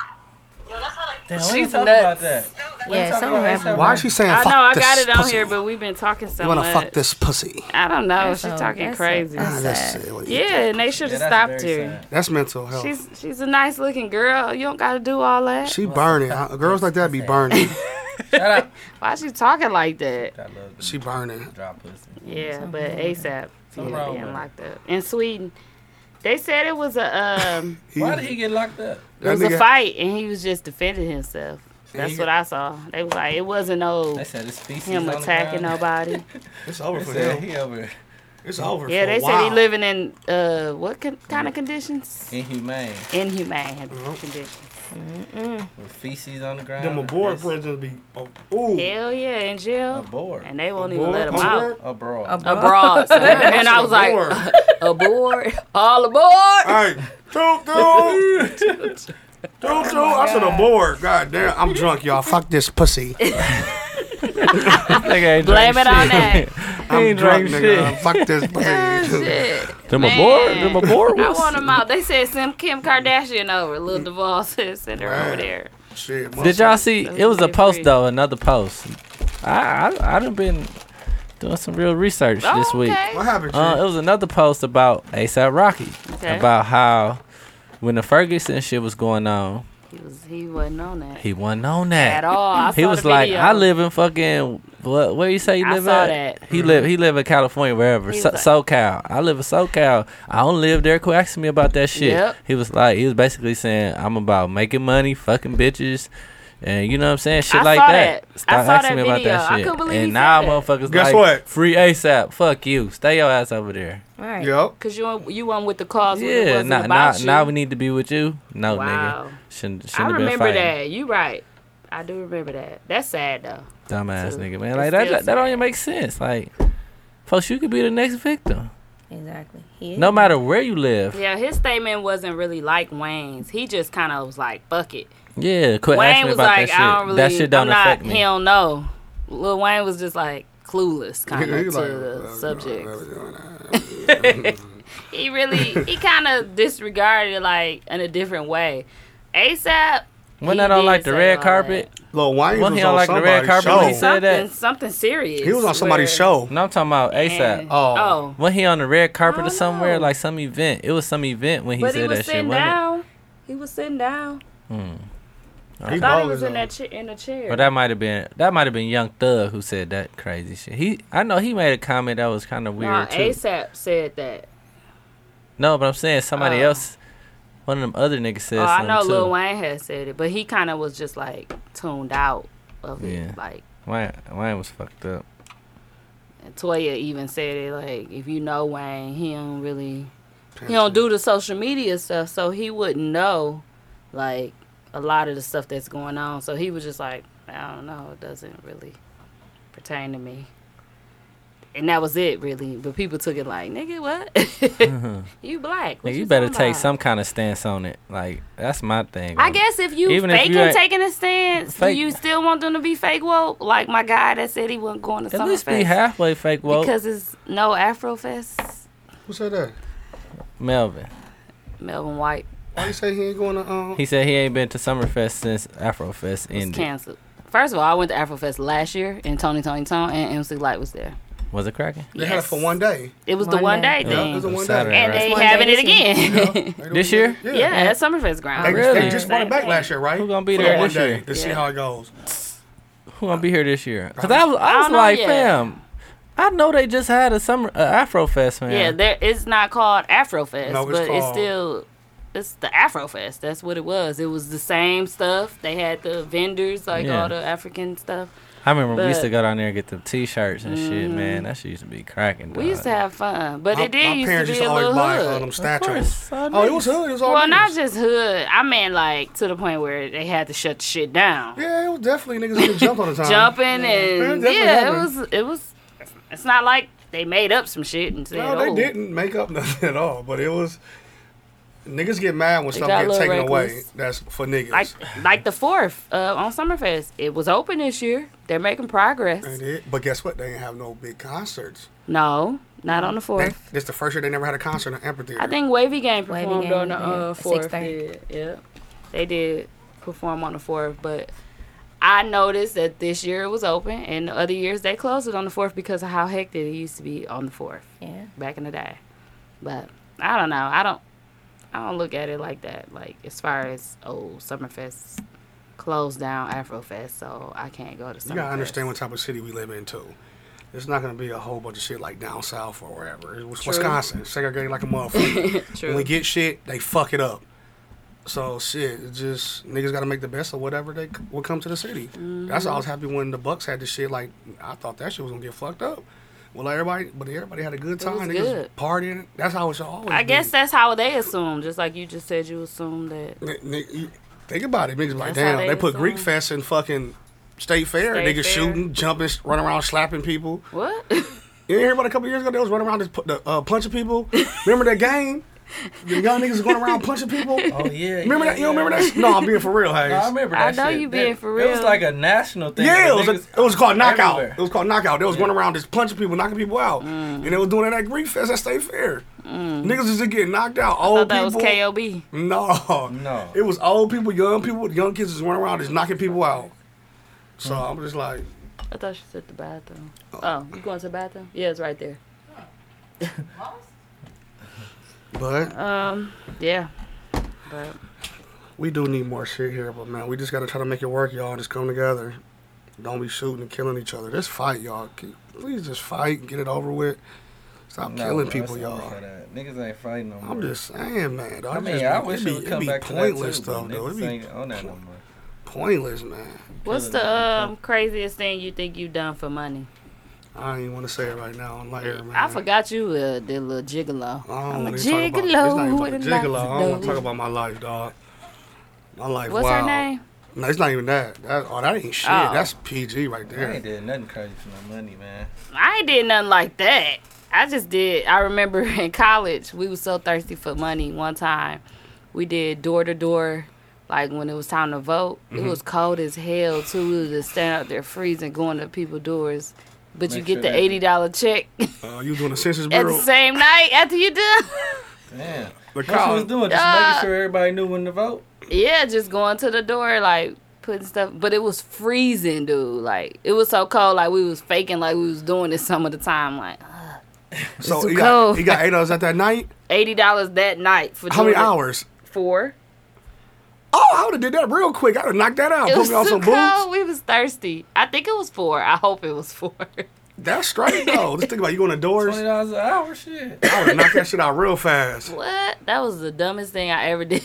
[SPEAKER 10] Yo, that's how they-
[SPEAKER 1] Damn, we
[SPEAKER 3] She's
[SPEAKER 1] ain't talking
[SPEAKER 3] nuts.
[SPEAKER 1] about that.
[SPEAKER 2] yeah, something happened.
[SPEAKER 8] Why is she saying?
[SPEAKER 3] I
[SPEAKER 8] fuck
[SPEAKER 3] know I
[SPEAKER 8] this
[SPEAKER 3] got it on
[SPEAKER 8] pussy?
[SPEAKER 3] here, but we've been talking so
[SPEAKER 8] You wanna
[SPEAKER 3] much.
[SPEAKER 8] fuck this pussy?
[SPEAKER 3] I don't know.
[SPEAKER 2] That's
[SPEAKER 3] she's
[SPEAKER 2] so-
[SPEAKER 3] talking
[SPEAKER 2] that's so-
[SPEAKER 3] crazy.
[SPEAKER 2] that's-
[SPEAKER 8] Ah, that's silly.
[SPEAKER 3] yeah, and they should have stopped her.
[SPEAKER 8] That's mental health.
[SPEAKER 3] She's she's a nice looking girl. You don't got to do all that.
[SPEAKER 8] Oh. she burning. Uh, Girls like that
[SPEAKER 3] [LAUGHS]
[SPEAKER 8] be burning.
[SPEAKER 1] Shut up.
[SPEAKER 3] Why she talking like that?
[SPEAKER 1] I love the
[SPEAKER 8] she burning.
[SPEAKER 1] drop pussy.
[SPEAKER 3] Yeah, but ASAP. You
[SPEAKER 1] wrong
[SPEAKER 3] know,
[SPEAKER 1] with
[SPEAKER 3] being
[SPEAKER 1] it.
[SPEAKER 3] locked up in Sweden. They said it was a um,
[SPEAKER 8] He, [LAUGHS]
[SPEAKER 1] Why did he get locked up?
[SPEAKER 3] it was
[SPEAKER 8] nigga-
[SPEAKER 3] a fight, and he was just defending himself. That's what I saw. They was like, it wasn't no
[SPEAKER 1] They said it's feces on
[SPEAKER 3] him
[SPEAKER 1] the
[SPEAKER 3] attacking
[SPEAKER 1] ground.
[SPEAKER 3] nobody.
[SPEAKER 8] It's over
[SPEAKER 1] They
[SPEAKER 8] for
[SPEAKER 1] said
[SPEAKER 8] him.
[SPEAKER 1] He over
[SPEAKER 8] It's over.
[SPEAKER 3] yeah,
[SPEAKER 8] for
[SPEAKER 3] they
[SPEAKER 8] a
[SPEAKER 3] said he
[SPEAKER 8] while.
[SPEAKER 3] living in uh what con- kind of conditions?
[SPEAKER 1] inhumane
[SPEAKER 3] Inhumane
[SPEAKER 8] Mm-hmm.
[SPEAKER 3] conditions.
[SPEAKER 1] with feces on the ground.
[SPEAKER 8] Them
[SPEAKER 1] and
[SPEAKER 8] aboard
[SPEAKER 1] piss.
[SPEAKER 8] prisons be. Oh, ooh.
[SPEAKER 3] Hell yeah, in jail.
[SPEAKER 1] Aboard.
[SPEAKER 3] And they won't even
[SPEAKER 8] Aboard,
[SPEAKER 3] let him
[SPEAKER 8] aboard.
[SPEAKER 3] out.
[SPEAKER 1] Abroad.
[SPEAKER 3] Abroad. [LAUGHS] and I was like,
[SPEAKER 8] Aboard.
[SPEAKER 3] [LAUGHS] aboard, all aboard.
[SPEAKER 8] Hey, toot
[SPEAKER 3] [LAUGHS]
[SPEAKER 8] toot. Toot
[SPEAKER 3] Oh
[SPEAKER 8] toot. I said a board. God damn. I'm drunk, y'all. Fuck
[SPEAKER 3] [LAUGHS]
[SPEAKER 8] this pussy.
[SPEAKER 3] Blame it on
[SPEAKER 1] [LAUGHS]
[SPEAKER 3] that.
[SPEAKER 8] I'm
[SPEAKER 1] ain't
[SPEAKER 8] drunk,
[SPEAKER 1] drank
[SPEAKER 8] nigga. Fuck this pussy.
[SPEAKER 3] [LAUGHS] Shit.
[SPEAKER 1] Them
[SPEAKER 3] Man.
[SPEAKER 1] aboard. Them aboard.
[SPEAKER 8] [LAUGHS]
[SPEAKER 3] I want them out. They said send Kim Kardashian over. Lil Duval [LAUGHS] said send her over
[SPEAKER 8] Right.
[SPEAKER 3] there.
[SPEAKER 8] Shit.
[SPEAKER 1] Did y'all see?
[SPEAKER 3] Those
[SPEAKER 1] It was a
[SPEAKER 3] get
[SPEAKER 1] post
[SPEAKER 3] free.
[SPEAKER 1] though. Another post. I I I done been doing some real research
[SPEAKER 3] Oh,
[SPEAKER 1] this week.
[SPEAKER 3] okay.
[SPEAKER 8] What happened?
[SPEAKER 1] Uh, it was another post about ASAP Rocky
[SPEAKER 3] Okay.
[SPEAKER 1] about how when the Ferguson shit was going on,
[SPEAKER 3] He was he wasn't on that
[SPEAKER 1] he wasn't on
[SPEAKER 3] at
[SPEAKER 1] that.
[SPEAKER 3] all. I
[SPEAKER 1] He
[SPEAKER 3] saw
[SPEAKER 1] was
[SPEAKER 3] the
[SPEAKER 1] like,
[SPEAKER 3] video.
[SPEAKER 1] I live in fucking what? Where you say you
[SPEAKER 3] I
[SPEAKER 1] live
[SPEAKER 3] saw
[SPEAKER 1] at?
[SPEAKER 3] that.
[SPEAKER 1] He live he live in California wherever
[SPEAKER 3] He
[SPEAKER 1] so-
[SPEAKER 3] was
[SPEAKER 1] SoCal. I live in SoCal. I don't live there. Quit asking me about that shit.
[SPEAKER 3] Yep.
[SPEAKER 1] He was like he was basically saying I'm about making money, fucking bitches. And you know what I'm saying? Shit
[SPEAKER 3] I
[SPEAKER 1] like
[SPEAKER 3] saw
[SPEAKER 1] that.
[SPEAKER 3] that. I
[SPEAKER 1] Stop
[SPEAKER 3] saw that
[SPEAKER 1] asking me about that
[SPEAKER 3] video. I
[SPEAKER 1] shit.
[SPEAKER 3] couldn't believe he
[SPEAKER 1] and
[SPEAKER 3] said
[SPEAKER 1] now
[SPEAKER 3] that.
[SPEAKER 1] motherfuckers
[SPEAKER 8] Guess
[SPEAKER 1] like
[SPEAKER 8] what?
[SPEAKER 1] free ASAP. Fuck you. Stay your ass over there.
[SPEAKER 2] All right.
[SPEAKER 8] Yep.
[SPEAKER 3] Cause you weren't- you one with the cause. when it
[SPEAKER 1] Yeah,
[SPEAKER 3] wasn't
[SPEAKER 1] now now
[SPEAKER 3] about you.
[SPEAKER 1] now we need to be with you. No,
[SPEAKER 3] Wow.
[SPEAKER 1] nigga, shouldn't
[SPEAKER 3] I
[SPEAKER 1] shouldn't have been
[SPEAKER 3] remember
[SPEAKER 1] fighting.
[SPEAKER 3] that. You right. I do remember that. That's sad though.
[SPEAKER 1] Dumbass
[SPEAKER 3] too.
[SPEAKER 1] nigga, man.
[SPEAKER 3] It's
[SPEAKER 1] Like that
[SPEAKER 3] still
[SPEAKER 1] that, that don't
[SPEAKER 3] sad.
[SPEAKER 1] even make sense. Like, folks, you could be the next victim,
[SPEAKER 2] Exactly. He is.
[SPEAKER 1] no matter where you live.
[SPEAKER 3] Yeah, his statement wasn't really like Wayne's. He just kind of was like, "Fuck it."
[SPEAKER 1] Yeah, quit
[SPEAKER 3] Wayne
[SPEAKER 1] asking me
[SPEAKER 3] was
[SPEAKER 1] about
[SPEAKER 3] like,
[SPEAKER 1] that shit.
[SPEAKER 3] "I don't really.
[SPEAKER 1] that shit don't
[SPEAKER 3] I'm not,
[SPEAKER 1] affect me.
[SPEAKER 3] He don't know." Lil Wayne was just like clueless, kind
[SPEAKER 8] [LAUGHS] He- he
[SPEAKER 3] of to
[SPEAKER 8] like,
[SPEAKER 3] the
[SPEAKER 8] uh,
[SPEAKER 3] subject.
[SPEAKER 8] uh,
[SPEAKER 3] he really he kind of disregarded it, like in a different way. ASAP.
[SPEAKER 1] When
[SPEAKER 3] he
[SPEAKER 1] I don't
[SPEAKER 3] did
[SPEAKER 1] like the
[SPEAKER 3] say
[SPEAKER 1] red
[SPEAKER 3] all
[SPEAKER 1] carpet,
[SPEAKER 8] Lil Wayne
[SPEAKER 1] Well, he
[SPEAKER 8] was
[SPEAKER 1] don't
[SPEAKER 8] on
[SPEAKER 1] like the red
[SPEAKER 8] somebody's
[SPEAKER 1] carpet when Oh. he
[SPEAKER 8] show.
[SPEAKER 1] said-
[SPEAKER 3] Something,
[SPEAKER 1] that.
[SPEAKER 3] something serious.
[SPEAKER 8] He was on somebody's
[SPEAKER 3] where-
[SPEAKER 8] show.
[SPEAKER 1] no, I'm talking about
[SPEAKER 3] and-
[SPEAKER 1] ASAP.
[SPEAKER 8] Oh.
[SPEAKER 3] oh,
[SPEAKER 1] When he on the red carpet
[SPEAKER 3] I
[SPEAKER 1] or
[SPEAKER 3] don't
[SPEAKER 1] somewhere,
[SPEAKER 3] know.
[SPEAKER 1] like some event. It was some event when he
[SPEAKER 3] but
[SPEAKER 1] said
[SPEAKER 3] he was
[SPEAKER 1] that shit.
[SPEAKER 3] sitting
[SPEAKER 1] wasn't it?
[SPEAKER 3] down. He was sitting down.
[SPEAKER 8] He
[SPEAKER 3] I thought he
[SPEAKER 8] ballin'
[SPEAKER 3] was in
[SPEAKER 8] though.
[SPEAKER 3] that cha- in a chair.
[SPEAKER 1] Or that might have been that might have been Young Thug who said that crazy shit. He I know he made a comment that was kind of weird
[SPEAKER 3] no,
[SPEAKER 1] too.
[SPEAKER 3] ASAP said that.
[SPEAKER 1] No, but I'm saying somebody
[SPEAKER 3] Oh.
[SPEAKER 1] else, one of them other niggas said
[SPEAKER 3] oh, I
[SPEAKER 1] something
[SPEAKER 3] know
[SPEAKER 1] too.
[SPEAKER 3] Lil Wayne had said it, but he kind of was just like tuned out of it.
[SPEAKER 1] Yeah.
[SPEAKER 3] Like
[SPEAKER 1] Wayne, Wayne was fucked up.
[SPEAKER 3] and Toya even said it. Like if you know Wayne, he don't really he don't do the social media stuff, so he wouldn't know like a lot of the stuff that's going on. So he was just like, I don't know, it doesn't really pertain to me. And that was it, really. But people took it like, nigga, what? [LAUGHS] you black? What
[SPEAKER 1] Nigga, Mm-hmm. you better
[SPEAKER 3] talking
[SPEAKER 1] take
[SPEAKER 3] about?
[SPEAKER 1] some kind of stance on it. Like that's my thing.
[SPEAKER 3] I
[SPEAKER 1] on it.
[SPEAKER 3] guess if you
[SPEAKER 1] Even if you
[SPEAKER 3] faking
[SPEAKER 1] ain't-
[SPEAKER 3] taking a stance,
[SPEAKER 1] Fake-
[SPEAKER 3] do you still want them to be fake woke? Like my guy that said he wasn't going to
[SPEAKER 1] at
[SPEAKER 3] Summerfest
[SPEAKER 1] least be halfway fake woke,
[SPEAKER 3] because it's no Afrofest.
[SPEAKER 8] Who said that?
[SPEAKER 1] Melvin.
[SPEAKER 3] Melvin White
[SPEAKER 8] Why you say he ain't going to? Um,
[SPEAKER 1] He said he ain't been to Summerfest since
[SPEAKER 3] was
[SPEAKER 1] Afrofest ended.
[SPEAKER 3] canceled. First of all, I went to Afrofest last year, and Tony Tony Tone and MC Light was there.
[SPEAKER 1] Was it cracking?
[SPEAKER 8] they had it
[SPEAKER 3] Yes.
[SPEAKER 8] for
[SPEAKER 3] [LAUGHS]
[SPEAKER 8] one day.
[SPEAKER 3] It was the
[SPEAKER 2] One
[SPEAKER 3] one
[SPEAKER 2] day.
[SPEAKER 3] day
[SPEAKER 8] Yeah,
[SPEAKER 3] thing,
[SPEAKER 8] it was a
[SPEAKER 1] It was
[SPEAKER 8] one
[SPEAKER 1] Saturday,
[SPEAKER 8] day.
[SPEAKER 3] and they
[SPEAKER 2] One day
[SPEAKER 3] having it
[SPEAKER 2] this year.
[SPEAKER 3] again.
[SPEAKER 1] This year?
[SPEAKER 3] [LAUGHS] yeah, at Summerfest ground.
[SPEAKER 8] They,
[SPEAKER 1] Really?
[SPEAKER 8] they just brought it back last year, right?
[SPEAKER 1] Who gonna be
[SPEAKER 8] For
[SPEAKER 1] there
[SPEAKER 8] one
[SPEAKER 1] this
[SPEAKER 8] day
[SPEAKER 1] year?
[SPEAKER 8] to see
[SPEAKER 3] Yeah.
[SPEAKER 8] how it goes.
[SPEAKER 1] Who gonna be here this year? Cause I was, I
[SPEAKER 3] I
[SPEAKER 1] was
[SPEAKER 3] don't know
[SPEAKER 1] like,
[SPEAKER 3] yet.
[SPEAKER 1] fam, I know they just had a summer uh, Afrofest, man.
[SPEAKER 3] Yeah, there, it's not called Afrofest,
[SPEAKER 8] No, it's
[SPEAKER 3] but it's
[SPEAKER 8] called-
[SPEAKER 3] still it's the Afrofest. That's what it was. It was the same stuff. They had the vendors, like
[SPEAKER 1] Yeah.
[SPEAKER 3] all the African stuff.
[SPEAKER 1] I remember we
[SPEAKER 3] But-
[SPEAKER 1] used
[SPEAKER 3] Mm-hmm.
[SPEAKER 1] to go down there and get the T-shirts and shit, man. That shit used to be cracking.
[SPEAKER 3] We used to have fun, but
[SPEAKER 8] My,
[SPEAKER 3] it did
[SPEAKER 8] my
[SPEAKER 3] used to
[SPEAKER 8] parents
[SPEAKER 3] be
[SPEAKER 8] used to
[SPEAKER 3] a
[SPEAKER 8] always
[SPEAKER 3] little
[SPEAKER 8] buy uh, them
[SPEAKER 3] hood.
[SPEAKER 8] statues. Oh,
[SPEAKER 1] oh,
[SPEAKER 8] it was hood. It was all
[SPEAKER 3] Well, not
[SPEAKER 8] niggas.
[SPEAKER 3] just hood. I mean, like to the point where they had to shut the shit down,
[SPEAKER 8] Yeah, it was definitely niggas getting jumped all the
[SPEAKER 3] [LAUGHS]
[SPEAKER 8] time.
[SPEAKER 3] jumping
[SPEAKER 8] Uh-huh. Yeah,
[SPEAKER 3] and
[SPEAKER 8] that's what
[SPEAKER 3] yeah, it
[SPEAKER 8] happened.
[SPEAKER 3] was it was. It's not like they made up some shit and said,
[SPEAKER 8] [LAUGHS] No, they
[SPEAKER 3] "Oh,
[SPEAKER 8] didn't make up [LAUGHS] nothing at all. But it was niggas get mad when stuff
[SPEAKER 3] got a
[SPEAKER 8] get
[SPEAKER 3] little
[SPEAKER 8] taken away.
[SPEAKER 3] reckless.
[SPEAKER 8] That's for niggas.
[SPEAKER 3] like like the fourth uh, on Summerfest. It was open this year. They're making progress.
[SPEAKER 8] They did. But guess what? They didn't have no big concerts.
[SPEAKER 3] No, not on the
[SPEAKER 8] They,
[SPEAKER 3] fourth.
[SPEAKER 8] this the first year they never had a concert in an amphitheater.
[SPEAKER 3] I think Wavy Gang
[SPEAKER 2] Wavy
[SPEAKER 3] performed
[SPEAKER 2] Gang
[SPEAKER 3] on the
[SPEAKER 2] was there
[SPEAKER 3] uh,
[SPEAKER 2] at
[SPEAKER 3] fourth.
[SPEAKER 2] 6:30.
[SPEAKER 3] Yeah, yeah, they did perform on the fourth, but. I noticed that this year it was open, and the other years they closed it on the fourth because of how hectic it used to be on the fourth
[SPEAKER 2] Yeah.
[SPEAKER 3] back in the day. But I don't know. I don't. I don't look at it like that. Like as far as oh, Summerfest closed down Afrofest, so I can't go to. Summerfest.
[SPEAKER 8] You gotta understand what type of city we live in too. It's not gonna be a whole bunch of shit like down south or wherever. It was Wisconsin, segregated like a
[SPEAKER 3] [LAUGHS]
[SPEAKER 8] motherfucker.
[SPEAKER 3] True.
[SPEAKER 8] When we get shit, they fuck it up. So shit, it just niggas got to make the best of whatever they c- will come to the city. That's
[SPEAKER 3] Mm-hmm.
[SPEAKER 8] why I was happy when the Bucks had this shit. Like I thought that shit was gonna get fucked up. Well, everybody, but everybody had a good
[SPEAKER 3] It was
[SPEAKER 8] time. niggas
[SPEAKER 3] good.
[SPEAKER 8] partying. That's how it should always.
[SPEAKER 3] I
[SPEAKER 8] be.
[SPEAKER 3] guess that's how they assume, just like you just said, you assume
[SPEAKER 8] [LAUGHS]
[SPEAKER 3] that.
[SPEAKER 8] N- n- you- Think about it. Niggas like,
[SPEAKER 3] That's how
[SPEAKER 8] damn,
[SPEAKER 3] they
[SPEAKER 8] they, put
[SPEAKER 3] was
[SPEAKER 8] Greek
[SPEAKER 3] doing.
[SPEAKER 8] Fest in fucking State Fair.
[SPEAKER 3] State
[SPEAKER 8] niggas
[SPEAKER 3] Fair.
[SPEAKER 8] shooting, jumping, s- running around, slapping people.
[SPEAKER 3] What? [LAUGHS]
[SPEAKER 8] Oh, You didn't hear about a couple years ago? They was running around just pu- the, uh, punching people. Remember that game? The young niggas was going around punching people. Oh yeah. Remember that? You don't remember that? No, I'm being for real, Hayes.
[SPEAKER 7] No, I remember that shit. That- It was like a national thing.
[SPEAKER 8] Yeah,
[SPEAKER 7] where
[SPEAKER 8] it was, a,
[SPEAKER 7] niggas-
[SPEAKER 8] it was called knockout.
[SPEAKER 7] everywhere.
[SPEAKER 8] It was called knockout. They was going around just punching people, knocking people out, and they was doing it at Greek Fest at State Fair. Niggas was just getting knocked out. Old
[SPEAKER 3] thought that was
[SPEAKER 8] people.
[SPEAKER 3] KOB.
[SPEAKER 8] No, no. It was old people, young people, young kids just running around just knocking people out. So I'm just like,
[SPEAKER 3] I thought she said the bathroom. Oh, you going to the bathroom? Yeah, it's right there.
[SPEAKER 8] but
[SPEAKER 3] Um, yeah. But
[SPEAKER 8] we do need more shit here. But man, we just gotta try to make it work, y'all. Just come together. Don't be shooting and killing each other. Just fight, y'all. Keep- Please just fight and get it over with. Stop
[SPEAKER 7] No,
[SPEAKER 8] killing
[SPEAKER 7] bro,
[SPEAKER 8] people,
[SPEAKER 7] it's over
[SPEAKER 8] y'all.
[SPEAKER 7] for that. Niggas ain't fighting no more.
[SPEAKER 8] I'm just saying, man. dog,
[SPEAKER 7] I mean,
[SPEAKER 8] just-
[SPEAKER 7] I wish
[SPEAKER 8] be-
[SPEAKER 7] it would come
[SPEAKER 8] be
[SPEAKER 7] back to that
[SPEAKER 8] pointless,
[SPEAKER 7] too, but
[SPEAKER 8] though,
[SPEAKER 7] niggas
[SPEAKER 8] dude. It'd
[SPEAKER 7] ain't
[SPEAKER 8] be
[SPEAKER 7] on that no more.
[SPEAKER 8] pointless, man.
[SPEAKER 3] what's the um, craziest thing you think you done for money?
[SPEAKER 8] I don't even want to say it right now on my air, man.
[SPEAKER 3] I forgot you uh, did a little gigolo.
[SPEAKER 8] I
[SPEAKER 3] I'm
[SPEAKER 8] don't
[SPEAKER 3] a
[SPEAKER 8] wanna even talk about- it's not even
[SPEAKER 3] gigolo.
[SPEAKER 8] about
[SPEAKER 3] with
[SPEAKER 8] the
[SPEAKER 3] a
[SPEAKER 8] Gigolo. I don't want
[SPEAKER 3] nice
[SPEAKER 8] to talk about my life, dog. My life.
[SPEAKER 3] What's
[SPEAKER 8] wow.
[SPEAKER 3] her name?
[SPEAKER 8] No, it's not even that. That oh, that ain't shit.
[SPEAKER 3] Oh.
[SPEAKER 8] That's PG right there.
[SPEAKER 7] I ain't did nothing crazy for no money, man.
[SPEAKER 3] I ain't did nothing like that. I just did. I remember [LAUGHS] in college, we was so thirsty for money. One time, we did door to door. Like when it was time to vote, it
[SPEAKER 8] Mm-hmm.
[SPEAKER 11] Mhm.
[SPEAKER 3] was cold as hell too. We was just standing out there freezing, going to people's doors. But you
[SPEAKER 8] Make
[SPEAKER 3] get
[SPEAKER 8] sure
[SPEAKER 3] the
[SPEAKER 8] that-
[SPEAKER 3] eighty dollar check [LAUGHS]
[SPEAKER 8] Uh, you doing the Census
[SPEAKER 3] at the
[SPEAKER 8] Bureau?
[SPEAKER 3] same night after you done. [LAUGHS]
[SPEAKER 7] Damn.
[SPEAKER 8] The
[SPEAKER 7] That's what I was
[SPEAKER 8] cop.
[SPEAKER 7] doing, just
[SPEAKER 3] Yeah.
[SPEAKER 7] making sure everybody knew when to vote.
[SPEAKER 3] Yeah, just going to the door, like putting stuff. But it was freezing, dude. Like it was so cold. Like we was faking, like we was doing it some of the time. Like
[SPEAKER 8] So
[SPEAKER 3] too
[SPEAKER 8] he
[SPEAKER 3] cold.
[SPEAKER 8] got, he got eight hours at that night.
[SPEAKER 3] eighty dollars that night for
[SPEAKER 8] How many
[SPEAKER 3] doing it.
[SPEAKER 8] hours?
[SPEAKER 3] Four.
[SPEAKER 8] Oh, I would have did that real quick. I'd have knocked that out.
[SPEAKER 3] It
[SPEAKER 8] Put
[SPEAKER 3] was
[SPEAKER 8] me on
[SPEAKER 3] too
[SPEAKER 8] some
[SPEAKER 3] cold.
[SPEAKER 8] boots.
[SPEAKER 3] We was thirsty. I think it was four. I hope it was four.
[SPEAKER 8] That's straight though. Just think about it. you going to doors.
[SPEAKER 7] Twenty dollars an hour, shit.
[SPEAKER 8] I would have knocked that shit out real fast.
[SPEAKER 3] [LAUGHS] What? That was the dumbest thing I ever did.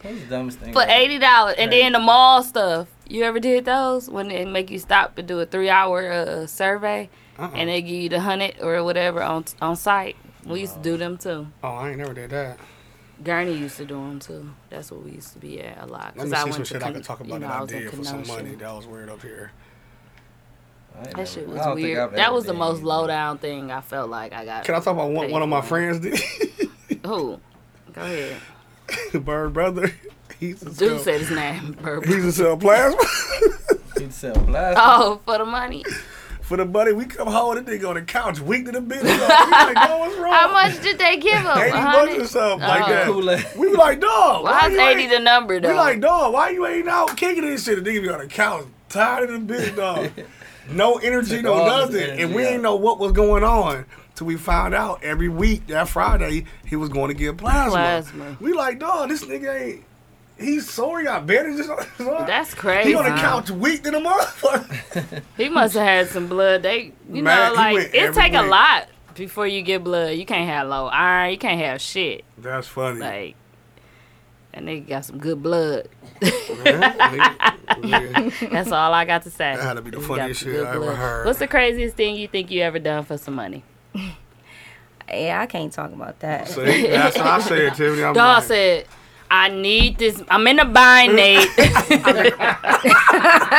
[SPEAKER 7] That was the dumbest thing.
[SPEAKER 3] [LAUGHS] For
[SPEAKER 7] ever.
[SPEAKER 3] eighty dollars, and then the mall stuff. You ever did those when they make you stop and do a three-hour uh, survey,
[SPEAKER 8] Uh-uh.
[SPEAKER 3] and they give you the hundred or whatever on on site? We used to do them too.
[SPEAKER 8] Oh, I ain't never did that.
[SPEAKER 3] Gurney used to do them too. That's what we used to be at a lot. 'cause
[SPEAKER 8] Let me see
[SPEAKER 3] went
[SPEAKER 8] some
[SPEAKER 3] to
[SPEAKER 8] shit I
[SPEAKER 3] Con-
[SPEAKER 8] can talk
[SPEAKER 3] you
[SPEAKER 8] about
[SPEAKER 3] know,
[SPEAKER 8] that
[SPEAKER 3] I
[SPEAKER 8] I
[SPEAKER 3] was in
[SPEAKER 8] did for some
[SPEAKER 3] Kenosha.
[SPEAKER 8] money. That was weird up here.
[SPEAKER 3] That shit
[SPEAKER 7] I don't
[SPEAKER 3] was
[SPEAKER 7] think I've
[SPEAKER 3] weird. That
[SPEAKER 7] ever
[SPEAKER 3] was the
[SPEAKER 7] did
[SPEAKER 3] most
[SPEAKER 7] [LAUGHS]
[SPEAKER 3] low down thing I felt like I got.
[SPEAKER 8] Can I talk about one, one of my friends did? [LAUGHS]
[SPEAKER 3] Who? Go ahead.
[SPEAKER 8] Bird brother. [LAUGHS] He's a
[SPEAKER 3] Dude said his name. [LAUGHS] Bird
[SPEAKER 8] He's a sell plasma. [LAUGHS]
[SPEAKER 7] He'd sell plasma. [LAUGHS]
[SPEAKER 3] Oh, for the money.
[SPEAKER 8] For the money, we come home and nigga on the couch, weak to the bitch. dog. We like, no, what's wrong?
[SPEAKER 3] [LAUGHS] How much did they give him?
[SPEAKER 8] Oh. Eighty bucks or
[SPEAKER 3] 100?
[SPEAKER 8] something
[SPEAKER 3] Oh.
[SPEAKER 8] like that. We be like,
[SPEAKER 3] Well,
[SPEAKER 8] dog. why
[SPEAKER 3] how's
[SPEAKER 8] you
[SPEAKER 3] 80
[SPEAKER 8] ain't-
[SPEAKER 3] the number, though?
[SPEAKER 8] We like, dog. Why you ain't out kicking this shit? The nigga be on the couch, tired of the bitch, dog.
[SPEAKER 3] [LAUGHS]
[SPEAKER 8] No energy,
[SPEAKER 7] Took
[SPEAKER 8] no
[SPEAKER 7] all his
[SPEAKER 8] nothing,
[SPEAKER 7] energy
[SPEAKER 8] and we
[SPEAKER 7] out.
[SPEAKER 8] ain't know what was going on till we found out every week that Friday he was going to get plasma.
[SPEAKER 3] Plasma.
[SPEAKER 8] We like, dog. This nigga ain't. He's sore. He got bandages on. his arm.
[SPEAKER 3] That's crazy.
[SPEAKER 8] He on the couch, weak to the motherfucker. [LAUGHS]
[SPEAKER 3] He must have had some blood. They, you
[SPEAKER 8] Man,
[SPEAKER 3] know,
[SPEAKER 8] he
[SPEAKER 3] like
[SPEAKER 8] went
[SPEAKER 3] it
[SPEAKER 8] every
[SPEAKER 3] take a
[SPEAKER 8] week.
[SPEAKER 3] lot before you get blood. You can't have low iron. You can't have shit.
[SPEAKER 8] That's funny.
[SPEAKER 3] Like that nigga got some good blood. That's all I got to say.
[SPEAKER 8] [LAUGHS] That had to be the
[SPEAKER 3] He got
[SPEAKER 8] funniest
[SPEAKER 3] some
[SPEAKER 8] shit
[SPEAKER 3] good
[SPEAKER 8] I ever
[SPEAKER 3] blood.
[SPEAKER 8] heard.
[SPEAKER 3] What's the craziest thing you think you ever done for some money?
[SPEAKER 2] Yeah, I can't talk about that.
[SPEAKER 8] See, that's what I said, Tiffany. I'm
[SPEAKER 3] Dawg
[SPEAKER 8] like,
[SPEAKER 3] said, "I need this. I'm in a
[SPEAKER 8] [LAUGHS]
[SPEAKER 3] bind, Nate." [LAUGHS]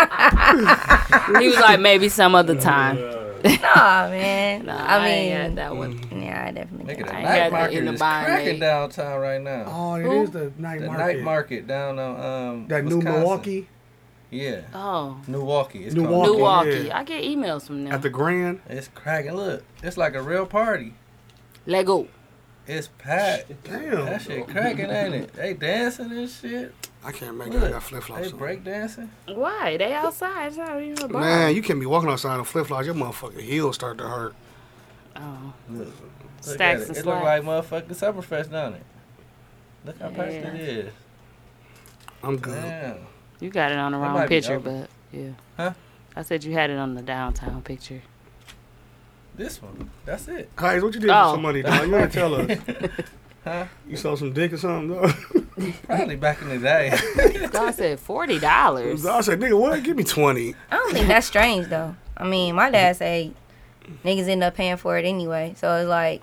[SPEAKER 3] he was like, "Maybe some other time."
[SPEAKER 2] nah, Oh, man.
[SPEAKER 3] [LAUGHS] Nah,
[SPEAKER 2] I
[SPEAKER 3] I
[SPEAKER 2] mean,
[SPEAKER 3] ain't had that one.
[SPEAKER 2] Yeah, I definitely.
[SPEAKER 7] Nigga,
[SPEAKER 2] did.
[SPEAKER 7] the
[SPEAKER 3] I ain't
[SPEAKER 7] night
[SPEAKER 3] got
[SPEAKER 7] market
[SPEAKER 3] in the
[SPEAKER 7] is
[SPEAKER 3] bind,
[SPEAKER 7] cracking
[SPEAKER 3] mate.
[SPEAKER 7] downtown right now.
[SPEAKER 8] Oh, it is
[SPEAKER 3] Who?
[SPEAKER 8] the night
[SPEAKER 7] the
[SPEAKER 8] market.
[SPEAKER 7] night market down on um
[SPEAKER 8] That new
[SPEAKER 7] Wisconsin.
[SPEAKER 8] Milwaukee
[SPEAKER 7] Yeah,
[SPEAKER 3] Oh,
[SPEAKER 7] Milwaukee. It's
[SPEAKER 8] Milwaukee.
[SPEAKER 7] called.
[SPEAKER 3] Milwaukee.
[SPEAKER 8] yeah.
[SPEAKER 3] I get emails from them.
[SPEAKER 8] at the Grand.
[SPEAKER 7] It's cracking. Look, it's like a real party.
[SPEAKER 3] Lego.
[SPEAKER 7] It's packed.
[SPEAKER 8] Damn.
[SPEAKER 7] that shit cracking, ain't it? They dancing and shit.
[SPEAKER 8] I can't make it. I
[SPEAKER 7] Look,
[SPEAKER 8] got flip flops.
[SPEAKER 7] they break dancing.
[SPEAKER 3] Why? They outside. It's not even a bar.
[SPEAKER 8] Man, you can't be walking outside in flip flops. Your motherfucking heels start to hurt.
[SPEAKER 3] Oh.
[SPEAKER 7] Look, look at
[SPEAKER 3] Stacks
[SPEAKER 7] it.
[SPEAKER 3] and
[SPEAKER 7] It look
[SPEAKER 3] slacks.
[SPEAKER 7] like motherfucking Summerfest, don't it? Look how packed
[SPEAKER 3] Yeah.
[SPEAKER 7] it is.
[SPEAKER 8] I'm good.
[SPEAKER 3] uh,
[SPEAKER 7] Damn.
[SPEAKER 3] You got it on the
[SPEAKER 7] That
[SPEAKER 3] wrong
[SPEAKER 7] might be
[SPEAKER 3] picture,
[SPEAKER 7] over.
[SPEAKER 3] but yeah.
[SPEAKER 7] Huh?
[SPEAKER 3] I said you had it on the downtown picture.
[SPEAKER 7] This one. That's it.
[SPEAKER 8] Hayes, what you did
[SPEAKER 3] Oh. [LAUGHS]
[SPEAKER 8] for some money, dog? You ain't tell us.
[SPEAKER 7] Huh?
[SPEAKER 8] You sold some dick or something, though.
[SPEAKER 7] Probably back in the day. [LAUGHS]
[SPEAKER 3] God said forty dollars.
[SPEAKER 8] [LAUGHS] I said, nigga, what? Give me twenty.
[SPEAKER 2] I don't think that's strange though. I mean, my dad
[SPEAKER 8] Mm-hmm.
[SPEAKER 2] say niggas end up paying for it anyway. So it's like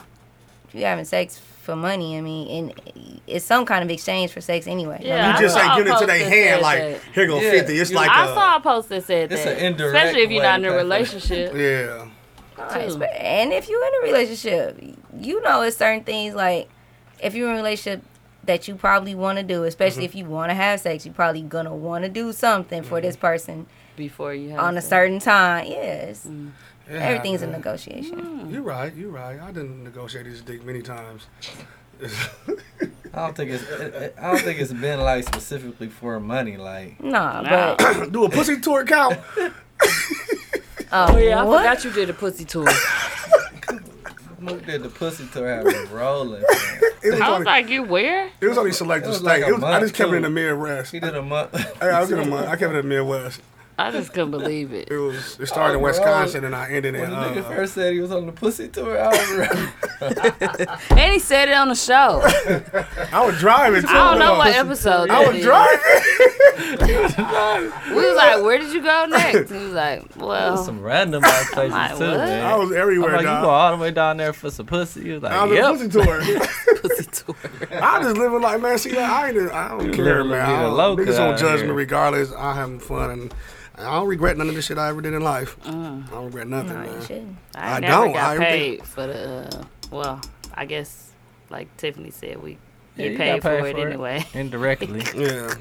[SPEAKER 2] if you having sex for money, I mean, and it's some kind of exchange for sex anyway. No
[SPEAKER 3] Yeah,
[SPEAKER 2] matter-
[SPEAKER 8] you just
[SPEAKER 3] I saw
[SPEAKER 8] ain't giving it to
[SPEAKER 3] a
[SPEAKER 8] their
[SPEAKER 3] post that
[SPEAKER 8] hand
[SPEAKER 3] said
[SPEAKER 8] like
[SPEAKER 3] that.
[SPEAKER 8] here go
[SPEAKER 7] Yeah,
[SPEAKER 8] fifty. It's
[SPEAKER 7] you-
[SPEAKER 8] like
[SPEAKER 3] I
[SPEAKER 8] a-
[SPEAKER 3] saw a post that said
[SPEAKER 7] It's
[SPEAKER 3] that,
[SPEAKER 7] an indirect
[SPEAKER 3] especially if you're not in
[SPEAKER 7] way
[SPEAKER 3] a
[SPEAKER 7] to pay for it.
[SPEAKER 3] relationship.
[SPEAKER 8] yeah.
[SPEAKER 2] Right,
[SPEAKER 3] too.
[SPEAKER 2] but- And if you in a relationship, you know it's certain things like if you're in a relationship that you probably want to do, especially
[SPEAKER 8] Mm-hmm.
[SPEAKER 2] if you want to have sex, you probably gonna want to do something for this person
[SPEAKER 3] before you have
[SPEAKER 2] on a
[SPEAKER 3] sex.
[SPEAKER 2] certain time. Yes,
[SPEAKER 3] Mm.
[SPEAKER 8] Yeah,
[SPEAKER 2] everything's a
[SPEAKER 8] man.
[SPEAKER 2] negotiation.
[SPEAKER 8] You're right. You're right. I didn't negotiate this dick many times. [LAUGHS]
[SPEAKER 7] I don't think it's. It, it- I don't think it's been like specifically for money. Like
[SPEAKER 2] Nah,
[SPEAKER 3] Nah.
[SPEAKER 2] but
[SPEAKER 8] Do a pussy tour count.
[SPEAKER 2] uh,
[SPEAKER 3] Oh yeah, I
[SPEAKER 2] what?
[SPEAKER 3] forgot you did a pussy tour.
[SPEAKER 7] Mook did the pussy tour have me rolling. man.
[SPEAKER 8] It was,
[SPEAKER 3] [LAUGHS] I was
[SPEAKER 8] only,
[SPEAKER 3] like, you where?
[SPEAKER 8] it was only
[SPEAKER 7] It
[SPEAKER 8] selective
[SPEAKER 7] was
[SPEAKER 8] states.
[SPEAKER 7] like a
[SPEAKER 8] It was- I
[SPEAKER 7] month,
[SPEAKER 8] just kept it in the
[SPEAKER 7] too.
[SPEAKER 8] Midwest.
[SPEAKER 7] She did a month. [LAUGHS]
[SPEAKER 1] Uh.
[SPEAKER 8] Hey, I was in the Mid- I kept it in the Midwest.
[SPEAKER 3] I just couldn't believe it.
[SPEAKER 8] It was. It started in
[SPEAKER 7] Oh, bro.
[SPEAKER 8] Wisconsin and I ended in.
[SPEAKER 7] When the
[SPEAKER 8] Uh,
[SPEAKER 7] nigga first said he was on the pussy tour, I was rolling.
[SPEAKER 3] [LAUGHS] And he said it on the [LAUGHS] show.
[SPEAKER 8] I was driving. Too,
[SPEAKER 3] I don't know
[SPEAKER 8] though.
[SPEAKER 3] what episode.
[SPEAKER 8] I
[SPEAKER 3] that
[SPEAKER 8] was
[SPEAKER 3] is.
[SPEAKER 8] driving.
[SPEAKER 3] We was like, where did you go next? He was like, well,
[SPEAKER 1] [LAUGHS] Some random
[SPEAKER 3] [LAUGHS]
[SPEAKER 1] ass places
[SPEAKER 3] like,
[SPEAKER 1] too,
[SPEAKER 3] what?
[SPEAKER 1] man.
[SPEAKER 8] I was everywhere.
[SPEAKER 1] I'm like,
[SPEAKER 8] dog.
[SPEAKER 1] you go all the way down there for some pussy. You
[SPEAKER 8] I
[SPEAKER 1] like,
[SPEAKER 8] was
[SPEAKER 1] yep.
[SPEAKER 8] in a pussy
[SPEAKER 1] [LAUGHS]
[SPEAKER 8] tour.
[SPEAKER 3] pussy
[SPEAKER 7] [LAUGHS]
[SPEAKER 3] tour.
[SPEAKER 8] I just living like man. See, I ain't. I don't care,
[SPEAKER 1] living la
[SPEAKER 8] man. I
[SPEAKER 1] vida
[SPEAKER 8] don't,
[SPEAKER 1] loca
[SPEAKER 8] niggas don't
[SPEAKER 1] out
[SPEAKER 8] judge me
[SPEAKER 1] here.
[SPEAKER 8] regardless. I having fun and I don't regret none of the shit I ever did in life.
[SPEAKER 3] Uh,
[SPEAKER 8] I don't regret nothing,
[SPEAKER 2] No, you
[SPEAKER 8] man.
[SPEAKER 2] shouldn't.
[SPEAKER 3] I,
[SPEAKER 8] I
[SPEAKER 3] never
[SPEAKER 8] don't.
[SPEAKER 3] got
[SPEAKER 8] I don't
[SPEAKER 3] paid
[SPEAKER 8] think-
[SPEAKER 3] for the. Uh, well, I guess like Tiffany said, we
[SPEAKER 1] Yeah,
[SPEAKER 3] get
[SPEAKER 1] you
[SPEAKER 3] paid,
[SPEAKER 1] got
[SPEAKER 3] for, it, anyway. [LAUGHS]
[SPEAKER 1] Indirectly.
[SPEAKER 8] Yeah.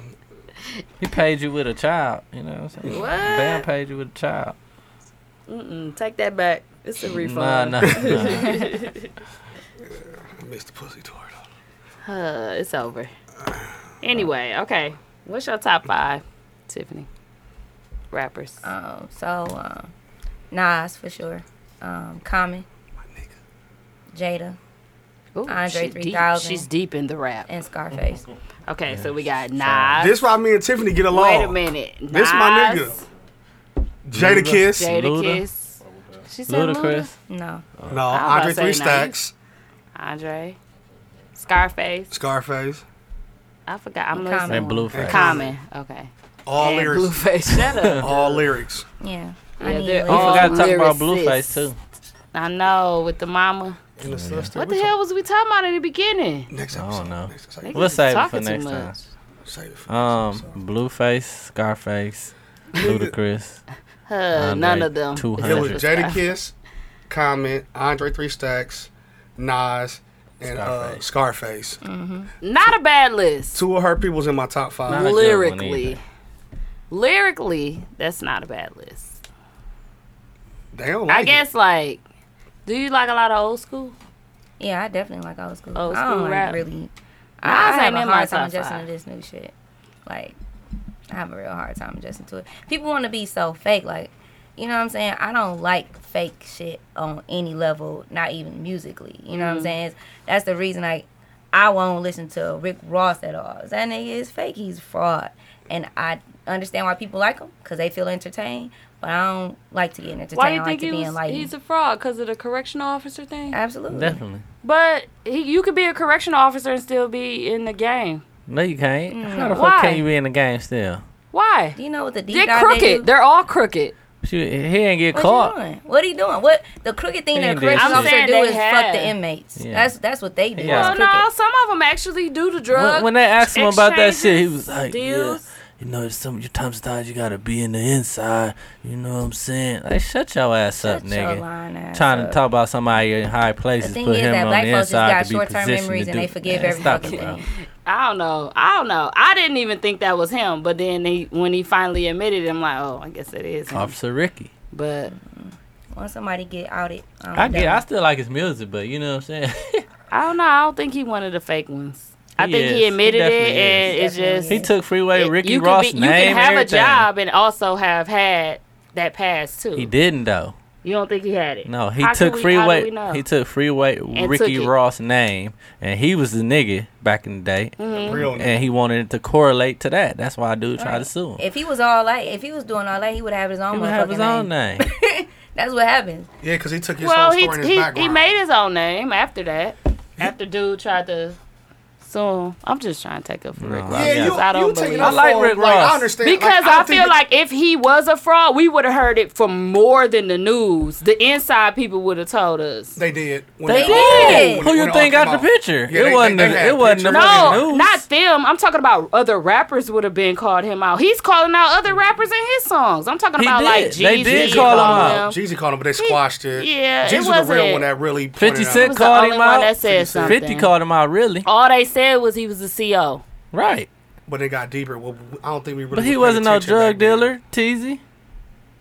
[SPEAKER 1] he paid you with a child, you know what I'm saying?
[SPEAKER 3] What?
[SPEAKER 1] Bam paid you with a child.
[SPEAKER 3] Mm-mm, take that back. It's a
[SPEAKER 1] Nah,
[SPEAKER 3] refund.
[SPEAKER 1] nah, nah.
[SPEAKER 8] I missed the pussy tour
[SPEAKER 3] [SIGHS]
[SPEAKER 8] though.
[SPEAKER 3] Uh, it's over. Anyway, okay. What's your top five, Tiffany? Rappers.
[SPEAKER 2] Um, so um, Nas for sure, um, Common, Jada,
[SPEAKER 3] Ooh,
[SPEAKER 2] Andre
[SPEAKER 3] she's deep-
[SPEAKER 2] 3000.
[SPEAKER 3] She's deep in the rap.
[SPEAKER 2] and Scarface.
[SPEAKER 3] Okay, so we got Nas.
[SPEAKER 8] This why me and Tiffany get along.
[SPEAKER 3] Wait a minute. Nas,
[SPEAKER 8] This my nigga. Jada Kiss.
[SPEAKER 3] Jada
[SPEAKER 1] Luda.
[SPEAKER 3] Kiss. She said Ludacris.
[SPEAKER 1] Ludacris.
[SPEAKER 2] No,
[SPEAKER 8] No,
[SPEAKER 3] I was about
[SPEAKER 8] Andre
[SPEAKER 3] to
[SPEAKER 8] Three
[SPEAKER 3] say
[SPEAKER 8] Stacks.
[SPEAKER 3] Andre. Scarface.
[SPEAKER 8] Scarface.
[SPEAKER 3] I forgot. I'm
[SPEAKER 2] Common.
[SPEAKER 3] listening.
[SPEAKER 1] And Blueface.
[SPEAKER 3] Common. Okay.
[SPEAKER 8] All
[SPEAKER 3] and
[SPEAKER 8] lyrics.
[SPEAKER 3] Blueface. Shut
[SPEAKER 1] [LAUGHS]
[SPEAKER 3] up.
[SPEAKER 8] All lyrics.
[SPEAKER 2] yeah,
[SPEAKER 3] Yeah,
[SPEAKER 2] I need
[SPEAKER 3] they're
[SPEAKER 2] to
[SPEAKER 1] We
[SPEAKER 3] all-
[SPEAKER 2] leave.
[SPEAKER 1] forgot to talk about
[SPEAKER 3] lyricists.
[SPEAKER 1] Blueface too.
[SPEAKER 3] I know, with the mama.
[SPEAKER 8] And the sister.
[SPEAKER 3] What
[SPEAKER 8] We
[SPEAKER 3] the
[SPEAKER 8] talk-
[SPEAKER 3] hell was we talking about in the beginning?
[SPEAKER 8] Next
[SPEAKER 1] I
[SPEAKER 8] episode.
[SPEAKER 1] don't know.
[SPEAKER 8] Next
[SPEAKER 3] Niggas
[SPEAKER 8] episode.
[SPEAKER 1] We'll
[SPEAKER 3] is
[SPEAKER 1] save it
[SPEAKER 3] talking
[SPEAKER 1] for
[SPEAKER 3] too
[SPEAKER 1] next
[SPEAKER 3] much.
[SPEAKER 1] time.
[SPEAKER 8] Save it for
[SPEAKER 1] Um,
[SPEAKER 8] next episode.
[SPEAKER 1] Blueface, Scarface, Ludacris.
[SPEAKER 3] Huh, none
[SPEAKER 1] Andre
[SPEAKER 3] of them.
[SPEAKER 1] 200.
[SPEAKER 8] It
[SPEAKER 1] Andre
[SPEAKER 8] was
[SPEAKER 1] Three
[SPEAKER 8] Jada Kiss, Comment, Andre Three Stacks, Nas, and Scarface. Uh,
[SPEAKER 1] Scarface.
[SPEAKER 8] Scarface.
[SPEAKER 3] Not a bad list.
[SPEAKER 8] Two of her people's in my top five.
[SPEAKER 1] Not a good one
[SPEAKER 3] Lyrically.
[SPEAKER 1] either.
[SPEAKER 3] Lyrically, that's not a bad list.
[SPEAKER 8] They don't like
[SPEAKER 3] I
[SPEAKER 8] it.
[SPEAKER 3] guess like do you like a lot of old school?
[SPEAKER 2] Yeah, I definitely like old school.
[SPEAKER 3] Old
[SPEAKER 2] I
[SPEAKER 3] school
[SPEAKER 2] don't like
[SPEAKER 3] rap.
[SPEAKER 2] really.
[SPEAKER 3] Nas
[SPEAKER 2] I, I have
[SPEAKER 3] ain't
[SPEAKER 2] a
[SPEAKER 3] in my
[SPEAKER 2] hard time
[SPEAKER 3] top
[SPEAKER 2] adjusting
[SPEAKER 3] five.
[SPEAKER 2] to this new shit. Like, I have a real hard time adjusting to it. People want to be so fake. Like, you know what I'm saying? I don't like fake shit on any level, not even musically. You know what
[SPEAKER 3] Mm-hmm.
[SPEAKER 2] I'm saying? It's- That's the reason, like, I won't listen to Rick Ross at all. That nigga is fake. He's fraud. And I understand why people like him because they feel entertained. But I don't like to get entertained.
[SPEAKER 3] Why do you
[SPEAKER 2] I like
[SPEAKER 3] think
[SPEAKER 2] to
[SPEAKER 3] he
[SPEAKER 2] be
[SPEAKER 3] was,
[SPEAKER 2] enlightened.
[SPEAKER 3] he's a fraud because of the correctional officer thing?
[SPEAKER 1] Uh,
[SPEAKER 2] Absolutely.
[SPEAKER 1] Definitely.
[SPEAKER 3] But he, you could be a correctional officer and still be in the game.
[SPEAKER 1] No, you can't.
[SPEAKER 2] Mm,
[SPEAKER 1] How the
[SPEAKER 3] Why?
[SPEAKER 1] fuck can you be in the game still?
[SPEAKER 3] Why?
[SPEAKER 2] Do you know what the deep
[SPEAKER 3] They're
[SPEAKER 2] dive they do?
[SPEAKER 3] crooked. They're all crooked.
[SPEAKER 1] Shoot, he ain't get
[SPEAKER 2] What
[SPEAKER 1] caught.
[SPEAKER 2] he doing? What he doing? What the crooked thing
[SPEAKER 1] He
[SPEAKER 2] that
[SPEAKER 1] ain't
[SPEAKER 2] a
[SPEAKER 1] did
[SPEAKER 2] correction
[SPEAKER 1] shit. I'm
[SPEAKER 2] officer
[SPEAKER 3] saying
[SPEAKER 2] do
[SPEAKER 3] they
[SPEAKER 2] is fuck
[SPEAKER 3] have.
[SPEAKER 2] the inmates.
[SPEAKER 1] Yeah.
[SPEAKER 2] That's that's what they do.
[SPEAKER 1] Yeah.
[SPEAKER 2] It's
[SPEAKER 3] Well, no,
[SPEAKER 2] crooked.
[SPEAKER 3] some of them actually do the drug.
[SPEAKER 1] When, when they asked him about that shit, he
[SPEAKER 3] exchanges,
[SPEAKER 1] was like, yeah,
[SPEAKER 3] deals.
[SPEAKER 1] you know, some your times times you gotta be in the inside. You know what I'm saying? Like, shut your ass up,
[SPEAKER 2] Shut your
[SPEAKER 1] nigga.
[SPEAKER 2] lying ass
[SPEAKER 1] Trying
[SPEAKER 2] up.
[SPEAKER 1] to talk about somebody in high places,
[SPEAKER 2] The thing
[SPEAKER 1] put
[SPEAKER 2] is
[SPEAKER 1] him
[SPEAKER 2] that
[SPEAKER 1] on
[SPEAKER 2] black
[SPEAKER 1] the
[SPEAKER 2] folks just
[SPEAKER 1] inside
[SPEAKER 2] got
[SPEAKER 1] to be
[SPEAKER 2] short-term
[SPEAKER 1] positioned
[SPEAKER 2] memories
[SPEAKER 1] to
[SPEAKER 2] and
[SPEAKER 1] do-
[SPEAKER 2] they forgive
[SPEAKER 1] Man,
[SPEAKER 2] every
[SPEAKER 1] stop
[SPEAKER 2] fucking
[SPEAKER 1] it, bro.
[SPEAKER 2] thing.
[SPEAKER 3] I don't know. I don't know. I didn't even think that was him. But then he, when he finally admitted, it, I'm like, oh, I guess it is. Him.
[SPEAKER 1] Officer Ricky.
[SPEAKER 3] But
[SPEAKER 2] Once somebody get outed, um,
[SPEAKER 1] I get. I
[SPEAKER 2] that-
[SPEAKER 1] still like his music, but you know what I'm saying. [LAUGHS]
[SPEAKER 3] I don't know. I don't think he one of the fake ones. I
[SPEAKER 1] He
[SPEAKER 3] think
[SPEAKER 1] is.
[SPEAKER 3] he
[SPEAKER 1] He
[SPEAKER 3] admitted it,
[SPEAKER 1] definitely
[SPEAKER 3] and
[SPEAKER 2] is.
[SPEAKER 3] it's just
[SPEAKER 1] he took Freeway
[SPEAKER 3] it-
[SPEAKER 1] Ricky
[SPEAKER 3] you could
[SPEAKER 1] Ross
[SPEAKER 3] be-
[SPEAKER 1] name.
[SPEAKER 3] You can have a
[SPEAKER 1] everything.
[SPEAKER 3] job and also have had that pass too.
[SPEAKER 1] He didn't though.
[SPEAKER 3] You don't think he had it?
[SPEAKER 1] No, he
[SPEAKER 3] How can
[SPEAKER 1] took
[SPEAKER 3] we- How do we
[SPEAKER 1] Freeway.
[SPEAKER 3] know?
[SPEAKER 1] He took Freeway Ricky
[SPEAKER 3] took it.
[SPEAKER 1] Ross name, and he was the nigga back in the day,
[SPEAKER 3] Mm.
[SPEAKER 8] Real
[SPEAKER 1] and he wanted it to correlate to that. That's why a dude tried to sue him.
[SPEAKER 2] if he was all like, if he was doing all that, he would have his own.
[SPEAKER 1] He would have
[SPEAKER 2] motherfucking
[SPEAKER 1] his own
[SPEAKER 2] name.
[SPEAKER 1] name.
[SPEAKER 2] That's what happens.
[SPEAKER 8] Yeah, because he took his
[SPEAKER 3] well,
[SPEAKER 8] whole
[SPEAKER 3] he
[SPEAKER 8] story in his
[SPEAKER 3] he,
[SPEAKER 8] background.
[SPEAKER 3] he made his own name after that. After dude tried to sue him. I'm just trying to take up for Rick
[SPEAKER 1] No.
[SPEAKER 3] Ross.
[SPEAKER 1] Yeah, you-
[SPEAKER 3] because I don't
[SPEAKER 8] you taking
[SPEAKER 3] believe
[SPEAKER 8] up I like for him. Rick Like, I Ross. understand. Like,
[SPEAKER 3] Because
[SPEAKER 8] I don't
[SPEAKER 3] I, feel
[SPEAKER 8] think-
[SPEAKER 3] like if he was a fraud, we would have heard it from more than the news. The inside people would have told us.
[SPEAKER 8] They did.
[SPEAKER 1] They did. Who you think got the picture?
[SPEAKER 3] Yeah,
[SPEAKER 1] it
[SPEAKER 3] they-
[SPEAKER 1] wasn't.
[SPEAKER 3] they-
[SPEAKER 1] the-
[SPEAKER 3] they
[SPEAKER 1] it wasn't the fucking
[SPEAKER 3] No,
[SPEAKER 1] news.
[SPEAKER 3] not them. I'm talking about other rappers would have been called him out. He's calling out other rappers in his songs. I'm talking
[SPEAKER 8] He
[SPEAKER 3] about like
[SPEAKER 8] did. They
[SPEAKER 3] Jeezy.
[SPEAKER 8] did call him out.
[SPEAKER 3] him.
[SPEAKER 8] Jeezy called him, but they squashed it.
[SPEAKER 3] yeah, it
[SPEAKER 8] Jeezy was the real
[SPEAKER 3] wasn't-
[SPEAKER 8] one that really.
[SPEAKER 1] 50
[SPEAKER 8] pointed out.
[SPEAKER 1] Cent called
[SPEAKER 3] only
[SPEAKER 1] him
[SPEAKER 3] one
[SPEAKER 1] out.
[SPEAKER 3] that said
[SPEAKER 1] 50
[SPEAKER 3] something.
[SPEAKER 1] called him out, really.
[SPEAKER 3] All they said was he was the CO.
[SPEAKER 1] Right.
[SPEAKER 8] But it got deeper. Well, I don't think we really.
[SPEAKER 1] But he
[SPEAKER 8] was
[SPEAKER 1] wasn't
[SPEAKER 8] paying
[SPEAKER 1] no
[SPEAKER 8] attention back
[SPEAKER 1] drug dealer, Teasy.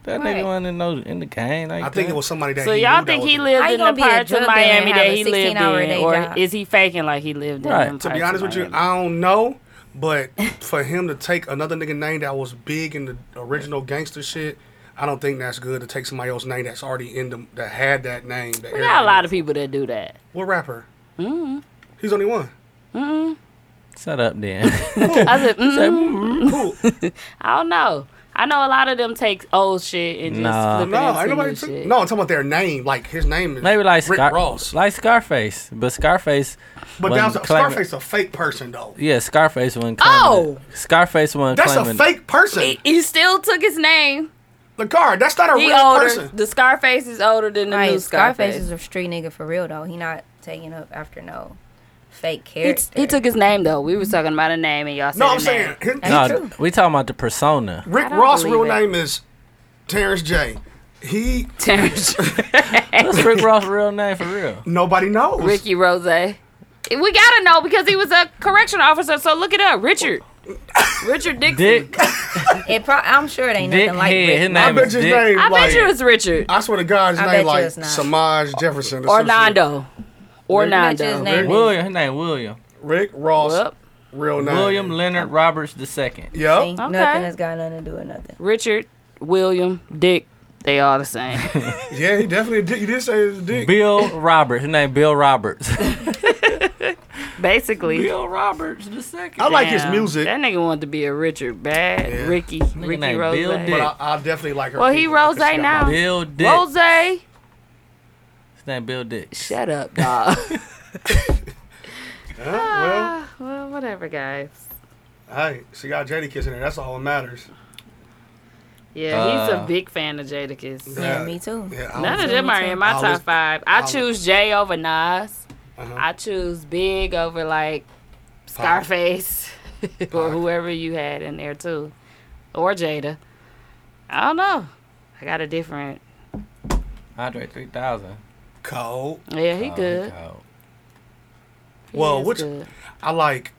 [SPEAKER 1] That
[SPEAKER 3] Right.
[SPEAKER 1] nigga wasn't in, no, in the game. Like
[SPEAKER 8] I think
[SPEAKER 1] that.
[SPEAKER 8] it was somebody that.
[SPEAKER 3] So
[SPEAKER 8] he
[SPEAKER 3] y'all
[SPEAKER 8] knew
[SPEAKER 3] think
[SPEAKER 8] that
[SPEAKER 3] he
[SPEAKER 8] was-
[SPEAKER 3] lived
[SPEAKER 2] How you
[SPEAKER 3] in the
[SPEAKER 2] gonna be a
[SPEAKER 3] parts of
[SPEAKER 2] drug dealer and
[SPEAKER 3] Miami
[SPEAKER 2] have
[SPEAKER 3] that
[SPEAKER 2] a
[SPEAKER 3] he lived
[SPEAKER 2] 16-hour
[SPEAKER 3] in,
[SPEAKER 2] day
[SPEAKER 3] or
[SPEAKER 2] job?
[SPEAKER 3] is he faking like he lived in? them
[SPEAKER 8] To be
[SPEAKER 3] parts
[SPEAKER 8] honest
[SPEAKER 3] of
[SPEAKER 8] with you,
[SPEAKER 3] Miami?
[SPEAKER 8] I don't know. But for him to take another nigga name that was big in the original gangster shit, I don't think that's good to take somebody else's name that's already in the that had that name. That
[SPEAKER 3] we got a lot of Mm-hmm. people that do that.
[SPEAKER 8] What rapper? Mm. He's only one.
[SPEAKER 3] Mm.
[SPEAKER 1] Shut up,
[SPEAKER 3] [LAUGHS]
[SPEAKER 1] then. [LAUGHS]
[SPEAKER 3] I said, [LAUGHS]
[SPEAKER 1] Say,
[SPEAKER 3] mm. Mm-hmm. I don't know. I know a lot of them take old shit and just
[SPEAKER 1] Nah.
[SPEAKER 3] flip it
[SPEAKER 8] No, ain't
[SPEAKER 3] into
[SPEAKER 8] nobody.
[SPEAKER 3] new
[SPEAKER 8] Took,
[SPEAKER 3] shit.
[SPEAKER 8] no, I'm talking about their name. Like his name is
[SPEAKER 1] Maybe like
[SPEAKER 8] Rick
[SPEAKER 1] Scar-
[SPEAKER 8] Ross.
[SPEAKER 1] like Scarface, but Scarface.
[SPEAKER 8] But
[SPEAKER 1] wasn't
[SPEAKER 8] that's a,
[SPEAKER 1] claiming-
[SPEAKER 8] Scarface a fake person though.
[SPEAKER 1] Yeah, Scarface wasn't claiming.
[SPEAKER 3] Oh!
[SPEAKER 1] it. Scarface wasn't
[SPEAKER 8] That's a
[SPEAKER 1] claiming.
[SPEAKER 8] fake person.
[SPEAKER 3] He, he still took his name.
[SPEAKER 8] The guard. That's not
[SPEAKER 3] he older. The Scarface is older than the new
[SPEAKER 2] Right, Scarface
[SPEAKER 3] Scarface.
[SPEAKER 2] is a street nigga for real though. He not taking up after no fake
[SPEAKER 3] He,
[SPEAKER 2] character.
[SPEAKER 3] he took his name though. We was talking about a name and y'all said
[SPEAKER 8] No,
[SPEAKER 3] a
[SPEAKER 8] I'm saying
[SPEAKER 3] name. [LAUGHS]
[SPEAKER 8] his,
[SPEAKER 1] No, we talking about the persona.
[SPEAKER 8] Rick
[SPEAKER 3] don't
[SPEAKER 8] Ross'
[SPEAKER 3] believe
[SPEAKER 8] real
[SPEAKER 3] it.
[SPEAKER 8] name is Terrence J. He [LAUGHS]
[SPEAKER 3] Terrence.
[SPEAKER 1] What's Rick Ross' real name for real?
[SPEAKER 8] Nobody knows.
[SPEAKER 3] Ricky Rose. We gotta know because he was a correction officer. So look it up, Richard. Richard Dixon.
[SPEAKER 1] [LAUGHS] [LAUGHS] Dick.
[SPEAKER 2] It pro- I'm sure it ain't nothing like
[SPEAKER 1] Dickhead,
[SPEAKER 2] Rick.
[SPEAKER 1] his
[SPEAKER 8] I
[SPEAKER 1] name
[SPEAKER 8] bet
[SPEAKER 1] is
[SPEAKER 8] his
[SPEAKER 1] Dick.
[SPEAKER 8] name.
[SPEAKER 3] I
[SPEAKER 8] like,
[SPEAKER 3] bet you it's Richard.
[SPEAKER 8] I swear to God, his
[SPEAKER 2] I bet
[SPEAKER 8] name
[SPEAKER 2] you
[SPEAKER 8] like
[SPEAKER 2] it's not.
[SPEAKER 8] Samaj Jefferson. some
[SPEAKER 3] Orlando.
[SPEAKER 2] I bet you his
[SPEAKER 3] Orlando.
[SPEAKER 2] name-
[SPEAKER 1] William. His name William.
[SPEAKER 8] shit. Rick Ross,
[SPEAKER 3] Well,
[SPEAKER 8] real name.
[SPEAKER 1] William Leonard Roberts II.
[SPEAKER 8] Yep.
[SPEAKER 2] Ain't
[SPEAKER 3] Okay.
[SPEAKER 2] Nothing has got nothing to do with nothing.
[SPEAKER 3] Richard, William, Dick. They all the
[SPEAKER 8] [LAUGHS]
[SPEAKER 3] same.
[SPEAKER 8] Yeah, he definitely did. You did say his dick.
[SPEAKER 1] Bill Roberts. His name Bill Roberts.
[SPEAKER 3] Basically.
[SPEAKER 1] [LAUGHS] Bill Roberts II.
[SPEAKER 8] I like his
[SPEAKER 3] Damn,
[SPEAKER 8] music.
[SPEAKER 3] That nigga wanted to be a Richard bad
[SPEAKER 8] Yeah.
[SPEAKER 3] Ricky Ricky
[SPEAKER 1] named
[SPEAKER 3] Rose.
[SPEAKER 1] Bill
[SPEAKER 8] But
[SPEAKER 1] Dick.
[SPEAKER 8] I, I definitely like her.
[SPEAKER 3] Well, he
[SPEAKER 8] people. I
[SPEAKER 3] Rose
[SPEAKER 8] can see
[SPEAKER 3] now.
[SPEAKER 8] her.
[SPEAKER 1] Bill Dick.
[SPEAKER 3] Rose,
[SPEAKER 1] His name Bill Dick.
[SPEAKER 3] shut up, dog.
[SPEAKER 8] Huh? Well,
[SPEAKER 3] Ah, well, whatever, guys.
[SPEAKER 8] hey, she got Jada Kiss in there. That's all that matters.
[SPEAKER 3] Yeah, he's
[SPEAKER 1] Uh,
[SPEAKER 3] a big fan of Jadakiss.
[SPEAKER 2] Yeah, me too.
[SPEAKER 8] Yeah, I
[SPEAKER 3] None
[SPEAKER 8] was-
[SPEAKER 3] of them are in my
[SPEAKER 8] I'll
[SPEAKER 3] top
[SPEAKER 8] just-
[SPEAKER 3] five. I
[SPEAKER 8] I'll-
[SPEAKER 3] choose Jay over Nas.
[SPEAKER 8] Uh-huh.
[SPEAKER 3] I choose Big over like Scarface [LAUGHS] or whoever you had in there too, or Jada. I don't know. I got a different.
[SPEAKER 1] Andre 3000.
[SPEAKER 8] Cold.
[SPEAKER 3] Yeah, he
[SPEAKER 1] Oh,
[SPEAKER 3] good.
[SPEAKER 1] cold.
[SPEAKER 3] He
[SPEAKER 8] Well,
[SPEAKER 3] is
[SPEAKER 8] which
[SPEAKER 3] good.
[SPEAKER 8] I like.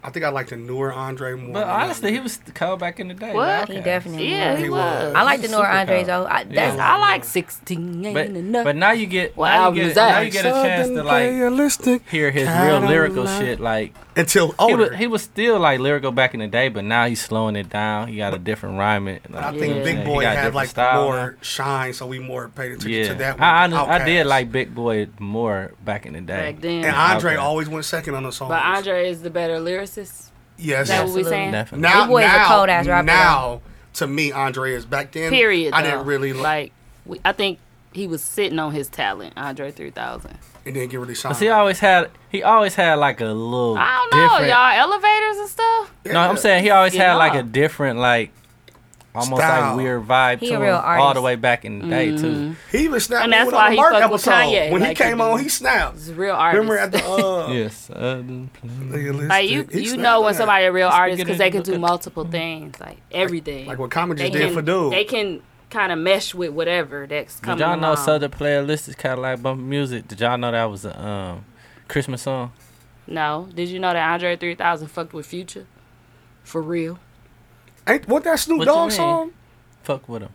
[SPEAKER 8] I think I like the newer Andre more.
[SPEAKER 1] But
[SPEAKER 8] than
[SPEAKER 1] honestly, he
[SPEAKER 8] Andre.
[SPEAKER 1] was cold back in the day.
[SPEAKER 3] What?
[SPEAKER 1] Like,
[SPEAKER 2] He
[SPEAKER 1] okay.
[SPEAKER 2] definitely.
[SPEAKER 3] Yeah,
[SPEAKER 2] was.
[SPEAKER 3] he
[SPEAKER 8] He
[SPEAKER 3] was.
[SPEAKER 8] was.
[SPEAKER 2] I like the
[SPEAKER 1] He's
[SPEAKER 2] Nora
[SPEAKER 1] super
[SPEAKER 2] Andre
[SPEAKER 1] cold.
[SPEAKER 2] though. I,
[SPEAKER 1] Yeah.
[SPEAKER 2] that's
[SPEAKER 3] I like sixteen ain't
[SPEAKER 1] But,
[SPEAKER 3] enough.
[SPEAKER 1] but now you get
[SPEAKER 3] What
[SPEAKER 1] now
[SPEAKER 3] album is
[SPEAKER 1] you get,
[SPEAKER 3] that?
[SPEAKER 1] now you get a chance to
[SPEAKER 8] Something
[SPEAKER 1] like
[SPEAKER 8] realistic
[SPEAKER 1] hear his real
[SPEAKER 8] kinda
[SPEAKER 1] lyrical
[SPEAKER 8] like-
[SPEAKER 1] shit. Like
[SPEAKER 8] until
[SPEAKER 1] he
[SPEAKER 8] older.
[SPEAKER 1] was he was still like lyrical back in the day, but now he's slowing it down. He got a different rhyming. Like,
[SPEAKER 8] I think
[SPEAKER 1] yeah.
[SPEAKER 8] Big
[SPEAKER 1] he
[SPEAKER 8] Boy
[SPEAKER 1] got a
[SPEAKER 8] had
[SPEAKER 1] different
[SPEAKER 8] like
[SPEAKER 1] style now.
[SPEAKER 8] more shine, so we more paid attention
[SPEAKER 1] Yeah,
[SPEAKER 8] to that.
[SPEAKER 1] I,
[SPEAKER 8] one,
[SPEAKER 1] I, I did
[SPEAKER 8] Outkast.
[SPEAKER 1] like Big Boy more back in the day.
[SPEAKER 3] back then.
[SPEAKER 8] And Andre
[SPEAKER 1] Outkast.
[SPEAKER 8] always went second on the song.
[SPEAKER 3] but Andre is the better lyricist.
[SPEAKER 8] yes,
[SPEAKER 3] Is that what we
[SPEAKER 2] Absolutely.
[SPEAKER 3] saying?
[SPEAKER 1] Definitely.
[SPEAKER 8] now
[SPEAKER 2] Big Boy is a
[SPEAKER 8] now
[SPEAKER 2] cold-ass rapper,
[SPEAKER 8] now to me Andre is back then.
[SPEAKER 3] Period.
[SPEAKER 8] I
[SPEAKER 3] though.
[SPEAKER 8] didn't really like,
[SPEAKER 3] like. We, I think he was sitting on his talent, Andre three thousand.
[SPEAKER 8] it. Didn't get really shine.
[SPEAKER 1] Cause he always had he always had like a little.
[SPEAKER 3] I don't know,
[SPEAKER 1] different,
[SPEAKER 3] y'all elevators and stuff.
[SPEAKER 1] No, I'm saying he always
[SPEAKER 3] Yeah.
[SPEAKER 1] had like a different like. Almost
[SPEAKER 8] Style.
[SPEAKER 1] like weird vibe
[SPEAKER 2] He
[SPEAKER 1] to
[SPEAKER 2] a
[SPEAKER 1] him
[SPEAKER 2] real
[SPEAKER 1] all the
[SPEAKER 2] artist.
[SPEAKER 1] way back in the day too.
[SPEAKER 8] He even snapped
[SPEAKER 3] And
[SPEAKER 8] me
[SPEAKER 3] that's
[SPEAKER 8] with
[SPEAKER 3] why
[SPEAKER 8] on
[SPEAKER 3] he
[SPEAKER 8] the Mark
[SPEAKER 3] fuck with
[SPEAKER 8] episode
[SPEAKER 3] Kanye
[SPEAKER 8] when he
[SPEAKER 3] like he
[SPEAKER 8] came
[SPEAKER 3] do.
[SPEAKER 8] on. He snapped.
[SPEAKER 3] He's a real artist.
[SPEAKER 1] [LAUGHS]
[SPEAKER 8] Remember at the
[SPEAKER 3] Mm-hmm.
[SPEAKER 8] uh,
[SPEAKER 1] Yes, I didn't play.
[SPEAKER 8] realistic,
[SPEAKER 3] Like you,
[SPEAKER 8] he
[SPEAKER 3] you
[SPEAKER 8] snapped
[SPEAKER 3] know when
[SPEAKER 8] that.
[SPEAKER 3] somebody a real
[SPEAKER 1] Let's
[SPEAKER 3] artist
[SPEAKER 1] get
[SPEAKER 3] because
[SPEAKER 1] into
[SPEAKER 3] they can
[SPEAKER 1] look
[SPEAKER 3] do
[SPEAKER 1] at-
[SPEAKER 3] multiple things, like everything.
[SPEAKER 8] like what Common
[SPEAKER 3] they
[SPEAKER 8] just did
[SPEAKER 3] can,
[SPEAKER 8] for dude.
[SPEAKER 3] they can kind of mesh with whatever that's
[SPEAKER 1] Did
[SPEAKER 3] coming.
[SPEAKER 1] y'all know
[SPEAKER 3] along.
[SPEAKER 1] Southern Player List is kind of like bump music? Did y'all know that was a um, Christmas song?
[SPEAKER 3] No, did you know that Andre three thousand fucked with Future? For real?
[SPEAKER 8] Ain't what that Snoop
[SPEAKER 1] What you
[SPEAKER 8] Dogg
[SPEAKER 1] mean?
[SPEAKER 8] song?
[SPEAKER 1] Fuck with him.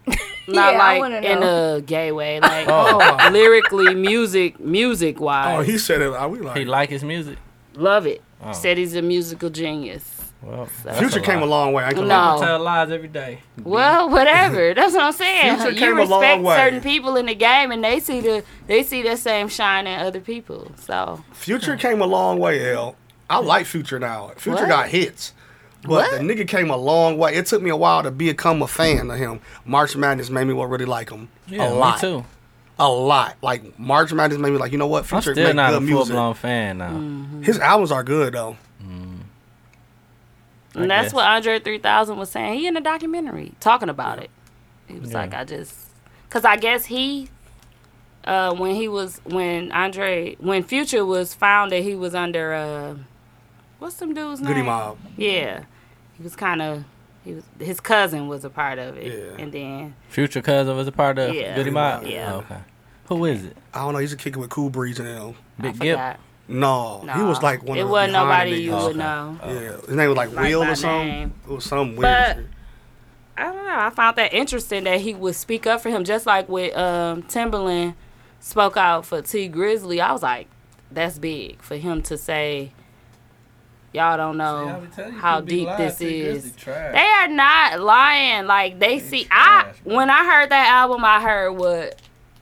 [SPEAKER 3] Not
[SPEAKER 2] Yeah, I wanna
[SPEAKER 3] like in
[SPEAKER 2] know.
[SPEAKER 3] a gay way, like
[SPEAKER 8] [LAUGHS] Oh.
[SPEAKER 3] lyrically, music, music
[SPEAKER 8] Oh,
[SPEAKER 3] wise.
[SPEAKER 8] he said it. Are we
[SPEAKER 1] He
[SPEAKER 8] like?
[SPEAKER 1] like his music.
[SPEAKER 3] Love it.
[SPEAKER 1] Oh.
[SPEAKER 3] Said he's a musical genius.
[SPEAKER 1] Well,
[SPEAKER 8] Future came a long way. I ain't gonna
[SPEAKER 3] No.
[SPEAKER 8] lie.
[SPEAKER 1] I tell lies every day.
[SPEAKER 3] Well,
[SPEAKER 8] [LAUGHS]
[SPEAKER 3] whatever. That's what I'm saying.
[SPEAKER 8] Future
[SPEAKER 3] you
[SPEAKER 8] came a
[SPEAKER 3] respect
[SPEAKER 8] long way.
[SPEAKER 3] certain people in the game, and they see the they see that same shine in other people. So
[SPEAKER 8] Future came a long way, L. I like Future now. Future
[SPEAKER 3] What?
[SPEAKER 8] got hits. But the nigga came a long way. It took me a while to become a fan of him. March Madness made me wa- really like him
[SPEAKER 1] Yeah,
[SPEAKER 8] a lot.
[SPEAKER 1] me too.
[SPEAKER 8] A a lot. Like March Madness made me like, you know what?
[SPEAKER 1] I'm
[SPEAKER 8] Future
[SPEAKER 1] still
[SPEAKER 8] make
[SPEAKER 1] not a
[SPEAKER 8] good
[SPEAKER 1] full
[SPEAKER 8] music.
[SPEAKER 1] blown fan now.
[SPEAKER 8] His albums are good though.
[SPEAKER 3] and that's
[SPEAKER 1] guess.
[SPEAKER 3] what Andre 3000 was saying. He in a documentary talking about it. He was
[SPEAKER 1] Yeah.
[SPEAKER 3] like, I just, because I guess he, uh, when he was, when Andre, when Future was founded, he was under, uh, what's some dude's name?
[SPEAKER 8] Goody Mob.
[SPEAKER 3] Yeah. He was kind of, he was, his cousin was a part of it. Yeah. And then,
[SPEAKER 1] Future cousin was a part of
[SPEAKER 3] Yeah.
[SPEAKER 1] Goody Mob.
[SPEAKER 3] Yeah.
[SPEAKER 1] Oh, okay. Who is it?
[SPEAKER 8] I don't know. He's a kicking with Cool Breeze and them.
[SPEAKER 1] Big
[SPEAKER 3] Gip? forgot.
[SPEAKER 8] No, he was like one.
[SPEAKER 3] It
[SPEAKER 8] of the
[SPEAKER 3] wasn't
[SPEAKER 8] behind
[SPEAKER 3] nobody
[SPEAKER 8] niggas.
[SPEAKER 3] you would know.
[SPEAKER 8] Yeah, his name was like,
[SPEAKER 3] Like
[SPEAKER 8] Will
[SPEAKER 3] by
[SPEAKER 8] or something.
[SPEAKER 3] name.
[SPEAKER 8] It was some weird.
[SPEAKER 3] But-
[SPEAKER 8] shit.
[SPEAKER 3] I don't know. I found that interesting that he would speak up for him, just like with um, Timberland spoke out for T Grizzly. I was like, that's big for him to say. Y'all don't know Um, how deep this is. They are not lying. Like they see. I when I heard that album, I heard what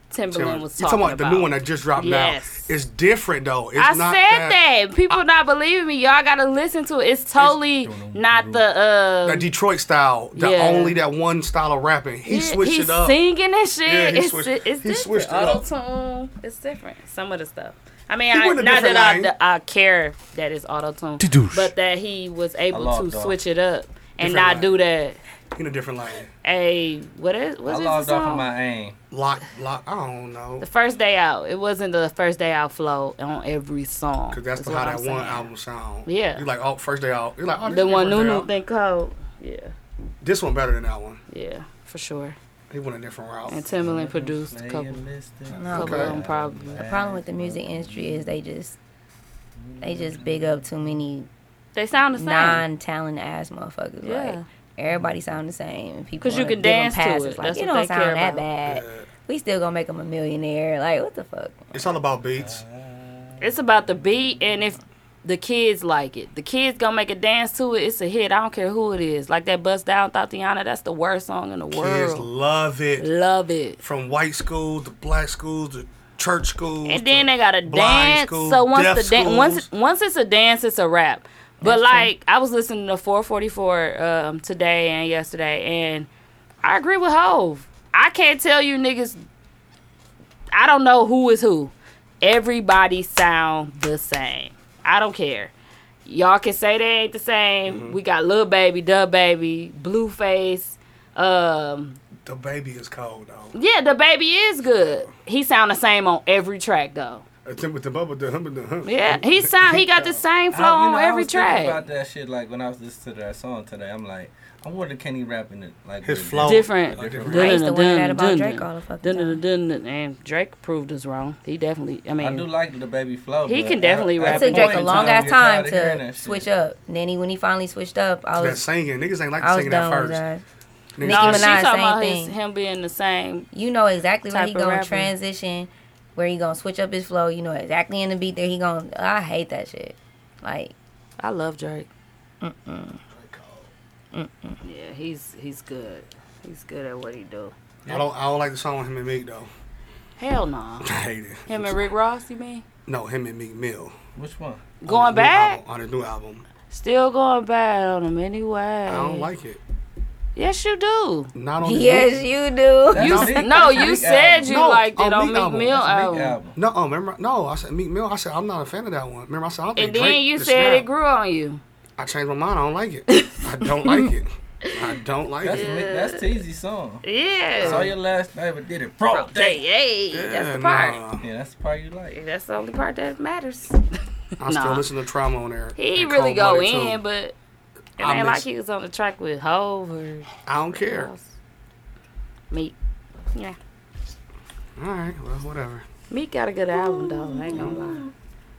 [SPEAKER 3] Timberland was
[SPEAKER 8] you
[SPEAKER 3] talking,
[SPEAKER 8] talking about,
[SPEAKER 3] about.
[SPEAKER 8] the new one that just dropped
[SPEAKER 3] Yes.
[SPEAKER 8] now? It's different though. It's
[SPEAKER 3] I said
[SPEAKER 8] not
[SPEAKER 3] that. People not believing me. Y'all gotta listen to it. It's totally not the uh
[SPEAKER 8] that Detroit style, the
[SPEAKER 3] Yeah.
[SPEAKER 8] only that one style of rapping. He
[SPEAKER 3] Yeah,
[SPEAKER 8] switched
[SPEAKER 3] he's
[SPEAKER 8] it up.
[SPEAKER 3] singing and shit.
[SPEAKER 8] Yeah, he
[SPEAKER 3] it's
[SPEAKER 8] switched-
[SPEAKER 3] it's
[SPEAKER 8] he
[SPEAKER 3] different.
[SPEAKER 8] switched it up.
[SPEAKER 3] auto tune. It's different. Some of the stuff. I mean,
[SPEAKER 8] He
[SPEAKER 3] I,
[SPEAKER 8] went a
[SPEAKER 3] not
[SPEAKER 8] different
[SPEAKER 3] that
[SPEAKER 8] lane.
[SPEAKER 3] I, I care that it's auto tune,
[SPEAKER 8] Didoosh.
[SPEAKER 3] but that he was able
[SPEAKER 8] I
[SPEAKER 3] to
[SPEAKER 8] logged off.
[SPEAKER 3] switch it up and
[SPEAKER 8] Different
[SPEAKER 3] not
[SPEAKER 8] lane.
[SPEAKER 3] do that.
[SPEAKER 8] in a different lane.
[SPEAKER 3] Hey, what is what's his song?
[SPEAKER 1] aim.
[SPEAKER 8] Lock, lock. I don't know.
[SPEAKER 3] the first day out. It wasn't the first day out flow on every song.
[SPEAKER 8] Cause that's
[SPEAKER 3] is
[SPEAKER 8] how
[SPEAKER 3] what
[SPEAKER 8] that
[SPEAKER 3] I'm
[SPEAKER 8] one
[SPEAKER 3] saying.
[SPEAKER 8] album sound.
[SPEAKER 3] Yeah.
[SPEAKER 8] You're like, oh, first day out. You're like, oh, this
[SPEAKER 3] The
[SPEAKER 8] ain't
[SPEAKER 3] one
[SPEAKER 8] first day
[SPEAKER 3] Nunu
[SPEAKER 8] out.
[SPEAKER 3] thing called. Yeah,
[SPEAKER 8] This one better than that one.
[SPEAKER 3] yeah, for sure.
[SPEAKER 8] He went a different route.
[SPEAKER 3] And Timberland produced a couple.
[SPEAKER 2] No,
[SPEAKER 3] Couple of them probably.
[SPEAKER 2] The problem with the music industry is they just they just big up too many
[SPEAKER 3] They sound the same.
[SPEAKER 2] non talent ass motherfuckers.
[SPEAKER 3] Yeah.
[SPEAKER 2] Like everybody sound the same. and People
[SPEAKER 3] 'Cause you
[SPEAKER 2] wanna
[SPEAKER 3] can
[SPEAKER 2] give 'em
[SPEAKER 3] dance to
[SPEAKER 2] passes.
[SPEAKER 3] it.
[SPEAKER 2] Like
[SPEAKER 3] That's
[SPEAKER 2] you
[SPEAKER 3] what
[SPEAKER 2] don't
[SPEAKER 3] they care
[SPEAKER 2] sound that bad.
[SPEAKER 3] about.
[SPEAKER 2] We still gonna make them a millionaire. Like what the fuck?
[SPEAKER 8] It's all about beats.
[SPEAKER 3] Uh, It's about the beat and if the kids like it. The kids gonna make a dance to it, it's a hit. I don't care who it is. Like that Bust Down Tatiana, that's the worst song in the
[SPEAKER 8] Kids
[SPEAKER 3] world.
[SPEAKER 8] love it.
[SPEAKER 3] Love it.
[SPEAKER 8] From white schools to black schools to church schools.
[SPEAKER 3] And then they gotta
[SPEAKER 8] blind
[SPEAKER 3] dance.
[SPEAKER 8] school,
[SPEAKER 3] so once
[SPEAKER 8] deaf
[SPEAKER 3] the dance
[SPEAKER 8] schools.
[SPEAKER 3] once once it's a dance, it's a rap. But
[SPEAKER 8] That's true.
[SPEAKER 3] like I was listening to 444 um, today and yesterday, and I agree with Hove. I can't tell you niggas. I don't know who is who. Everybody sound the same. I don't care. Y'all can say they ain't the same.
[SPEAKER 8] Mm-hmm.
[SPEAKER 3] We got Lil Baby, Dub Baby, Blueface. Um,
[SPEAKER 8] the baby is cold though.
[SPEAKER 3] yeah, the baby is good. He sound the same on every track though.
[SPEAKER 8] Uh, Tim- with the bubble, the hum- the hum.
[SPEAKER 3] Yeah, he sound he got the same flow
[SPEAKER 1] I- you know,
[SPEAKER 3] on
[SPEAKER 1] I
[SPEAKER 3] every
[SPEAKER 1] was thinking
[SPEAKER 3] track.
[SPEAKER 1] About that shit, like when I was listening to that song today, I'm like, I wonder can he rap in it like
[SPEAKER 8] His
[SPEAKER 1] with
[SPEAKER 8] flow.
[SPEAKER 3] Different.
[SPEAKER 1] a different
[SPEAKER 2] I used to
[SPEAKER 3] Dun-
[SPEAKER 2] wonder
[SPEAKER 3] dun-
[SPEAKER 2] that about
[SPEAKER 3] dun-
[SPEAKER 2] Drake all the fucking
[SPEAKER 3] dun- dun- dun- And Drake proved us wrong. He definitely. I
[SPEAKER 1] I do
[SPEAKER 3] mean,
[SPEAKER 1] like the baby flow.
[SPEAKER 3] He
[SPEAKER 1] but
[SPEAKER 3] can definitely
[SPEAKER 1] at-
[SPEAKER 3] rap
[SPEAKER 1] at
[SPEAKER 2] It
[SPEAKER 3] the
[SPEAKER 2] took Drake
[SPEAKER 1] point
[SPEAKER 2] a
[SPEAKER 1] in
[SPEAKER 2] long
[SPEAKER 1] time,
[SPEAKER 2] ass
[SPEAKER 1] you're tired
[SPEAKER 2] time
[SPEAKER 1] of hearing
[SPEAKER 2] to
[SPEAKER 1] that
[SPEAKER 2] switch
[SPEAKER 1] shit.
[SPEAKER 2] up. And then he, when he finally switched up, I
[SPEAKER 8] That
[SPEAKER 2] was
[SPEAKER 8] singing. Niggas ain't like
[SPEAKER 2] I was
[SPEAKER 8] singing
[SPEAKER 2] done
[SPEAKER 8] that
[SPEAKER 2] with
[SPEAKER 8] first.
[SPEAKER 2] that.
[SPEAKER 8] Niggas
[SPEAKER 3] no,
[SPEAKER 8] like-
[SPEAKER 3] she
[SPEAKER 2] Nicki Minaj,
[SPEAKER 3] talking
[SPEAKER 2] same
[SPEAKER 3] about his,
[SPEAKER 2] thing.
[SPEAKER 3] him being the same.
[SPEAKER 2] You know exactly when
[SPEAKER 3] Type
[SPEAKER 2] he
[SPEAKER 3] of
[SPEAKER 2] gonna
[SPEAKER 3] rapper.
[SPEAKER 2] transition, where he gonna switch up his flow. You know exactly in the beat there he gonna. I hate that shit. Like
[SPEAKER 3] I love Drake.
[SPEAKER 2] mm-mm.
[SPEAKER 3] Yeah, he's he's good. He's good at what he do.
[SPEAKER 8] I don't. I don't like the song with him and Meek though. [LAUGHS]
[SPEAKER 3] Hell no.
[SPEAKER 8] I hate it.
[SPEAKER 3] Him and Rick Ross, you mean?
[SPEAKER 8] No, him and Meek Mill.
[SPEAKER 1] Which one?
[SPEAKER 3] Going
[SPEAKER 8] on his new
[SPEAKER 3] back?
[SPEAKER 8] album- on his new album.
[SPEAKER 3] Still going bad on him anyway.
[SPEAKER 8] I don't like it.
[SPEAKER 3] Yes, you do.
[SPEAKER 8] Not [LAUGHS] on his
[SPEAKER 2] Yes,
[SPEAKER 8] new-
[SPEAKER 2] you do.
[SPEAKER 3] You
[SPEAKER 8] That's
[SPEAKER 3] s-
[SPEAKER 8] Meek-
[SPEAKER 3] no,
[SPEAKER 1] that's
[SPEAKER 3] you
[SPEAKER 1] Meek
[SPEAKER 3] said
[SPEAKER 1] album.
[SPEAKER 3] you
[SPEAKER 8] No,
[SPEAKER 3] liked it
[SPEAKER 8] on
[SPEAKER 3] on
[SPEAKER 8] Meek
[SPEAKER 3] Meek
[SPEAKER 8] album.
[SPEAKER 3] Mill
[SPEAKER 8] That's
[SPEAKER 1] Big
[SPEAKER 3] album.
[SPEAKER 1] album.
[SPEAKER 8] No, uh, remember? No, I said Meek Mill. I said I'm not a fan of that one. Remember, I said I don't think
[SPEAKER 3] And then
[SPEAKER 8] Drake
[SPEAKER 3] you
[SPEAKER 8] is
[SPEAKER 3] said
[SPEAKER 8] rap.
[SPEAKER 3] it grew on you.
[SPEAKER 8] I changed my mind. I don't like it. I don't like it. I don't like
[SPEAKER 1] That's
[SPEAKER 8] it.
[SPEAKER 1] me- that's Teezy's song.
[SPEAKER 3] Yeah.
[SPEAKER 1] Saw your last name and did it pro
[SPEAKER 3] Hey,
[SPEAKER 1] day.
[SPEAKER 3] hey, that's the part.
[SPEAKER 8] nah.
[SPEAKER 1] Yeah, that's the part you like.
[SPEAKER 3] That's the only part that [LAUGHS] matters.
[SPEAKER 8] I still
[SPEAKER 3] Nah.
[SPEAKER 8] listen to Trauma on there.
[SPEAKER 3] He
[SPEAKER 8] and
[SPEAKER 3] really go
[SPEAKER 8] Cold Blooded,
[SPEAKER 3] in,
[SPEAKER 8] too.
[SPEAKER 3] but it
[SPEAKER 8] I
[SPEAKER 3] ain't
[SPEAKER 8] miss-
[SPEAKER 3] like he was on the track with Hov or
[SPEAKER 8] I don't care. All
[SPEAKER 3] else. Meek. Yeah.
[SPEAKER 8] right, well, whatever.
[SPEAKER 3] Meek got a good album though, I ain't gonna lie.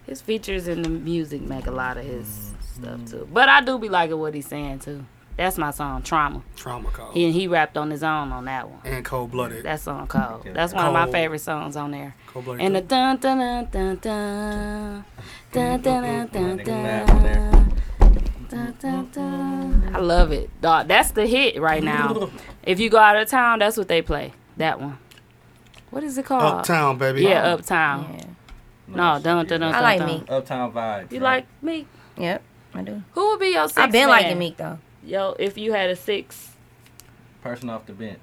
[SPEAKER 3] His features in the music make a lot of his stuff too. But I do be liking what he's saying too. That's my song, Trauma.
[SPEAKER 8] Trauma call
[SPEAKER 3] He, he rapped on his own on that one.
[SPEAKER 8] and Cold Blooded.
[SPEAKER 3] That song cold. That's one of my
[SPEAKER 8] Cold.
[SPEAKER 3] favorite songs on there.
[SPEAKER 8] Cold Blooded.
[SPEAKER 3] And the dun dun dun dun dun dun dun dun dun dun
[SPEAKER 1] Mm-mm-mm.
[SPEAKER 3] dun dun dun. I love it, dog. That's the hit right
[SPEAKER 1] [LAUGHS]
[SPEAKER 3] now. If you go out of town, that's what they play. That one. What is it called?
[SPEAKER 8] Uptown, baby.
[SPEAKER 3] Yeah, uptown.
[SPEAKER 2] Yeah.
[SPEAKER 3] No, dun dun dun.
[SPEAKER 2] I like
[SPEAKER 3] dun, dun.
[SPEAKER 2] Meek.
[SPEAKER 1] Uptown vibe.
[SPEAKER 3] You like Meek?
[SPEAKER 2] Yep, I do.
[SPEAKER 3] Who would be your six?
[SPEAKER 2] I've been
[SPEAKER 3] man?
[SPEAKER 2] liking Meek though.
[SPEAKER 3] Yo, if you had a six
[SPEAKER 1] person off the bench.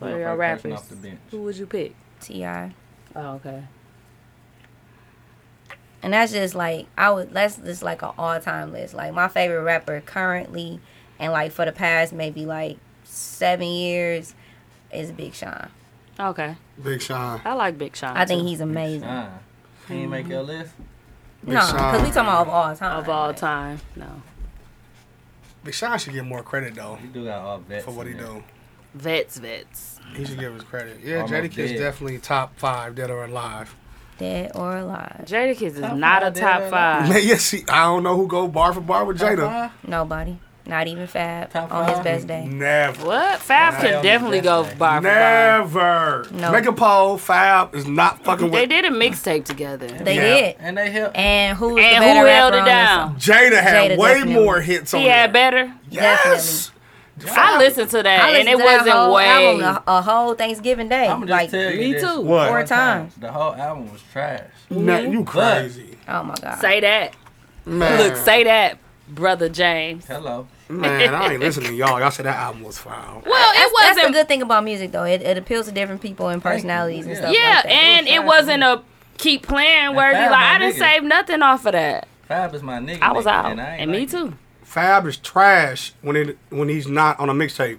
[SPEAKER 3] for
[SPEAKER 1] My
[SPEAKER 3] your
[SPEAKER 1] first person
[SPEAKER 3] rappers,
[SPEAKER 1] off the bench.
[SPEAKER 3] who would you pick?
[SPEAKER 2] Ti.
[SPEAKER 3] Oh, okay.
[SPEAKER 2] And that's just like I would. That's just like an all-time list. Like my favorite rapper currently, and like for the past maybe like seven years, is Big Sean.
[SPEAKER 3] Okay.
[SPEAKER 8] Big Sean.
[SPEAKER 3] I like Big Sean.
[SPEAKER 2] I think he's amazing.
[SPEAKER 7] Sean. He ain't make your list.
[SPEAKER 8] Big
[SPEAKER 2] No, because we
[SPEAKER 8] Sean.
[SPEAKER 2] talking about of all time.
[SPEAKER 3] Of all time. No.
[SPEAKER 8] Big Sean should get more credit though
[SPEAKER 7] He do got all vets
[SPEAKER 8] for what he
[SPEAKER 7] in there.
[SPEAKER 8] do.
[SPEAKER 3] Vets, vets.
[SPEAKER 8] He should give his credit. Yeah,
[SPEAKER 7] Almost
[SPEAKER 8] Jadakiss
[SPEAKER 7] dead.
[SPEAKER 8] definitely top five dead or alive.
[SPEAKER 2] Dead or alive,
[SPEAKER 3] Jadakiss is not a
[SPEAKER 7] five,
[SPEAKER 3] top
[SPEAKER 7] dude.
[SPEAKER 2] [LAUGHS]
[SPEAKER 3] five.
[SPEAKER 8] Man, yes, he, I don't know who go bar for bar with Jada.
[SPEAKER 2] nobody, not even Fab
[SPEAKER 7] Top
[SPEAKER 2] on his
[SPEAKER 7] five?
[SPEAKER 2] best day.
[SPEAKER 8] Never.
[SPEAKER 3] What? Fab
[SPEAKER 7] Nah,
[SPEAKER 3] could definitely go
[SPEAKER 7] definitely.
[SPEAKER 3] bar for bar.
[SPEAKER 8] Never.
[SPEAKER 2] No.
[SPEAKER 8] Make a poll. Fab is not fucking
[SPEAKER 3] They
[SPEAKER 8] with
[SPEAKER 3] did a mixtape together.
[SPEAKER 2] They
[SPEAKER 8] Yeah.
[SPEAKER 2] did.
[SPEAKER 7] And they help.
[SPEAKER 2] And who was the
[SPEAKER 3] And
[SPEAKER 2] better
[SPEAKER 3] who held
[SPEAKER 2] rapper
[SPEAKER 3] it
[SPEAKER 2] on this
[SPEAKER 3] down?
[SPEAKER 2] song?
[SPEAKER 8] Jada had
[SPEAKER 2] Jada
[SPEAKER 8] way
[SPEAKER 2] definitely.
[SPEAKER 8] more hits on
[SPEAKER 3] He had
[SPEAKER 8] there.
[SPEAKER 3] better.
[SPEAKER 8] Yes.
[SPEAKER 3] I listened to that,
[SPEAKER 2] I
[SPEAKER 3] and
[SPEAKER 2] listened
[SPEAKER 3] it
[SPEAKER 2] to that
[SPEAKER 3] wasn't
[SPEAKER 2] whole
[SPEAKER 3] way.
[SPEAKER 2] album the- a, whole Thanksgiving day.
[SPEAKER 7] I'm just
[SPEAKER 2] like,
[SPEAKER 7] tell you
[SPEAKER 3] me
[SPEAKER 7] this.
[SPEAKER 3] too.
[SPEAKER 8] What?
[SPEAKER 2] Four
[SPEAKER 7] One time,
[SPEAKER 2] times.
[SPEAKER 7] The whole album was trash.
[SPEAKER 8] Nah, you crazy.
[SPEAKER 2] oh my god.
[SPEAKER 3] Say that.
[SPEAKER 8] Man.
[SPEAKER 3] Look, say that, brother James.
[SPEAKER 7] Hello.
[SPEAKER 8] Man, I ain't listening to y'all. Y'all said that album was foul.
[SPEAKER 3] Well, it
[SPEAKER 2] That's the
[SPEAKER 3] wasn't.
[SPEAKER 2] good thing about music, though. It, it appeals to different people and personalities and
[SPEAKER 7] Yeah.
[SPEAKER 2] stuff.
[SPEAKER 3] yeah,
[SPEAKER 2] like that.
[SPEAKER 3] and it wasn't a keep playing
[SPEAKER 7] And
[SPEAKER 3] where you
[SPEAKER 7] Fab
[SPEAKER 3] like
[SPEAKER 7] my
[SPEAKER 3] I didn't
[SPEAKER 7] nigga.
[SPEAKER 3] save nothing off of that.
[SPEAKER 7] Fab is my nigga.
[SPEAKER 3] I was
[SPEAKER 7] nigga,
[SPEAKER 3] out,
[SPEAKER 7] And,
[SPEAKER 3] and,
[SPEAKER 7] I ain't
[SPEAKER 3] me
[SPEAKER 7] like it.
[SPEAKER 3] too.
[SPEAKER 8] Fab is trash when it when he's not on a mixtape.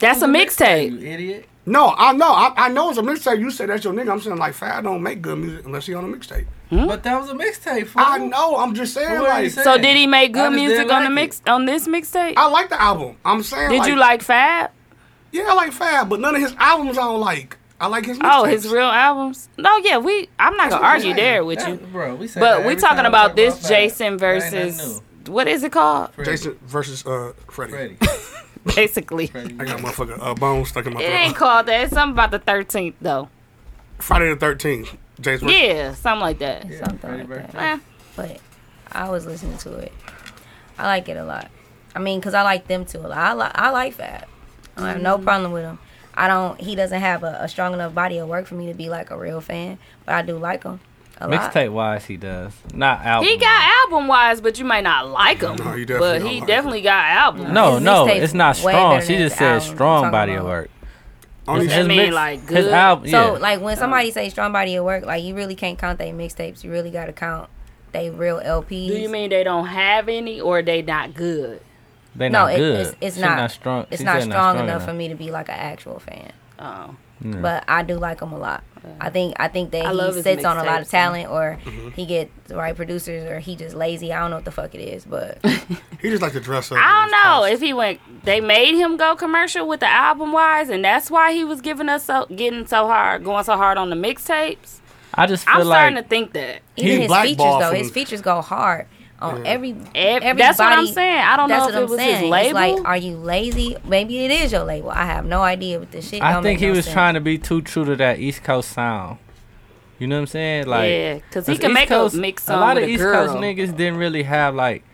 [SPEAKER 3] That's a
[SPEAKER 7] You
[SPEAKER 3] mixtape.
[SPEAKER 7] idiot.
[SPEAKER 8] No, I know. I, I know it's a mixtape. You said that's your nigga. I'm saying like Fab don't make good music unless he on a mixtape.
[SPEAKER 3] Hmm?
[SPEAKER 7] But that was a mixtape. fool.
[SPEAKER 8] I know. I'm just saying
[SPEAKER 7] What are you
[SPEAKER 8] like
[SPEAKER 7] saying?
[SPEAKER 3] So did he make
[SPEAKER 7] I
[SPEAKER 3] good
[SPEAKER 7] just
[SPEAKER 3] music
[SPEAKER 7] didn't
[SPEAKER 3] on the
[SPEAKER 7] like
[SPEAKER 3] mix on this mixtape?
[SPEAKER 8] I like the album. I'm saying
[SPEAKER 3] Did
[SPEAKER 8] like,
[SPEAKER 3] you like Fab?
[SPEAKER 8] Yeah, I like Fab, but none of his albums I don't like. I like his.
[SPEAKER 3] Oh,
[SPEAKER 8] mixtapes.
[SPEAKER 3] his real albums? No, yeah, we. I'm not gonna
[SPEAKER 8] what I'm
[SPEAKER 3] argue
[SPEAKER 8] saying.
[SPEAKER 3] there with
[SPEAKER 7] That-
[SPEAKER 3] you.
[SPEAKER 7] Bro, we said that
[SPEAKER 3] But we
[SPEAKER 7] every
[SPEAKER 3] talking
[SPEAKER 7] time
[SPEAKER 3] about
[SPEAKER 7] we
[SPEAKER 3] this
[SPEAKER 7] talk
[SPEAKER 3] Jason
[SPEAKER 7] Fab. That ain't nothing
[SPEAKER 3] versus what is
[SPEAKER 7] [LAUGHS]
[SPEAKER 3] it called?
[SPEAKER 7] new.
[SPEAKER 8] Jason versus uh Freddie.
[SPEAKER 7] Freddie.
[SPEAKER 3] Basically, it
[SPEAKER 7] Freddie.
[SPEAKER 8] I got a motherfucker uh, bone stuck in my
[SPEAKER 3] ain't
[SPEAKER 8] throat.
[SPEAKER 3] called that. It's something about the 13th though.
[SPEAKER 8] Friday the Thirteenth. Jason. versus-
[SPEAKER 3] Yeah, something like that.
[SPEAKER 7] Yeah,
[SPEAKER 2] Something
[SPEAKER 7] Freddie
[SPEAKER 2] like that.
[SPEAKER 7] Mercury.
[SPEAKER 3] Eh,
[SPEAKER 2] But I was listening to it. I like it a lot. I mean, because I like them too a lot. I, li- I like Fab. I have
[SPEAKER 3] Mm-hmm.
[SPEAKER 2] no problem with him. I don't. He doesn't have a, a strong enough body of work for me to be like a real fan, but I do like him a lot.
[SPEAKER 1] Mixtape wise, he does not album.
[SPEAKER 3] He got album wise, but you might not like him.
[SPEAKER 8] No, you definitely
[SPEAKER 3] but
[SPEAKER 8] don't
[SPEAKER 3] he
[SPEAKER 8] like
[SPEAKER 3] definitely got album.
[SPEAKER 1] No,
[SPEAKER 2] His
[SPEAKER 1] no,
[SPEAKER 2] mixtape's
[SPEAKER 1] it's not
[SPEAKER 2] way
[SPEAKER 1] strong.
[SPEAKER 2] better
[SPEAKER 1] She
[SPEAKER 2] than
[SPEAKER 1] just
[SPEAKER 2] his
[SPEAKER 1] said
[SPEAKER 2] album.
[SPEAKER 1] strong
[SPEAKER 2] Talking
[SPEAKER 1] body of
[SPEAKER 2] about-
[SPEAKER 1] work.
[SPEAKER 8] Only-
[SPEAKER 3] That mean, like,
[SPEAKER 1] His
[SPEAKER 3] good?
[SPEAKER 1] album,
[SPEAKER 2] So
[SPEAKER 1] yeah.
[SPEAKER 2] like when somebody say strong body of work, like you really can't count their mixtapes. You really got to count they real LPs.
[SPEAKER 3] Do you mean they don't have any or they not good?
[SPEAKER 1] They
[SPEAKER 2] no?
[SPEAKER 1] not
[SPEAKER 2] it-
[SPEAKER 1] good.
[SPEAKER 2] it's, it's
[SPEAKER 1] She
[SPEAKER 2] not,
[SPEAKER 1] strong.
[SPEAKER 2] It's
[SPEAKER 1] she
[SPEAKER 2] not
[SPEAKER 1] said
[SPEAKER 2] strong, enough, for me to be like an actual fan.
[SPEAKER 3] Oh,
[SPEAKER 2] But I do like him a lot. I think I think that
[SPEAKER 3] I love
[SPEAKER 2] he
[SPEAKER 3] his
[SPEAKER 2] sits on a lot
[SPEAKER 3] mixtapes,
[SPEAKER 2] of talent, or
[SPEAKER 1] Mm-hmm.
[SPEAKER 2] he get the right producers, or he just lazy. I don't know what the fuck it is,
[SPEAKER 3] [LAUGHS]
[SPEAKER 2] but
[SPEAKER 8] He just like to dress up.
[SPEAKER 3] I don't know if he went. They made him go commercial with the album wise, and that's why he was giving us so getting so hard, going so hard on the mixtapes.
[SPEAKER 1] I just feel
[SPEAKER 3] I'm
[SPEAKER 1] like
[SPEAKER 3] starting to think that.
[SPEAKER 2] even his features
[SPEAKER 8] blackballed
[SPEAKER 2] though,
[SPEAKER 8] from-
[SPEAKER 2] his features go hard on every
[SPEAKER 3] Ev-
[SPEAKER 2] everybody.
[SPEAKER 3] that's what I'm saying. I don't know if it was his
[SPEAKER 2] It's
[SPEAKER 3] label.
[SPEAKER 2] like, are you lazy? Maybe it is your label. I have no idea what this shit.
[SPEAKER 1] I
[SPEAKER 2] don't make
[SPEAKER 1] think he
[SPEAKER 2] no
[SPEAKER 1] was
[SPEAKER 2] sense.
[SPEAKER 1] trying to be too true to that East Coast sound. You know what I'm saying? Like,
[SPEAKER 3] Yeah, 'cause he
[SPEAKER 1] Cause
[SPEAKER 3] can
[SPEAKER 1] East
[SPEAKER 3] make a
[SPEAKER 1] Coast,
[SPEAKER 3] mix
[SPEAKER 1] A
[SPEAKER 3] song
[SPEAKER 1] lot
[SPEAKER 3] with
[SPEAKER 1] of
[SPEAKER 3] a
[SPEAKER 1] East
[SPEAKER 3] girl.
[SPEAKER 1] Coast niggas didn't really have like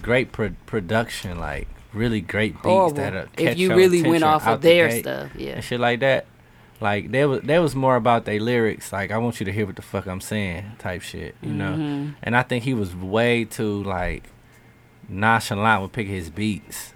[SPEAKER 1] great pro- production, like really great beats that
[SPEAKER 3] Horrible.
[SPEAKER 1] are catch
[SPEAKER 3] If you
[SPEAKER 1] your
[SPEAKER 3] really went
[SPEAKER 1] attention
[SPEAKER 3] off
[SPEAKER 1] out
[SPEAKER 3] of
[SPEAKER 1] the
[SPEAKER 3] their
[SPEAKER 1] gate
[SPEAKER 3] stuff, yeah.
[SPEAKER 1] and shit like that. Like there was there was more about their lyrics. Like I want you to hear what the fuck I'm saying, type shit. You
[SPEAKER 3] Mm-hmm.
[SPEAKER 1] know. And I think he was way too like nonchalant with picking his beats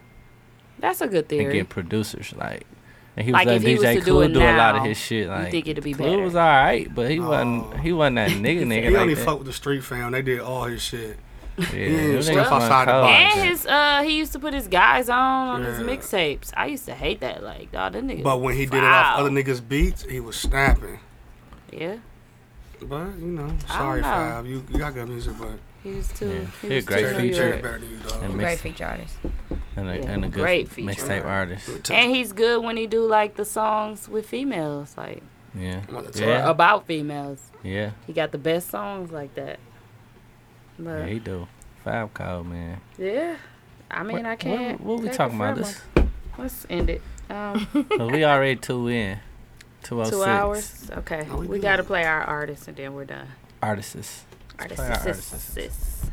[SPEAKER 3] That's a good
[SPEAKER 1] and
[SPEAKER 3] theory.
[SPEAKER 1] get producers like. And he was
[SPEAKER 3] Like,
[SPEAKER 1] like
[SPEAKER 3] if he was
[SPEAKER 1] DJ
[SPEAKER 3] to do
[SPEAKER 1] Clue
[SPEAKER 3] it
[SPEAKER 1] do, a lot of
[SPEAKER 3] now,
[SPEAKER 1] his shit. Like
[SPEAKER 3] think it'd be
[SPEAKER 1] Clue
[SPEAKER 3] better?
[SPEAKER 1] was all right, but he wasn't. He wasn't that nigga
[SPEAKER 8] [LAUGHS] He
[SPEAKER 1] nigga.
[SPEAKER 8] only
[SPEAKER 1] like that.
[SPEAKER 8] fucked with the street fam. They did all his shit.
[SPEAKER 1] Yeah,
[SPEAKER 8] didn't
[SPEAKER 1] them
[SPEAKER 8] step
[SPEAKER 1] niggas wasn't
[SPEAKER 8] outside the
[SPEAKER 1] cold.
[SPEAKER 8] box.
[SPEAKER 3] And his uh, he used to put his guys on on his
[SPEAKER 8] Yeah.
[SPEAKER 3] mixtapes. I used to hate that. Like, dog, that nigga.
[SPEAKER 8] But when he did it
[SPEAKER 3] foul.
[SPEAKER 8] off other niggas' beats, he was snapping.
[SPEAKER 3] yeah,
[SPEAKER 8] But you know, sorry,
[SPEAKER 3] know.
[SPEAKER 8] Fab. You, you got good music, but
[SPEAKER 3] he was too.
[SPEAKER 1] Yeah.
[SPEAKER 3] He
[SPEAKER 1] He a
[SPEAKER 3] was
[SPEAKER 1] great
[SPEAKER 3] too
[SPEAKER 8] Jada-
[SPEAKER 1] feature.
[SPEAKER 8] Jada
[SPEAKER 1] featured.
[SPEAKER 8] better than you, dog.
[SPEAKER 1] And
[SPEAKER 2] Great
[SPEAKER 1] mix,
[SPEAKER 2] feature artist.
[SPEAKER 1] and, a,
[SPEAKER 3] Yeah,
[SPEAKER 1] and a good
[SPEAKER 3] great feature.
[SPEAKER 1] mixtape artist.
[SPEAKER 3] And he's good when he do like the songs with females, like
[SPEAKER 1] Yeah,
[SPEAKER 8] I'm gonna
[SPEAKER 1] Yeah.
[SPEAKER 3] or about females.
[SPEAKER 1] yeah,
[SPEAKER 3] He got the best songs like that.
[SPEAKER 1] yeah.
[SPEAKER 3] But yeah,
[SPEAKER 1] He do. Five code man.
[SPEAKER 3] I mean, I
[SPEAKER 1] What,
[SPEAKER 3] can't.
[SPEAKER 1] what we
[SPEAKER 3] take it
[SPEAKER 1] talking about?
[SPEAKER 3] from
[SPEAKER 1] Let's,
[SPEAKER 3] him. Let's end it. Um,
[SPEAKER 1] 'cause we already two in. Two oh
[SPEAKER 3] two
[SPEAKER 1] six.
[SPEAKER 3] hours. Okay, we
[SPEAKER 8] we good.
[SPEAKER 3] gotta play our artists and then we're done.
[SPEAKER 1] Artists.
[SPEAKER 3] Artists,
[SPEAKER 1] play our
[SPEAKER 3] sis,
[SPEAKER 1] artists.
[SPEAKER 3] sis.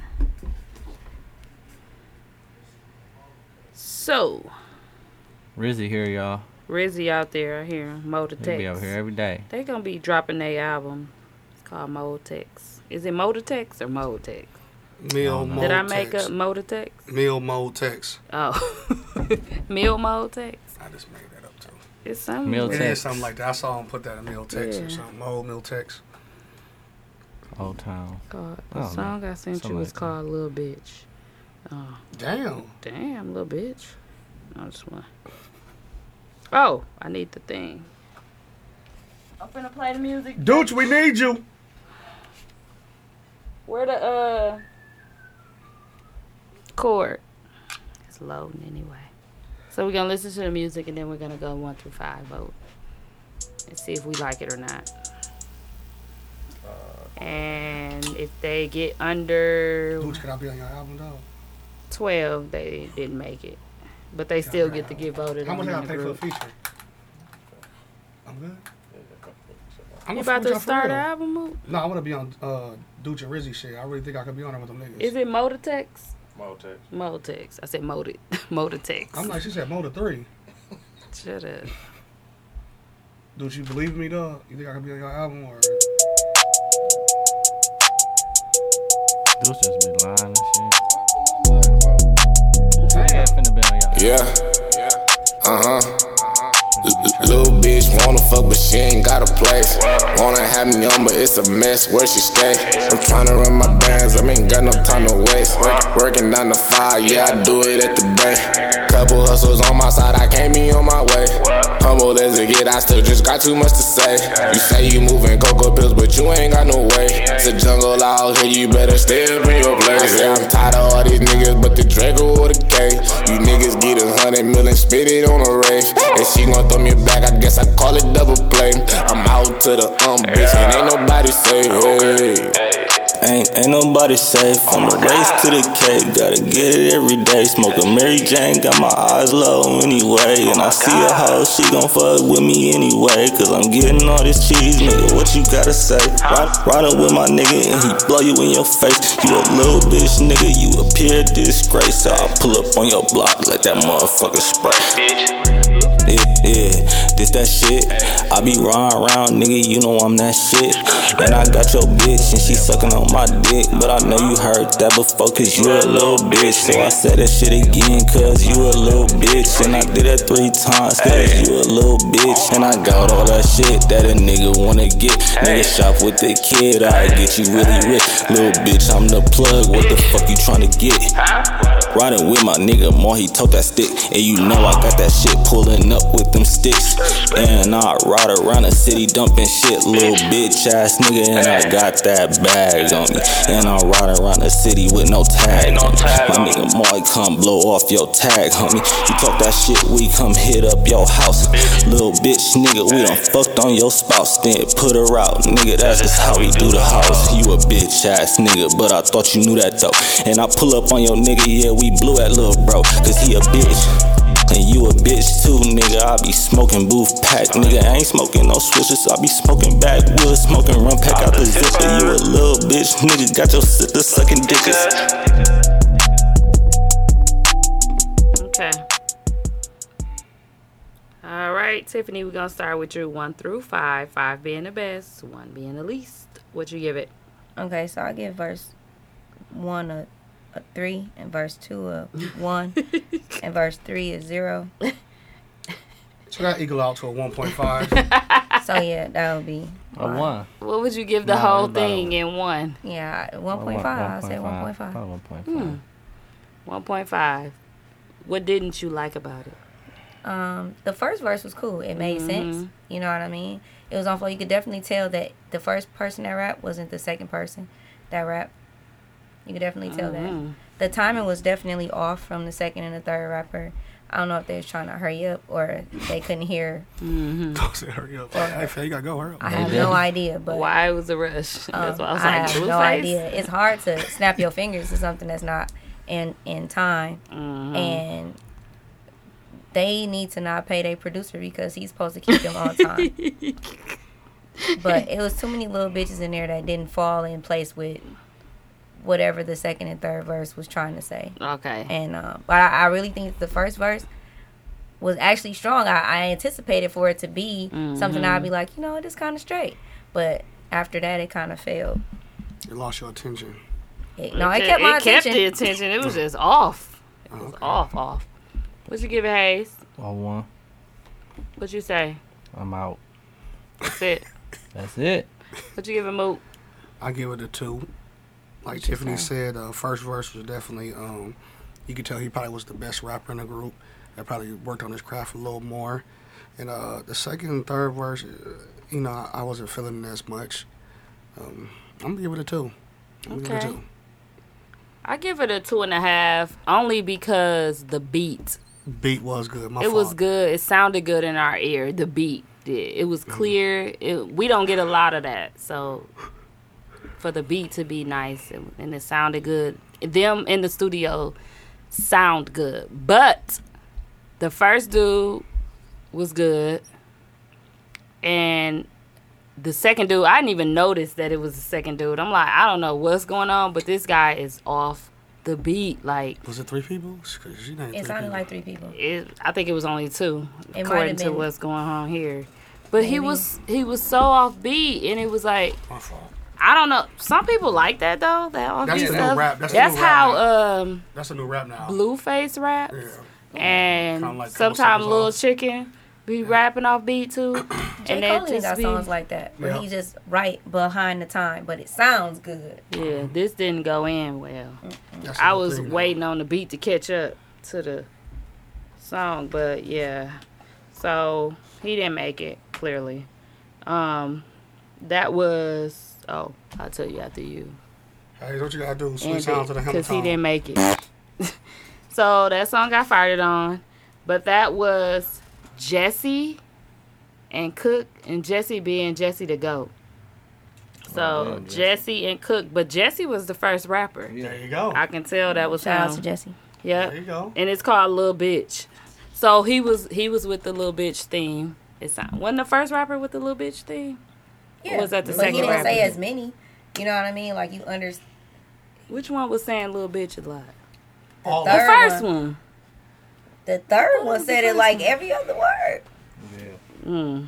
[SPEAKER 3] So,
[SPEAKER 1] Rizzy here, y'all.
[SPEAKER 3] Rizzy out there, I hear him, Mo the
[SPEAKER 1] He be
[SPEAKER 3] Text.
[SPEAKER 1] over here every day.
[SPEAKER 3] They gonna be dropping their album. It's called Modetex. Is it Modetex or Modetex?
[SPEAKER 8] Meal mode.
[SPEAKER 3] Did I make
[SPEAKER 8] text.
[SPEAKER 3] up Modetex?
[SPEAKER 8] meal mode text?
[SPEAKER 3] [LAUGHS] Oh, Meal Modetex.
[SPEAKER 8] I I just made that up too.
[SPEAKER 3] It's something.
[SPEAKER 1] Meal
[SPEAKER 8] It is
[SPEAKER 1] text.
[SPEAKER 8] something like that. I saw him put that in meal text
[SPEAKER 3] Yeah.
[SPEAKER 8] or something. Old meal text.
[SPEAKER 1] Old Town.
[SPEAKER 3] God, the
[SPEAKER 1] I don't know.
[SPEAKER 3] song I sent you
[SPEAKER 1] Something
[SPEAKER 3] was
[SPEAKER 1] like that.
[SPEAKER 3] called "Little Bitch." Oh,
[SPEAKER 8] Damn.
[SPEAKER 3] damn, little bitch. I just want. Oh, I need the thing. I'm gonna play the music.
[SPEAKER 8] Dooch, we need you.
[SPEAKER 3] Where the uh chord? It's loading anyway. So we're gonna listen to the music and then we're gonna go one through five vote and see if we like it or not. And if they get under
[SPEAKER 8] Dooch, can I be on your album though?
[SPEAKER 3] twelve, they didn't make it, but they still get to get voted
[SPEAKER 8] How
[SPEAKER 3] on.
[SPEAKER 8] much
[SPEAKER 3] in
[SPEAKER 8] I
[SPEAKER 3] the
[SPEAKER 8] pay for a
[SPEAKER 3] group.
[SPEAKER 8] feature? I'm good. I'm
[SPEAKER 3] You
[SPEAKER 8] gonna
[SPEAKER 3] about
[SPEAKER 8] fuck with
[SPEAKER 3] to
[SPEAKER 8] y'all for
[SPEAKER 3] start an
[SPEAKER 8] real.
[SPEAKER 3] album? Moot?
[SPEAKER 8] No, I want to be on uh, Dooch and Rizzy shit. I really think I could be on there with them niggas.
[SPEAKER 3] Is it Modatex?
[SPEAKER 5] Motex.
[SPEAKER 3] Modatex. I said Modit. [LAUGHS] Modatex.
[SPEAKER 8] I'm like, she said Motor 3.
[SPEAKER 3] shut up.
[SPEAKER 8] Dooch, you believe me, dog? You think I could be on your album or.
[SPEAKER 1] Dudes just be lying and shit. Hey, I finna be on y'all.
[SPEAKER 11] Yeah. Uh huh. Little bitch wanna fuck, but she ain't got a place. Wanna have me on, but it's a mess where she stay. I'm tryna run my bands, I ain't got no time to waste. Work, working nine to five, yeah, I do it at the bank. Couple hustles on my side, I can't be on my way. Humble as it get, I still just got too much to say. You say you moving cocoa pills, but you ain't got no way. It's a jungle out here, you better stay up in your place. Yeah, I'm tired of all these niggas, but the Draco or the K. You niggas get a hundred million, spit it on a rave. And she gon' throw me back, I guess I call it double play. I'm out to the um, bitch, and ain't nobody safe. Hey.
[SPEAKER 12] Ain't, ain't nobody safe. From the race to the cake, gotta get it every day. Smoking Mary Jane, got my eyes low anyway. And I see a hoe, she gon' fuck with me anyway. Cause I'm getting all this cheese, nigga. What you gotta say? Ride, riding with my nigga, and he blow you in your face. You a little bitch, nigga, you a pure disgrace. So I pull up on your block, let that motherfucker spray. Yeah, yeah, this that shit. I be riding around, nigga, you know I'm that shit. And I got your bitch, and she sucking on my dick. But I know you heard that before, cause you a little bitch. So I said that shit again, cause you a little bitch. And I did that three times, cause you a little bitch. And I got all that shit that a nigga wanna get. Nigga shop with the kid, I get you really rich. Little bitch, I'm the plug, what the fuck you tryna get? Riding with my nigga, more he tote that stick. And you know I got that shit pulling up with them sticks. And I ride around the city dumping shit, little bitch ass nigga. And I got that bag on me. And I ride around the city with no tag. On me. My nigga Mark come blow off your tag, homie. You talk that shit, we come hit up your house. Little bitch nigga, we done fucked on your spouse. Then put her out, nigga. That's just how we do the house. You a bitch ass nigga, but I thought you knew that though. And I pull up on your nigga, yeah, we blew that little bro, cause he a bitch. And you a bitch too, nigga. I be smoking booth pack, nigga. I ain't smoking no switches. I be smoking backwoods, smoking rum pack out the zipper. You a little bitch, nigga. Got your sister sucking dickers.
[SPEAKER 3] Okay. All right, Tiffany, we're gonna start with your one through five. Five being the best, one being the least. What you give it?
[SPEAKER 2] Okay, so I give verse one a, a three, and verse two a one, and verse three is zero.
[SPEAKER 8] Should I eagle out to
[SPEAKER 3] [LAUGHS]
[SPEAKER 8] a [LAUGHS] 1.5?
[SPEAKER 2] So yeah, that would be
[SPEAKER 1] A Oh, one.
[SPEAKER 3] What would you give the
[SPEAKER 1] Nah,
[SPEAKER 3] whole
[SPEAKER 1] about a-
[SPEAKER 3] thing in one?
[SPEAKER 2] Yeah, one point five. I'll say one point five.
[SPEAKER 1] Probably Oh, one point
[SPEAKER 3] Hmm.
[SPEAKER 1] five.
[SPEAKER 3] One point five. What didn't you like about it?
[SPEAKER 2] um, the first verse was cool. It made
[SPEAKER 3] Mhm.
[SPEAKER 2] sense. You know what I mean? It was on flow. You could definitely tell that the first person that rapped wasn't the second person that rapped. You could definitely tell
[SPEAKER 3] Mhm.
[SPEAKER 2] that. The timing was definitely off from the second and the third rapper. I don't know if they was trying to hurry up or they couldn't hear.
[SPEAKER 8] Dog said, hurry up. Hey, Faye, you gotta go. Hurry up.
[SPEAKER 2] I have no idea, but
[SPEAKER 3] Why it was a rush? [LAUGHS]
[SPEAKER 2] um,
[SPEAKER 3] That's why I was like,
[SPEAKER 2] have
[SPEAKER 3] blue
[SPEAKER 2] no
[SPEAKER 3] face?
[SPEAKER 2] idea. It's hard to snap your fingers to something that's not in in time,
[SPEAKER 3] Mm. Mm-hmm.
[SPEAKER 2] and they need to not pay their producer because he's supposed to keep them on
[SPEAKER 3] [LAUGHS]
[SPEAKER 2] time. but it was too many little bitches in there that didn't fall in place with whatever the second and third verse was trying to say.
[SPEAKER 3] Okay.
[SPEAKER 2] And uh, but I, I really think the first verse was actually strong. I, I anticipated for it to be something
[SPEAKER 3] Mhm.
[SPEAKER 2] I'd be like, you know, it is kind of straight. But after that, it kind of failed.
[SPEAKER 8] You lost your attention.
[SPEAKER 2] It, no, it
[SPEAKER 3] ca-
[SPEAKER 2] kept my attention.
[SPEAKER 3] the attention. It was just off. It was off, off. What you give it, Hayes?
[SPEAKER 1] A Oh, one.
[SPEAKER 3] What you say?
[SPEAKER 1] I'm out.
[SPEAKER 3] That's it.
[SPEAKER 1] That's it.
[SPEAKER 3] What you giving Moot?
[SPEAKER 8] I give it a two. Like Tiffany said, uh, first verse was definitely. Um, you could tell he probably was the best rapper in the group. That probably worked on his craft a little more. And uh, the second and third verse, uh, you know, I, I wasn't feeling it as much. Um, I'm gonna give it a two. I'm gonna give it a
[SPEAKER 3] Okay. I give it a two and a half, only because the beat.
[SPEAKER 8] two. Beat was good. My
[SPEAKER 3] it
[SPEAKER 8] fault.
[SPEAKER 3] was good. It sounded good in our ear. The beat did. It
[SPEAKER 8] Mm.
[SPEAKER 3] was clear. It, we don't get a lot of that, so for the beat to be nice and, and it sounded good, them in the studio sound good. But the first dude was good, and the second dude, I didn't even notice that it was the second dude. I'm like, I don't know what's going on, but this guy is off the beat. Like,
[SPEAKER 8] Was it three people? She- she named
[SPEAKER 2] It's
[SPEAKER 8] three
[SPEAKER 2] only
[SPEAKER 8] people.
[SPEAKER 2] like three people.
[SPEAKER 3] it, I think it was only two,
[SPEAKER 2] It might
[SPEAKER 3] according
[SPEAKER 2] have
[SPEAKER 3] to
[SPEAKER 2] been.
[SPEAKER 3] what's going on here. But he
[SPEAKER 2] Maybe.
[SPEAKER 3] was he was so offbeat, and it was like
[SPEAKER 8] My fault.
[SPEAKER 3] I don't know. Some people like that though. That offbeat
[SPEAKER 8] That's the new
[SPEAKER 3] stuff.
[SPEAKER 8] rap. That's, the new rap
[SPEAKER 3] how
[SPEAKER 8] now.
[SPEAKER 3] um
[SPEAKER 8] That's a new rap now.
[SPEAKER 3] Blueface raps,
[SPEAKER 8] Kinda
[SPEAKER 3] and
[SPEAKER 8] like Couple
[SPEAKER 3] sometimes
[SPEAKER 8] Seconds
[SPEAKER 3] Little
[SPEAKER 8] Off.
[SPEAKER 3] Chicken be rapping off beat too,
[SPEAKER 2] J.
[SPEAKER 3] and
[SPEAKER 2] Cole
[SPEAKER 3] that
[SPEAKER 2] even got
[SPEAKER 3] just be
[SPEAKER 2] songs like that where
[SPEAKER 3] Yeah.
[SPEAKER 2] he just right behind the time, but it sounds good.
[SPEAKER 3] yeah. This didn't go in well.
[SPEAKER 2] That's
[SPEAKER 3] I
[SPEAKER 2] the
[SPEAKER 3] was
[SPEAKER 2] thing, though.
[SPEAKER 3] waiting on the beat to catch up to the song, but yeah. So he didn't make it clearly. Um, that was oh, I'll tell you after you.
[SPEAKER 8] Hey, what you gotta do?
[SPEAKER 3] end
[SPEAKER 8] Switch sounds to the
[SPEAKER 3] it,
[SPEAKER 8] Hamilton.
[SPEAKER 3] he didn't make it. [LAUGHS] so that song got fired on, but that was Jesse and Cook, and Jesse being Jesse the goat. So
[SPEAKER 2] Oh, damn, Jesse.
[SPEAKER 3] Jesse and Cook, but Jesse was the first rapper.
[SPEAKER 8] There you go.
[SPEAKER 3] I can tell that was
[SPEAKER 2] Shout out
[SPEAKER 3] him.
[SPEAKER 2] to Jesse.
[SPEAKER 3] Yeah.
[SPEAKER 2] There you
[SPEAKER 8] go.
[SPEAKER 3] And it's called Lil Bitch. So he was he was with the Lil Bitch theme. It's not, wasn't the first rapper with the Lil Bitch theme. Or was that the
[SPEAKER 2] but
[SPEAKER 3] second
[SPEAKER 2] he didn't
[SPEAKER 3] rapper?
[SPEAKER 2] say as many. You know what I mean? Like you understand.
[SPEAKER 3] Which one was saying Lil Bitch a lot?
[SPEAKER 8] All
[SPEAKER 3] the first one.
[SPEAKER 2] The third one
[SPEAKER 3] was
[SPEAKER 2] said
[SPEAKER 3] the
[SPEAKER 2] it
[SPEAKER 3] first
[SPEAKER 2] like
[SPEAKER 3] one?
[SPEAKER 2] every other word,
[SPEAKER 3] Mm.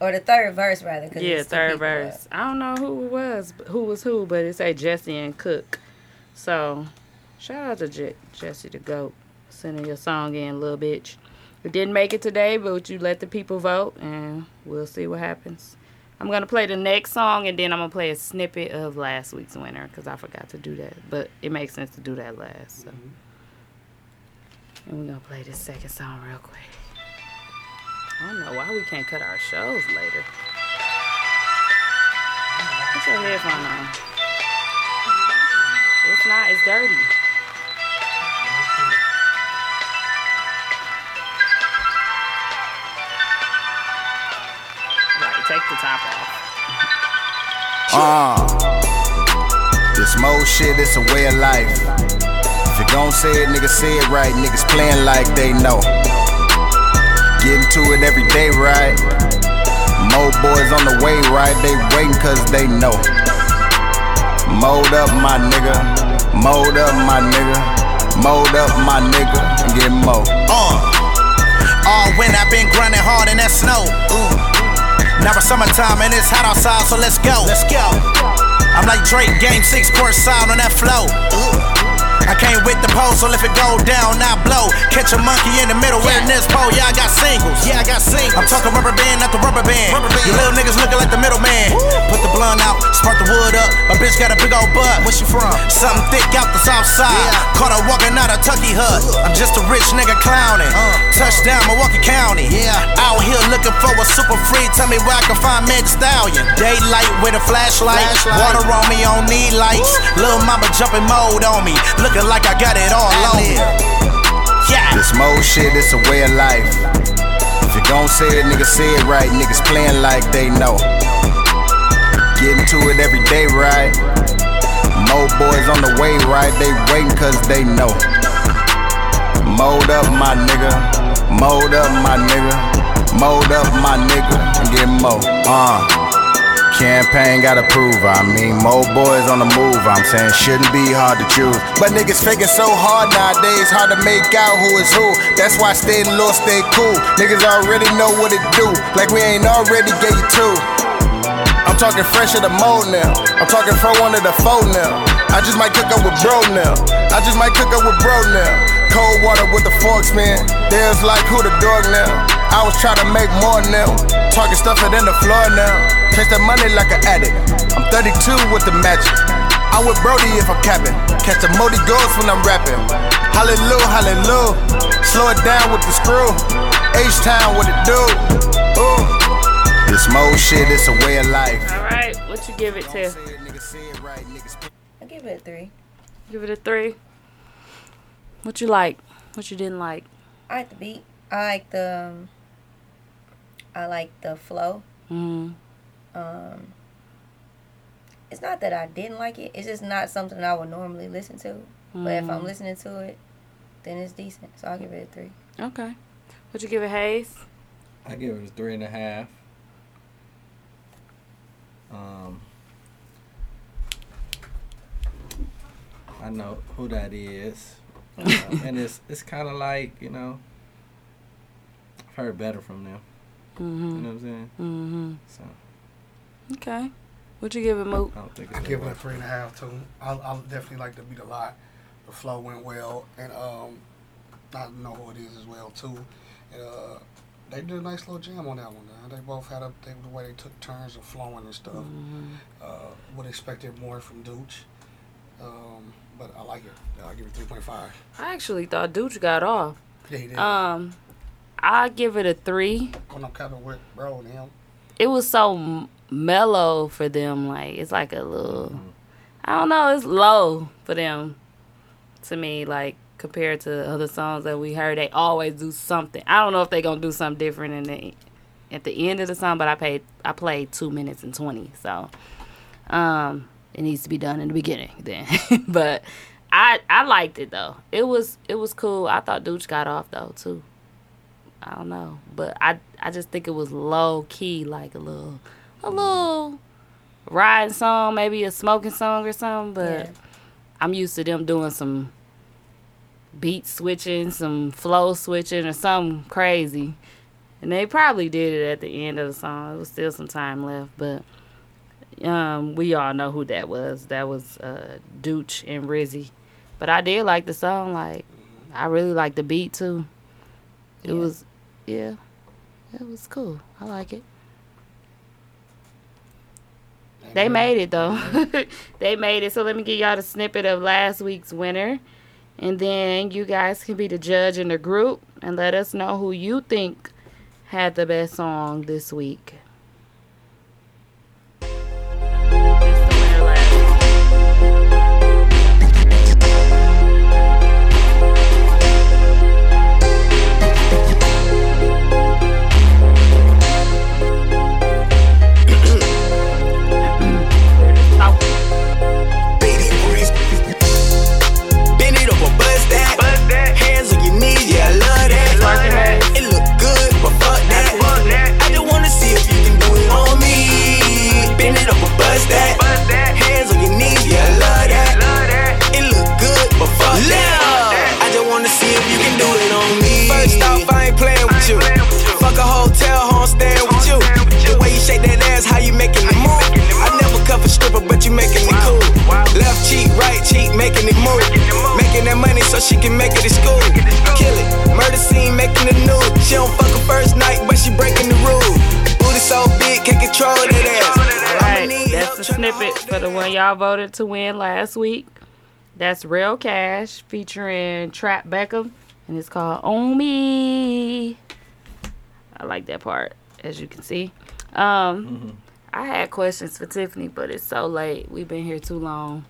[SPEAKER 2] or the third verse rather. 'cause
[SPEAKER 3] Yeah,
[SPEAKER 2] it's two
[SPEAKER 3] third
[SPEAKER 2] people up.
[SPEAKER 3] verse. I don't know who it was, but- who was who, but it said Jesse and Cook. So, shout out to Je- Jesse the Goat sending your song in, little bitch. It didn't make it today, but you let the people vote, and we'll see what happens. I'm gonna play the next song, and then I'm gonna play a snippet of last week's winner because I forgot to do that. But it makes sense to do that last. So,
[SPEAKER 2] Mm-hmm.
[SPEAKER 3] and we're gonna play this second song real quick. I don't know why we can't cut our shows later. Put your headphone on. It's not, it's dirty. Right, take the top off.
[SPEAKER 13] Uh, this mo shit, it's a way of life. If you gon' say it, nigga, say it right. Niggas playing like they know. Getting to it every day, right? Mo boys on the way, right? They waiting cause they know. Mold up, my nigga. Mold up, my nigga. Mold up, my nigga. And get mo.
[SPEAKER 14] Uh, all winter I've been grinding hard in that snow. Ooh. Now it's summertime and it's hot outside, so let's go. Let's go. I'm like Drake, game six, course sound on that flow. Ooh. I came with the pole, so if it go down, I blow. Catch a monkey in the middle wearing this pole. Yeah, I got singles. Yeah, I got singles. I'm talking rubber band, not the rubber band. You little niggas looking like the middleman. Put the blunt out, spark the wood up. My bitch got a big old butt. Where she from? Something thick out the south side. Caught her walking out of Tucky Hut. I'm just a rich nigga clowning.
[SPEAKER 13] Uh.
[SPEAKER 14] Touchdown, Milwaukee County. Out here looking for a super free. Tell me where I can find Meg Thee Stallion. Daylight with a flashlight. Water on me, on need lights. Little mama jumping mode on me. Looking like I got it all on me.
[SPEAKER 13] This mo shit, it's a way of life. If you gon' say it, nigga, say it right. Niggas playing like they know. Getting to it every day, right? Mo boys on the way, right? They waiting cause they know. Mold up, my nigga. Mold up, my nigga. Mold up, my nigga. And get mo. Uh. Campaign got approval. I mean, more boys on the move. I'm saying shouldn't be hard to choose.
[SPEAKER 14] But niggas faking so hard nowadays, hard to make out who is who. That's why stay low, stay cool.
[SPEAKER 13] Niggas already know what it do. Like we ain't already gave you two.
[SPEAKER 14] I'm talking fresh of the mold now. I'm talking pro under the phone now. I just might cook up with bro now. I just might cook up with bro now. Cold water with the forks, man. There's like who the dog now.
[SPEAKER 13] I was trying to make more now. Talking stuff it in the floor now. Catch that money like an addict. I'm 32 with the magic. I with Brody if I'm capping. Catch the Modi goals when I'm rapping. Hallelujah, hallelujah. Slow it down with the screw. H town with the dude. Ooh. This mode shit, it's a way of life.
[SPEAKER 3] All right, what you give it to?
[SPEAKER 2] I give it a three.
[SPEAKER 3] Give it a three. What you like? What you didn't like?
[SPEAKER 2] I like the beat. I like the. Um, I like the flow.
[SPEAKER 3] Mm.
[SPEAKER 2] Um, it's not that I didn't like it. It's just not something I would normally listen to. But if I'm
[SPEAKER 3] Mm.
[SPEAKER 2] listening to it, then it's decent. So I'll give it a three.
[SPEAKER 3] Okay. What you give it, Hayes?
[SPEAKER 7] I give it a three and a half. Um, I know who that is, Uh, and it's it's kind of like you know, I've heard better from them. You
[SPEAKER 3] Mhm.
[SPEAKER 7] know what I'm saying?
[SPEAKER 3] Mm-hmm.
[SPEAKER 7] So
[SPEAKER 3] Okay. What you give it, Moot?
[SPEAKER 7] I don't think
[SPEAKER 8] I
[SPEAKER 7] it's
[SPEAKER 8] give it a three and a half too. I, I definitely like the beat a lot. The flow went well, and um, I know who it is as well too. And uh, they did a nice little jam on that one. Man. They both had a they, the way they took turns of flowing and stuff. Uh, would expected more from Dooch, um, but I like it. I give it three point five.
[SPEAKER 3] I actually thought Dooch got off.
[SPEAKER 8] Yeah, he did.
[SPEAKER 3] Um, I give it a three.
[SPEAKER 8] When I'm kind of with bro and him,
[SPEAKER 3] It was so m- mellow for them. Like it's like a little, I don't know. It's low for them. To me, like compared to other songs that we heard, they always do something. I don't know if they gonna do something different in the at the end of the song, but I paid I played two minutes and twenty, so um, it needs to be done in the beginning then. [LAUGHS] but I I liked it though. It was it was cool. I thought Dooch got off though too. I don't know, but I I just think it was low key, like a little a little riding song, maybe a smoking song or something. But
[SPEAKER 2] Yeah.
[SPEAKER 3] I'm used to them doing some beat switching, some flow switching, or something crazy. And they probably did it at the end of the song. It was still some time left, but um, we all know who that was. That was uh, Dooch and Rizzy. But I did like the song. Like I really liked the beat too. It was, yeah, it was cool. I like it. They made it though. [LAUGHS] they made it. So let me give y'all the snippet of last week's winner. And then you guys can be the judge in the group and let us know who you think had the best song this week.
[SPEAKER 15] Bend it over, buzz that. Hands on your knees, yeah, I love that. It look good, but fuck that. I just wanna see if you can do it on me. Bend it over, buzz that. Hands on your knees, yeah, I love that. It look good, but fuck that. I just wanna see if you can do it on me. First off, I ain't playing with you. Fuck a hotel, home staying with you. The way you shake that ass, how you making the move. I never cuff a stripper, but you making it cool. Left cheek, right cheek, making it move. Making that money so she can make it to school. Kill it. Murder scene, making the news. She don't fuck her first night, but she breaking the rule. Booty so big, can't control that ass.
[SPEAKER 3] Alright, that's the snippet for the one y'all voted to win last week. That's Real Cash featuring Trap Beckham, and it's called On Me. I like that part, as you can see. Um, I had questions for Tiffany, but it's so late. We've been here too long.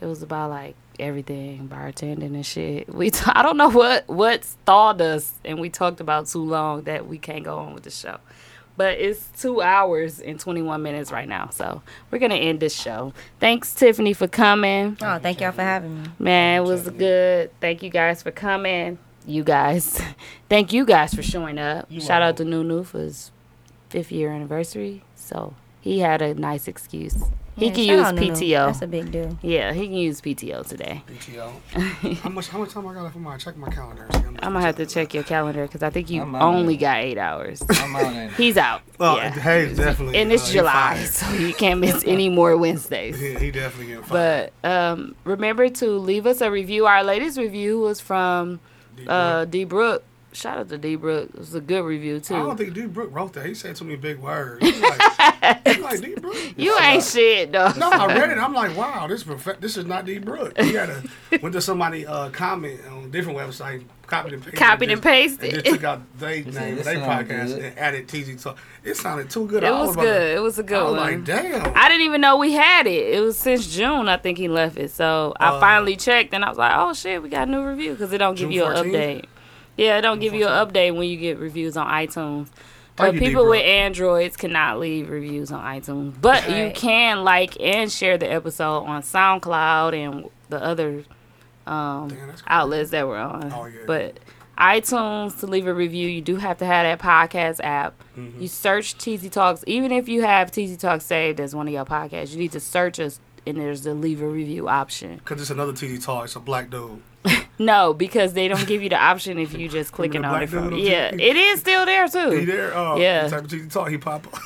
[SPEAKER 3] It was about like everything, bartending and shit. We t- I don't know what what stalled us, and we talked about too long that we can't go on with the show. But it's two hours and twenty one minutes right now, so we're gonna end this show. Thanks, Tiffany, for coming.
[SPEAKER 2] Oh, thank y'all for having me.
[SPEAKER 3] Man, it was good. Thank you guys for coming. You guys, [LAUGHS] thank you guys for showing up. Shout out to Nunu for his fifth year anniversary. So he had a nice excuse. He
[SPEAKER 2] Yeah,
[SPEAKER 3] can
[SPEAKER 2] shout
[SPEAKER 3] use
[SPEAKER 2] out Nunu.
[SPEAKER 3] PTO.
[SPEAKER 2] That's a big deal.
[SPEAKER 3] Yeah, he can use PTO today.
[SPEAKER 8] PTO. how much? How much time I got left for my check my calendar? See, I'm-
[SPEAKER 3] I'm gonna have to check your calendar because I think you
[SPEAKER 8] I'm out
[SPEAKER 3] only
[SPEAKER 8] now.
[SPEAKER 3] got eight hours.
[SPEAKER 8] I'm out now.
[SPEAKER 3] [LAUGHS] He's out.
[SPEAKER 8] Well,
[SPEAKER 3] yeah.
[SPEAKER 8] Oh, hey, definitely,
[SPEAKER 3] And it's
[SPEAKER 8] uh, he
[SPEAKER 3] July,
[SPEAKER 8] fired.
[SPEAKER 3] so you can't miss any more Wednesdays.
[SPEAKER 8] Yeah, he definitely getting fired.
[SPEAKER 3] But um, remember to leave us a review. Our latest review was from uh, D. Brook, Shout out to D Brook. It was a good review too.
[SPEAKER 8] I don't think D. Brooke wrote that. He said too many big words. He like, he like, D. Brooke.
[SPEAKER 3] [LAUGHS] You ain't shit though.
[SPEAKER 8] [LAUGHS] No, I read it. I'm like, wow, this prof- this is not D. Brooke. He had
[SPEAKER 3] [LAUGHS]
[SPEAKER 8] a went to somebody uh, comment on a different website, copied and pasted,
[SPEAKER 3] Copied and
[SPEAKER 8] just-
[SPEAKER 3] pasted.
[SPEAKER 8] and just took out they
[SPEAKER 3] This-
[SPEAKER 8] name,
[SPEAKER 3] this
[SPEAKER 8] they
[SPEAKER 3] sound
[SPEAKER 8] podcast,
[SPEAKER 3] good.
[SPEAKER 8] and added TZ Talk. It sounded too good.
[SPEAKER 3] It
[SPEAKER 8] I
[SPEAKER 3] was
[SPEAKER 8] about to-
[SPEAKER 3] good. It was a good
[SPEAKER 8] I was
[SPEAKER 3] one.
[SPEAKER 8] Like, damn.
[SPEAKER 3] I didn't even know we had it. It was since June, I think he left it. So I
[SPEAKER 8] Uh,
[SPEAKER 3] finally checked, and I was like, "Oh shit, we got a new review because it don't give
[SPEAKER 8] June
[SPEAKER 3] you an
[SPEAKER 8] 14th?
[SPEAKER 3] update." Yeah, it don't give you an update when you get reviews on iTunes.
[SPEAKER 8] Thank
[SPEAKER 3] But
[SPEAKER 8] you,
[SPEAKER 3] people
[SPEAKER 8] D-Bro.
[SPEAKER 3] with Androids cannot leave reviews on iTunes. But you
[SPEAKER 8] Right.
[SPEAKER 3] can like and share the episode on SoundCloud and the other um, outlets that we're on. But iTunes to leave a review, you do have to have that podcast app. You search TZ Talks, even if you have TZ Talks saved as one of your podcasts, you need to search us and there's the leave a review option.
[SPEAKER 8] Cause it's another TZ Talk. It's a black dude.
[SPEAKER 3] No, because they don't give you the option if you just clicking on
[SPEAKER 8] black
[SPEAKER 3] it. From,
[SPEAKER 8] dude on
[SPEAKER 3] yeah,
[SPEAKER 8] TV.
[SPEAKER 3] it is still there too.
[SPEAKER 8] He there. Uh,
[SPEAKER 3] yeah,
[SPEAKER 8] Type of TZ Talk. He pop up.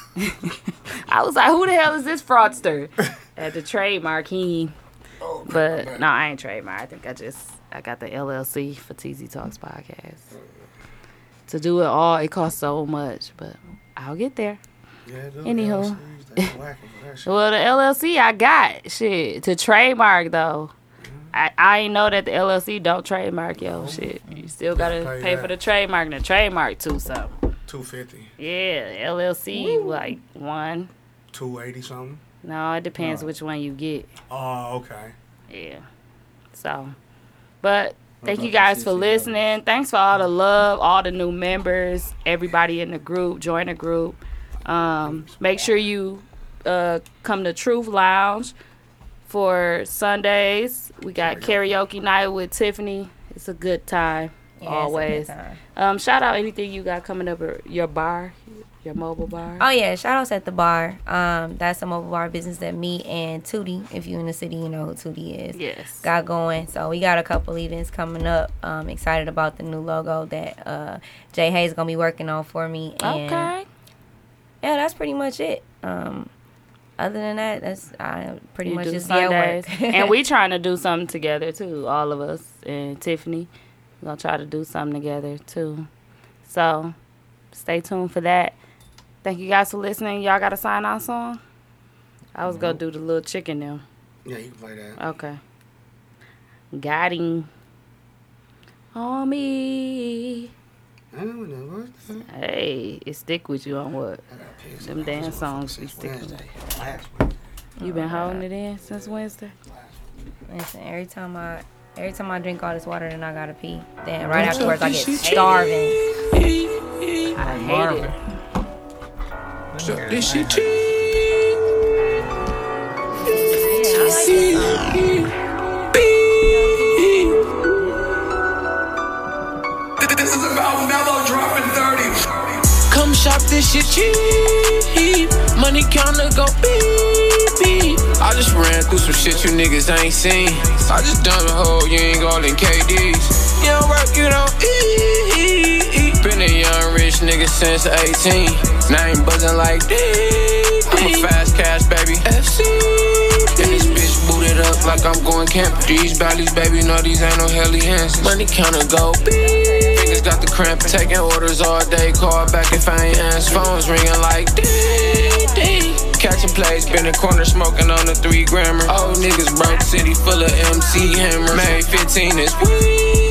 [SPEAKER 3] I was like, who the hell is this fraudster? At the trademark, he. but no, I ain't trademark. I think I just I got the LLC for TZ Talks podcast. To do it all, it costs so much, but I'll get there.
[SPEAKER 8] Yeah, [LAUGHS] those
[SPEAKER 3] Anywho,
[SPEAKER 8] LLCs, they whacking for that shit.
[SPEAKER 3] well, the LLC I got shit to trademark though. I, I ain't know that the LLC don't trademark yo shit. You still gotta
[SPEAKER 8] Pay
[SPEAKER 3] pay,
[SPEAKER 8] that.
[SPEAKER 3] for the trademark and the trademark too. So
[SPEAKER 8] Two fifty.
[SPEAKER 3] yeah, LLC like one.
[SPEAKER 8] Two eighty something.
[SPEAKER 3] No, it depends
[SPEAKER 8] No.
[SPEAKER 3] which one you get.
[SPEAKER 8] Oh, okay.
[SPEAKER 3] Yeah. So, but thank
[SPEAKER 8] about
[SPEAKER 3] you
[SPEAKER 8] the
[SPEAKER 3] guys for listening. Thanks for all the love, all the new members, everybody in the group. Join the group. Um, make sure you uh, come to Truth Lounge for Sundays. We got karaoke night with Tiffany. It's a good time.
[SPEAKER 2] Yeah, it's a good
[SPEAKER 3] always.
[SPEAKER 2] time.
[SPEAKER 3] Um, shout out anything you got coming up at your bar, your mobile bar.
[SPEAKER 2] Oh yeah, shout outs at the bar. Um, that's a mobile bar business that me and Tootie, if you in the city, you know who Tootie is.
[SPEAKER 3] Yes.
[SPEAKER 2] Got going. So we got a couple events coming up. Um, excited about the new logo that uh Jay Hayes gonna be working on for me. And
[SPEAKER 3] Okay.
[SPEAKER 2] Yeah, that's pretty much it. Um other than that, that's I pretty
[SPEAKER 3] You
[SPEAKER 2] much
[SPEAKER 3] do
[SPEAKER 2] just be at
[SPEAKER 3] Sundays.
[SPEAKER 2] work. [LAUGHS]
[SPEAKER 3] and we trying to do something together too, all of us and Tiffany. We're gonna try to do something together too. So stay tuned for that. Thank you guys for listening. Y'all got a sign out song? I was gonna do the little chicken now.
[SPEAKER 8] Yeah, you can play that.
[SPEAKER 3] Okay. Got him. On me. Hey, it stick with you on what? Them damn songs be sticking with you. You been holding it in since Wednesday?
[SPEAKER 2] Listen, every time I every time I drink all this water, then I gotta pee. Then right
[SPEAKER 3] Don't you
[SPEAKER 2] afterwards, I get
[SPEAKER 3] appreciate-
[SPEAKER 2] starving.
[SPEAKER 3] I hate it.
[SPEAKER 6] Suck this shit
[SPEAKER 16] This is about mellow dropping 30. Come shop this shit cheap. Money counter go beep beep. I just ran through some shit you niggas ain't seen. I just done a hoe, you ain't all in KDs. You don't work, you don't eat. Been a young rich nigga since 18. Now ain't buzzing like this. I'm a fast cash baby. FC. And this bitch booted up like I'm going camping. These valleys, baby, no, these ain't no Helly Hansen. Money counter go beep. Fingers got the cramp, taking orders all day. Call back if I ain't answer. Phones ringing like ding, ding. Catching plays, been in corner smoking on the three grammar. Old niggas broke, city full of MC hammers. Made 15 is weed.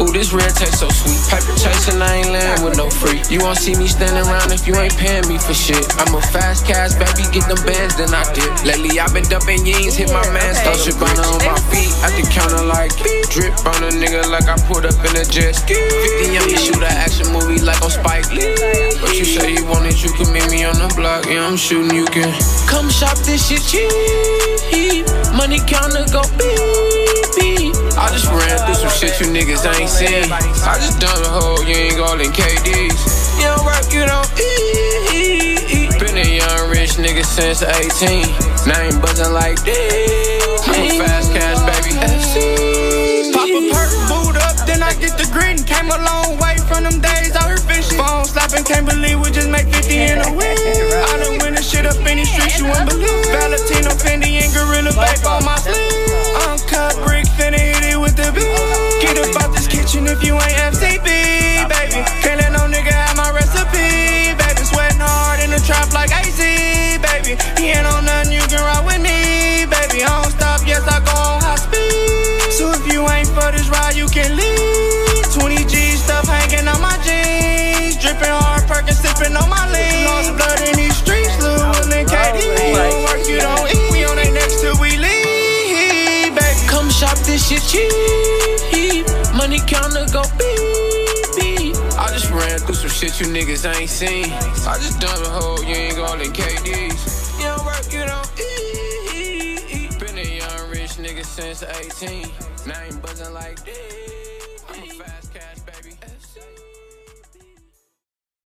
[SPEAKER 16] Ooh, this red taste so sweet. Paper chasing, I ain't land with no free. You won't see me standing around if you ain't paying me for shit. I'm a fast cash baby, get them bands, then I dip. Lately, I've been dumping yeans, hit my man, throw Shabana on my feet. At the counter, like drip on a nigga, like I pulled up in a jet ski. 50 young, you shoot an action movie like on Spike Lee. But you say you want it, you can meet me on the block. Yeah, I'm shooting, you can come shop this shit cheap. Money counter go beep beep. I just ran through some shit you niggas ain't seen. I just done a hoe, you ain't all in KDs. You don't work, you don't eat. E, Been a young rich nigga since 18. Now ain't buzzing like this. I'm a fast cash baby. FC.
[SPEAKER 17] Pop a perk, boot up, then I get the grin. Came a long way from them days out here fishing. Phone slapping, can't believe we just made 50 in a week. I done win this shit up in these streets, you wouldn't believe. Valentino, Fendi, and Gorilla back on my sleeve. Uncut brick, finna hit it with the beat. Get up out this kitchen if you ain't FCB.
[SPEAKER 16] you niggas ain't seen. I just dumb a hoe, you ain't gonna KDs. You don't work, you don't eat. Been a young rich nigga since 18. Now I ain't buzzing like this.